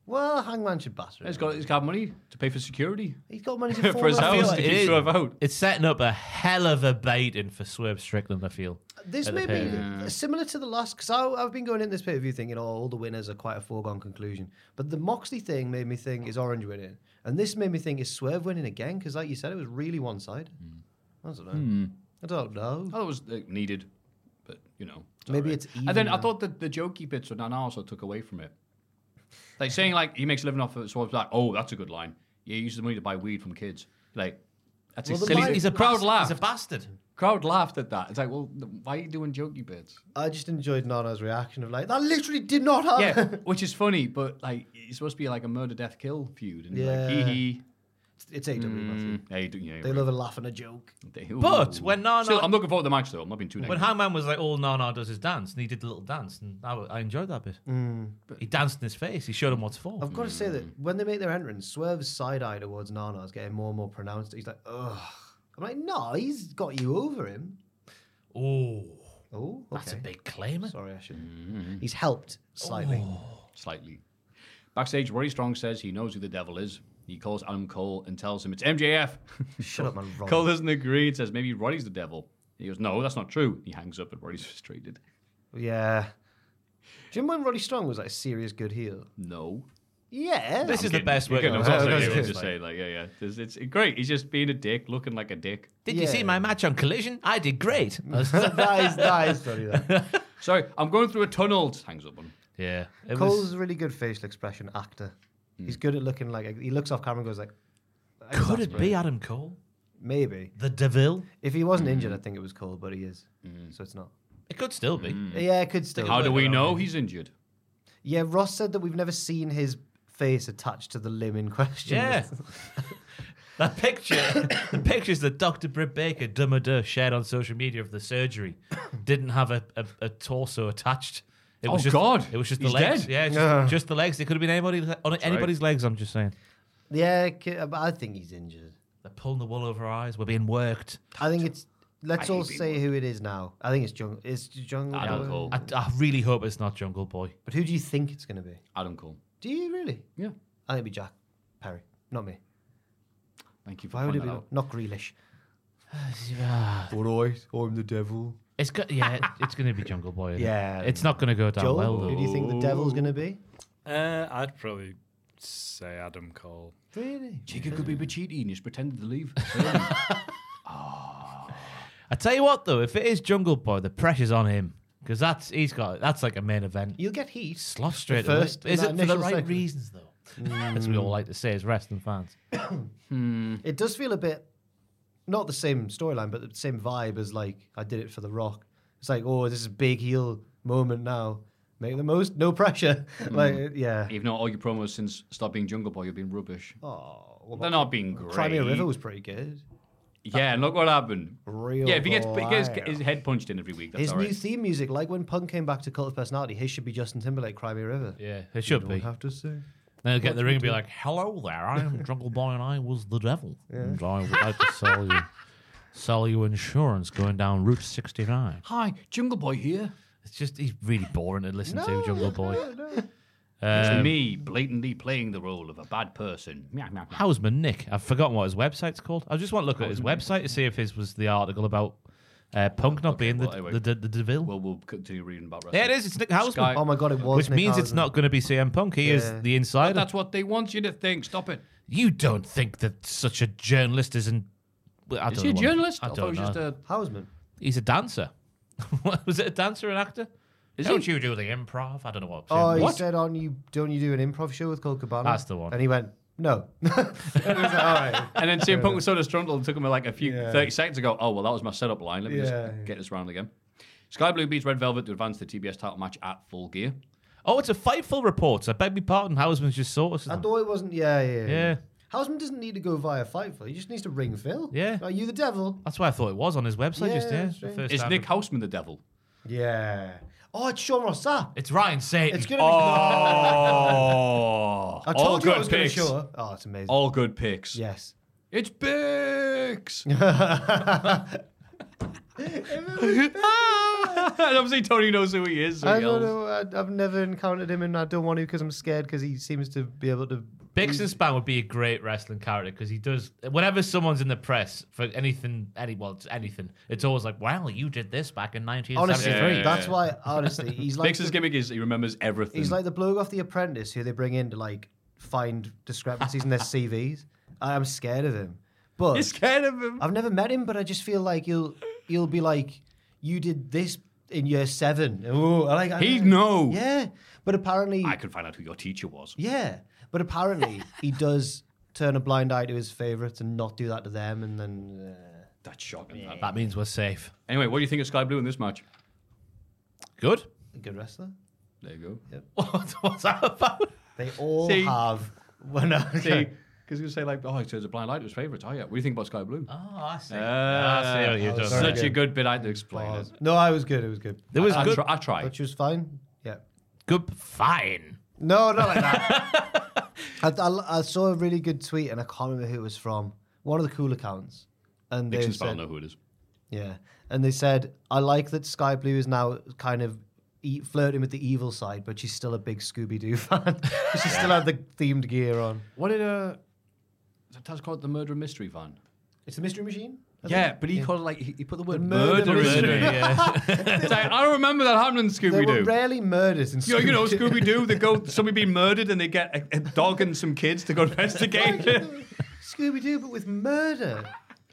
Well, Hangman should batter.
he's
him.
got he's got money to pay for security.
He's
[laughs]
got money to
For his
form a
house
family.
to keep Swerve out.
It's setting up a hell of a baiting for Swerve Strickland, I feel.
This
at
may
the
be
pay-per-view.
Mm.
similar to the last, because I've been going in this pay per view thinking, oh, all the winners are quite a foregone conclusion. But the Moxley thing made me think, is Orange winning? And this made me think, is Swerve winning again? Because, like you said, it was really one sided.
Mm.
I don't know.
Hmm.
I don't know.
I thought it was uh, needed, but you know, it's
Maybe
alright.
it's
And then
even uh,
I
now.
thought that the jokey bits with Nana also took away from it, like saying like he makes a living off of Swerve's like, oh, that's a good line. Yeah, he uses the money to buy weed from kids. Like that's
Well,
a
the
silly.
line-
He's a
crowd
bast-
laughed.
He's a bastard.
crowd laughed at that. It's like, well, th- why are you doing jokey bits?
I just enjoyed Nana's reaction of, like, that literally did not
yeah, [laughs]
happen.
which is funny, but like it's supposed to be like a murder, death, kill feud, and yeah. like hee
Yeah.
hee.
[laughs] It's AW, Matthew.
Yeah, you do- yeah,
They
right.
love a laugh and a joke.
They- ooh.
But when Nana-
Still, I'm looking forward to the match though. I'm not being too
When
negative.
Hangman was like, all Nana does is dance, and he did the little dance, and I, I enjoyed that bit.
Mm,
he danced in his face. He showed him what's for.
I've got to
Mm.
say that when they make their entrance, Swerve's side eye towards Nana is getting more and more pronounced. He's like, ugh. I'm like, no, he's got you over him.
Oh.
Oh,
That's a
okay.
big Mm. claim.
Sorry, I should. He's helped slightly.
Oh,
Slightly. Backstage, Roddy Strong says he knows who the devil is. He calls Adam Cole and tells him it's MJF.
[laughs]
[laughs]
Shut up, man. Roddy.
Cole doesn't agree and says maybe Roddy's the devil. He goes, no, that's not true. He hangs up and Roddy's [laughs] frustrated.
Yeah. Do you remember when Roddy Strong was like a serious good heel?
No.
This
Yeah.
I'm
is the
kidding.
best
You're
work
kidding.
I've
I'm
ever
sorry,
seen.
I was just saying, like, yeah, yeah. It's, it's great. He's just being a dick, looking like a dick.
Did you see my match on Collision? I did great.
[laughs] Mm. that is that is
[laughs]
funny. That.
Sorry, I'm going through a tunnel. Just hangs up on. him.
Yeah. It
[laughs] Cole's
was, Mm.
a really good facial expression actor. He's good at looking like he looks off camera and goes like. I guess
could
that's
it
right.
be Adam Cole?
Maybe.
The Deville?
If he wasn't injured,
Mm.
I think it was Cole, but he is, so it's not.
It could still be.
Mm.
Yeah, it could still.
How
be.
do we know he's injured?
Yeah, Ross said that we've never seen his face attached to the limb in [laughs] question.
[laughs] Yeah. That picture, the pictures that Dr. Britt Baker, dumb duh, shared on social media of the surgery, didn't have a, a, a torso attached. It
Oh,
was just,
God.
It was just
He's
the legs.
dead.
Yeah, just, just the legs. It could have been anybody on anybody's legs. I'm just saying.
yeah, it could- but I think he's injured.
They're pulling the wool over our eyes. We're being worked.
I think it's. Let's
I
all
hate being
say who it is now. I think it's Jungle. It's Jungle.
Adam
Boy.
Cole.
I, I really hope it's not Jungle Boy.
But who do you think it's going to be?
Adam Cole.
Do you really?
Yeah.
I think it'd be Jack Perry, not me.
Thank you for
Why would it
pointing
be
that out.
not Grealish?
Ah,
All right, I'm the devil.
[sighs] It's go- yeah, it- it's going to be Jungle Boy. isn't it?
Yeah.
it's not going to go down
Joel,
well
who
though.
do you think the devil's going to be?
Uh, I'd probably say Adam Cole.
Really?
Chica could be Bachiti and he's pretended to [laughs] leave.
I tell you what though, if it is Jungle Boy, the pressure's on him because that's he's got that's like a main event.
You'll get heat.
Slot straight
first-
away. Is it
that
for the
initial
right
segment.
reasons though?
Mm.
As we all like to say as wrestling fans.
It does feel a bit not the same storyline, but the same vibe as like I did it for The Rock. It's like, oh, this is big heel moment now. Make the most, no pressure. [laughs]
Mm.
like, yeah.
Even though all your promos since Stop Being Jungle Boy have been rubbish.
Oh, well,
They're not being great.
Crimea River was pretty good.
yeah, and look what happened.
Real
yeah, if he gets, he gets
liar.
his head punched in every week, that's
His
all right.
new theme music, like when Punk came back to Cult of Personality, his should be Justin Timberlake, Crimea River.
Yeah, it should
Don't
be.
have to say.
Then he'll get in the ring and be like, "Hello there, I am Jungle Boy, and I was the devil, and I would like to sell you, sell you insurance going down Route 69."
Hi, Jungle Boy here.
It's just he's really boring to listen to, Jungle Boy.
to
Um,
me, blatantly playing the role of a bad person. Meow, meow, meow.
Hausman Nick. I've forgotten what his website's called. I just want to look at his website to see if his was the article about uh, Punk not being
well,
the,
anyway.
the, the, the Deville.
Well, we'll continue reading about wrestling.
there it is. It's Nick Hausman.
Sky-
Oh my god, it was.
Which
Nick
means it's
Housen.
not going to be CM Punk. He
Yeah.
is the insider.
That's what they want you to think. Stop it.
you don't think that such a journalist isn't. well, I
Is
don't
he a
know what-
journalist?
I
thought he
don't
was
know.
just a.
Hausman.
He's a dancer. [laughs] was it a dancer or an actor?
Is
don't
he?
you do the improv? I don't know what.
Oh, he
What?
said on you. Don't you do an improv show with Cole Cabana?
That's the one.
And he went, no. [laughs] And I was like, all right.
[laughs] And then CM Punk was so disgruntled, it took him like a few
Yeah.
30 seconds to go, oh, well, that was my setup line. Let me
Yeah.
just get this round again. Sky Blue beats Red Velvet to advance the TBS title match at full gear.
oh, it's a fightful report. I beg your pardon. Hausman's just sorted.
I
them.
thought it wasn't. Yeah, yeah.
Yeah.
Hausman doesn't need to go via Fightful. He just needs to ring Phil.
Yeah.
Are you the devil?
That's what I thought it was on his website just
Yeah,
yeah.
that's
the
right.
first
Is
time.
Nick Houseman the devil?
Yeah. Oh, it's Sean Ross Sapp.
It's Ryan Satan.
It's gonna be. Oh.
Oh,
I
all
told you
good
I was going to
picks.
show up. Oh, it's amazing.
All good picks.
Yes.
It's
[laughs]
Bix. and obviously Tony knows who he is. So
I
he
don't
yells.
know. I, I've never encountered him, and I don't want to because I'm scared because he seems to be able to.
Bix and Span would be a great wrestling character because he does. Whenever someone's in the press for anything, any well, it's anything, it's always like, "Well, you did this back in
Honestly,
1973."
yeah,
that's
yeah.
why. Honestly, he's like
Bix's
the-
gimmick is he remembers everything.
He's like the bloke off The Apprentice who they bring in to like find
[laughs]
discrepancies in their CVs. I- I'm scared of him, but
He's scared of him.
I've never met him. But I just feel like you'll you'll be like, you did this in year seven. Oh, like I-
He'd know.
Yeah, but apparently,
I could find out who your teacher was.
yeah, but apparently he does turn a blind eye to his favorites and not do that to them, and then. Uh,
That's shocking.
That means we're safe.
Anyway, what do you think of Sky Blue in this match?
Good. [laughs]
a good wrestler.
There you go.
What, what's that about?
They all
See?
have. [laughs] When I,
See, because you say like, oh, he turns a blind light to his favourites. Oh yeah, what do you think about Sky Blue?
Oh, I see.
Ah,
I see what you're doing.
Such
Very
a good bit. I had to explain it.
[laughs] no, I was good. It was good.
There was
I,
good,
try, I tried.
But she was fine. Yeah.
good, fine.
No, not like that.
[laughs]
I, I, I saw a really good tweet, and I can't remember who it was from. One of the cool accounts. and they
Nixon's
said,
know who it is.
yeah, and they said, I like that Sky Blue is now kind of e- flirting with the evil side, but she's still a big Scooby Doo [laughs] fan. she still had the themed gear on.
What did uh, Taz called the murder mystery van?
It's the Mystery Machine. I
Yeah,
think.
but he called it like he, he put the word
murder
murder, in
mystery.
it. Yeah. [laughs] It's like, I don't remember that happening in
There
Scooby
were
Doo.
rarely murders in
You know, you know
Scooby-Doo.
Scooby Doo. They go, somebody being murdered, and they get a, a dog and some kids to go [laughs] investigate it.
Scooby Doo, but with murder.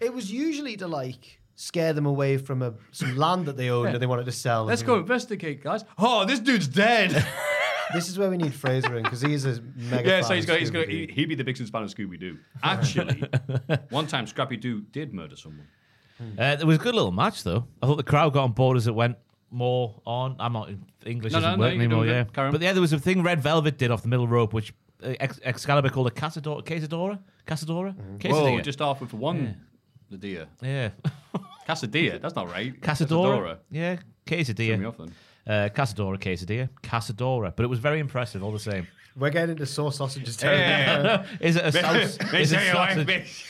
It was usually to like scare them away from a, some land that they owned
Yeah.
and they wanted to sell.
Let's
And-
go investigate, guys. Oh, this dude's dead. [laughs]
This is where we need Fraser in because he's a mega.
yeah,
fan
so he's
of
got, he's got, he,
Scooby-Doo.
he'd be the biggest fan of Scooby Doo. Actually, one time Scrappy Doo did murder someone.
Uh, it was a good little match, though. I thought the crowd got on board as it went more on. I'm not English
No,
isn't
no, no,
working
you're doing
anymore, yeah.
good. Carry on.
But yeah, there was a thing Red Velvet did off the middle rope, which uh, Ex- Excalibur called a Casadora, Casadora, Casadora,
Mm-hmm. Whoa,
Casadilla?
just off with one. The deer.
yeah, [laughs]
Casadilla. That's not right.
Casadora, yeah,
Threw me
Casadilla,
off then.
uh, Casadora, Casadilla, Casadora. But it was very impressive all the same.
We're getting into saw sausages.
Uh,
Yeah. [laughs] Is
[laughs]
it a saus-
Make
is it
sure you like
sausage?
this.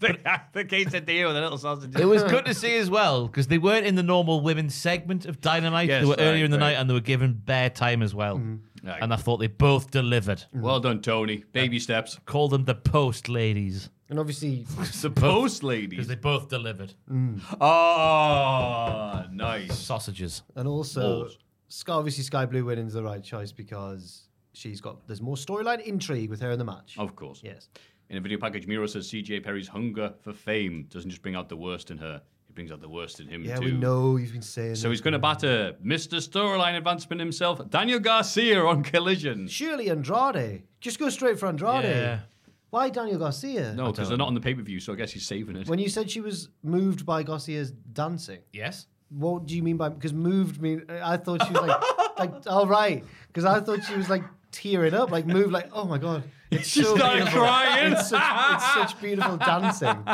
the, the quesadilla with a little sausage.
It was [laughs] good to see as well because they weren't in the normal women's segment of Dynamite.
Yes,
they were
right,
earlier in the
right. Mm-hmm.
night and they were given bare time as well.
Right.
And I thought they both delivered.
Well done, Tony. Baby steps.
Call them the post ladies.
And obviously,
Because
Supposed ladies.
they both delivered.
Oh, nice.
Sausages.
and also,
Balls.
Sky, obviously Sky Blue winning's the right choice because she's got there's more storyline intrigue with her in the match.
Of course.
Yes.
In a video package, Miro says CJ Perry's hunger for fame doesn't just bring out the worst in her, it brings out the worst in him
Yeah,
too.
we know you've been saying.
So
that.
he's going to batter Mr. Storyline advancement himself, Daniel Garcia on Collision.
Surely Andrade. Just go straight for Andrade.
Yeah.
Why Daniel Garcia?
No, because they're not on the pay per view, so I guess he's saving it.
When you said she was moved by Garcia's dancing,
Yes.
what do you mean by? Because moved mean I thought she was
[laughs]
like, like all right, because I thought she was like tearing up, like moved, like oh
[laughs]
my god, it's
She
so
started
beautiful.
crying.
It's such,
[laughs]
it's such beautiful dancing.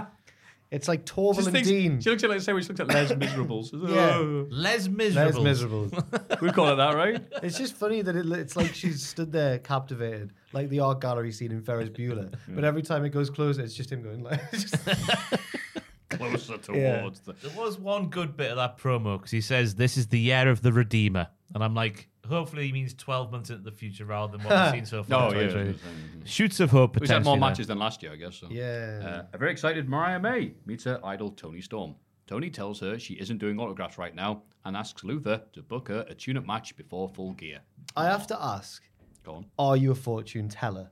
It's like Torval
She
and
thinks-
Dean.
she looks at like say she looks at Les
[laughs]
Miserables.
Yeah.
Les
There's
Miserables.
miserable.
[laughs] We call it that, right?
it's just funny that it, it's like she's stood there captivated, like the art gallery scene in Ferris Bueller. But every time it goes closer, it's just him going like.
[laughs]
[laughs]
Closer towards
Yeah.
the.
There was one good bit of that promo because he says, This is the year of the Redeemer. And I'm like, Hopefully he means 12 months into the future rather than what we've seen [laughs] so far.
Oh, yeah.
Shoots of hope,
We've
potentially.
had more
there.
matches than last year, I guess. So.
yeah.
Uh, a very excited Mariah May meets her idol Tony Storm. Tony tells her she isn't doing autographs right now and asks Luther to book her a tune-up match before Full Gear.
I have to ask:
Go on.
Are you a fortune teller,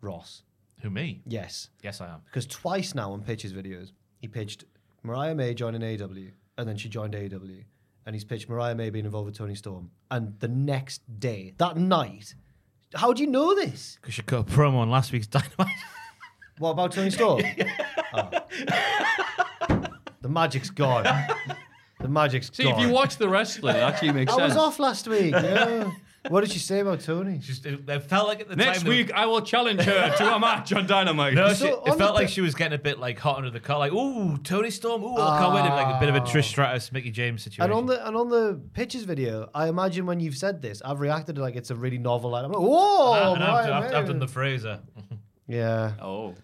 Ross?
Who, me?
Yes,
Yes, I am.
because twice now on pitches videos, he pitched Mariah May joining AW, and then she joined AW, and he's pitched Mariah May being involved with Tony Storm, and the next day, that night, how do you know this?
Because she cut a promo on last week's [laughs] Dynamite.
What about Tony Storm? Oh. The magic's gone. The magic's
See,
gone.
if you watch the wrestling, it actually makes
[laughs] I
sense.
was off last week. yeah. What did she say about Tony?
Just, it, it felt like at the
Next
time. there was-
week, I will challenge her to a match on Dynamite.
No,
So
she,
on the
it felt like
thi-
she was getting a bit like hot under the collar, like ooh, Tony Storm, ooh, I can't wait, to be like a bit of a Trish Stratus, Mickey James situation.
And on the and on the pictures video, I imagine when you've said this, I've reacted like it's a really novel. Like, I'm like, whoa!
And I- and I've,
Brian
I've- I've done
May."
the Fraser,
yeah.
Oh,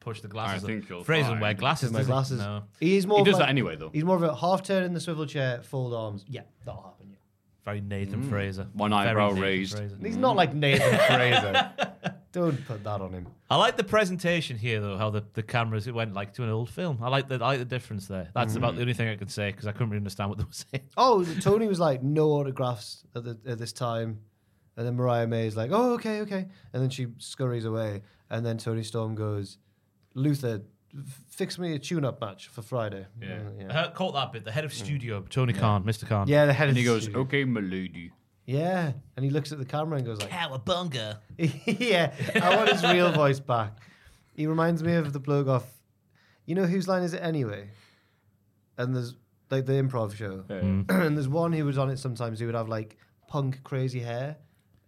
push the glasses. up.
I think you'll
Fraser doesn't
find-
wear glasses.
My
does he?
glasses.
No,
He's more.
he
of
does
like-
that anyway, though.
He's more of a half turn in the swivel chair, fold arms. Yeah, that'll happen. Yeah.
very Nathan Fraser.
Mm. One
Very
eyebrow
Nathan
raised.
Fraser.
He's
Mm.
not like Nathan
[laughs]
Fraser. Don't put that on him.
I like the presentation here though, how the, the cameras it went like to an old film. I like the I like the difference there. That's about
Mm.
the only thing I can say because I couldn't really understand what they were [laughs] saying.
Oh, Tony was like, no autographs at, the, at this time. And then Mariah May is like, oh, okay, okay. And then she scurries away. And then Tony Storm goes, Luther, f- fix me a tune up match for Friday. Yeah.
[laughs]
yeah.
Her- Uh, caught that bit. The head of studio, Tony Khan, Mr. Khan.
Yeah, the head
and he
of the
goes, "Oh."
studio.
"Okay, my lady."
Yeah. And he looks at the camera and goes, like,
Cowabunga.
[laughs] yeah, I want his real voice back. He reminds me of the bloke off. You know whose line is it anyway? And there's like the improv show,
Mm.
[clears throat] and there's one who was on it sometimes. He would have like punk crazy hair,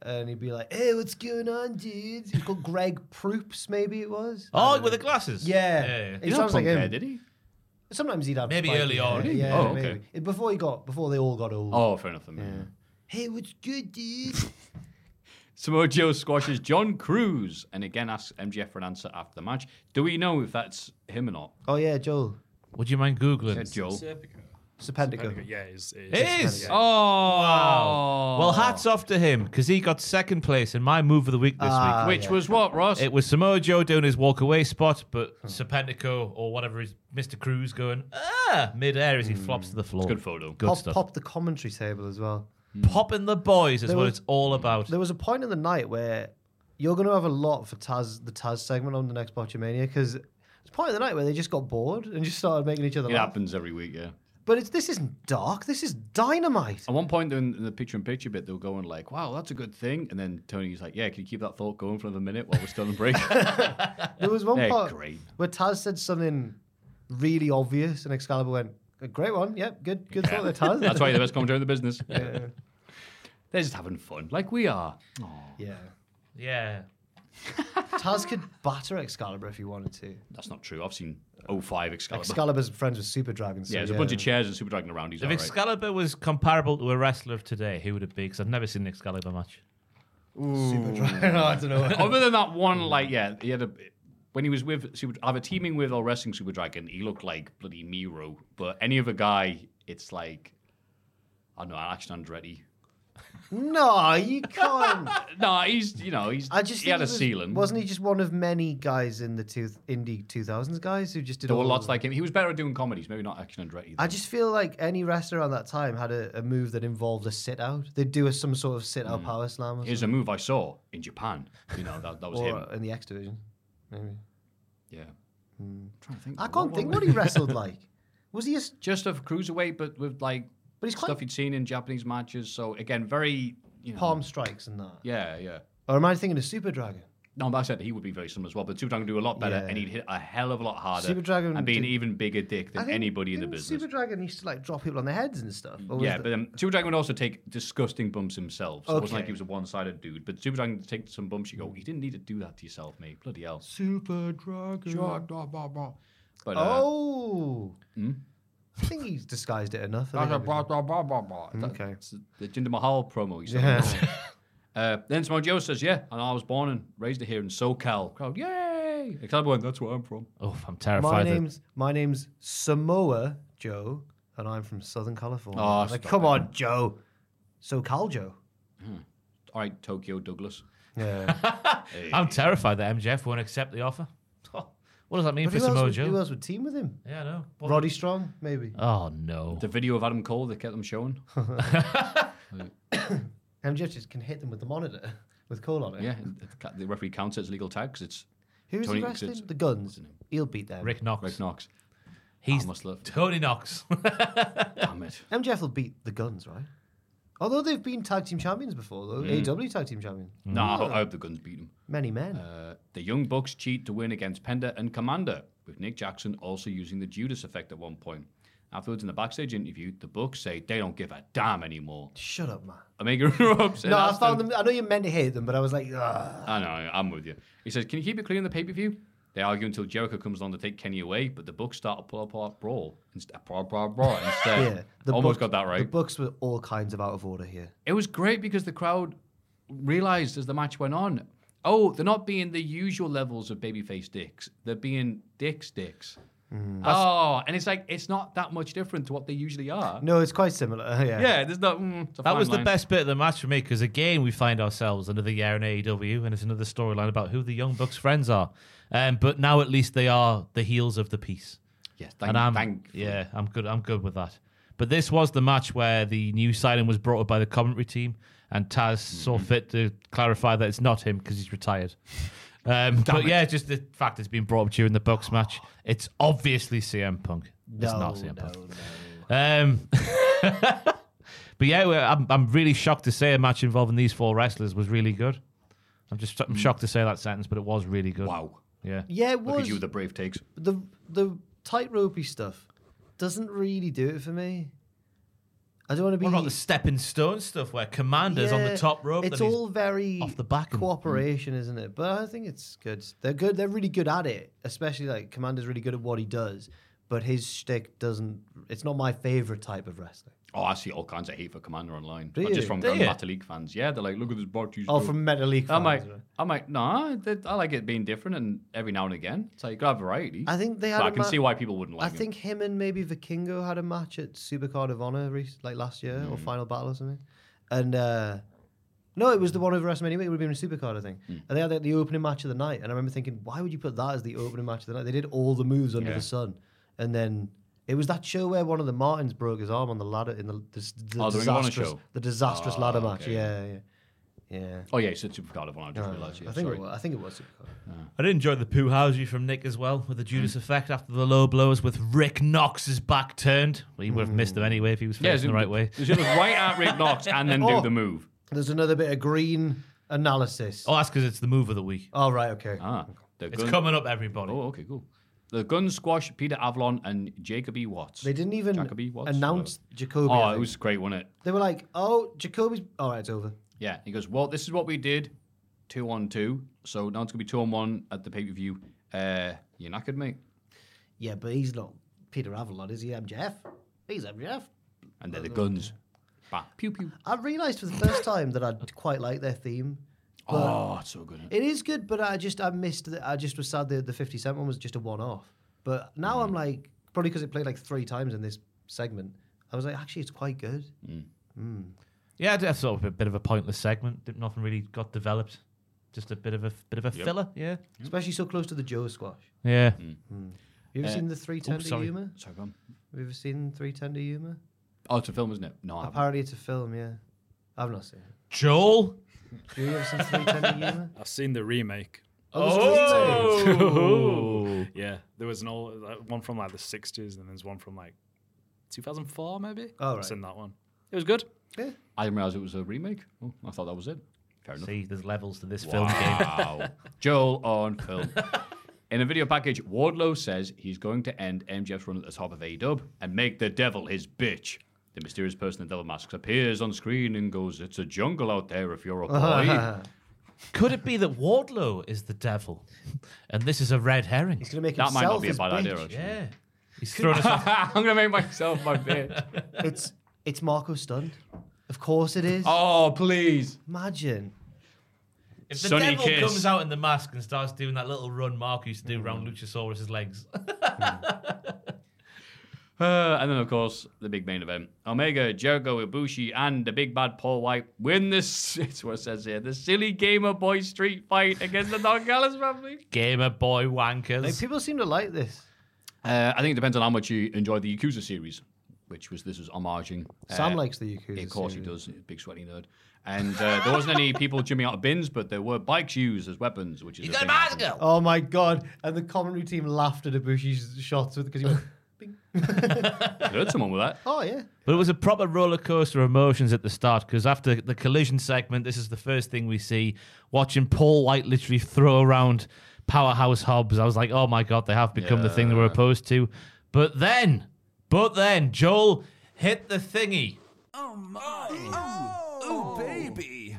and he'd be like, "Hey, what's going on, dudes?" He's called Greg Proops, maybe it was. I
Oh,
don't
with the
know.
glasses.
yeah,
yeah.
He
He's
sounds
not
like
punk
him.
hair, did he?
Sometimes he'd have
Maybe
spiky
early
hair.
on. Did he?
Yeah,
Oh, okay.
maybe. It- Before he got before they all got old.
Oh, fair enough. then, yeah.
Hey, what's good, dude?
Samoa Joe squashes John Cruz and again asks MGF for an answer after the match. Do we know if that's him or not?
oh yeah, Joel.
Would you mind Googling?
Said Joel.
Serpentico.
Yeah, it is.
It is. Oh. Wow. Well, hats off to him because he got second place in my move of the week this
Ah,
week.
Which yeah. was what, Ross?
It was Samoa Joe doing his walk away spot,
Hmm.
but Serpentico or whatever is Mr. Cruz going, ah, mid air as he flops to the floor.
It's a good photo.
Good
pop,
stuff.
pop the commentary table as well.
Popping the boys is
There
what
was-
it's all about.
There was a point in the night where you're going to have a lot for Taz, the Taz segment on the next Botchamania because it's part of the night where they just got bored and just started making each other
It
laugh.
happens every week, yeah.
But it's, this isn't dark. This is dynamite.
At one point in the picture in picture bit, they were going like, wow, that's a good thing. And then Tony's like, yeah, can you keep that thought going for another minute while we're still on [laughs] break?
There was one
They're
part
great.
where Taz said something really obvious, and Excalibur went, "A "Great one, yep, good, good thought there, Taz."
That's why you're the best commentator in the business. They're just having fun, like we are.
[laughs] Yeah,
yeah.
Taz could batter Excalibur if he wanted to.
That's not true. I've seen 05 Excalibur.
Excalibur's friends with Super Dragon.
Oh,
So
yeah, there's a bunch of chairs and Super Dragon around. He's
if
all right.
Excalibur was comparable to a wrestler of today, who would it be? Because I've never seen an Excalibur match.
Super Dragon. I don't
[laughs]
know.
Other than that one, like yeah, he had a when he was with Super, either teaming with or wrestling Super Dragon, he looked like bloody Miro. But any other guy, it's like I don't know, Action Andretti. [laughs]
no, you can't.
No, he's you know he's
I just
he had a
think was-
ceiling.
Wasn't he just one of many guys in the two, indie two thousands guys who just did
There were
all
lots
of them?
like him. He was better at doing comedies, maybe not Action Andretti.
I just feel like any wrestler around that time had a, a move that involved a sit out. They'd do a, some sort of sit
Hmm.
out power slam. Or
Here's a
something.
move I saw in Japan. You know that, that was
or
him.
in the X division, maybe.
Yeah, trying to think.
Hmm. I can't think what
[laughs]
he wrestled like. Was he a s-
just a cruiserweight, but with like
But he's quite-
stuff you'd seen in Japanese matches. So again, very you know,
palm strikes and that?
Yeah, yeah.
Or am I thinking of Super Dragon?
No, but I said he would be very similar as well. But Super Dragon would do a lot better,
Yeah.
and he'd hit a hell of a lot harder.
Super Dragon
and be an
did-
even bigger dick
I
than
think-
anybody in the
didn't
business.
Super Dragon used to like drop people on their heads and stuff. Or was
yeah,
the-
but um, Super Dragon would also take disgusting bumps himself. So it wasn't like
Okay.
he was a one-sided dude. But Super Dragon would take some bumps. You go, you didn't need to do that to yourself, mate. Bloody hell.
Super Dragon.
But uh,
oh.
Hmm?
I think he's disguised it enough. I think it was- okay.
It's the Jinder Mahal promo. He's
Yeah. [laughs]
uh, then Samoa Joe says, "Yeah, and I was born and raised here in SoCal." Crowd, yay! Excalibur went, "That's where I'm from."
Oh, I'm
My
terrified. that-
name's my name's Samoa Joe, and I'm from Southern California.
Oh,
like,
stop
come
it.
on, Joe. So Cal Joe.
All right, Tokyo Douglas.
[laughs] Yeah.
Mm.
I'm terrified that MJF won't accept the offer. [laughs] What does that mean
But
for
who, else
Samoa
would, who
Joe?
else would team with him?
Yeah, I know. Well,
Roddy Strong, maybe.
Oh no.
The video of Adam Cole they kept them
[laughs]
showing.
MJF just can hit them with the monitor [laughs] with Cole on it.
Yeah, and it ca- the referee counts it as legal tag 'cause it's
Who's
Tony
he
thinks
wrestling?
it's-
The Guns. He'll beat them.
Rick Knox.
Rick Knox.
He's
I must love.
Tony Knox. [laughs]
Damn it.
MJF will beat the Guns, right? Although they've been tag team champions before, though. AW tag team champion.
Mm. No, I hope, I hope the guns beat him.
Many men.
Uh, the Young Bucks cheat to win against Pender and Commander, with Nick Jackson also using the Judas effect at one point. Afterwards, in the backstage interview, the Bucks say they don't give a damn anymore.
Shut up, man.
Omega [laughs] erupts. and
No, I
asks
found them. I know you meant to hate them, but I was like,
[laughs]
ugh.
I know, I'm with you. He says, Can you keep it clean in the pay per view? They argue until Jericho comes along to take Kenny away, but the Bucks start a pull apart brawl. Instead, brawl, brawl, brawl instead.
Yeah, the
Almost got
books-
that
The
right.
books were all kinds of out of order here.
It was great because the crowd realized as the match went on, oh, they're not being the usual levels of babyface dicks. They're being dicks dicks.
Mm.
Oh, and it's like it's not that much different to what they usually are.
No, it's quite similar. [laughs] Yeah.
Yeah, there's not. Mm, it's a
That
fine
was the
line.
best bit of the match for me because again we find ourselves another year in AEW and it's another storyline about who the Young Bucks friends are. Um, but now at least they are the heels of the piece.
Yes, thank,
and I'm
thank.
yeah, I'm good. I'm good with that. But this was the match where the new signing was brought up by the commentary team, and Taz saw
Mm-hmm.
fit to clarify that it's not him because he's retired. Um, but yeah, just the fact it's been brought up during the Bucks match. It's obviously CM Punk. it's not CM Punk. Um, but yeah, we're- I'm, I'm really shocked to say a match involving these four wrestlers was really good. I'm just I'm shocked to say that sentence, but it was really good.
Hmm. Wow.
Yeah.
Yeah, it was.
Look at you with the brave takes.
the the tightropey stuff doesn't really do it for me. I don't want to be
What about the stepping stone stuff where Commander's on the
Yeah,
top rope?
It's
then he's-
all very
off the back and-
cooperation, isn't it? But I think it's good. They're good. They're really good at it. Especially like Commander's really good at what he does, but his shtick doesn't. It's not my favorite type of wrestling.
Oh, I see all kinds of hate for Commander online.
Do
Like,
you?
Just from
Do
the
you?
Metalik fans. Yeah, they're like, look at this bot you
Oh,
do."
from Metalik
I'm like,
fans, right.
I'm like, nah, that- I like it being different and every now and again. It's like, you gotta have variety.
I think they
So
had
I
a
can
ma-
see why people wouldn't like
I
it.
think him and maybe Vikingo had a match at Supercard of Honor rec- like last year
Mm.
or Final Battle or something. And uh, no, it was the one over WrestleMania. It would have been a Supercard, I think.
Mm.
And they had like, the opening match of the night. And I remember thinking, why would you put that as the opening match of the night? They did all the moves under
Yeah.
the sun, and then. It was that show where one of the Martins broke his arm on the ladder in the, the, the
Oh, the Ring of Honor
disastrous,
show.
the disastrous
Ah,
ladder match.
okay.
Yeah, yeah, yeah.
Oh, yeah, you said Supercard of Honor. I just
No, no,
realized.
no.
Yeah,
Uh, I think
sorry.
it was, I think it was Supercard.
I did enjoy the poo housey from Nick as well, with the
Hmm.
Judas effect after the low blows with Rick Knox's back turned. Well, he would have missed them anyway if he was
Hmm. Yeah,
facing the right way.
You should look right at Rick Knox and then
Oh.
do the move.
There's another bit of green analysis.
Oh, that's because it's the move of the week.
Oh, right, okay.
Ah, the
It's coming up, everybody.
Oh, okay, cool. The Gun Squash, Peter Avalon, and Jacob E. Watts.
They didn't even
Jacob E. Watts,
announce Jacoby.
Oh,
I
it
think.
was great, wasn't it?
They were like, "Oh, Jacoby's all right. It's over."
Yeah. He goes, Well, this is what we did two on two. So now it's going to be two on one at the pay per view. Uh, you're knackered, mate.
Yeah, but he's not Peter Avalon, is he? MJF. He's MJF.
And
Oh,
they're the guns. Bah. Pew pew.
I realised for the
[laughs]
first time that I quite like their theme.
Oh, it's so good.
It is good, but I just I missed. The, I just was sad that the Fifty Cent one was just a one-off. But now
Mm.
I'm like, probably because it played like three times in this segment, I was like, actually, it's quite good.
Mm. Yeah, that's sort of a bit of a pointless segment. Didn't- Nothing really got developed. Just a bit of a bit of a
Yep.
filler. Yeah.
Especially so close to the Joe squash. Mm.
Yeah.
Have you ever
Uh,
seen the Three Ten
Mm. oops,
to
sorry.
Yuma?
Sorry, go on.
Have you ever seen Three Ten to Yuma?
Oh, it's a film, isn't it? No, I haven't.
Apparently, it's a film. Yeah, I've not seen it.
Joel.
Do you ever seen Three Ten to Yuma?
I've seen the remake.
Oh.
[laughs] yeah, there was an old like, one from like the '60s, and there's one from like 2004, maybe.
Oh,
I've
right.
seen that one. It was good.
I didn't realize it was a remake. Oh, I thought that was it. Fair enough.
See, there's levels to this film game. [laughs]
Wow. Joel on film. In a video package, Wardlow says he's going to end MJF's run at the top of A-Dub and make the devil his bitch. The mysterious person in devil masks appears on screen and goes, "It's a jungle out there if
[laughs]
you're a boy." [laughs]
Could it be that Wardlow is the devil, [laughs] and this is a red herring?
He's gonna make
that might not
himself
be a
his
bad idea.
bitch.
Actually.
Yeah. He's thrown [laughs] us off.
I'm gonna make myself my bitch.
It's it's Marco stunned. Of course it is.
Oh please!
Imagine.
If the
Sunny
devil
kiss.
comes out in the mask and starts doing that little run Mark used to do round Luchasaurus's legs, [laughs]
Uh, and then of course the big main event: Omega, Jericho, Ibushi, and the big bad Paul White win this. [laughs] It's what it says here: the silly gamer boy street fight against the
[laughs]
Don Callis family.
gamer boy wankers.
Like people seem to like this.
Uh, I think it depends on how much you enjoy the Yakuza series, which was this was homaging.
Sam
uh,
likes the Yakuza.
Of course
series.
he does, big sweaty nerd. And uh, there wasn't any people jumping out of bins, but there were bikes used as weapons, which is
You
a
got a
thing.
bicycle.
Oh my god! And the commentary team laughed at Ibushi's shots because he went, Bing.
I heard someone with that.
"Oh yeah."
But it was a proper roller coaster of emotions at the start because after the collision segment, this is the first thing we see watching Paul White literally throw around powerhouse Hobbs. I was like, oh my god, they have become the thing they were opposed to. But then, but then, Joel hit the thingy.
Oh, baby.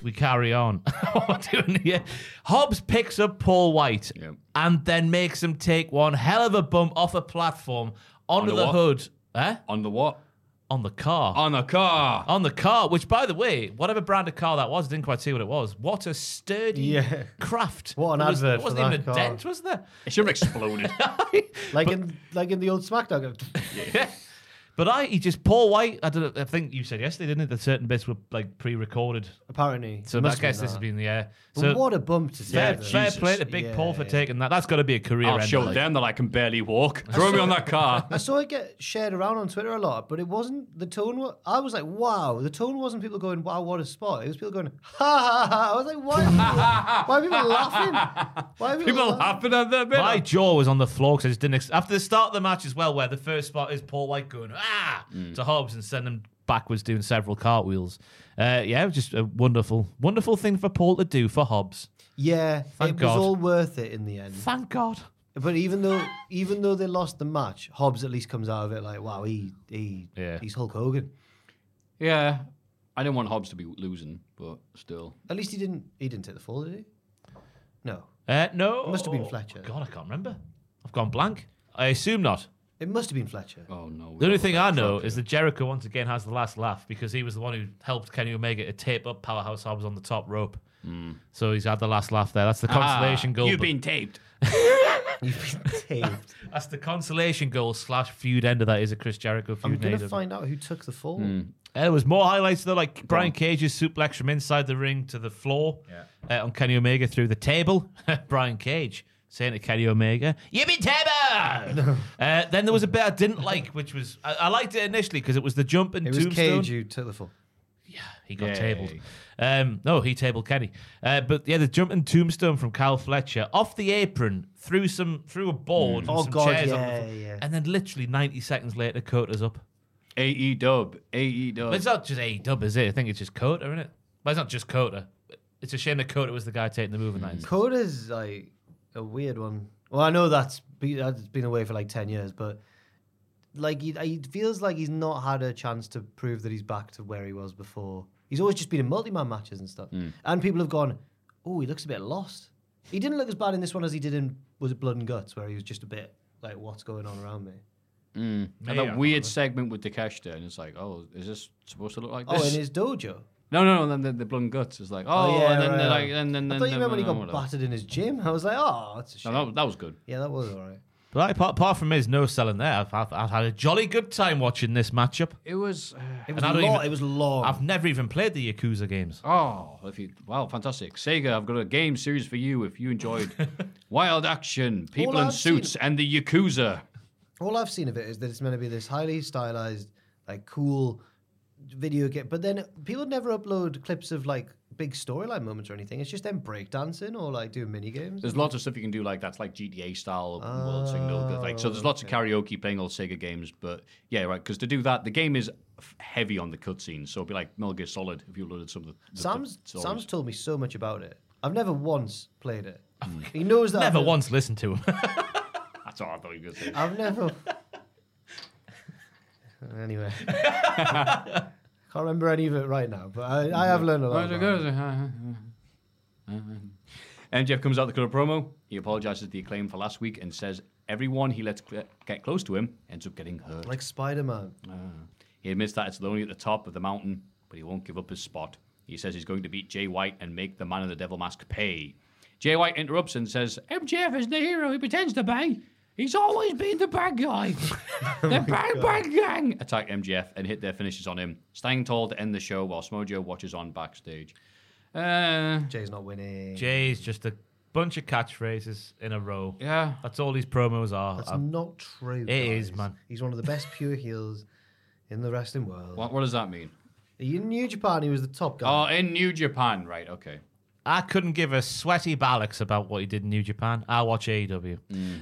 We carry on. [laughs] What we're doing here. Hobbs picks up Paul White
Yep.
and then makes him take one hell of a bump off a platform onto
On the
the
what?
hood, eh?
On the what?
On the car.
On the car.
on the car, which, by the way, whatever brand of car that was, I didn't quite see what it was. What a sturdy
Yeah.
craft.
What an
There was,
advert
There wasn't
for
even
that
a
car.
dent, was there? [laughs]
It should have exploded.
Like in like in the old SmackDown. go,
But I, he just, Paul White, I, don't, know, I think you said yesterday, didn't it, that certain bits were like pre recorded.
Apparently,
So
must
I guess
been
this
that.
has been the air.
But
So
what a bump to
fair,
take.
Yeah,
fair
Jesus.
play to Big
Yeah,
Paul for
yeah.
taking that. That's got to be a career
I'll
ender,
show
like.
them that I can barely walk. Throw me on that car.
I saw it get shared around on Twitter a lot, but it wasn't the tone. wa- I was like, "Wow!" The tone wasn't people going, "Wow, what a spot." It was people going, "Ha ha ha!" I was like, "Why? Are people, why are people laughing? Why are people,
People laughing at their bit.
My jaw was on the floor because I just didn't. Ex- after the start of the match as well, where the first spot is Paul White going ah
Mm.
to Hobbs and sending him backwards doing several cartwheels. Uh, yeah, it was just a wonderful, wonderful thing for Paul to do for Hobbs.
Yeah,
Thank
it
God.
was all worth it in the end.
Thank God.
But even though even though they lost the match, Hobbs at least comes out of it like, "Wow, he he
Yeah.
he's Hulk Hogan."
Yeah. I didn't want Hobbs to be losing, but still.
At least he didn't. He didn't take the fall, did he? No.
Uh, no. Oh,
It must have been Fletcher.
God, I can't remember. I've gone blank. I assume not.
It must have been Fletcher.
Oh no.
The only thing I know is that Jericho once again has the last laugh because he was the one who helped Kenny Omega to tape up Powerhouse Hobbs on the top rope.
Mm.
So he's had the last laugh there. That's the consolation
Ah,
goal.
You've been taped.
[laughs]
[laughs] That's the consolation goal slash feud ender that is a Chris Jericho feud.
I'm gonna
name.
find out who took the fall.
Uh, there was more highlights though, like Brian Cage's suplex from inside the ring to the floor uh, on Kenny Omega through the table. [laughs] Brian Cage saying to Kenny Omega, "You be table."
[laughs]
uh, then there was a bit I didn't like, which was I, I liked it initially because it was the jump and
It was
tombstone.
Cage who took the fall.
He got
Yay.
tabled. Um, no, he tabled Kenny. Uh, but yeah, the jumping tombstone from Cal Fletcher off the apron through some through a board.
Mm.
and
Oh,
some
God,
chairs on the
yeah,
floor.
yeah.
And then literally ninety seconds later, Cota's up.
AE E dub, AE dub.
But it's not just AE dub, is it? I think it's just Cota, isn't it? But it's not just Cota. It's a shame that Cota was the guy taking the move
Hmm.
in that. instance.
Coda's like a weird one. Well, I know that's be, that's been away for like ten years, but like he, he feels like he's not had a chance to prove that he's back to where he was before. He's always just been in multi-man matches and stuff,
Mm.
and people have gone, "Oh, he looks a bit lost." He didn't look as bad in this one as he did in was it Blood and Guts, where he was just a bit like, "What's going on
[laughs]
around me?"
Mm.
Yeah,
And that
yeah,
weird segment with Dakesh there, and it's like, oh, is this supposed to look like this?
Oh, in his dojo.
No, no, no. Then the, the blunt guts is like, oh, and then they're like, and then then.
I thought you
then-
remember when he
then
got
whatever.
battered in his gym. I was like, "Oh, that's a shame."
No, that, that was good.
yeah, that was alright.
But like, apart, apart from his no selling there, I've, I've, I've had a jolly good time watching this matchup.
It was.
It was,
uh, And I don't
long,
even-
it was long.
I've never even played the Yakuza games.
Oh, if you wow, fantastic! Sega, I've got a game series for you if
[laughs]
you enjoyed Wild Action, People
All
in
I've
Suits,
seen-
and the Yakuza.
all I've seen of it is that it's meant to be this highly stylized, like cool video game. But then people never upload clips of like big storyline moments or anything. It's just them breakdancing or like doing mini games.
There's lots of stuff you can do like that's like GTA style open world signal. Like so, there's lots of karaoke playing old Sega games, but yeah, right. Because to do that, the game is f- heavy on the cutscenes, so it'd be like Metal Gear Solid if you loaded some of the. the- the
Sam's
stories.
Sam's told me so much about it. I've never once played it. [laughs] He knows that.
Never
I've
once listened to him.
That's all I thought you were
[laughs]
gonna say.
I've never. anyway, can't remember any of it right now, but I, I have learned a lot.
Right,
about it.
MJF comes out the color promo. He apologizes to the acclaim for last week and says everyone he lets cl- get close to him ends up getting hurt.
Like Spider Man.
He admits that it's lonely at the top of the mountain, but he won't give up his spot. He says he's going to beat Jay White and make the man in the devil mask pay. Jay White interrupts and says, MJF is the hero he pretends to be. He's always been the bad guy. the Bang Bang Gang attack MJF and hit their finishes on him, staying tall to end the show while Smojo watches on backstage. Uh,
Jay's not winning.
Jay's just a bunch of catchphrases in a row.
Yeah.
That's all these promos are.
That's
I've-
not true.
It is,
guys.
man.
He's one of the best pure heels in the wrestling world.
what, what does that mean?
In New Japan, he was the top guy.
Oh, in New Japan, right? Okay.
I couldn't give a sweaty bollocks about what he did in New Japan. I watch AEW.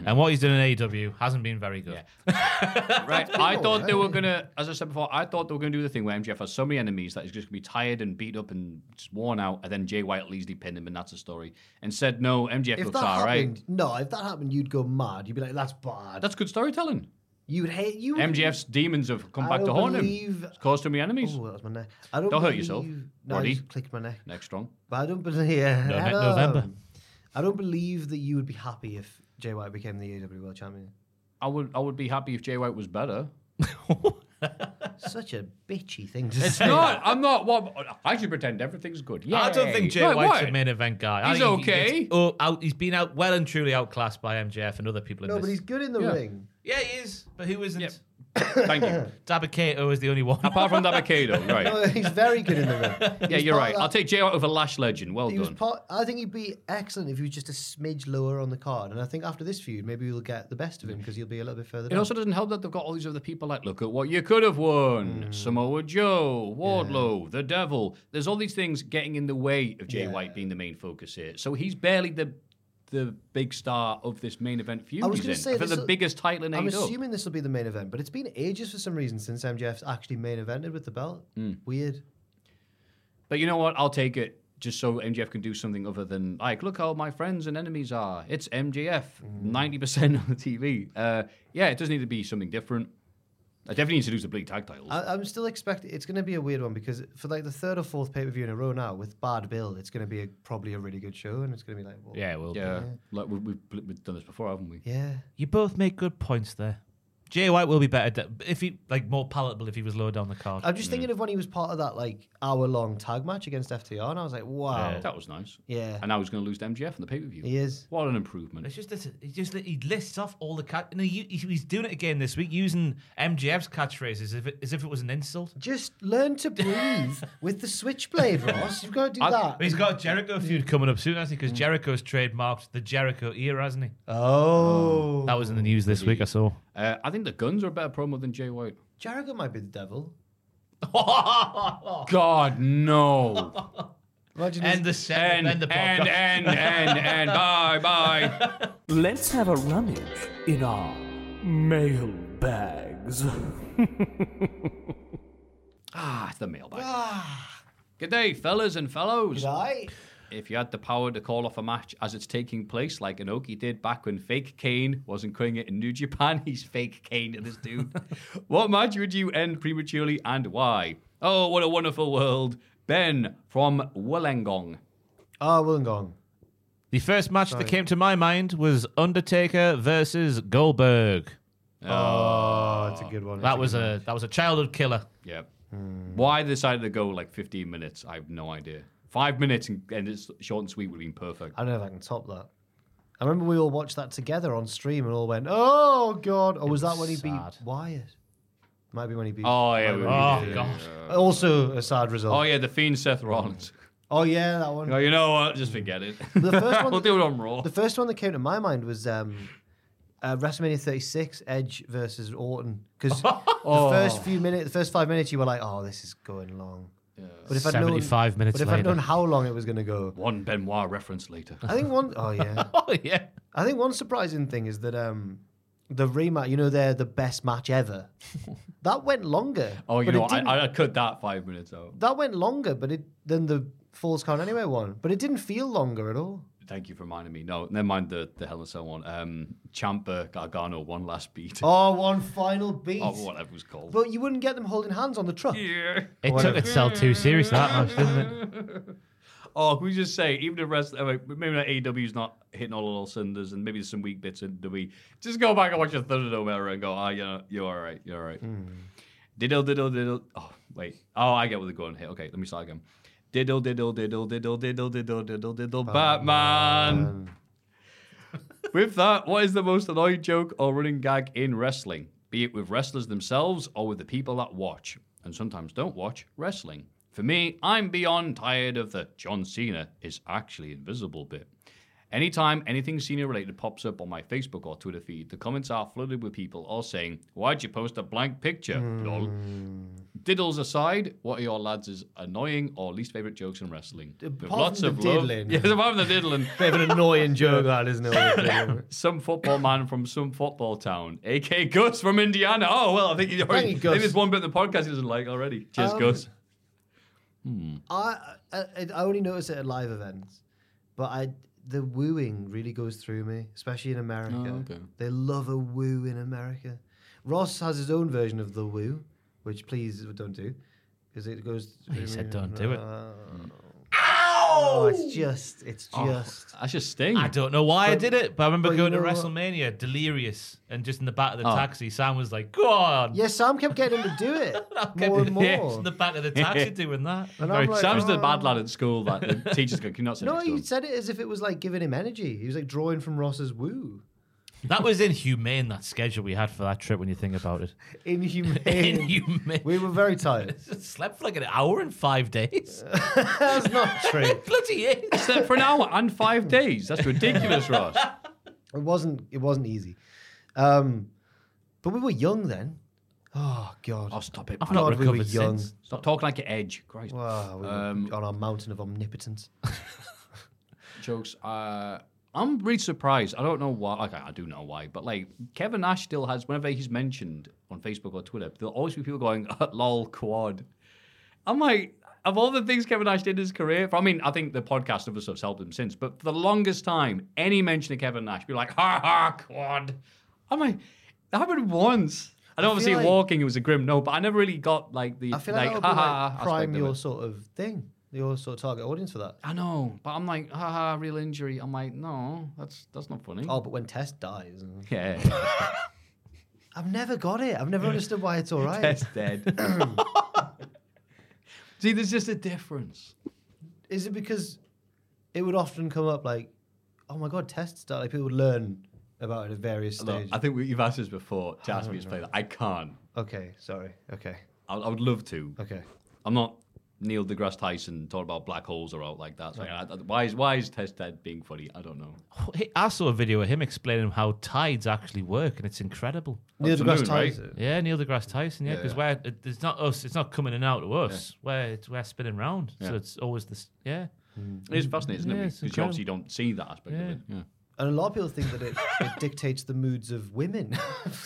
And what he's done in AEW hasn't been very good.
Right. I thought they
eh?
were gonna, as I said before, I thought they were gonna do the thing where MJF has so many enemies that he's just gonna be tired and beat up and just worn out, and then Jay White leaves, he pinned him, and that's the story. And said, no, MJF
if
looks
that
all
happened,
right.
no, if that happened, you'd go mad. You'd be like, "That's bad."
That's good storytelling.
You'd hate you.
MJF's demons have come
I
back to
don't
haunt
believe-
him. It's caused too many enemies.
Oh, that was my neck. I don't,
Don't hurt
believe-
yourself,
No,
buddy.
I just clicked my neck.
Next strong.
But I don't believe.
No,
I
ne-
don't-
November.
I don't believe that you would be happy if Jay White became the AEW World Champion.
I would, I would be happy if Jay White was better.
Such a bitchy thing to
It's
say.
not. I'm not. What I should pretend everything's good. Yeah.
I don't think Jay White's a main event guy. I
He's
think he
okay.
gets o- out- he's been out well and truly outclassed by MJF and other people in
No,
this.
but he's good in the
Yeah.
ring.
Yeah, he is. But who isn't?
Thank you.
Dabba Kato is the only one. [laughs]
Apart from that, Makedo, right?
[laughs] No, he's very good in the ring.
[laughs] Yeah,
He's
you're
part
right.
of
I'll
that-
take Jay White over Lash Legend. Well
He was
done.
part, I think he'd be excellent if he was just a smidge lower on the card. And I think after this feud, maybe we'll get the best of him because he'll be a little bit further
Mm. It
down.
also doesn't help that they've got all these other people like, look at what you could have won.
Mm.
Samoa Joe, Wardlow, the devil. There's all these things getting in the way of Jay
Yeah.
White being the main focus here. So he's barely the the big star of this main event feud
I was
he's
gonna
in.
say
for the
this'll-
biggest title in E
I'm
AEW.
assuming this will be the main event, but it's been ages for some reason since MJF's actually main evented with the belt.
Hmm.
Weird.
But you know what? I'll take it just so MJF can do something other than like, look how my friends and enemies are. It's
Mm.
MJF, ninety percent on the TV. Uh, yeah, it does need to be something different. I definitely need to do some bleak tag titles.
I, I'm still expecting it's going to be a weird one because for like the third or fourth pay per view in a row now with bad build, it's going to be a, probably a really good show, and it's going to be like, well,
Yeah, it will be.
Yeah, like we, we've, we've done this before, haven't we?
yeah.
You both make good points there. Jay White will be better de- if he like more palatable if he was lower down the card.
I'm
Hmm.
just thinking of when he was part of that like hour long tag match against FTR, and I was like, wow,
Um, That was nice.
Yeah.
And now he's going to lose to MGF in the pay per view.
He is.
What an improvement.
It's just this. He just he lists off all the cat. No, you, he's doing it again this week using MJF's catchphrases as if it, as if it was an insult.
Just learn to
[laughs]
breathe with the switchblade, Ross. You've got to do that.
He's got a Jericho feud coming up soon, hasn't he? Because Jericho's trademarked the Jericho era, hasn't he?
Oh.
That was in the news this week. I saw.
Uh, I think the guns are a better promo than Jay White.
Jericho might be the devil. Oh.
God,
[laughs]
no.
Imagine
And the segment,
and,
the
and,
podcast.
and, and,
[laughs]
and, bye, bye.
Let's have a rummage in our mail bags.
Ah, it's the mailbag. Good day, fellas and fellows.
Right?
If you had the power to call off a match as it's taking place, like Inoki did back when fake Kane wasn't calling it in New Japan, [laughs] he's fake Kane to this
[laughs]
dude. what match would you end prematurely and why? Oh, what a wonderful world. Ben from Wollongong.
Ah, Wollongong.
The first match that came to my mind was Undertaker versus Goldberg.
Oh, it's a good one.
That was a that was a childhood killer.
Yeah. Why they decided to go like 15 minutes, I have no idea. Five minutes and, and it's short and sweet would have been perfect.
I don't know if I can top that. I remember we all watched that together on stream and all went, "Oh God!" Or was that when he
sad.
beat Wyatt? Might be when he beat.
Oh, yeah. we-
Oh god.
Also a sad result.
Oh, yeah, the Fiend Seth Rollins.
Oh yeah, that one.
No, you know what? Just forget it.
The first
[laughs]
one.
we'll do it on Raw.
the first one that came to my mind was um, uh, WrestleMania 36, Edge versus Orton.
[laughs]
Because
Oh.
the first few minutes, the first five minutes, you were like, "Oh, this is going long." But if I'd known,
75 minutes
But if I'd
later.
known how long it was going to go,
One Benoit reference later.
I think one oh yeah.
[laughs]
Oh yeah.
I think one surprising thing is that um, the rematch, you know, they're the best match
[laughs]
ever. that went longer.
Oh, you
but
know,
it didn't-
I, I cut that five minutes out.
that went longer, but it than the Falls Count Anywhere one, but it didn't feel longer at all.
Thank you for reminding me. No, never mind the, the Hell in a Cell one. Um, Champa Gargano, one last beat.
Oh, one final
[laughs]
beat.
Or whatever it was called.
But you wouldn't get them holding hands on the truck.
It
Whatever.
took itself too serious that match, didn't it?
Oh, can we just say, even the rest, I mean, maybe that AEW's not hitting all of those cylinders and maybe there's some weak bits in the we Just go back and watch the Thunderdome era and go, ah, yeah, you're all right, you're all right. Diddle, diddle, diddle. Oh, wait. Oh, I get what they're going here. Okay, let me start again. Diddle, diddle, diddle, diddle, diddle, diddle, diddle, diddle, Batman. with that, what is the most annoying joke or running gag in wrestling? Be it with wrestlers themselves or with the people that watch and sometimes don't watch wrestling. For me, I'm beyond tired of the John Cena is actually invisible bit. Anytime anything Cena related pops up on my Facebook or Twitter feed, the comments are flooded with people all saying, Why'd you post a blank picture?
Hmm.
Lol. Diddles aside, what are your lads' annoying or least favorite jokes in wrestling? With
from the diddling.
[laughs] Yes, apart from the
[laughs]
diddling.
Bit of an annoying joke, that [laughs] isn't it?
some football man from some football town, aka Gus from Indiana. Oh well, I think he already,
Thank you, Gus.
maybe there's one bit in the podcast he doesn't like already. Cheers,
Um,
Gus.
I, I I only notice it at live events, but I the wooing really goes through me, especially in America. They love a woo in America. Ross has his own version of the woo, which please don't do, because it goes.
He said don't do it.
Oh, it's just, it's just.
That's just sting.
I don't know why I did it, but I remember
but you
going to
know what?
WrestleMania delirious and just in the back of
Oh.
the taxi, Sam was like, "Go on."
Yeah, Sam kept getting him to do it more and more.
Just in the back of the
[laughs]
taxi doing that.
And
Very
I'm like,
Sam's the
"Oh."
bad lad at school that
[laughs]
the teachers go, "Can you not say
No,
that to
he
him?"
said it as if it was like giving him energy. He was like drawing from Ross's woo.
That was inhumane, that schedule we had for that trip when you think about
[laughs]
it.
Inhumane.
inhumane. [laughs]
We were very tired.
slept for like an hour and five days.
That's not true.
[laughs] Bloody is.
Slept for an hour and five days. That's ridiculous,
[laughs]
Ross.
It wasn't. It wasn't easy. Um, but we were young then. Oh God.
Oh, stop it!
I've
man.
not
God, we were
recovered
young.
since.
Stop talking like an edge, Christ.
Wow, we were
Um,
on our mountain of omnipotence.
jokes. Uh, I'm really surprised. I don't know why. Like, I I do know why, but like Kevin Nash still has. Whenever he's mentioned on Facebook or Twitter, there'll always be people going, [laughs] "Lol, quad." I'm like, of all the things Kevin Nash did in his career, I mean, I think the podcast of us have helped him since. But for the longest time, any mention of Kevin Nash, be like, "Ha ha, quad." I'm like, that happened once. I know,
I
obviously,
feel like-
walking it was a grim no, but I never really got like the
I feel like,
like,
that would be
haha
like
aspect
prime
of
your
it.
sort of thing, your sort of target audience for that.
I know, but I'm like haha real injury. I'm like no, that's that's not funny.
Oh, but when Tess dies,
[laughs] yeah,
I've never got it. I've never understood why it's all right.
[laughs] that's dead. [clears throat] See, there's just a difference.
Is it because it would often come up like, oh my god, tests start like people would learn about it at various
Look,
stages.
I think we, you've asked this before to
I
ask me
don't
to play
know.
that. I can't.
Okay, sorry. Okay,
I, I would love to.
okay.
I'm not Neil deGrasse Tyson talking about black holes or out like that. So I- I- why is why is Test Dead being funny? I don't know.
He- I saw a video of him explaining how tides actually work, and it's incredible.
Neil
to
deGrasse
moon, right?
Tyson.
Yeah, Neil deGrasse Tyson. Yeah,
Yeah,
because
yeah.
we're it- it's not us. It's not coming in out to us. We're it's, we're spinning round. So
Yeah.
it's always this. Yeah,
It is fascinating, isn't
Yeah,
it?
it's
Because you obviously don't see that aspect
Yeah.
of it. Yeah.
And a lot of people think that it, [laughs] it dictates the moods of women.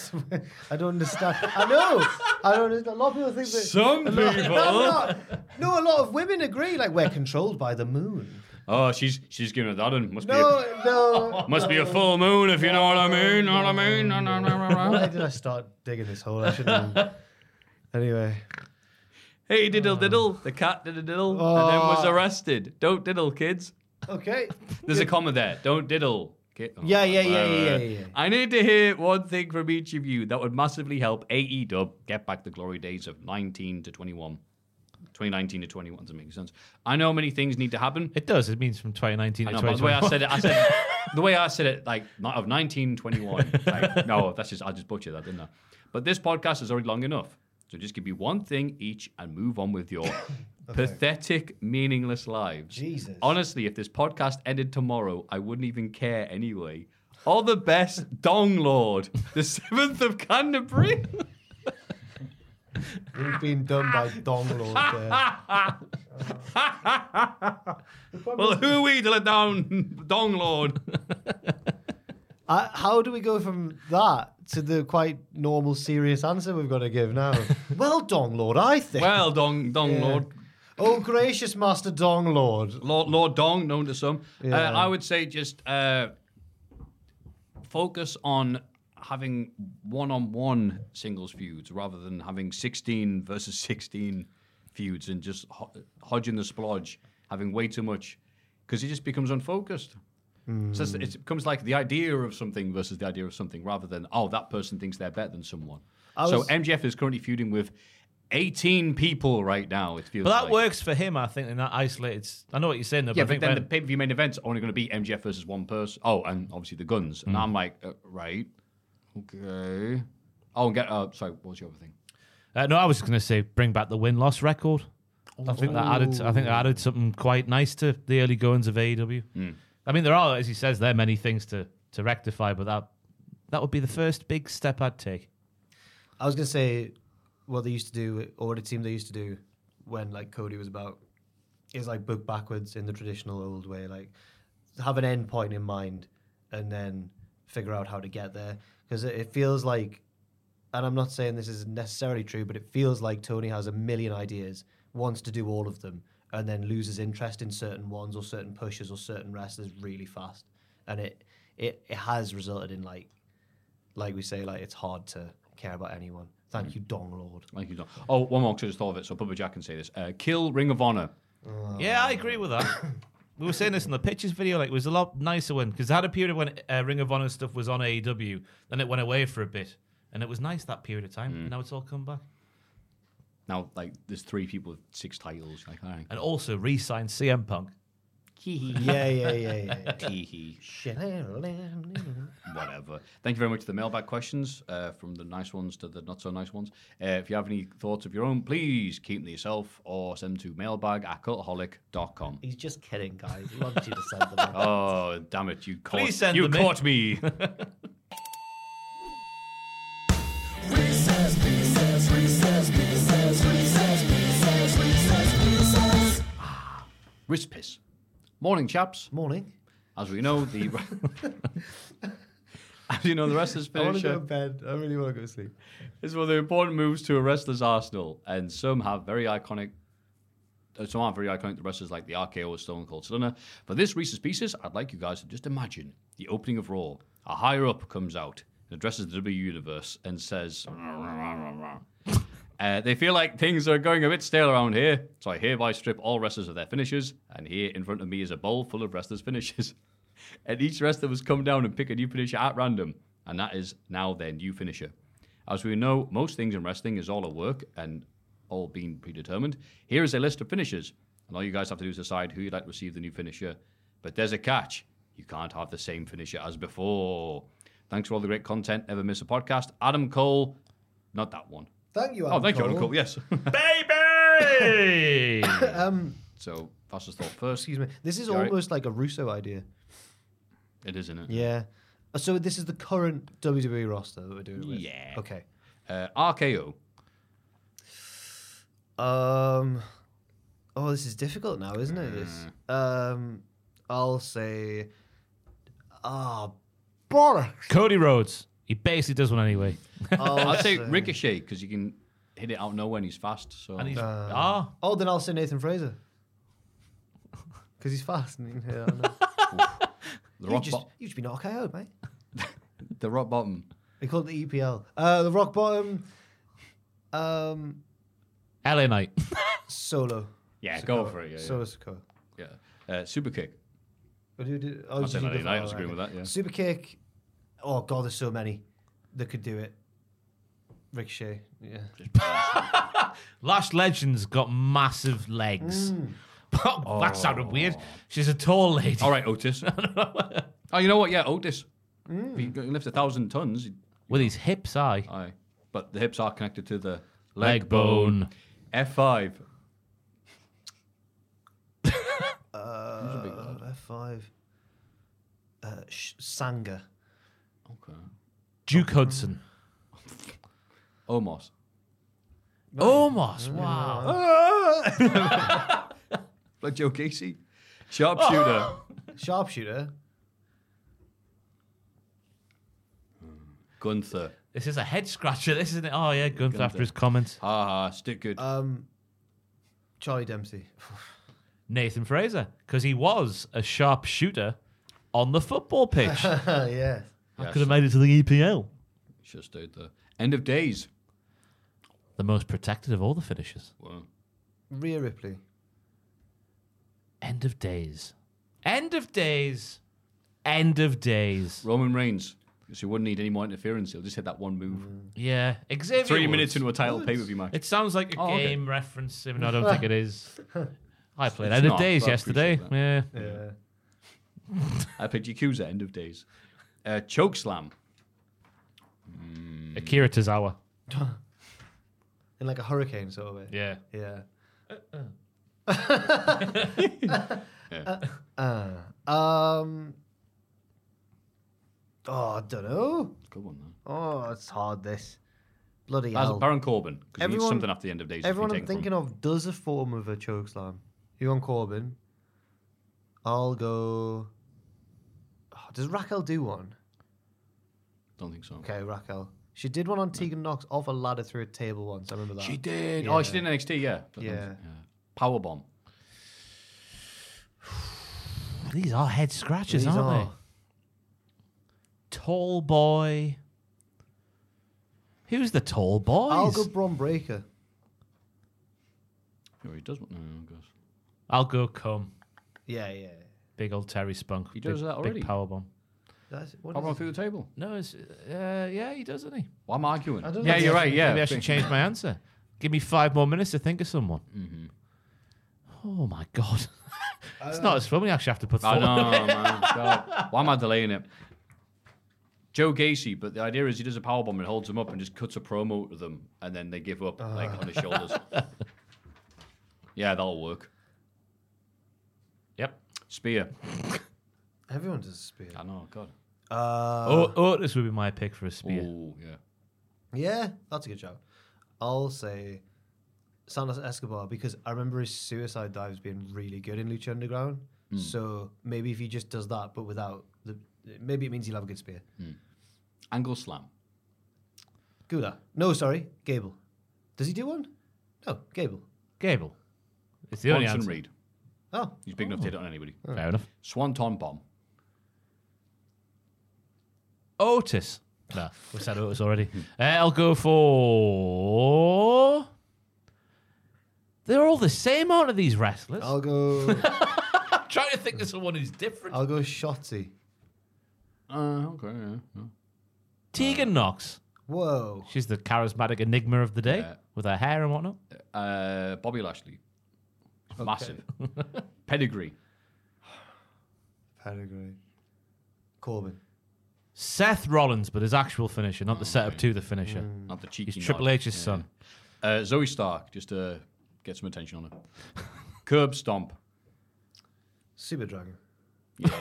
[laughs] I don't understand. I know. I don't. understand. A lot of people think that.
Some
a lot-
people.
[laughs] No, I'm not. no, a lot of women agree. Like we're controlled by the moon.
Oh, she's she's giving it that, and must
No,
be
no.
a, [laughs] must be a full moon if you know what I mean. Know what I mean? No, no, no, no,
Why
no.
did I start digging this hole? I shouldn't. have. Anyway,
Hey, diddle diddle, the cat did a diddle, and then
Oh.
was arrested. Don't diddle, kids.
okay.
There's a comma there. Don't diddle. Ki- oh,
Yeah, yeah, yeah, yeah, yeah,
whatever.
yeah, yeah.
I need to hear one thing from each of you that would massively help AE Dub get back the glory days of 19 to 21. 2019 to 21 doesn't make sense. I know many things need to happen.
it does. It means from 2019
I
to
know, but the way I
2021.
said it, I said the way I said it, like not of 1921.
[laughs]
like, no, that's just I just butchered that, didn't I? But this podcast is already long enough, so just give me one thing each and move on with
[laughs]
your pathetic, meaningless lives.
Jesus.
Honestly, if this podcast ended tomorrow, I wouldn't even care anyway. All the best, Dong Lord, the seventh of Canterbury.
We've been done by Dong Lord. There.
well, who are we to let down [laughs] Dong Lord?
I, how do we go from that to the quite normal, serious answer we've got to give
[laughs]
now? well, Dong Lord, I think.
well, Dong Dong
Yeah.
Lord,
oh, gracious Master Dong Lord.
Lord Lord Dong, known to some.
Yeah.
Uh, I would say just uh, focus on having one-on-one singles feuds rather than having 16 versus [laughs] 16 feuds and just ho- hodging the splodge, having way too much, because it just becomes unfocused.
Mm.
So it's- it becomes like the idea of something versus the idea of something, rather than oh that person thinks they're better than someone. so
was-
MJF is currently feuding with 18 people right now. It feels
but that
like.
works for him, I think, in that isolated. s- I know what you're saying, though. but, I
Yeah, but
think
then
when-
the pay per view main event's only going to be MGF versus one person. Oh, and obviously the guns.
Hmm.
And I'm like, uh, right, okay. Oh, and get. Uh, sorry, what was your other thing?
Uh, no, I was going to say bring back the win loss record. I think that added. I think that added something quite nice to the early goings of AEW. I mean, there are, as he says, there are many things to to rectify, but that that would be the first big step I'd take.
I was gonna say what they used to do, or the team they used to do when like Cody was about, is like book backwards in the traditional old way, like have an end point in mind and then figure out how to get there. Because it, it feels like, and I'm not saying this is necessarily true, but it feels like Tony has a million ideas, wants to do all of them, and then loses interest in certain ones or certain pushes or certain wrestlers really fast, and it it, it has resulted in like like we say, like it's hard to care about anyone.
Mm.
Thank you,
[laughs]
Dong Lord.
Thank you. Don. Oh, one more because I just thought of it. So Papa Jack can say this. Uh, kill Ring of Honor. Oh,
Yeah, I agree with that.
[coughs]
we were saying this in the pictures video. Like, it was a lot nicer when because I had a period when uh, Ring of Honor stuff was on AEW, then it went away for a bit, and it was nice that period of
Mm.
time. And now it's all come back.
Now, like, there's three people with six titles. Like, all right. [laughs]
And also re-signed CM Punk.
Yeah, yeah, yeah, yeah. yeah.
Hee hee.
Shillelagh.
whatever. Thank you very much to the mailbag questions, uh, from the nice ones to the not so nice ones. Uh, if you have any thoughts of your own, please keep them to yourself or send them to mailbag at cultaholic.com.
He's just kidding, guys. He wants you to send them. out.
Oh, damn it. You caught,
Please send
you
them in.
caught me. Ah, Wrist piss. [laughs] Morning, chaps.
Morning.
As we know, the. [laughs] As you know, the wrestler's
I want to go
finisher
to bed. I really want to go to sleep.
is one of the important moves to a wrestler's arsenal, and some have very iconic. uh, Some are very iconic to wrestlers like the RKO or Stone Cold Stunner. For this Reese's Pieces, I'd like you guys to just imagine the opening of Raw. A higher up comes out addresses the W universe and says, uh, They feel like things are going a bit stale around here, so I hereby strip all wrestlers of their finishes, and here in front of me is a bowl full of wrestlers' finishes. [laughs] and each wrestler must come down and pick a new finisher at random, and that is now their new finisher. As we know, most things in wrestling is all a work and all being predetermined. Here is a list of finishers, and all you guys have to do is decide who you'd like to receive the new finisher. But there's a catch. You can't have the same finisher as before. Thanks for all the great content. Never miss a podcast. Adam Cole, not that one.
Thank you,
oh,
Adam
thank you, Adam
Cole.
Cole.
[laughs]
Yes.
Baby!
um,
so, fastest thought first.
Excuse me. This is
You all right?
almost like a Russo idea.
It is, isn't it?
Yeah. So this is the current WWE roster that we're doing it with.
Yeah.
Okay.
Uh, RKO.
Um. Oh, this is difficult now, isn't it? This.
Mm.
Um. I'll say. Ah, bollocks.
Cody Rhodes. He basically does one anyway.
I'd say Ricochet because you can hit it out of nowhere and he's fast. So
And he's-
Uh,
Ah.
Oh, then I'll say Nathan Fraser. [laughs] Because he's fast. And he can hit it out of nowhere.
the
You've
rock,
just,
bo-
you've just been RKO'd, mate.
the rock bottom.
They call it the EPL. Uh, the rock bottom. Um,
LA Knight.
solo.
Yeah,
Sokoa.
go for it, yeah, yeah.
Solo Sokoa.
Yeah. Uh, super kick.
Or do- do-
I'd
oh,
say
you
LA
go for
Knight, I
all
was agreeing with that, yeah.
Super kick. Oh god, there's so many that could do it. Ricochet. Yeah.
Lash Legends got massive legs.
Hmm.
[laughs] that sounded weird. She's a tall lady.
Oh. All right, Otis. [laughs] oh, you know what? Yeah, Otis. If he g- lifts a thousand tons. he-
With his hips, aye.
Aye. But the hips are connected to the
Leg bone.
F5. [laughs]
Uh, F five. Uh, Sh- Sanga.
Okay.
Duke Hudson.
Omos.
Omos.
Hmm.
Wow.
Like Joe Casey. [laughs] Sharpshooter.
Sharpshooter.
Gunther.
This is a head scratcher, this isn't it? Oh, yeah, Gunther,
Gunther.
after his comments.
Ha ha, stick good.
Um, Charlie Dempsey.
Nathan Fraser, because he was a sharp shooter on the football
[laughs]
pitch.
[laughs] yeah.
Yeah,
Could have made it to the E EPL.
should have stayed there. End of days.
The most protected of all the finishes.
Wow.
Rhea Ripley.
End of days. End of days. End of days.
Roman Reigns. Because he wouldn't need any more interference. He'll just hit that one move.
Yeah. Xavier.
Mm. Three
Woods.
minutes into a title pay per view [laughs] match.
It sounds like a
Oh, okay.
game reference, even though I don't think it is.
[laughs]
I played
It's
End
not,
of Days
but I
yesterday.
appreciate
Yeah.
Yeah.
I picked Yakuza, end of days. Uh, choke slam. Hmm.
Akira Tozawa.
In like a hurricane sort of way.
Yeah.
Yeah.
Uh-uh.
[laughs]
Yeah.
Uh, um. Oh, I don't know.
Good one, though.
Oh, it's hard. This bloody
That's
hell.
Baron Corbin. Because he needs
Everyone-
something after the end of days.
Everyone I'm thinking of does a form of a chokeslam. You on Corbin? I'll go. Oh, does Raquel do one?
Don't think so.
Okay, Raquel. She did one on Tegan Knox off a ladder through a table once. I remember that.
She did. Oh, she did in NXT, yeah. That
Yeah.
was- yeah. Powerbomb.
These are head scratches,
These
aren't
are-
they? Tall boy. Who's the tall boy?
I'll go Bron Breaker.
Oh, he does what? No, no, goes.
I'll go come.
Yeah, yeah.
Big old Terry Spunk.
He does
big,
that already?
Big powerbomb.
That's, what is
Powerbomb
it?
through the table.
No, it's, uh, yeah, he does, doesn't he?
Well, I'm arguing.
I don't
Yeah,
know.
you're right. Yeah.
Maybe I should change my answer. Give me five more minutes to think of someone. Oh my god, [laughs] it's not as fun. We actually have to put
Mm-hmm. Uh, I
thought.
know, man. God. Why am I delaying it? Joe Gacy, but the idea is he does a powerbomb and holds them up and just cuts a promo to them and then they give up like on his shoulders. yeah, that'll work.
Yep.
Spear.
Everyone does a spear.
I know, God.
Uh,
Oh, oh, this would be my pick for a spear.
Ooh, yeah.
Yeah, that's a good job. I'll say Santos Escobar because I remember his suicide dives being really good in Lucha Underground. So maybe if he just does that, but without the, maybe it means he'll have a good spear.
Angle slam.
Gula. No, sorry, Gable. Does he do one? No, Gable.
Gable. It's the only
Bronson
answer. Oh.
Reed.
Oh,
He's big enough to hit it on anybody.
Fair enough.
Swanton bomb.
Otis. Nah, we said it was already.
Hmm.
Uh, I'll go for. They're all the same, aren't they, these wrestlers?
Oh.
I'll
go.
I'm trying to think of someone who's different.
[laughs] I'll go Shotzi.
Uh, okay, yeah.
Tegan Knox.
Whoa.
She's the charismatic enigma of the day with her hair and whatnot.
Uh, Bobby Lashley. Massive. Pedigree.
Pedigree. Corbin.
Seth Rollins, but his actual finisher, not the setup to the finisher.
Oh, Mm. Not the cheeky.
He's Triple
nod.
H's
Yeah.
son.
Uh, Zoe Stark, just to get some attention on her. [laughs] Curb stomp.
Super Dragon. [laughs]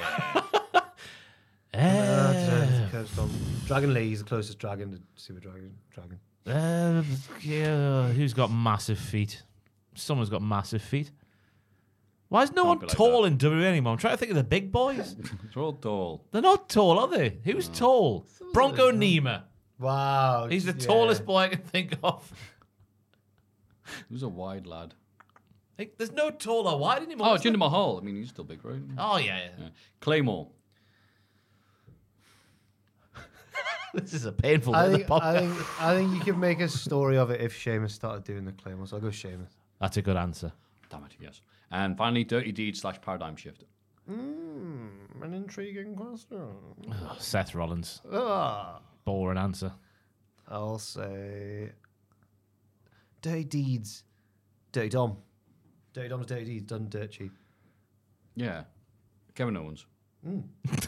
Uh,
Dragon Lee is the closest dragon to Super Dragon. Dragon.
Uh, yeah, who's got massive feet? Someone's got massive feet. Why is no one tall in W anymore? I'm trying to think of the big boys.
They're all tall.
They're not tall, are they? Who's tall? Bronco Nima.
Wow.
He's the tallest boy I can think of.
Who's a wide lad?
Like, there's no taller wide anymore.
Oh,
is there?
Jinder Mahal. I mean, he's still big, right?
Oh, yeah, yeah.
Claymore.
This is a painful
I
little [laughs]
think,
podcast.
I, think, I think you could make a story of it if Seamus started doing the claymore. So I'll go Seamus.
That's a good answer.
Damn it, yes. And finally, Dirty Deed slash Paradigm Shift.
Mm, an intriguing question.
Oh, Seth Rollins.
Ah.
Boring answer.
I'll say Dirty Deeds. Dirty Dom. Dirty Dom's Dirty Deeds done dirt cheap.
Yeah. Kevin Owens.
Mm.
[laughs]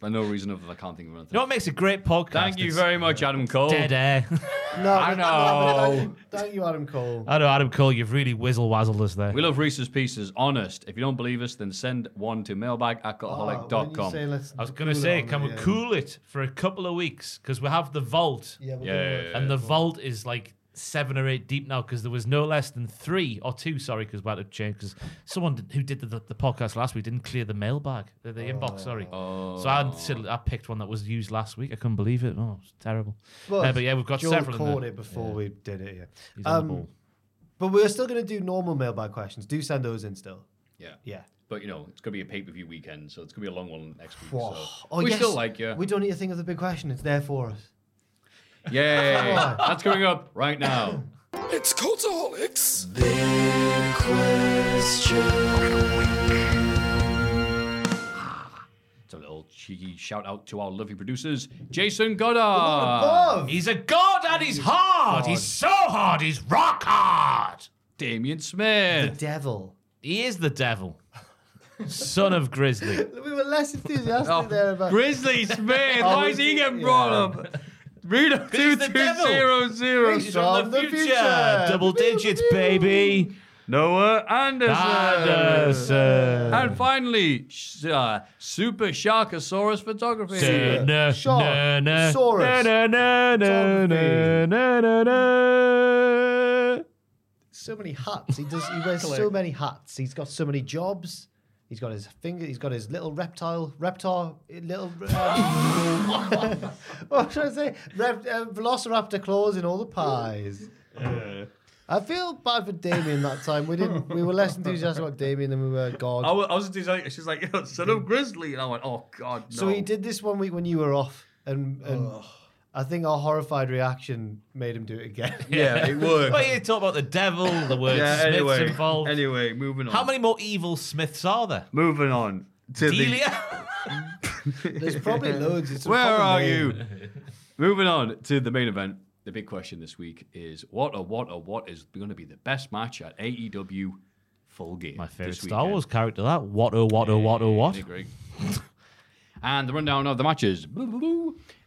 For no reason other than I can't think of anything.
You know what makes a great podcast?
Thank you
It's
very much, Adam Cole.
Dead air. [laughs]
No, [laughs]
I know.
Thank you, Adam Cole.
I know, Adam Cole, you've really whizzle wazzled us there.
We love Reese's Pieces. Honest. If you don't believe us, then send one to mailbag
Oh, when you say let's
I was going to
cool it
say,
on
can
the,
we
uh,
cool it for a couple of weeks? Because we have the vault.
Yeah, we're
Yeah, gonna yeah, work yeah,
And the vault is like seven or eight deep now because there was no less than three or two, sorry, because we had to change. Because someone did, who did the, the podcast last week didn't clear the mailbag, the, the inbox, sorry. So I, had- I picked one that was used last week. I couldn't believe it. Oh, it's terrible. Uh, but yeah, we've got
Joel
several. in
caught
there.
it before we did it. Yeah, Um,
He's on the ball.
But we're still going to do normal mailbag questions. Do send those in still.
Yeah.
Yeah.
But, you know, it's going to be a pay per view weekend, so it's going to be a long one next week.
Whoa.
So.
Oh,
we
yes.
still like you.
We don't need to think of the big question. It's there for us.
Yay.
Come on.
That's coming up right now. [clears throat]
It's Cultaholics.
It's a little cheeky shout out to our lovely producers, Jason Goddard.
above.
He's a god and he's hard. He's so hard. He's rock hard.
Damien
[laughs]
Smith.
Devil.
He is the devil. Son of Grizzly.
[laughs]
Oh,
We were less enthusiastic there about.
Grizzly Smith.
Oh,
Why is he
we-
getting
yeah.
brought up? Reno
he's the devil.
2200.
He's from the future.
Double digits, baby.
Noah Anderson.
Anderson.
And finally, sh- uh, Super Sharkosaurus Photography.
Da- na-
Shark.
na- na-
Saurus.
na- na- na- na-
Photography.
na- na- na.
So many hats. He does. He wears so many hats. He's got so many jobs. He's got his finger. He's got his little reptile, reptar, little. Um, [laughs] what should I say? Rep, uh, Velociraptor claws in all the pies. I feel bad for Damien that time. We didn't. We were less enthusiastic about Damien than we were God.
I was, I was just like, she's like, son of Grizzly. And I went, oh, God, no.
So he did this one week when you were off, and, and I think our horrified reaction made him do it again.
Yeah, it worked.
Well, you talk about the devil, the word
yeah,
Smith's
anyway.
involved.
Anyway, moving on.
How many more evil Smiths are there?
Moving on. To the,
Delia?
[laughs] There's probably
[laughs]
loads. It's a
where
proper
are
name.
you?
[laughs]
Moving on to the main event. The big question this week is what or what or what is going to be the best match at AEW Full Game?
My favorite
this
Star
weekend?
Wars character, that. What, oh, what, oh, what, oh, what?
Hey, Greg. [laughs] and the rundown of the matches.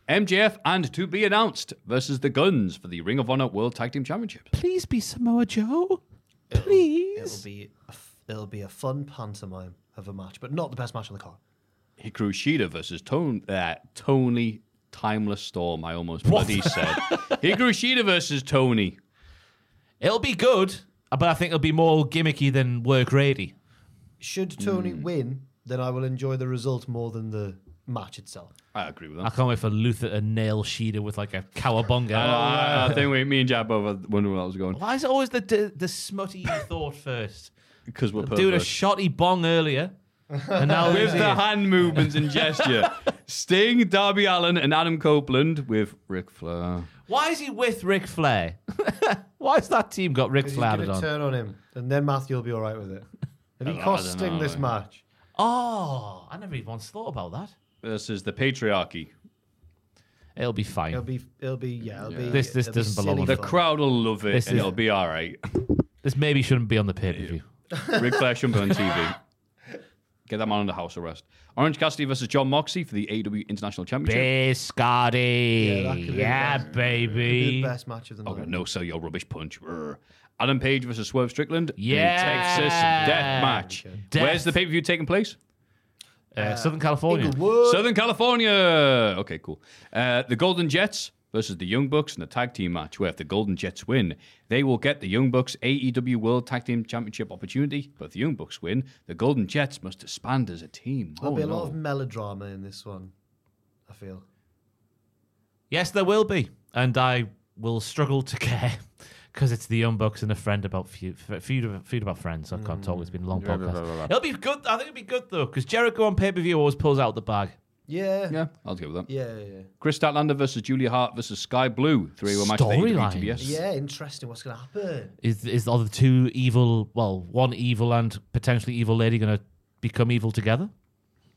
MJF and to be announced versus the Guns for the Ring of Honor World Tag Team Championship.
Please be Samoa Joe. Please.
It'll be a f- it'll be a fun pantomime of a match, but not the best match on the card.
Hikaru Shida versus Tone, uh, Tony Timeless Storm. I almost bloody [laughs] said. Hikaru Shida versus Tony.
It'll be good, but I think it'll be more gimmicky than work ready.
Should Tony win, then I will enjoy the result more than the match itself.
I agree with Uh,
I
that.
can't wait for Luther to nail Sheeda with like a cowabunga.
I, I think we, me and Jab both wonder where I was [laughs] going
Why is it always the the, the smutty you thought first?
because we're
Doing a
perverse.
shotty bong earlier, And now
with
we
the
see.
hand movements and [laughs] gesture, Sting, Darby Allen, and Adam Copeland with Ric Flair.
Why is he with Ric
[laughs]
Flair? Why has that team got Ric
He's
Flair
gonna
added on?
turn on him, and then Matthew will be all right with it. Have you
I
cost
don't
Sting
know,
this
mate.
match?
Oh, I never even once thought about that.
Versus the patriarchy.
It'll be fine.
It'll be, it'll be, yeah, it'll be.
This- this
it'll be
doesn't belong
silly
on
The
fun.
crowd will love it,
This
and
is-
it'll be all right. [laughs]
This maybe shouldn't be on the pay per view.
Ric Flair shouldn't be on TV.
[laughs]
Get that man under house arrest. Orange Cassidy versus John Moxley for the AEW International Championship.
Biscotti.
Yeah,
Yeah,
that could be the best.
baby.
best match of the
Okay, no sell your rubbish punch. Brr. Adam Page versus Swerve Strickland. in
Yeah.
Texas death match.
Death.
Where's the pay per view taking place?
Uh, Southern
Oh,
California.
Southern California. Okay, cool. Uh, the Golden Jets versus the Young Bucks in a tag team match where if the Golden Jets win, they will get the Young Bucks AEW World Tag Team Championship opportunity. But if the Young Bucks win, the Golden Jets must disband as a team.
There'll
oh,
be a
no.
lot of melodrama in this one. I feel.
Yes, there will be, and I will struggle to [laughs] care because it's the Young Bucks and a friend about feud, feud, feud about friends. I can't talk. It's been a long
Yeah, Mm. blah, blah,
podcast.
blah,
It'll be good. I think it'll be good though because Jericho on pay per view always pulls out the bag.
Yeah.
Yeah, I'll go with that.
Yeah, yeah, yeah.
Chris Statlander versus Julia Hart versus Sky Blue. Three-way match. for the AEW
Storylines.
TBS.
Yeah, interesting. What's going to happen?
Is is are the two evil? Well, one evil and potentially evil lady going to become evil together?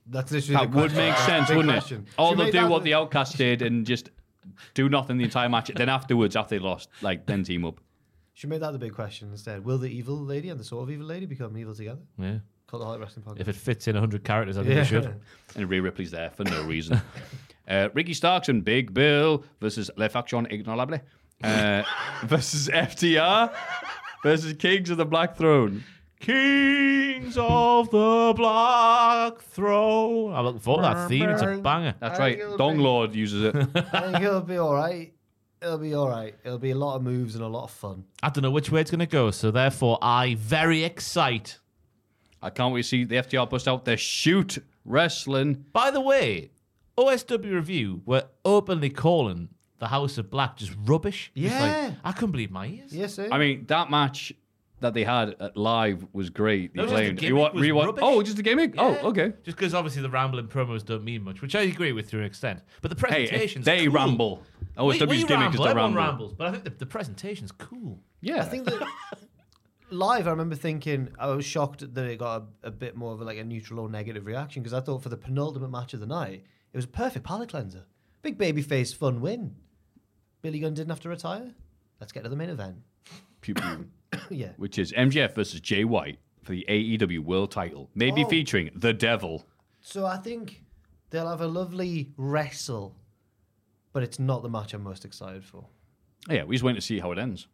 That's literally
That
the
would
question.
make
That's
sense,
the big
wouldn't
question.
it? Or
Should we
they'll
make
do
that
what the Outcast did and just do nothing the entire match. Then afterwards, after they lost, like then team up.
Should make that the big question instead. Will the evil lady and the sort of evil lady become evil together?
Yeah.
Call the Holic Wrestling Podcast.
If it fits in hundred characters, I think
Yeah.
it should.
And Rhea Ripley's there for no [laughs] reason. uh, Ricky Starks and Big Bill versus Le Faction Ignorable uh, [laughs] versus FTR versus Kings of the Black Throne.
Kings of the Black Throne. I'm looking forward to that theme. It's a banger.
That's right. Dong Lord uses it.
[laughs]
[laughs]
I think it'll be all right. It'll be all right. It'll be a lot of moves and a lot of fun.
I don't know which way it's going to go, so therefore I very excite.
I can't wait to see the FTR bust out their shoot wrestling.
By the way, OSW Review were openly calling the House of Black just rubbish. Just like,
Yeah.
I couldn't believe my ears.
Yes, eh?
I mean, that match that they had at live was great. They
No, just the
claimed.
gimmick was rubbish.
oh, just a gimmick?
Yeah.
Oh, okay.
Just because obviously the rambling promos don't mean much, which I agree with to an extent. But the presentation's
they
cool.
ramble. OSW's
we, we
gimmick is
ramble.
to
Everyone
ramble.
rambles, but I think the, the presentation's cool.
Yeah.
I think that [laughs] live, I remember thinking I was shocked that it got a, a bit more of a, like a neutral or negative reaction because I thought for the penultimate match of the night, it was a perfect palate cleanser. Big baby face, fun win. Billy Gunn didn't have to retire. Let's get to the main event. [coughs]
Pew, pew.
yeah.
Which is MJF versus Jay White for the AEW World Title, maybe
Oh.
featuring the Devil.
So I think they'll have a lovely wrestle, but it's not the match I'm most excited for.
Oh, yeah, we just went to see how it ends.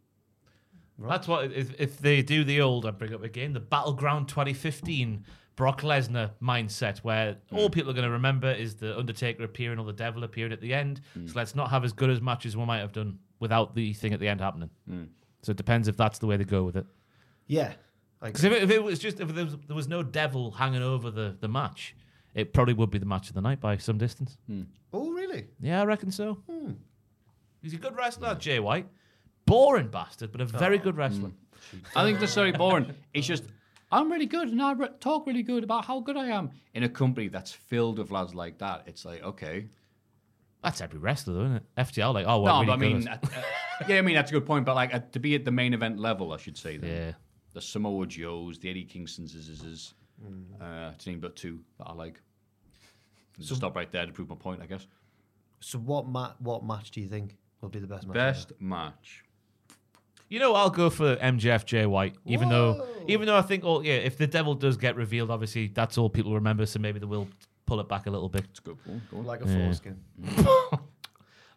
That's what if, if they do the old I bring up again the battleground 2015 Brock Lesnar mindset where
Hmm.
all people are going to remember is the Undertaker appearing or the Devil appearing at the end.
Hmm.
So let's not have as good as much as we might have done without the thing at the end happening.
Hmm.
So it depends if that's the way they go with it.
Yeah. I
Because if, it- if it was just if there was, there was no Devil hanging over the the match, it probably would be the match of the night by some distance.
Hmm.
Oh, really?
Yeah, I reckon so. He's a good wrestler, Jay White. Boring bastard, but a
Oh.
very good wrestler.
Hmm. I think that's very boring. It's just, I'm really good and I re- talk really good about how good I am. In a company that's filled with lads like that, it's like, okay.
That's every wrestler, though, isn't it? FTL, like, oh, well,
no, but I
really
mean,
good.
uh, uh, yeah, I mean, that's a good point. But like uh, to be at the main event level, I should say, then.
Yeah.
The Samoa Joes, the Eddie Kingston's,
Mm.
uh, to name but two that I like. Stop right there to prove my point, I guess.
So what ma- what match do you think will be the best match?
Best match.
You know, I'll go for MJF Jay White, even though even though I think, oh yeah, if the devil does get revealed, obviously that's all people remember, so maybe they will pull it back a little bit.
It's a good one. Go on.
Like a
Yeah.
foreskin.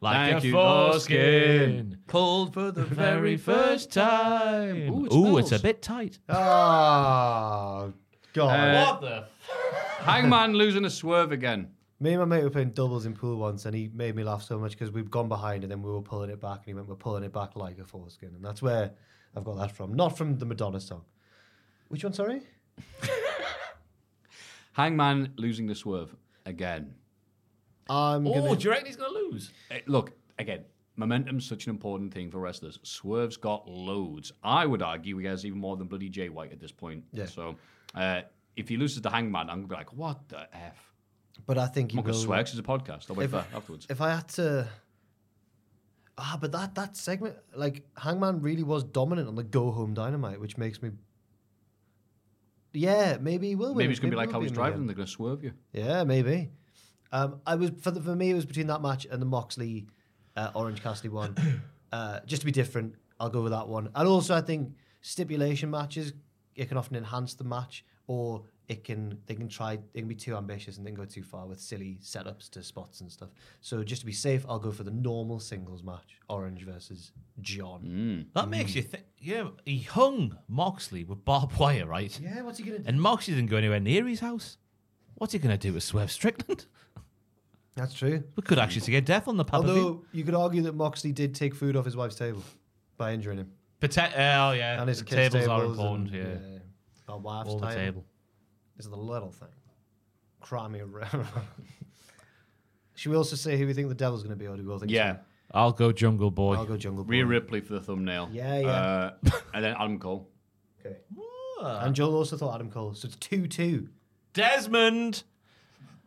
Like
Thank
a
you,
foreskin.
foreskin. Pulled for the
Very first time. Ooh,
Ooh, it
it's a
smells.
bit tight.
Oh, God.
Uh,
the? F-
Hangman losing a swerve again.
Me and my mate were playing doubles in pool once, and he made me laugh so much because we'd gone behind and then we were pulling it back, and he went, "We're pulling it back like a foreskin," and that's where I've got that from. Not from the Madonna song. Which one? Sorry.
Hangman losing the swerve again.
I'm
oh,
gonna.
do you reckon he's gonna lose?
Eh, look, again, momentum's such an important thing for wrestlers. Swerve's got loads. I would argue he has even more than bloody Jay White at this point.
Yeah.
So uh, if he loses the Hangman, I'm gonna be like, what the f?
But I think
I'm
you
not gonna
will-
swear 'cause it's a podcast. I'll wait
if,
for that afterwards.
If I had to, ah, but that that segment, like Hangman, really was dominant on the Go Home Dynamite, which makes me. Yeah, maybe he will. Win.
Maybe it's gonna be like
it
how
will
he's
him
driving.
again.
They're gonna swerve you.
Yeah, maybe. Um, I was for the, for me, it was between that match and the Moxley uh, Orange Cassidy [coughs] one. uh, just to be different, I'll go with that one. And also, I think stipulation matches it can often enhance the match, or it can they can try they can be too ambitious and then go too far with silly setups to spots and stuff. So just to be safe, I'll go for the normal singles match: Orange versus John.
That
Mm.
makes you think. Yeah, he hung Moxley with barbed [laughs] wire, right?
Yeah, what's he gonna do?
And Moxley didn't go anywhere near his house. What's he gonna do with Swerve Strickland? [laughs]
That's true.
We could actually see a death on the pub.
Although you could argue that Moxley did take food off his wife's table by injuring him.
Pota- oh yeah,
and his
the
kids'
tables are
tables
important.
and,
yeah.
Our wife's
All the
table.
table.
It's the little thing. Crimey [laughs] around. Should we also say who we think the devil's going to be, or do we all think?
Yeah.
I'll go Jungle Boy.
I'll go Jungle Boy.
Rhea Ripley for the thumbnail.
Yeah, yeah.
Uh, and then Adam Cole.
Okay. And Joel also thought Adam Cole, so it's two-two.
Desmond,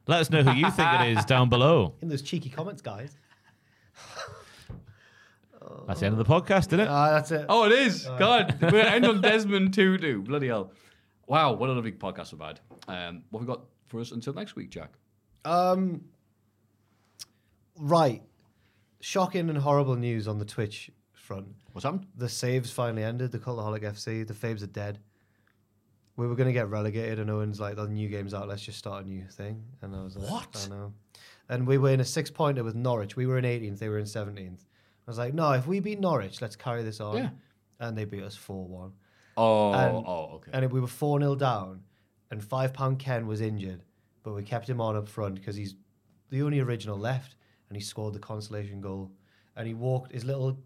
let us know who you think it
[laughs]
is down below.
In those cheeky comments, guys.
That's the end of the podcast, isn't it?
Ah, that's it.
[laughs] Oh, it is.
Oh. [laughs]
God, we're gonna end on Desmond too, do bloody hell. Wow, what a lovely podcast we've had. Um, what have we got for us until next week, Jack?
Um, right. Shocking and horrible news on the Twitch front.
What's happened?
The saves finally ended. The Cultaholic FC. The Fabes are dead. We were going to get relegated, and Owen's like, the new game's out. Let's just start a new thing. And I was like,
What?
I know. And we were in a six pointer with Norwich. We were in 18th. They were in 17th. I was like, no, if we beat Norwich, let's carry this on.
Yeah.
And they beat us 4 1.
Oh,
And-
oh, okay.
And we were 4 0 down, and £5 pound Ken was injured, but we kept him on up front because he's the only original left, and he scored the consolation goal. And he walked, his little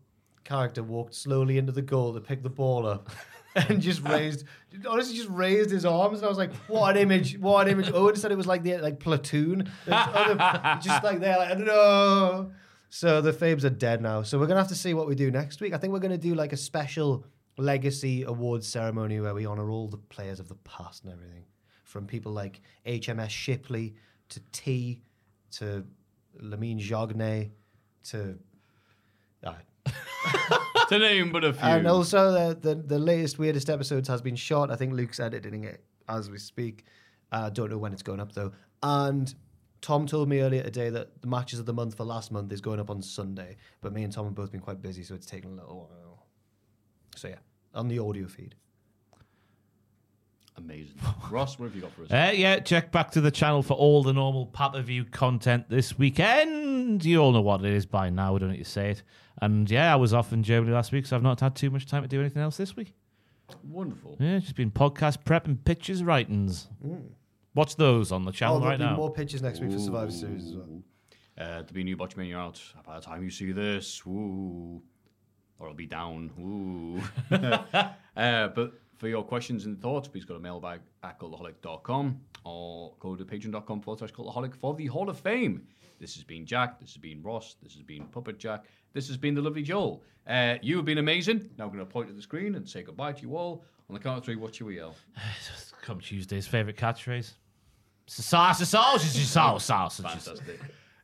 character walked slowly into the goal to pick the ball up. [laughs] And just raised, honestly, just raised his arms, and I was like, "What an image! What an image!" Owen said it was like the like platoon, There's other- just like they're like, "No." So the Fabes are dead now. So we're gonna have to see what we do next week. I think we're gonna do like a special legacy awards ceremony where we honor all the players of the past and everything, from people like HMS Shipley to T to Lamine Jognet to. Ah,
to name but a few.
and also, the, the the latest weirdest episodes has been shot. I think Luke's editing it as we speak. I don't know when it's going up though. And Tom told me earlier today that the matches of the month for last month is going up on Sunday. But me and Tom have both been quite busy, so it's taken a little while. So yeah, on the audio feed.
Amazing. Ross, what have you got for us?
Uh, yeah, check back to the channel for all the normal pay-per-view content this weekend. You all know what it is by now. We don't need to say it. And yeah, I was off in Germany last week, so I've not had too much time to do anything else this week.
Wonderful.
Yeah, just been podcast prep and pictures writings.
Mm.
Watch those on the
Oh,
channel
there'll
right
be
now.
more pictures next week for Survivor Series as well.
Uh, to be new Botchmania out by the time you see this. Woo. Or I'll be down. Woo. [laughs] uh, but for your questions and thoughts, please go to mailbag at cultaholic.com or go to patreon.com forward slash cultaholic for the Hall of Fame. This has been Jack. This has been Ross. This has been Puppet Jack. This has been the lovely Joel. Uh, you have been amazing. Now I'm going to point at the screen and say goodbye to you all. On the count of three, what should we yell?
Come Tuesday's favorite catchphrase. Sausage, sausage, sausage, sausage.
Fantastic.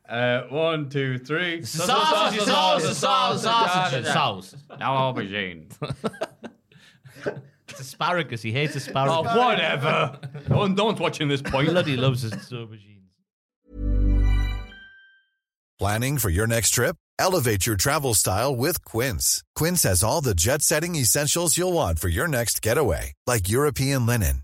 Uh, one, two, three.
Sausage, sausage, sausage, sausage, sausage.
Now I'll be Jane.
It's asparagus. He hates asparagus.
Oh, whatever. No, one, no one's watching this point.
Bloody loves his aubergine.
Planning for your next trip? Elevate your travel style with Quince. Quince has all the jet setting essentials you'll want for your next getaway, like European linen,